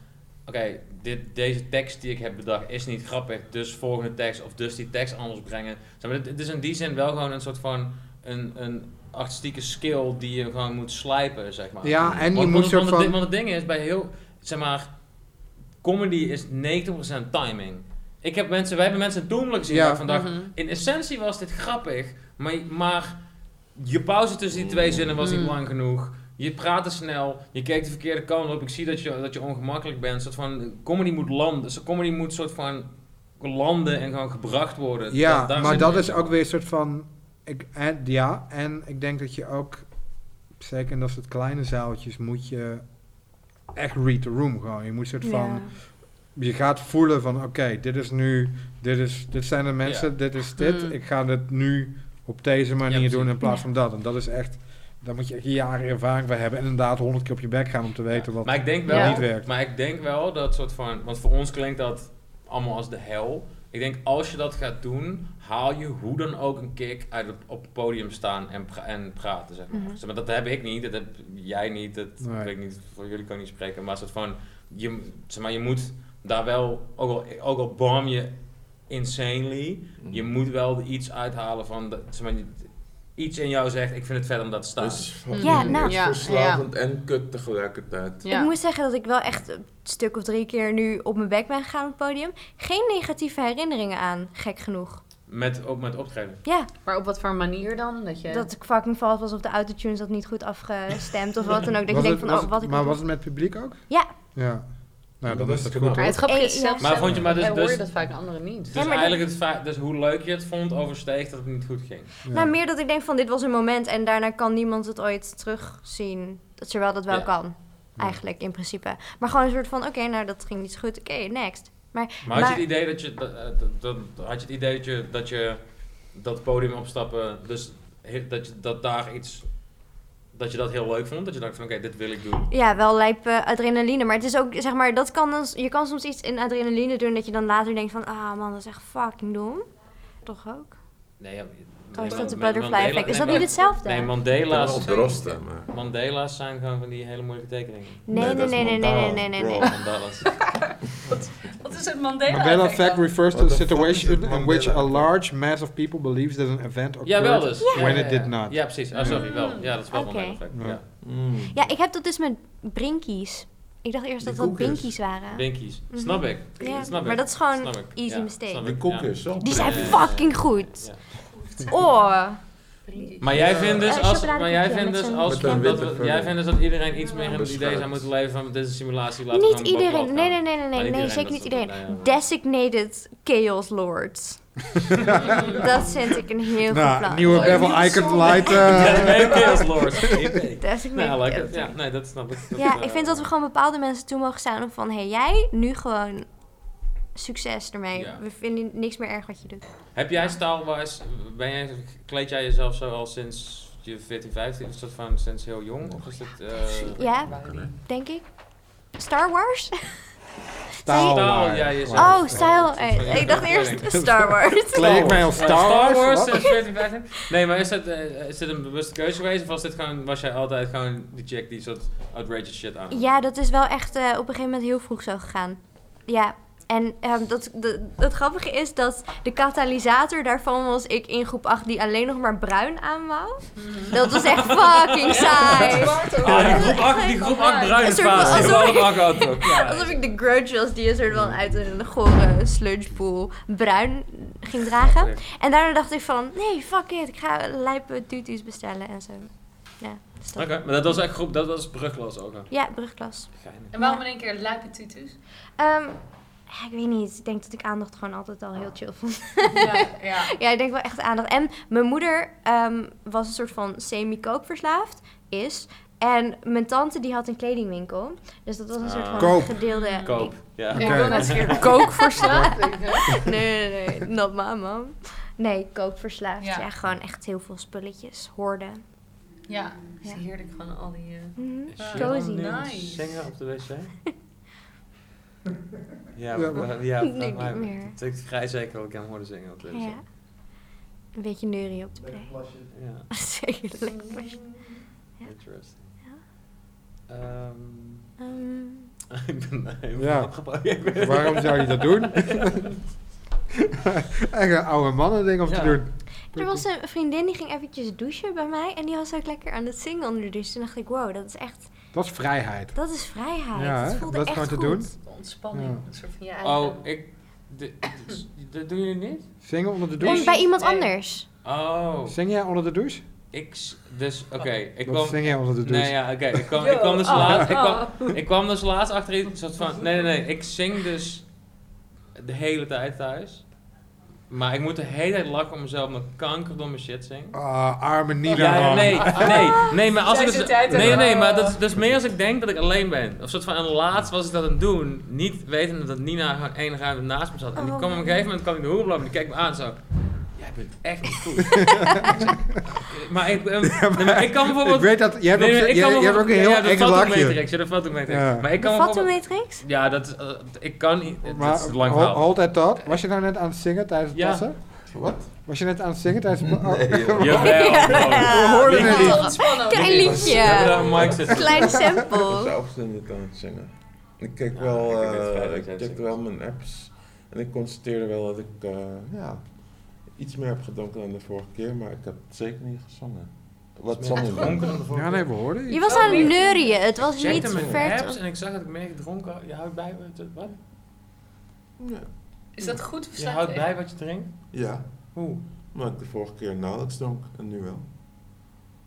S3: Oké, dit deze tekst die ik heb bedacht is niet grappig. Dus volgende tekst of dus die tekst anders brengen. Zeg maar, het, het is in die zin wel gewoon een soort van... Een, een artistieke skill die je gewoon moet slijpen, zeg maar.
S4: Ja, en je
S3: want,
S4: moet
S3: want,
S4: soort
S3: want, het
S4: van...
S3: ding- want het ding is, bij heel... Zeg maar... Comedy is 90% timing. Ik heb mensen... Wij hebben mensen doemelijk gezien
S4: Ja.
S3: ja. vandaag.
S5: Mhm.
S3: In essentie was dit grappig, maar, maar je pauze tussen die twee zinnen was
S5: Mm.
S3: niet lang genoeg. Je praatte snel, je keek de verkeerde kant op. Ik zie dat je, dat je ongemakkelijk bent. Een soort van comedy moet landen. Dus comedy moet soort van landen en gewoon gebracht worden.
S4: Ja,
S3: Da- daar
S4: maar
S3: zit
S4: dat
S3: het
S4: is
S3: in.
S4: ook weer een soort van. Ik, en, ja, en ik denk dat je ook, zeker in dat soort kleine zaaltjes, moet je echt read the room gewoon. Je moet een soort van. Je gaat voelen van oké, dit is nu, dit, is, dit zijn de mensen, dit is dit.
S5: Mm.
S4: Ik ga dit nu op deze manier
S3: precies.
S4: doen in plaats
S2: Ja.
S4: van dat. En dat is echt. Daar moet je echt jaren ervaring bij hebben. En inderdaad honderd keer op je bek gaan om te weten wat
S3: Maar ik denk wel,
S5: Ja.
S4: niet werkt.
S3: maar ik denk wel dat soort van, want voor ons klinkt dat allemaal als de hel. Ik denk als je dat gaat doen, haal je hoe dan ook een kick uit het, op het podium staan en, pra- en praten. Zeg maar.
S2: Mhm.
S3: Zeg maar, dat heb ik niet, dat heb jij niet, dat
S4: Nee.
S3: weet ik niet, voor jullie kan ik niet spreken. Maar soort van, je, zeg maar, je moet daar wel, ook al, ook al bam je insanely,
S1: Mhm.
S3: je moet wel iets uithalen van, dat- zeg maar, iets in jou zegt, ik vind het vet om dat te staan.
S1: Het is van-
S5: Ja,
S2: nou.
S1: het is
S5: Ja,
S1: verslavend en kut tegelijkertijd.
S5: ja.
S2: Ik moet zeggen dat ik wel echt een stuk of drie keer nu op mijn bek ben gegaan op het podium. Geen negatieve herinneringen aan, gek genoeg.
S3: met, ook met optreden.
S2: Ja,
S5: Maar op wat voor manier dan? Dat je...
S2: dat ik fucking vals was op de autotune, dat niet goed afgestemd of wat dan ook. Dat je
S4: Was
S2: denkt van,
S4: het- was
S2: oh,
S4: het-
S2: wat ik
S4: Maar
S2: moet
S4: was
S2: doen.
S4: het met publiek ook?
S2: Ja.
S4: Ja. Nou,
S1: Dat
S4: dan is
S1: is knap,
S4: dat goed.
S5: maar
S4: hoor.
S5: het grappige
S2: Eh,
S5: is
S2: ja.
S5: zelfs...
S3: Maar vond je- maar dus-
S5: wij horen
S3: dus-
S5: dat vaak anderen niet.
S3: Dus
S2: Ja, maar dat-
S3: eigenlijk het va- dus hoe leuk je het vond, oversteeg dat het niet goed ging.
S4: Ja.
S2: Nou, meer dat ik denk van, dit was een moment en daarna kan niemand het ooit terugzien. Dat terwijl dat wel
S3: Ja.
S2: kan, eigenlijk, in principe. Maar gewoon een soort van, oké, nou, dat ging niet zo goed, oké, next.
S3: Maar
S2: Maar-
S3: had je het idee dat je dat, eh, dat- dat- had je het idee dat je dat, je, dat podium opstappen, dus he- dat je dat daar iets dat je dat heel leuk vond, dat je dacht van oké, dit wil ik doen.
S2: Ja, wel lijp eh, adrenaline. Maar het is ook, zeg maar, dat kan dan, je kan soms iets in adrenaline doen dat je dan later denkt van, ah man, dat is echt fucking dom. Toch ook?
S3: Nee, ja,
S2: Oh, is
S3: Nee,
S2: dat de
S3: maar- maar
S2: butterfly
S3: Mandela-
S2: effect? Is dat
S3: nee,
S2: niet hetzelfde?
S3: Nee,
S1: Wel
S3: Mandela's,
S1: op de rosten, maar...
S3: Mandela's zijn gewoon van die hele moeilijke tekeningen.
S2: Nee, nee,
S1: dat is
S2: nee, nee, nee,
S1: Mandela,
S2: nee, nee,
S1: bro.
S4: Oh.
S2: nee.
S3: Mandela's. Dus-
S5: Wat is het Mandela?
S4: Mandela effect refers
S1: What
S4: to
S1: the
S4: a
S1: fuck is
S4: situation
S1: het
S4: in which a
S1: Mandela
S4: large mass of people believes that an event occurred.
S3: Ja, wel dus.
S4: When
S3: Ja,
S4: it
S3: ja,
S4: did
S3: ja.
S4: not.
S3: Ja, precies. Ah, sorry, wel. Ja, dat is wel
S2: Oké.
S3: Mandela effect.
S4: Ja.
S3: Ja.
S1: Mm.
S2: Ja, ik heb dat dus met Brinkies. Ik dacht eerst
S1: Die
S2: dat dat
S1: koekjes.
S2: Binkies waren.
S3: Binkies.
S2: Mhm.
S3: Snap ik.
S2: Ja,
S3: Snap ik.
S2: maar dat is gewoon
S3: Snap ik.
S2: easy
S3: Ja,
S2: mistake.
S3: snap
S1: Die
S3: ik, ja.
S1: koekjes, zo.
S2: Die
S3: Ja,
S2: zijn
S3: ja, ja.
S2: fucking goed.
S3: Ja.
S2: Oh.
S3: Maar jij vindt
S2: Eh,
S3: dus, als, maar
S2: chocoladekoekje
S3: jij vindt
S2: met
S3: dus,
S2: zo'n-
S3: als
S1: Met
S3: dat
S1: een
S3: we-
S1: witte vulling.
S3: jij vindt dus dat iedereen iets meer in het idee
S1: Beschuit.
S3: zou moeten leven van dit is een simulatie, laten we
S2: Niet
S3: gewoon bovenop
S2: iedereen.
S3: gaan.
S2: Nee, nee, nee, nee,
S3: Maar
S2: nee, nee
S3: iedereen,
S2: zeker
S3: dat
S2: niet
S3: is ook-
S2: iedereen.
S3: nou ja.
S2: Designated Chaos Lords. dat vind ik een heel goed
S4: Nou,
S2: plan.
S4: nieuwe
S5: Oh,
S4: Bevel
S5: niet
S4: Icon
S5: zo.
S4: Light. eh,
S3: Ja, nee, Chaos Lord. Nee, I
S2: Designated
S3: like
S2: Chaos
S3: it. nou, Ja,
S2: Lords.
S3: nee, dat snap ik. Dat,
S2: Ja,
S3: eh,
S2: ik vind dat we gewoon bepaalde mensen toe mogen staan van... Hé, hey, jij, nu gewoon succes ermee.
S3: Ja.
S2: We vinden niks meer erg wat je doet.
S3: Heb jij Star Wars, ben jij, kleed jij jezelf zo al sinds je 14, 15, of is dat van sinds heel jong? Of is dat, eh,
S2: Ja, denk ik. Star Wars?
S4: Staal.
S3: Staal, ja, je zei-
S2: Oh, style. Eh, Ik dacht eerst Star Wars.
S4: Kleed ik mij als
S3: Ja,
S4: Star Wars? Wat?
S3: sinds 14, 15? eh, Nee, maar is, dat, eh, is dit een bewuste keuze geweest? Of was, dit gewoon, was jij altijd gewoon die chick die soort outrageous shit aan?
S2: Ja, dat is wel echt eh, op een gegeven moment heel vroeg zo gegaan. Ja, en ehm, dat, de, het grappige is dat de katalysator daarvan was ik in groep 8 die alleen nog maar bruin aan wou. Dat was echt fucking saai.
S3: Ah, die
S2: Ja,
S3: groep
S2: echt
S3: 8, die
S2: een
S3: groep 8 bruine
S2: soort van-
S3: fase. Die
S2: alsof-
S3: groep 8 had ook, ja.
S2: Alsof ik de grudge was die een soort van uit een gore sludgepool bruin ging dragen. En daarna dacht ik van, nee, fuck it, ik ga lijpe tutus bestellen en zo. Ja, dus
S3: Oké,
S2: dat-
S3: maar dat was echt groep, dat was brugklas ook. hè?
S2: ja brugklas.
S3: Geinig.
S5: En waarom in één keer luipe tutus?
S2: Ehm, ja, ik weet niet, ik denk dat ik aandacht gewoon altijd al heel chill vond.
S5: Ja, ja.
S2: Ja, ik denk wel echt aandacht. En mijn moeder ehm, was een soort van semi-kookverslaafd, is. En mijn tante die had een kledingwinkel. Dus dat was een soort van
S3: Ah.
S4: Koop.
S2: gedeelde...
S3: Koop, ja.
S5: Ik wil net zeggen,
S2: Kookverslaafd?
S5: kookverslaafd.
S2: nee, nee, nee. Not my mom. Nee, koopverslaafd. Ja.
S5: Ja.
S2: gewoon echt heel veel spulletjes. Hoorden.
S5: Ja, het is heerlijk gewoon al die... eh,
S2: Mhm.
S3: Is je
S2: Cozy.
S3: dan nu aan het
S5: Nice.
S3: Zingen op de wc? ja,
S4: Ja,
S3: ja, ja,
S2: Nee,
S3: maar-
S2: niet meer.
S3: Ik weet vrij zeker dat ik hem hoorde zingen op de wc.
S2: Ja. Een beetje neurie op de
S10: Lekker
S2: play.
S10: plasje.
S3: Ja,
S2: Zeker lekker. Ja.
S3: interesting.
S2: Ja.
S3: Ehm,
S2: Ehm,
S3: ik ben helemaal
S4: Ja.
S3: opgebouwd. Ik ben-
S4: Waarom zou je dat doen? Echt een oude mannen ding om te
S3: Ja.
S4: doen.
S2: er was een vriendin die ging eventjes douchen bij mij. En die was ook lekker aan het zingen onder de douche. Toen dacht ik, wow, dat is echt...
S4: Dat is vrijheid.
S2: Dat is vrijheid.
S4: Ja, hè?
S2: het
S4: Om
S2: voelde
S4: dat
S2: echt
S4: gewoon te
S2: goed.
S4: doen.
S5: de ontspanning,
S4: Ja.
S5: een soort van je eigen...
S3: Oh, ik... dit- dit- Dat doen jullie niet?
S4: Zingen onder de
S2: Om
S4: douche?
S2: bij iemand
S5: Nee.
S2: anders.
S3: Oh,
S4: Zing jij onder de douche?
S3: ik... s- Dus, oké, ik
S4: Wat
S3: kwam...
S4: zing jij onder de douche?
S3: Nee, ja, oké. Ik, kwam, ik, kwam dus laat, ik, kwam, ik kwam dus laatst achter iets soort van... Nee, nee, nee. Ik zing dus de hele tijd thuis. Maar ik moet de hele tijd lachen om mezelf omdat ik kankerdomme shit zing.
S4: Ah, arme Nina.
S3: Ja, ja, nee, nee, nee, maar als
S5: Zij
S3: ik dus,
S5: zit de hele tijd
S3: nee,
S5: te-
S3: nee, maar dat, is- dat is meer als ik denk dat ik alleen ben. Of soort van, en laatst was ik dat aan het doen, niet wetende dat Nina gewoon één ruimte naast me zat. En die
S2: Oh.
S3: kwam op een gegeven moment, kwam ik de hoer lopen en die keek me aan zo, jij bent echt niet goed. Ik zeg, maar, ik, eh, nee, maar ik kan bijvoorbeeld...
S4: Ik weet dat, jij hebt,
S3: nee,
S4: ook,
S3: nee, ik
S4: jij-
S3: kan
S4: jij hebt ook een
S3: bijvoorbeeld-
S4: heel
S3: ja, de
S4: eng lachje.
S3: fatometrix, ja, de fatometrix.
S4: Ja.
S3: Maar ik
S2: De
S3: kan bijvoorbeeld-
S2: Fatomatrix?
S3: Ja, dat is, eh, ik kan niet, het
S4: Maar
S3: is een lang
S4: ho-
S3: verhaal.
S4: hold that thought. Was je nou net aan het zingen tijdens het
S3: Ja.
S4: plassen?
S1: Wat?
S4: Was je net aan het zingen tijdens het plassen?
S1: Nee, joh.
S3: Jawel,
S2: Ja.
S4: We hoorden het niet.
S2: Klein
S3: We hebben daar
S2: liedje.
S3: een mic zitten.
S2: Klein
S1: Ik
S2: sample.
S1: was absoluut niet aan het zingen. Ik keek
S3: Ah,
S1: wel,
S3: Oh. ik heb
S1: eh,
S3: het feit dat
S1: ik
S3: jij
S1: checkte
S3: zingt.
S1: wel mijn apps en ik constateerde wel dat ik eh, ja, iets meer heb gedronken dan de vorige keer, maar ik heb zeker niet gezongen. Wat
S3: Meer
S1: zal ik
S3: gedronken dan
S1: doen?
S3: de vorige
S4: Ja, nee, we hoorden
S2: Je
S4: iets.
S2: was
S5: Oh,
S2: aan het
S5: nee.
S2: neurien. Het was
S3: Ik
S2: niet
S3: checkte mijn
S2: ver.
S3: apps en ik zag dat ik meer gedronken had. Je houdt bij wat je, wat?
S5: Is dat goed of
S3: je houdt bij wat je drinkt?
S1: Ja,
S3: Hoe?
S1: maar ik de vorige keer nauwelijks dronk en nu wel.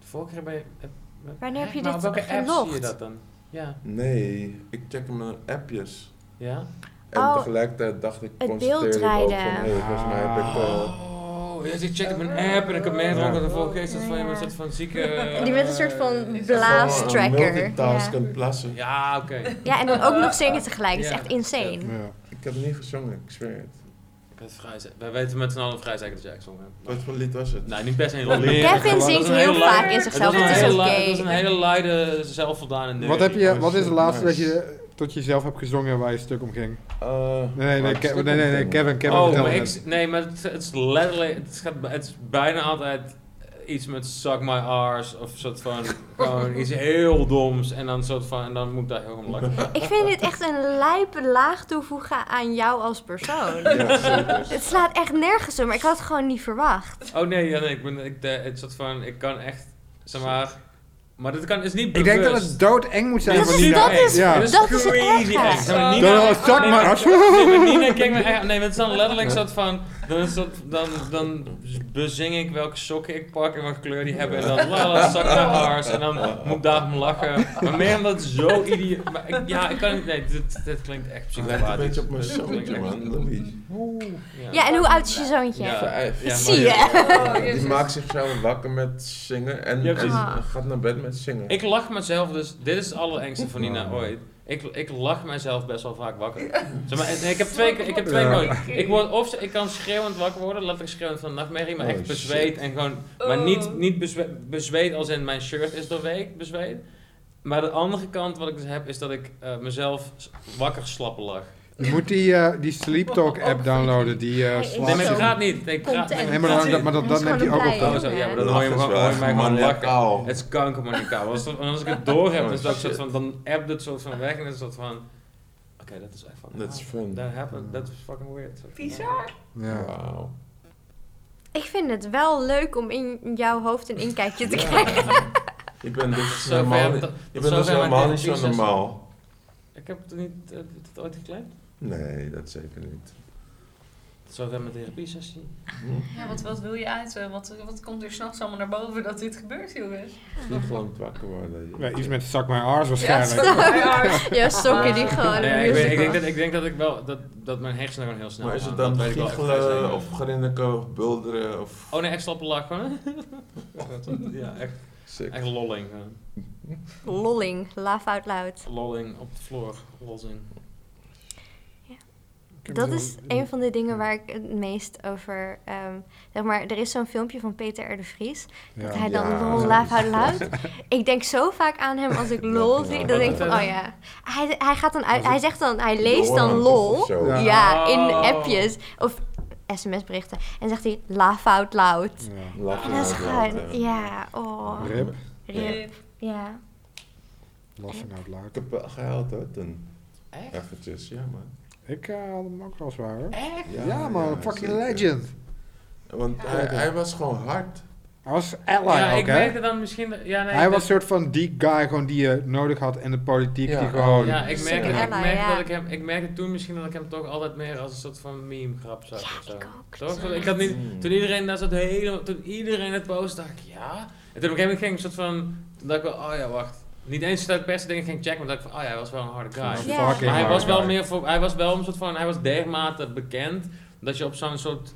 S3: De vorige keer ben je... heb- heb-
S2: Wanneer heb je
S3: maar
S2: dit
S3: op welke app zie je
S2: gelogd?
S3: dat dan? Ja.
S1: Nee, ik checkte mijn appjes.
S3: Ja?
S1: En
S2: Oh,
S1: tegelijkertijd dacht ik,
S2: het
S1: constateerde ik ook van,
S2: beeldrijden.
S1: hey, volgens mij heb ik... eh,
S3: Oh, ja, ze checken mijn app en ik heb meer gedronken dan de vorige keer. Is dat van je met een soort van zieke...
S2: Die met een soort van
S3: eh,
S1: gewoon
S2: blaastracker.
S1: een multitask
S2: Ja.
S1: en plassen.
S3: Ja, oké.
S2: Ja, en dan ook nog zingen tegelijk. Dat is
S3: Ja.
S2: echt insane.
S4: Ja.
S1: Ik heb niet gezongen, ik zweer het.
S3: Ik ben vrij ze- Wij weten met z'n allen vrij zeker dat jij gezongen hebt.
S1: Wat voor lied was het?
S3: Nou, niet best een hele
S1: Kevin
S3: Dat was een
S2: zingt
S3: hele
S2: heel
S3: leuke-
S5: vaak in
S3: Het
S2: zichzelf,
S3: was
S2: het
S3: een
S2: is
S3: hele
S2: oké.
S3: lu- Het was een hele luide, zelfvoldane
S4: Wat, heb je, wat is het laatste dat
S1: Nice.
S4: je tot je zelf hebt gezongen waar je stuk om ging?
S1: Eh,
S4: Nee,
S1: maar
S4: nee,
S1: ik
S4: Ke-
S1: stuk
S4: nee, nee, nee,
S1: ontdekt.
S4: Kevin, Kevin
S3: oh,
S4: vertel
S3: maar
S4: het.
S3: ik, nee, maar het, het is letterlijk, het, gaat, het is bijna altijd iets met suck my arse of soort van, gewoon iets heel doms en dan soort van, en dan moet ik daar heel om lachen.
S2: Ik vind dit echt een lijpe laag toevoegen aan jou als persoon.
S1: Ja, zeker.
S2: Het slaat echt nergens om, maar ik had het gewoon niet verwacht.
S3: Oh nee, ja, nee, ik ben, ik, de, het soort van, ik kan echt, zeg maar, maar dat kan, is niet
S4: Ik
S3: bewust.
S4: denk dat het doodeng moet zijn
S2: Dat
S4: voor
S2: is-
S4: Nina.
S2: dat is-
S4: Ja.
S2: dat is het
S3: crazy
S2: erge.
S3: echt. Zeg maar,
S5: Zo.
S3: Nina-
S4: Dan was zak
S3: nee,
S4: maar
S3: maar-
S4: af.
S3: Nee, maar Nina kijkt me echt... Nee, maar het is dan letterlijk soort van... Dan, is dat, dan, dan bezing ik welke sokken ik pak en welke kleur die hebben. En dan la la zak naar haars. En dan moet ik daarom lachen. Maar meer omdat het zo idioot... maar ik- Ja, ik kan niet... Nee, dit, dit klinkt echt
S1: Het lijkt een
S3: psychopathisch.
S1: beetje op mijn
S3: Dit klinkt
S1: zoontje, man.
S3: echt-
S1: Louis.
S2: Ja, en hoe oud is je zoontje?
S3: Ja.
S1: Vijf.
S3: Ja,
S2: Zie je?
S5: Oh,
S1: die
S5: jezus.
S1: maakt zichzelf wakker met zingen en,
S3: Ja,
S1: en
S3: precies.
S1: gaat naar bed met zingen.
S3: Ik lach mezelf dus... Dit is het allerengste van Nina ooit. Ik, ik lach mezelf best wel vaak wakker. Zeg maar, en ik heb twee, ik heb twee
S4: Ja.
S3: mooie. Ik, word of, ik kan schreeuwend wakker worden, letterlijk schreeuwend van nachtmerrie, maar
S1: Oh,
S3: echt
S1: shit.
S3: bezweet en gewoon... Maar niet, niet bezwe- bezweet als in mijn shirt is doorweekt, bezweet. Maar de andere kant wat ik dus heb, is dat ik eh, mezelf s- wakker slappen lag.
S4: Je moet die, eh, die Sleep Talk app
S2: Oh,
S4: downloaden. Die eh
S2: Hij is
S4: slaap-
S3: Nee, maar
S2: zo
S3: het gaat niet. Nee, ik praat,
S2: Content.
S4: Nee, maar dan- dat- maar dat-
S2: Hij
S4: dat
S2: is
S4: neemt
S2: gewoon
S4: hij ook
S2: een
S4: op.
S2: blij
S3: Oh, zo, ja, maar
S2: jongen.
S3: dat- hoor je hem gewoon- hoor je mij gewoon
S1: maniacaal.
S3: Het is kankermanicaal. Als, dat- als ik het door heb,
S1: Oh,
S3: is dat ook soort van, dan appt het soort van weg en dan is het soort van... Oké, dat is echt van...
S1: Dat is fun.
S3: That happened, that was fucking weird.
S5: Bizar.
S4: Ja.
S1: Wauw.
S2: Ik vind het wel leuk om in jouw hoofd een inkijkje te
S1: Ja.
S2: krijgen.
S1: Ik ben dus
S3: Zo
S1: helemaal
S3: ver-
S1: niet,
S3: tot-
S1: ik ben
S3: tot
S1: dus
S3: zover mijn
S1: helemaal niet zo
S3: therapie-sessie.
S1: normaal.
S3: Ik heb het niet... eh, Heb je het ooit geklemd?
S1: Nee, dat zeker niet. Hm?
S3: Zo zijn mijn therapie sessie.
S1: Oh,
S5: Ja, wat, wat wil je uit? eh, Wat, wat komt er s'nachts allemaal naar boven dat dit gebeurt, jongens?
S1: Niet gewoon wakker worden.
S4: Ja, iets met Suck My Arse
S5: Ja,
S4: waarschijnlijk.
S5: sorry.
S2: Ja, sokken die gewoon
S3: Nee,
S2: een
S3: ik, weet-
S2: musical.
S3: ik, denk dat, ik denk dat ik wel... Dat, dat mijn hersenen gewoon heel snel
S1: Maar is het
S3: gaan,
S1: dan
S3: dat weet ik wel echt vrij
S1: giechelen
S3: zeker.
S1: of grinniken of bulderen of...
S3: Oh nee, echt slappe lach gewoon. ja, echt,
S1: Sick.
S3: echt lolling. hè.
S2: Lolling, laugh out loud.
S3: Lolling op de vloer. Lolling.
S2: Dat is een van de dingen waar ik het meest over... ehm, zeg maar, er is zo'n filmpje van Peter R. de Vries. Dat hij dan
S1: Ja.
S2: lol, laugh out loud. ik denk zo vaak aan hem als ik lol zie.
S1: Ja.
S2: Dan denk ik van, oh ja. Hij, hij, gaat dan uit, hij zegt dan, hij leest dan
S1: Doorn of
S2: lol.
S1: zo.
S4: Ja.
S2: Ja, in
S3: Oh.
S2: appjes. Of sms-berichten. En zegt hij, laugh out loud.
S4: Ja.
S1: Lachen
S2: En Ah, dat is
S1: uit
S2: gewoon,
S1: lachen.
S2: ja, oh.
S4: Rip,
S2: Rip. Ja.
S4: lassen out
S1: Ik
S4: loud.
S1: heb wel gehuild hoor, toen.
S3: Echt?
S1: Eventjes, ja man.
S4: Ik eh, had hem ook wel zwaar hoor.
S3: Echt?
S4: Ja, man, fucking
S1: zeker.
S4: legend.
S1: Want hij, hij was gewoon hard.
S4: Hij was ally
S3: Ja,
S4: ook
S3: ik
S4: hè.
S3: merkte dan misschien... dat- Ja, nee,
S4: hij
S3: dat-
S4: was een soort van die guy gewoon die je nodig had in de politiek.
S1: Ja.
S4: Oh, Die gewoon...
S3: Ja, ik
S2: Zo'n
S3: merkte, ik
S2: ally,
S3: merkte
S2: ja.
S3: dat ik hem... Ik merkte toen misschien dat ik hem toch altijd meer als een soort van meme-grap zag of zo.
S2: ik ook.
S3: Toch? Want Ik had niet...
S1: Mm.
S3: Toen iedereen daar zat helemaal... Toen iedereen het post, dacht ik, ja. En toen op een gegeven moment ging ik een soort van... Toen dacht ik wel, oh ja, wacht. Niet eens dat ik per se dingen ging checken, maar dacht ik van, oh ja, hij was wel een harde guy.
S4: Ja.
S2: Ja.
S4: Fucking
S3: Maar hij
S4: hard
S3: was wel
S4: guy.
S3: meer voor, hij was wel een soort van, hij was dermate bekend dat je op zo'n soort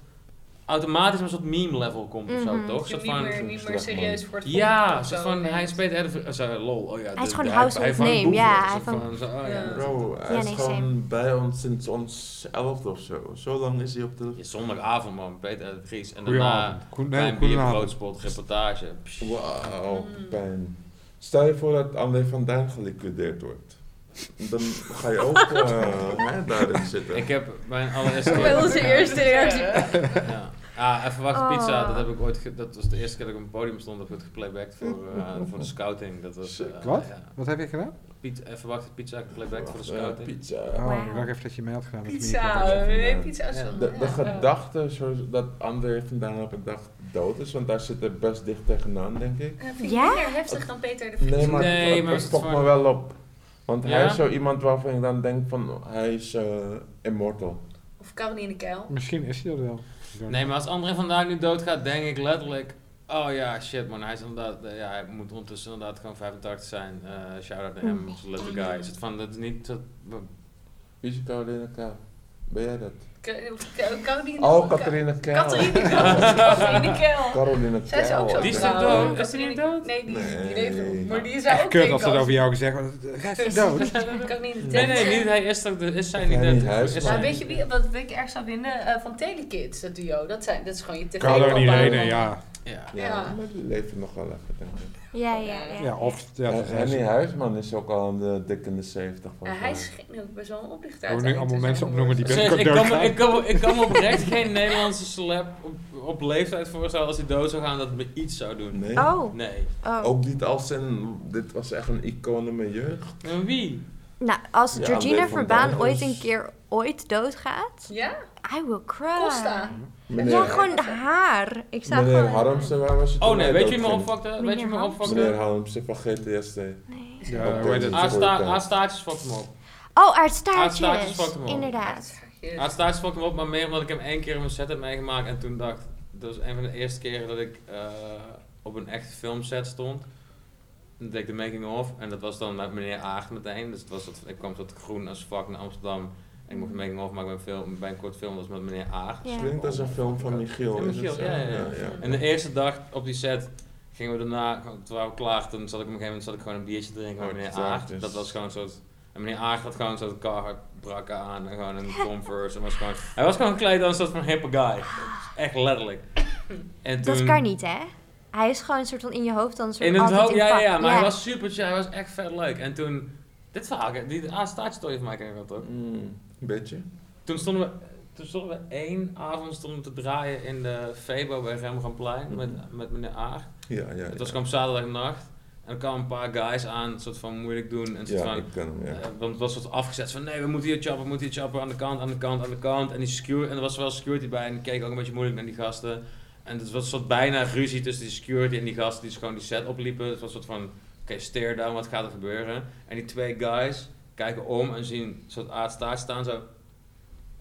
S3: automatisch op een soort meme level komt of zo,
S2: Mhm.
S3: toch? Een soort van,
S1: niet meer serieus
S5: voor
S3: ja, een soort van, hij speelt erg, eh, zo, lol, oh ja.
S2: Hij is
S3: de-
S2: gewoon
S3: de-
S2: household
S3: hij vangt
S2: name,
S3: boeven,
S2: ja,
S3: een
S2: hij
S3: soort
S2: vangt-
S3: zo, oh ja.
S5: Ja.
S1: Bro, hij
S2: Ja,
S1: is
S2: nee,
S1: gewoon
S2: same.
S1: bij ons sinds ons elfde of zo. Zo lang is hij op de...
S3: Ja, Zondagavond man, Peter uit de Vries. En daarna
S4: Goedenavond. Goed, nee,
S3: klein bier,
S4: goedenavond.
S3: broodspot, reportage. Psh,
S1: Wauw, Mm. pijn. Stel je voor dat André van Duin geliquideerd wordt. Dan ga je ook eh, hè, daarin zitten.
S3: Ik heb mijn allereerste keer...
S2: Bij onze eerste reactie.
S3: Ja. Ah, en verwacht
S2: Oh.
S3: pizza, dat heb ik ooit, ge- dat was de eerste keer dat ik op een podium stond, dat ik het geplaybacked voor, eh, voor de scouting. Dat was, eh,
S4: Wat?
S3: Ja.
S4: Wat heb je gedaan?
S3: Piet, eh, verwachte pizza geplaybacked voor de
S1: Wacht, eh,
S3: scouting.
S1: pizza.
S4: Oh,
S2: Wauw.
S4: ik dacht even dat je mee had gedaan. met
S5: Pizza,
S4: Mika.
S5: eh, pizza is
S3: Ja.
S5: van-
S1: De, de
S5: ja.
S1: gedachte zo dat André vandaan op een dag dood is, want daar zit het best dicht tegenaan, denk ik.
S5: Ja, vind ik
S2: Ja?
S5: minder heftig dan Peter de Vries.
S1: Nee, maar,
S3: Nee,
S1: het-
S3: maar
S1: het
S3: het
S1: stopt
S3: is
S1: me
S3: voor-
S1: wel op. Want hij
S3: Ja?
S1: is zo iemand waarvan je dan denkt van, oh, hij is eh, immortal.
S5: Of Caroline Keil.
S4: Misschien is hij dat wel.
S3: Nee, maar als André vandaag nu doodgaat, denk ik letterlijk... Oh ja, shit man, hij is inderdaad... eh, ja, hij moet ondertussen inderdaad gewoon 85 zijn. Eh Shout-out naar hem, he's a little guy. Is het van, dat is niet... Dat,
S1: Wie is Carolina K? Ben jij dat?
S5: Ke- of Ke- Caroline
S1: Oh,
S5: Ka-
S1: Catharina K.
S5: Catharine Keil. Catharine Keil.
S1: Carolina K.
S5: Zij is ook zo
S3: Die is toch
S5: trouw.
S3: dood? Oh, Is die niet dood?
S5: Nee, die, die
S1: Nee.
S5: leeft nog. Maar die is
S4: Echt
S5: ook
S4: kut
S5: geen
S4: als ze dat
S5: kans.
S4: over jou gezegd wordt. Hij
S3: Dus-
S4: is dood.
S5: Caroline
S3: nee, nee, niet, hij is, toch, is zij
S1: Ja,
S3: niet
S1: niet
S3: dood.
S1: huis,
S3: Is
S1: maar-
S3: zij-
S5: Maar Nou, weet je wie, wat ik erg zou vinden? Eh, van Telekids, dat duo. Dat, zijn, dat is gewoon je tv
S4: Carlo en
S5: opbouwen.
S4: Irene, ja.
S3: Ja.
S1: Ja,
S5: Ja.
S1: maar die leeft nog wel even, denk ik.
S2: Ja, ja, ja.
S4: Ja, of... Ja,
S1: en
S4: dat is-
S1: Henny Huisman is ook al de dik in de 70.
S5: Ja,
S1: volgens
S5: hij
S1: mij.
S5: scheen ook best wel een oplichter
S4: Ik
S5: uit. dus
S4: hoor nu allemaal mensen opnoemen die
S3: Serieus,
S4: best
S3: ik,
S4: dood
S3: kan me,
S4: gaan.
S3: ik, kan me, ik kan me oprecht geen Nederlandse celeb op, op leeftijd voorstellen als hij dood zou gaan dat het me iets zou doen.
S1: Nee.
S2: Oh,
S3: Nee.
S2: oh.
S1: Ook niet als een... Dit was echt een icoon in mijn jeugd.
S3: En wie?
S2: Nou, als
S1: Ja,
S2: Georgina
S1: Leeuw van
S2: Verbaan
S1: Dijk
S2: ooit
S1: is-
S2: een keer ooit doodgaat,
S5: Ja?
S2: I will cry.
S5: Costa.
S2: Ja, gewoon haar. Ik zou
S1: meneer
S2: gewoon...
S1: Harmsen, waar was je
S3: Oh
S1: toen
S3: nee,
S1: hij
S3: weet je wie
S1: doodging?
S3: me opvakte? Weet je wie me
S2: Meneer
S1: Meneer
S3: opvakte?
S1: Harmsen van GTSD.
S2: Nee.
S4: Ja, hoe heet het?
S3: Aasta-
S1: eh,
S3: Aastaatjes fuckte hem op.
S2: Oh, haar
S3: Aardstaartjes
S2: staartjes.
S3: fucked hem op.
S2: Inderdaad.
S4: Ah,
S3: Aastaatjes fuckte hem op, maar meer omdat ik hem één keer in mijn set heb meegemaakt en toen dacht, dat was een van de eerste keren dat ik eh, op een echt filmset stond. En dat deed ik de making of en dat was dan met meneer Aard meteen. Dus het was dat, ik kwam tot groen als fuck naar Amsterdam en ik mocht een making of maken bij een, film, bij een kort film, dat was met meneer Aard.
S2: Ja.
S1: Klinkt als een film van Michiel.
S3: Ja,
S1: is het
S3: Michiel,
S1: zo?
S3: ja, ja, ja.
S1: ja.
S3: En de eerste dag op die set gingen we daarna, gewoon- toen waren we klaar, toen zat ik op een gegeven moment zat ik gewoon een biertje te drinken met
S1: Oh,
S3: meneer
S1: dat is-
S3: Aard. Dat was gewoon een soort. En meneer Aard had gewoon zo'n Carhartt brakken aan en gewoon een Converse. En was gewoon, hij was gewoon gekleed als een soort van hippe guy. Echt letterlijk. En toen,
S2: Dat kan niet, hè? Hij is gewoon een soort van in je hoofd dan een soort
S3: In het
S2: altijd
S3: hoofd, ja, ja,
S2: pak.
S3: ja, maar hij was super chill, hij was echt vet leuk. En toen, dit verhaal, die A-staartstory van mij ken ik wel toch?
S1: Mm, een beetje.
S3: Toen stonden we, toen stonden we één avond stonden we te draaien in de Febo bij Rembrandtplein met, met meneer Aard.
S1: Ja, ja.
S3: Het was
S1: ja.
S3: kwam zaterdagnacht en er kwamen een paar guys aan, een soort van moeilijk doen. En een soort
S1: Ja,
S3: van,
S1: ik ken hem,
S3: eh,
S1: ja.
S3: want het was soort afgezet van nee, we moeten hier chappen, we moeten hier chappen, aan de kant, aan de kant, aan de kant. En, die security, en er was wel security bij en die keek ook een beetje moeilijk naar die gasten. En het was een soort bijna ruzie tussen die security en die gasten die dus gewoon die set opliepen. Het was een soort van, oké, stare down, wat gaat er gebeuren? En die twee guys kijken om en zien een soort aardstaart staan zo...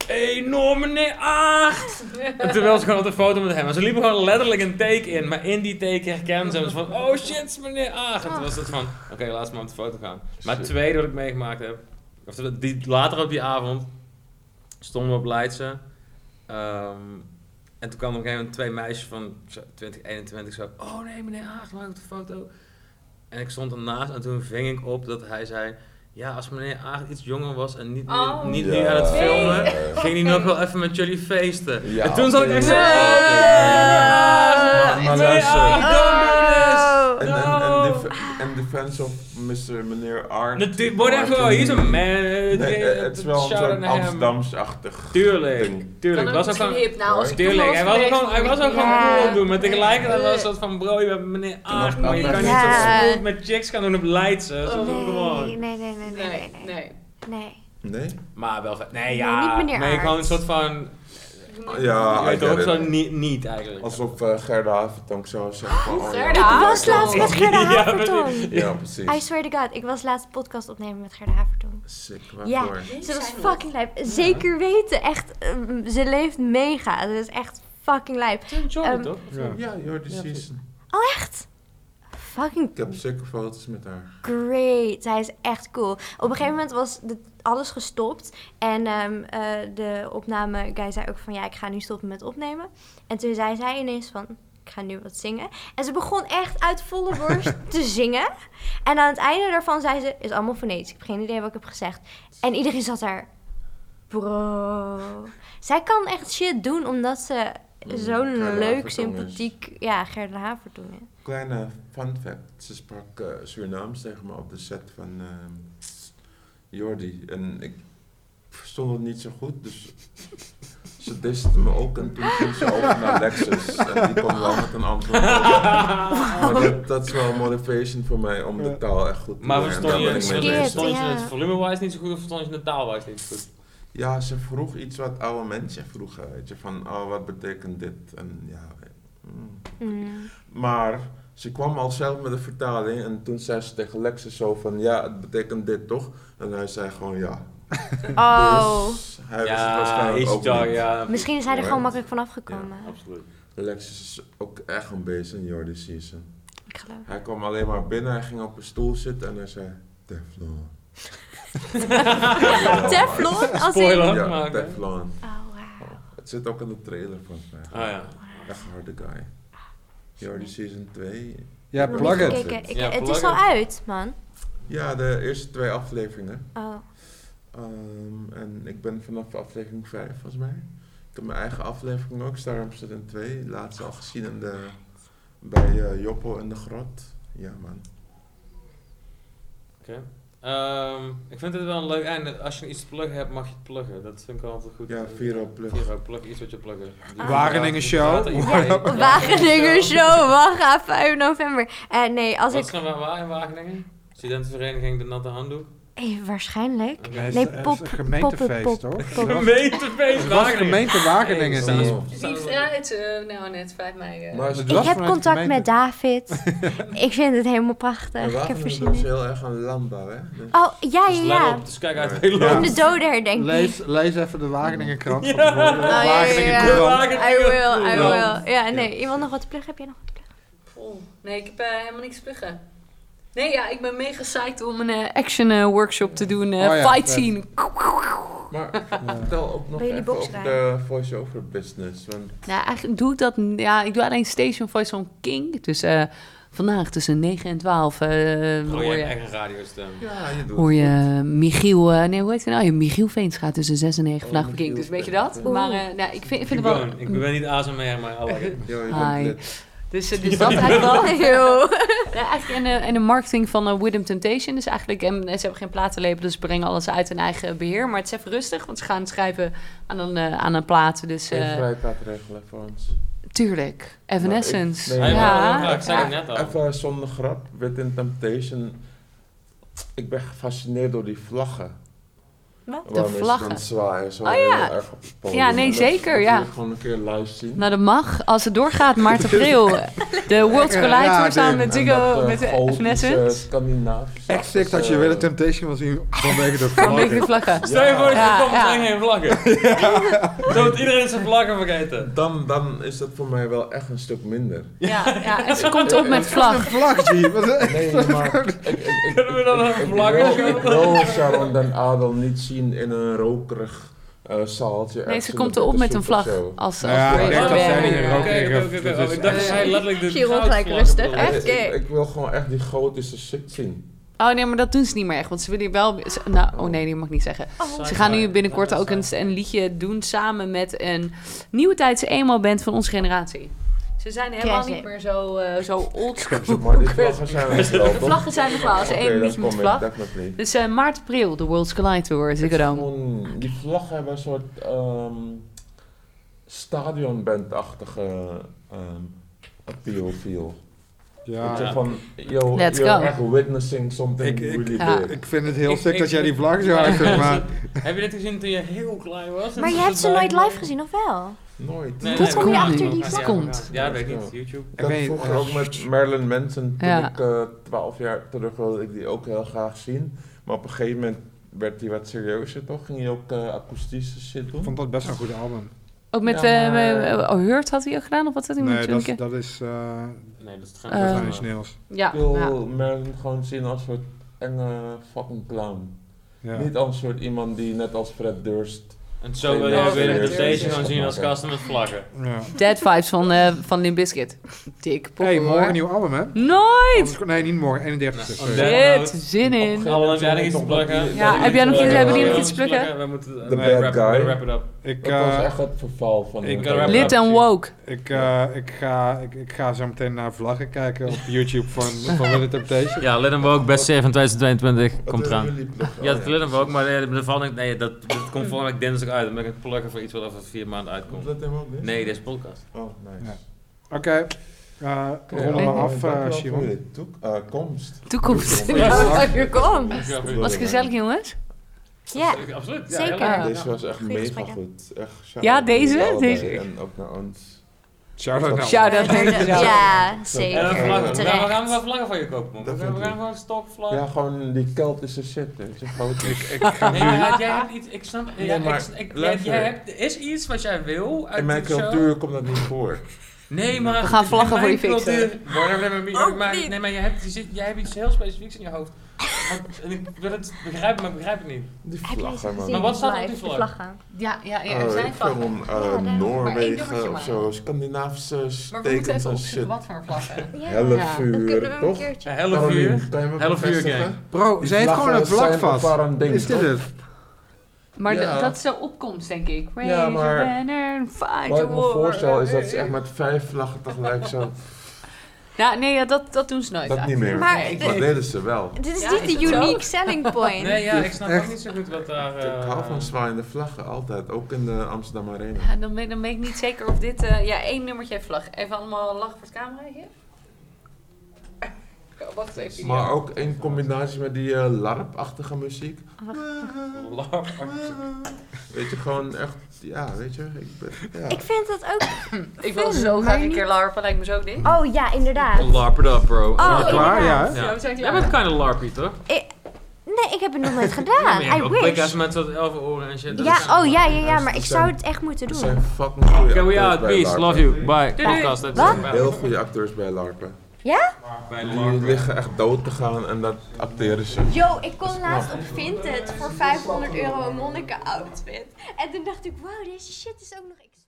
S3: Enorme meneer Aard! en terwijl ze gewoon op de foto met hem. En ze liepen gewoon letterlijk een take in. Maar in die take herkenden ze hem. Ze van, oh shit, het is meneer Aard. En toen was het van, oké, laat ze maar op de foto gaan. Maar het tweede wat ik meegemaakt heb... Of dat- die, later op die avond stonden we op Leidse. Ehm, en toen kwamen op een gegeven moment twee meisjes van zo 20, 21 zo... Oh nee, meneer Aag, maak op de foto. En ik stond ernaast en toen ving ik op dat hij zei... Ja, als meneer Aag iets jonger was en niet, nu-
S5: Oh.
S3: niet
S1: Ja.
S3: nu aan het
S5: Nee.
S3: filmen...
S1: Eh,
S3: Ging hij nog wel even met jullie feesten?
S1: Ja,
S3: en toen zat ik echt zo...
S1: nee.
S3: "Oh,
S1: Maar
S3: meneer Aag,
S1: luister.
S3: don't do
S1: En
S3: this."
S1: en- en
S3: No.
S1: def- en defense of Mr. Meneer Art.
S3: Natuurlijk, whatever, he's a man.
S1: Nee, eh, het is wel
S3: Shout-out
S1: zo'n
S3: naar hem.
S1: Amsterdams-achtig.
S3: Tuurlijk,
S1: ding.
S3: tuurlijk. Was ook
S5: gewoon
S3: gewoon...
S5: hip. Nou, als ik
S3: Tuurlijk,
S5: toen
S3: hij was ook
S5: direct
S3: gewoon, hij
S5: van-
S3: was ook gewoon
S2: Ja.
S3: cool op doen, maar tegelijkertijd was het soort van bro, je bent meneer Aard, maar je kan niet zo
S2: Ja.
S3: smooth met chicks gaan doen op Leidse. Zo doe ik
S5: Oh.
S2: Nee,
S3: gewoon.
S2: nee, nee, nee, nee, nee,
S5: Nee,
S2: nee.
S5: nee.
S2: Nee.
S1: Nee?
S3: Maar wel vet. Nee,
S2: Nee,
S3: ja.
S2: niet meneer
S3: Nee,
S2: Aard.
S3: gewoon een soort van,
S1: Ja,
S3: je weet
S1: Ah, I get
S3: ook
S1: it.
S3: zo niet, niet eigenlijk.
S1: Alsof eh, Gerda Havertong zo zegt van... oh, ja.
S5: Gerda
S2: Ik was
S5: Havertong.
S2: laatst met Gerda
S3: Ja,
S2: Havertong.
S3: precies.
S1: Ja,
S2: I
S1: precies.
S2: swear to god, ik was laatst een podcast opnemen met Gerda Havertong.
S1: Sick,
S2: Ja.
S1: waarvoor?
S2: Ze was fucking lijp. Zeker weten, echt. ehm, ze leeft mega. Ze is echt fucking lijp.
S3: Het is een Jordan,
S2: Ehm,
S3: toch?
S4: Ja.
S1: Ja, Jordi
S3: Ja, precies.
S1: Season.
S2: Fucking
S1: Ik heb zeker foto's met haar.
S2: great. Hij is echt cool. Op een
S1: Mm.
S2: gegeven moment was de- alles gestopt. En ehm, eh, de opname guy zei ook van ja, ik ga nu stoppen met opnemen. En toen zei zij ineens van ik ga nu wat zingen. En ze begon echt uit volle borst te zingen. En aan het einde daarvan zei ze, is allemaal fonetisch. Ik heb geen idee wat ik heb gezegd. En iedereen zat daar. Bro. Zij kan echt shit doen omdat ze
S1: Mm,
S2: zo'n
S1: Gerda Havertong
S2: leuk,
S1: is.
S2: sympathiek... Ja, Gerda Havertong is.
S1: Kleine fun fact. Ze sprak eh, Surinaams tegen me op de set van ehm, Jordi. En ik verstond het niet zo goed, dus ze diste me ook. En toen ging ze over naar Lexus. En die kwam wel met een antwoord. Maar dat, dat is wel motivation voor mij om de taal echt goed te
S3: Maar
S1: leren.
S3: verstond
S1: Daar
S3: je,
S1: ben ik mee
S3: verstond je
S1: bezig.
S2: Shit,
S3: verstond je het
S2: ja.
S3: volume-wise niet zo goed of verstond je het taal-wise niet zo goed?
S1: Ja, ze vroeg iets wat oude mensen vroegen. Weet je, van oh, wat betekent dit? En ja, mm.
S2: Mm.
S1: Maar ze kwam al zelf met de vertaling en toen zei ze tegen Lexus zo van ja, het betekent dit toch? En hij zei gewoon ja.
S2: Oh.
S1: Dus hij was het waarschijnlijk
S3: easy
S1: ook
S3: talk,
S1: niet.
S3: ja.
S2: Misschien is hij er
S1: Ja.
S2: gewoon makkelijk vanaf gekomen.
S3: Absoluut.
S1: Lexus is ook echt een beest in Jordi Season.
S2: Ik geloof.
S1: Hij kwam alleen maar binnen, hij ging op een stoel zitten en hij zei Teflon.
S2: Teflon? Als in-
S3: Spoiler.
S1: Ja,
S3: Maar, oké.
S1: Teflon.
S2: Oh, wauw.
S1: Het zit ook in de trailer volgens mij.
S3: Ah ja.
S1: Echt een harde guy. Jordi Season 2.
S4: Ja,
S2: Nog
S4: plug
S2: niet
S4: it.
S2: gekeken. Ik,
S3: Ja,
S2: het
S3: plug
S2: is al
S3: it.
S2: uit, man.
S1: Ja, de eerste twee afleveringen.
S2: Oh.
S1: Ehm, en ik ben vanaf aflevering 5 volgens mij. Ik heb mijn eigen aflevering ook, Star Amsterdam 2, laatst al gezien in de Bij eh, Joppel in de grot. Ja, man.
S3: Oké. Ehm, ik vind dit wel een leuk einde. Als je iets te pluggen hebt, mag je het pluggen. Dat vind ik altijd goed.
S1: Ja, Vero plug.
S3: Vero, plug iets wat je pluggen. Dus
S4: Wageningen show.
S3: praten iedereen.
S4: Ja,
S2: Ah. Wageningen Show, wacht aan 5 november. Eh, nee, als
S3: Wat is
S2: ik...
S3: er nou waar in Wageningen? Studentenvereniging De Natte Handdoek.
S2: Eh, waarschijnlijk.
S3: Oké.
S4: Nee,
S2: Nee,
S4: het is
S2: pop-
S4: een gemeentefeest,
S2: pop-
S4: hoor. Het was-
S3: Gemeentefeest
S4: Het was
S3: Wageningen.
S4: gemeente Wageningen.
S3: Hey,
S4: die-
S3: staan-
S5: Wie draait eh, nou net 5 mei? eh,
S1: Maar ze
S4: Het
S2: Ik
S4: was
S2: heb
S4: vanuit de
S2: contact
S4: gemeente.
S2: met David. ik vind het helemaal prachtig. Ik heb er
S1: Wageningen
S2: zin
S1: doen ze
S2: in.
S1: heel erg aan landbouw, hè? Dus-
S2: Oh, ja,
S3: Dus
S2: ja,
S3: let
S2: ja.
S3: op, dus kijk uit.
S1: Ja.
S2: In de dodenherdenking.
S4: Lees, lees even de Wageningen krant.
S3: Ja.
S2: Oh, ja, ja, ja.
S4: Courant.
S2: I will, I
S3: Ja.
S2: will. Ja, nee, iemand nog wat te pluggen? Heb jij nog wat te pluggen?
S5: Oh, nee, ik heb eh, helemaal niks te pluggen. Nee, ja, ik ben mega psyched om een eh, action eh, workshop te doen. eh,
S4: Oh ja,
S5: fight
S4: vet.
S5: scene.
S1: Maar vertel ook nog
S2: Wil jullie
S1: even
S2: box
S1: over de voice-over business. Want
S5: Nou, eigenlijk doe ik dat... Ja, ik doe alleen Station Voice on King. Dus eh, vandaag tussen 9 en 12 eh,
S3: Oh,
S5: hoor
S3: je
S5: je...
S3: hebt echt een radiostem.
S1: ja, je doet
S5: Hoor
S1: het goed.
S5: je Michiel, eh, nee hoe heet hij nou? Ja, Michiel Veens gaat tussen 6 en 9
S1: Oh,
S5: vandaag op King,
S1: Michiel
S5: dus weet je
S1: Veenstra.
S5: dat?
S2: Oeh.
S5: Maar eh, nou, ik vind, ik vind
S3: Ik
S5: het wel...
S3: ben, ik ben niet ASMR, maar Allah.
S1: Ja, je
S5: Hi.
S1: doet het.
S5: Dus, eh, dus dat eigenlijk
S2: Oh,
S5: wel.
S2: Eeuw.
S5: Ja, eigenlijk en, eh, en de marketing van eh, Widom Temptation. Dus eigenlijk, en, en ze hebben geen platenlabel, dus ze brengen alles uit hun eigen beheer. Maar het is even rustig, want ze gaan schrijven aan een, eh, aan een plaat. Dus eh,
S1: Even vrijkaart regelen voor ons.
S5: tuurlijk, Evanescence.
S1: Nou, ik- nee,
S5: ja.
S3: maar- ik zei het net al.
S1: Even zonder grap, Within Temptation. Ik ben gefascineerd door die vlaggen.
S2: Wat?
S5: De
S1: Waarom is het
S5: vlaggen?
S1: dan Zwaaien, zo
S5: Oh,
S1: heel
S5: ja.
S1: erg op het podium?
S5: Ja, nee,
S1: Dat
S5: zeker,
S1: wil
S5: ja.
S1: ik gewoon een keer live zien.
S5: Nou, dat mag. Als het doorgaat, maart, april. De World
S4: Ja,
S5: Collide Tour samen
S1: En
S5: met Ziggo,
S1: dat, eh,
S5: met eh,
S1: gotische,
S5: Evanescence.
S1: Scandinavisch.
S4: Echt sick dat je
S1: eh,
S4: weer de Temptation wil zien vanwege de
S5: Vanwege de
S4: vlaggen.
S5: vlaggen.
S3: Stel je voor dat je
S5: Ja,
S3: komt
S5: ja.
S3: en geen vlaggen. Zodat iedereen zijn vlaggen vergeten.
S1: Dan, dan is dat voor mij wel echt een stuk minder.
S5: Ja, ja, en ze komt ook met vlag.
S4: Vlag, zie je.
S1: Nee, maar ik, ik, ik,
S3: Kunnen we dan
S1: ik-
S3: een
S1: ik
S3: vlag
S1: wil-
S3: opzetten?
S1: Ik wil Sharon den Adel niet zien in een rokerig eh zaaltje.
S5: Nee,
S1: ergens
S5: ze
S1: in
S5: komt
S1: de
S5: erop met een
S1: Bitterzoet of
S5: vlag.
S1: zo.
S5: Als, als
S4: Ja, ik
S5: race
S1: Nou denk dat
S5: banner.
S1: zij niet
S3: Oké,
S1: een rook-
S3: oké, oké, oké. Oh, Ik dacht dat hij letterlijk de
S2: Giel, gelijk
S3: goudvlag
S2: rustig.
S3: bedoelde.
S2: Echt?
S1: Nee, ik,
S2: gay.
S1: ik wil gewoon echt die gotische shit zien.
S5: Oh nee, maar dat doen ze niet meer echt. Want ze willen hier wel. ze- nou, oh nee, dat mag ik niet zeggen.
S2: Oh,
S5: Ze gaan nu binnenkort ook een, een liedje doen samen met een nieuwe tijds emo band van onze generatie. Ze zijn helemaal
S2: Classic.
S5: niet meer zo, eh zo old school.
S1: Maar die vlaggen zijn er wel,
S5: De
S1: toch?
S5: vlaggen zijn nog wel, als
S1: Oké,
S5: één
S1: dan
S5: liedje met
S1: kom Ik,
S5: vlag.
S1: definitely.
S5: Dus eh, maart, april, de World's Collide Tour, Ziggo
S1: Het is
S5: Dome.
S1: gewoon- Die vlaggen hebben een soort ehm stadionbandachtige ehm appeal feel.
S4: Ja.
S1: Weet je, van, yo,
S5: Let's
S1: you're
S5: go.
S1: echt witnessing something
S4: Ik- ik-
S1: really
S5: Ja.
S1: big.
S4: Ik vind het heel
S3: Ik-
S4: sick
S3: ik-
S4: dat jij die vlag zo uit hebt, maar...
S3: Heb je dit gezien toen je heel klein was?
S2: Maar je hebt ze nooit live gezien, of wel?
S1: Nooit.
S3: Nee,
S5: Hoe
S3: nee,
S5: kom je
S3: nee.
S5: achter die
S3: Ja,
S5: vlaggen?
S3: ja,
S5: Komt.
S3: Ja, weet ik niet. YouTube.
S1: Ik had
S4: weet- eh,
S1: vroeger ook met Marilyn Manson, toen
S5: Ja.
S1: ik eh, 12 jaar terug wilde ik die ook heel graag zien. Maar op een gegeven moment werd hij wat serieuzer toch? Ging hij ook eh, akoestische shit
S4: Ik
S1: doen?
S4: vond dat best een goed album.
S5: Ook met
S1: Ja,
S5: eh,
S1: maar-
S5: eh, oh, Hurt had hij ook gedaan, of wat had hij
S4: Nee,
S5: met
S4: dat,
S5: Junke?
S4: is- dat is... eh,
S3: Nee, dat is het
S5: Eh.
S4: dat
S3: gaan
S4: zijn iets nieuws.
S5: Ja, nou,
S1: Ik wil
S5: ja.
S1: Marilyn gewoon zien als soort enge fucking clown.
S4: Ja.
S1: Niet als soort iemand die net als Fred Durst.
S3: En zo wil
S1: Ja,
S3: je weer
S1: ja,
S3: de stage
S1: ja.
S3: gaan zien als kasten met vlaggen.
S4: Ja.
S5: Dead Vibes van, eh van Limp Bizkit. Dik,
S4: Hey,
S5: poppenhoor.
S4: morgen een nieuw album, hè?
S5: Nooit!
S4: Anders- Nee, niet morgen. 31
S3: Nee.
S4: sorry.
S3: Ja.
S5: Shit, zin in.
S3: Allen, heb jij nog iets te
S1: Op een gegeven
S3: pluggen?
S1: moment
S5: Ja,
S1: toch
S5: heb jij nog
S1: die-
S5: iets- hebben jullie nog
S1: Ja.
S5: iets te pluggen?
S3: We moeten
S1: The
S3: eh,
S1: bad
S3: wrap,
S1: guy.
S3: wrap it up.
S4: Ik,
S1: Dat was
S4: eh,
S1: echt het verval van
S4: ik-
S1: het
S3: eh,
S1: hele-
S5: Lit en woke.
S4: ik, eh, ik, ga, ik, ik ga zo meteen naar vlaggen kijken op YouTube van, van Little Temptation.
S3: Ja, Lidden Woke, best save van 2022,
S1: Wat
S3: komt
S1: willen
S3: eraan.
S1: jullie pluggen?
S3: Ja,
S1: Oh,
S3: dat Lidden Woke, maar eh, de volgende, nee, dat, dat komt volgende week dinsdag uit. Dan ben ik het pluggen voor iets wat over vier maanden
S1: Komt
S3: uitkomt.
S1: dat helemaal niet?
S3: Nee, deze podcast.
S1: Oh, nice.
S4: Ja. Oké, eh, we
S1: Oké,
S4: ronden we
S1: allemaal
S4: af,
S1: dankjewel
S4: eh,
S1: voor
S4: Simon.
S1: jullie toek- eh, komst.
S5: Toekomst.
S2: Ja, hier komt.
S5: Was het gezellig, jongens?
S2: Ja.
S3: Absoluut.
S2: Zeker.
S5: Ja.
S1: Deze was echt
S2: Goeie
S1: mega
S2: gesprekken.
S1: goed. Echt, shout-out
S5: Ja,
S1: aan jullie
S5: deze?
S1: allebei
S5: Deze.
S1: En ook naar ons.
S4: Shout-out naar
S5: Shout-out. dat denk ik wel.
S2: Ja,
S3: En
S1: Ja,
S3: dan
S2: zeker.
S3: vlaggen.
S1: terecht.
S3: Nou, we gaan wel vlaggen van je kopen, man. We
S1: Dat
S3: gaan we
S1: vind ik.
S3: gaan gewoon stokvlaggen.
S1: Ja, gewoon die Keltische shit. Weet je. Gewoon-
S3: Nee, maar jij- jij hebt iets, ik snap,
S1: Nee,
S3: ja,
S1: maar
S3: ik, sn- ik, jij,
S1: luister.
S3: jij hebt, er is iets wat jij wil uit
S1: In mijn
S3: dit show.
S1: cultuur komt dat niet voor.
S3: Nee, maar...
S5: We gaan vlaggen
S3: in
S5: voor je
S3: mijn
S5: fixen.
S3: cultuur- Whatever, nee, maar-
S2: Ook
S3: maar,
S2: niet.
S3: nee, maar jij hebt, je zit- jij hebt iets heel specifieks in je hoofd. Want- en ik wil het begrijpen, maar ik begrijp het niet.
S1: Die
S2: Heb jij ze
S1: vlaggen,
S2: gezien?
S1: man.
S3: Maar wat staat er op die
S2: Live,
S3: vlag?
S2: de vlag aan.
S5: Ja, ja, ja.
S1: Oh,
S5: Er zijn
S1: ik vind
S5: vlaggen.
S1: om eh,
S2: daar hebben we
S5: maar één
S1: Noorwegen of
S5: dubbeltje
S1: zo, Scandinavische
S5: Maar we moeten
S1: stekens
S5: even
S1: en
S5: opzoeken
S1: shit.
S5: wat voor vlaggen.
S2: Ja.
S1: Helle
S5: Ja.
S2: Dan kunnen we
S1: vuur,
S2: hem een
S1: toch?
S2: keertje.
S3: Een half
S1: Caroline,
S3: uur.
S1: kan je me
S3: Half uur
S1: bevestigen?
S3: gang.
S4: Bro, ze heeft gewoon een vlak
S1: vlaggen zijn
S4: vast.
S1: op haar een ding,
S4: Is dit
S1: toch?
S4: het?
S5: Maar
S1: Ja.
S5: d- dat is de opkomst, denk ik. Raise
S1: Ja,
S5: ja,
S1: maar-
S5: banner and fight
S1: Wat
S5: the
S1: ik me
S5: war.
S1: voorstel is dat ze echt met vijf vlaggen tegelijk zo...
S5: Nou, nee, ja, dat, dat doen ze nooit.
S1: Dat niet
S5: eigenlijk.
S1: meer.
S2: Maar
S1: Maar,
S2: ik-
S1: dat deden ze wel.
S2: Dit is
S5: Ja,
S2: niet
S5: is
S2: de
S5: het zo?
S2: unique selling point.
S7: Nee, ja,
S4: Dus
S7: ik snap
S4: echt-
S7: ook niet zo goed wat daar...
S1: Ik
S7: eh,
S1: hou van zwaaiende vlaggen altijd, ook in de Amsterdam Arena.
S5: Ja, dan, ben, dan ben ik niet zeker of dit... eh, ja, één nummertje heeft vlag. Even allemaal lachen voor het cameraatje. Oh, Wacht even.
S1: Maar ook in combinatie met die eh, larp-achtige muziek. Weet je, gewoon echt, ja, weet je. Ik ben, ja.
S2: Ik vind dat ook...
S5: Ik wil zo graag
S2: Maar
S5: een
S2: niet-
S5: keer larpen, lijkt me zo dik.
S2: Oh ja, inderdaad.
S7: Larp it up, bro.
S2: Oh,
S4: Ja, klaar, ja. hè?
S5: Ja, we zijn
S7: Jij
S5: klaar.
S7: bent kind of larpy, toch?
S2: Nee, ik heb het nog nooit gedaan.
S7: Ja, maar je hebt
S2: I
S7: ook
S2: wish.
S7: blikka's met wat elf oren en shit. dat is-
S2: Ja, oh ja, ja, ja,
S1: Dus
S2: maar
S1: er
S2: ik
S1: zijn-
S2: zou het echt moeten
S1: Er
S2: doen.
S1: zijn fucking goede
S7: Okay, we
S1: acteurs
S7: out.
S1: bij
S7: Peace.
S1: LARPen.
S7: Love you. Bye.
S5: doei.
S7: Podcast. dat is
S2: Wat?
S7: het.
S1: Heel goede acteurs bij larpen.
S7: Bij
S1: Die liggen echt dood te gaan en dat acteren ze.
S2: Yo, ik kon laatst op Vinted voor 500 euro een monniken outfit. En toen dacht ik, wow, deze shit is ook nog...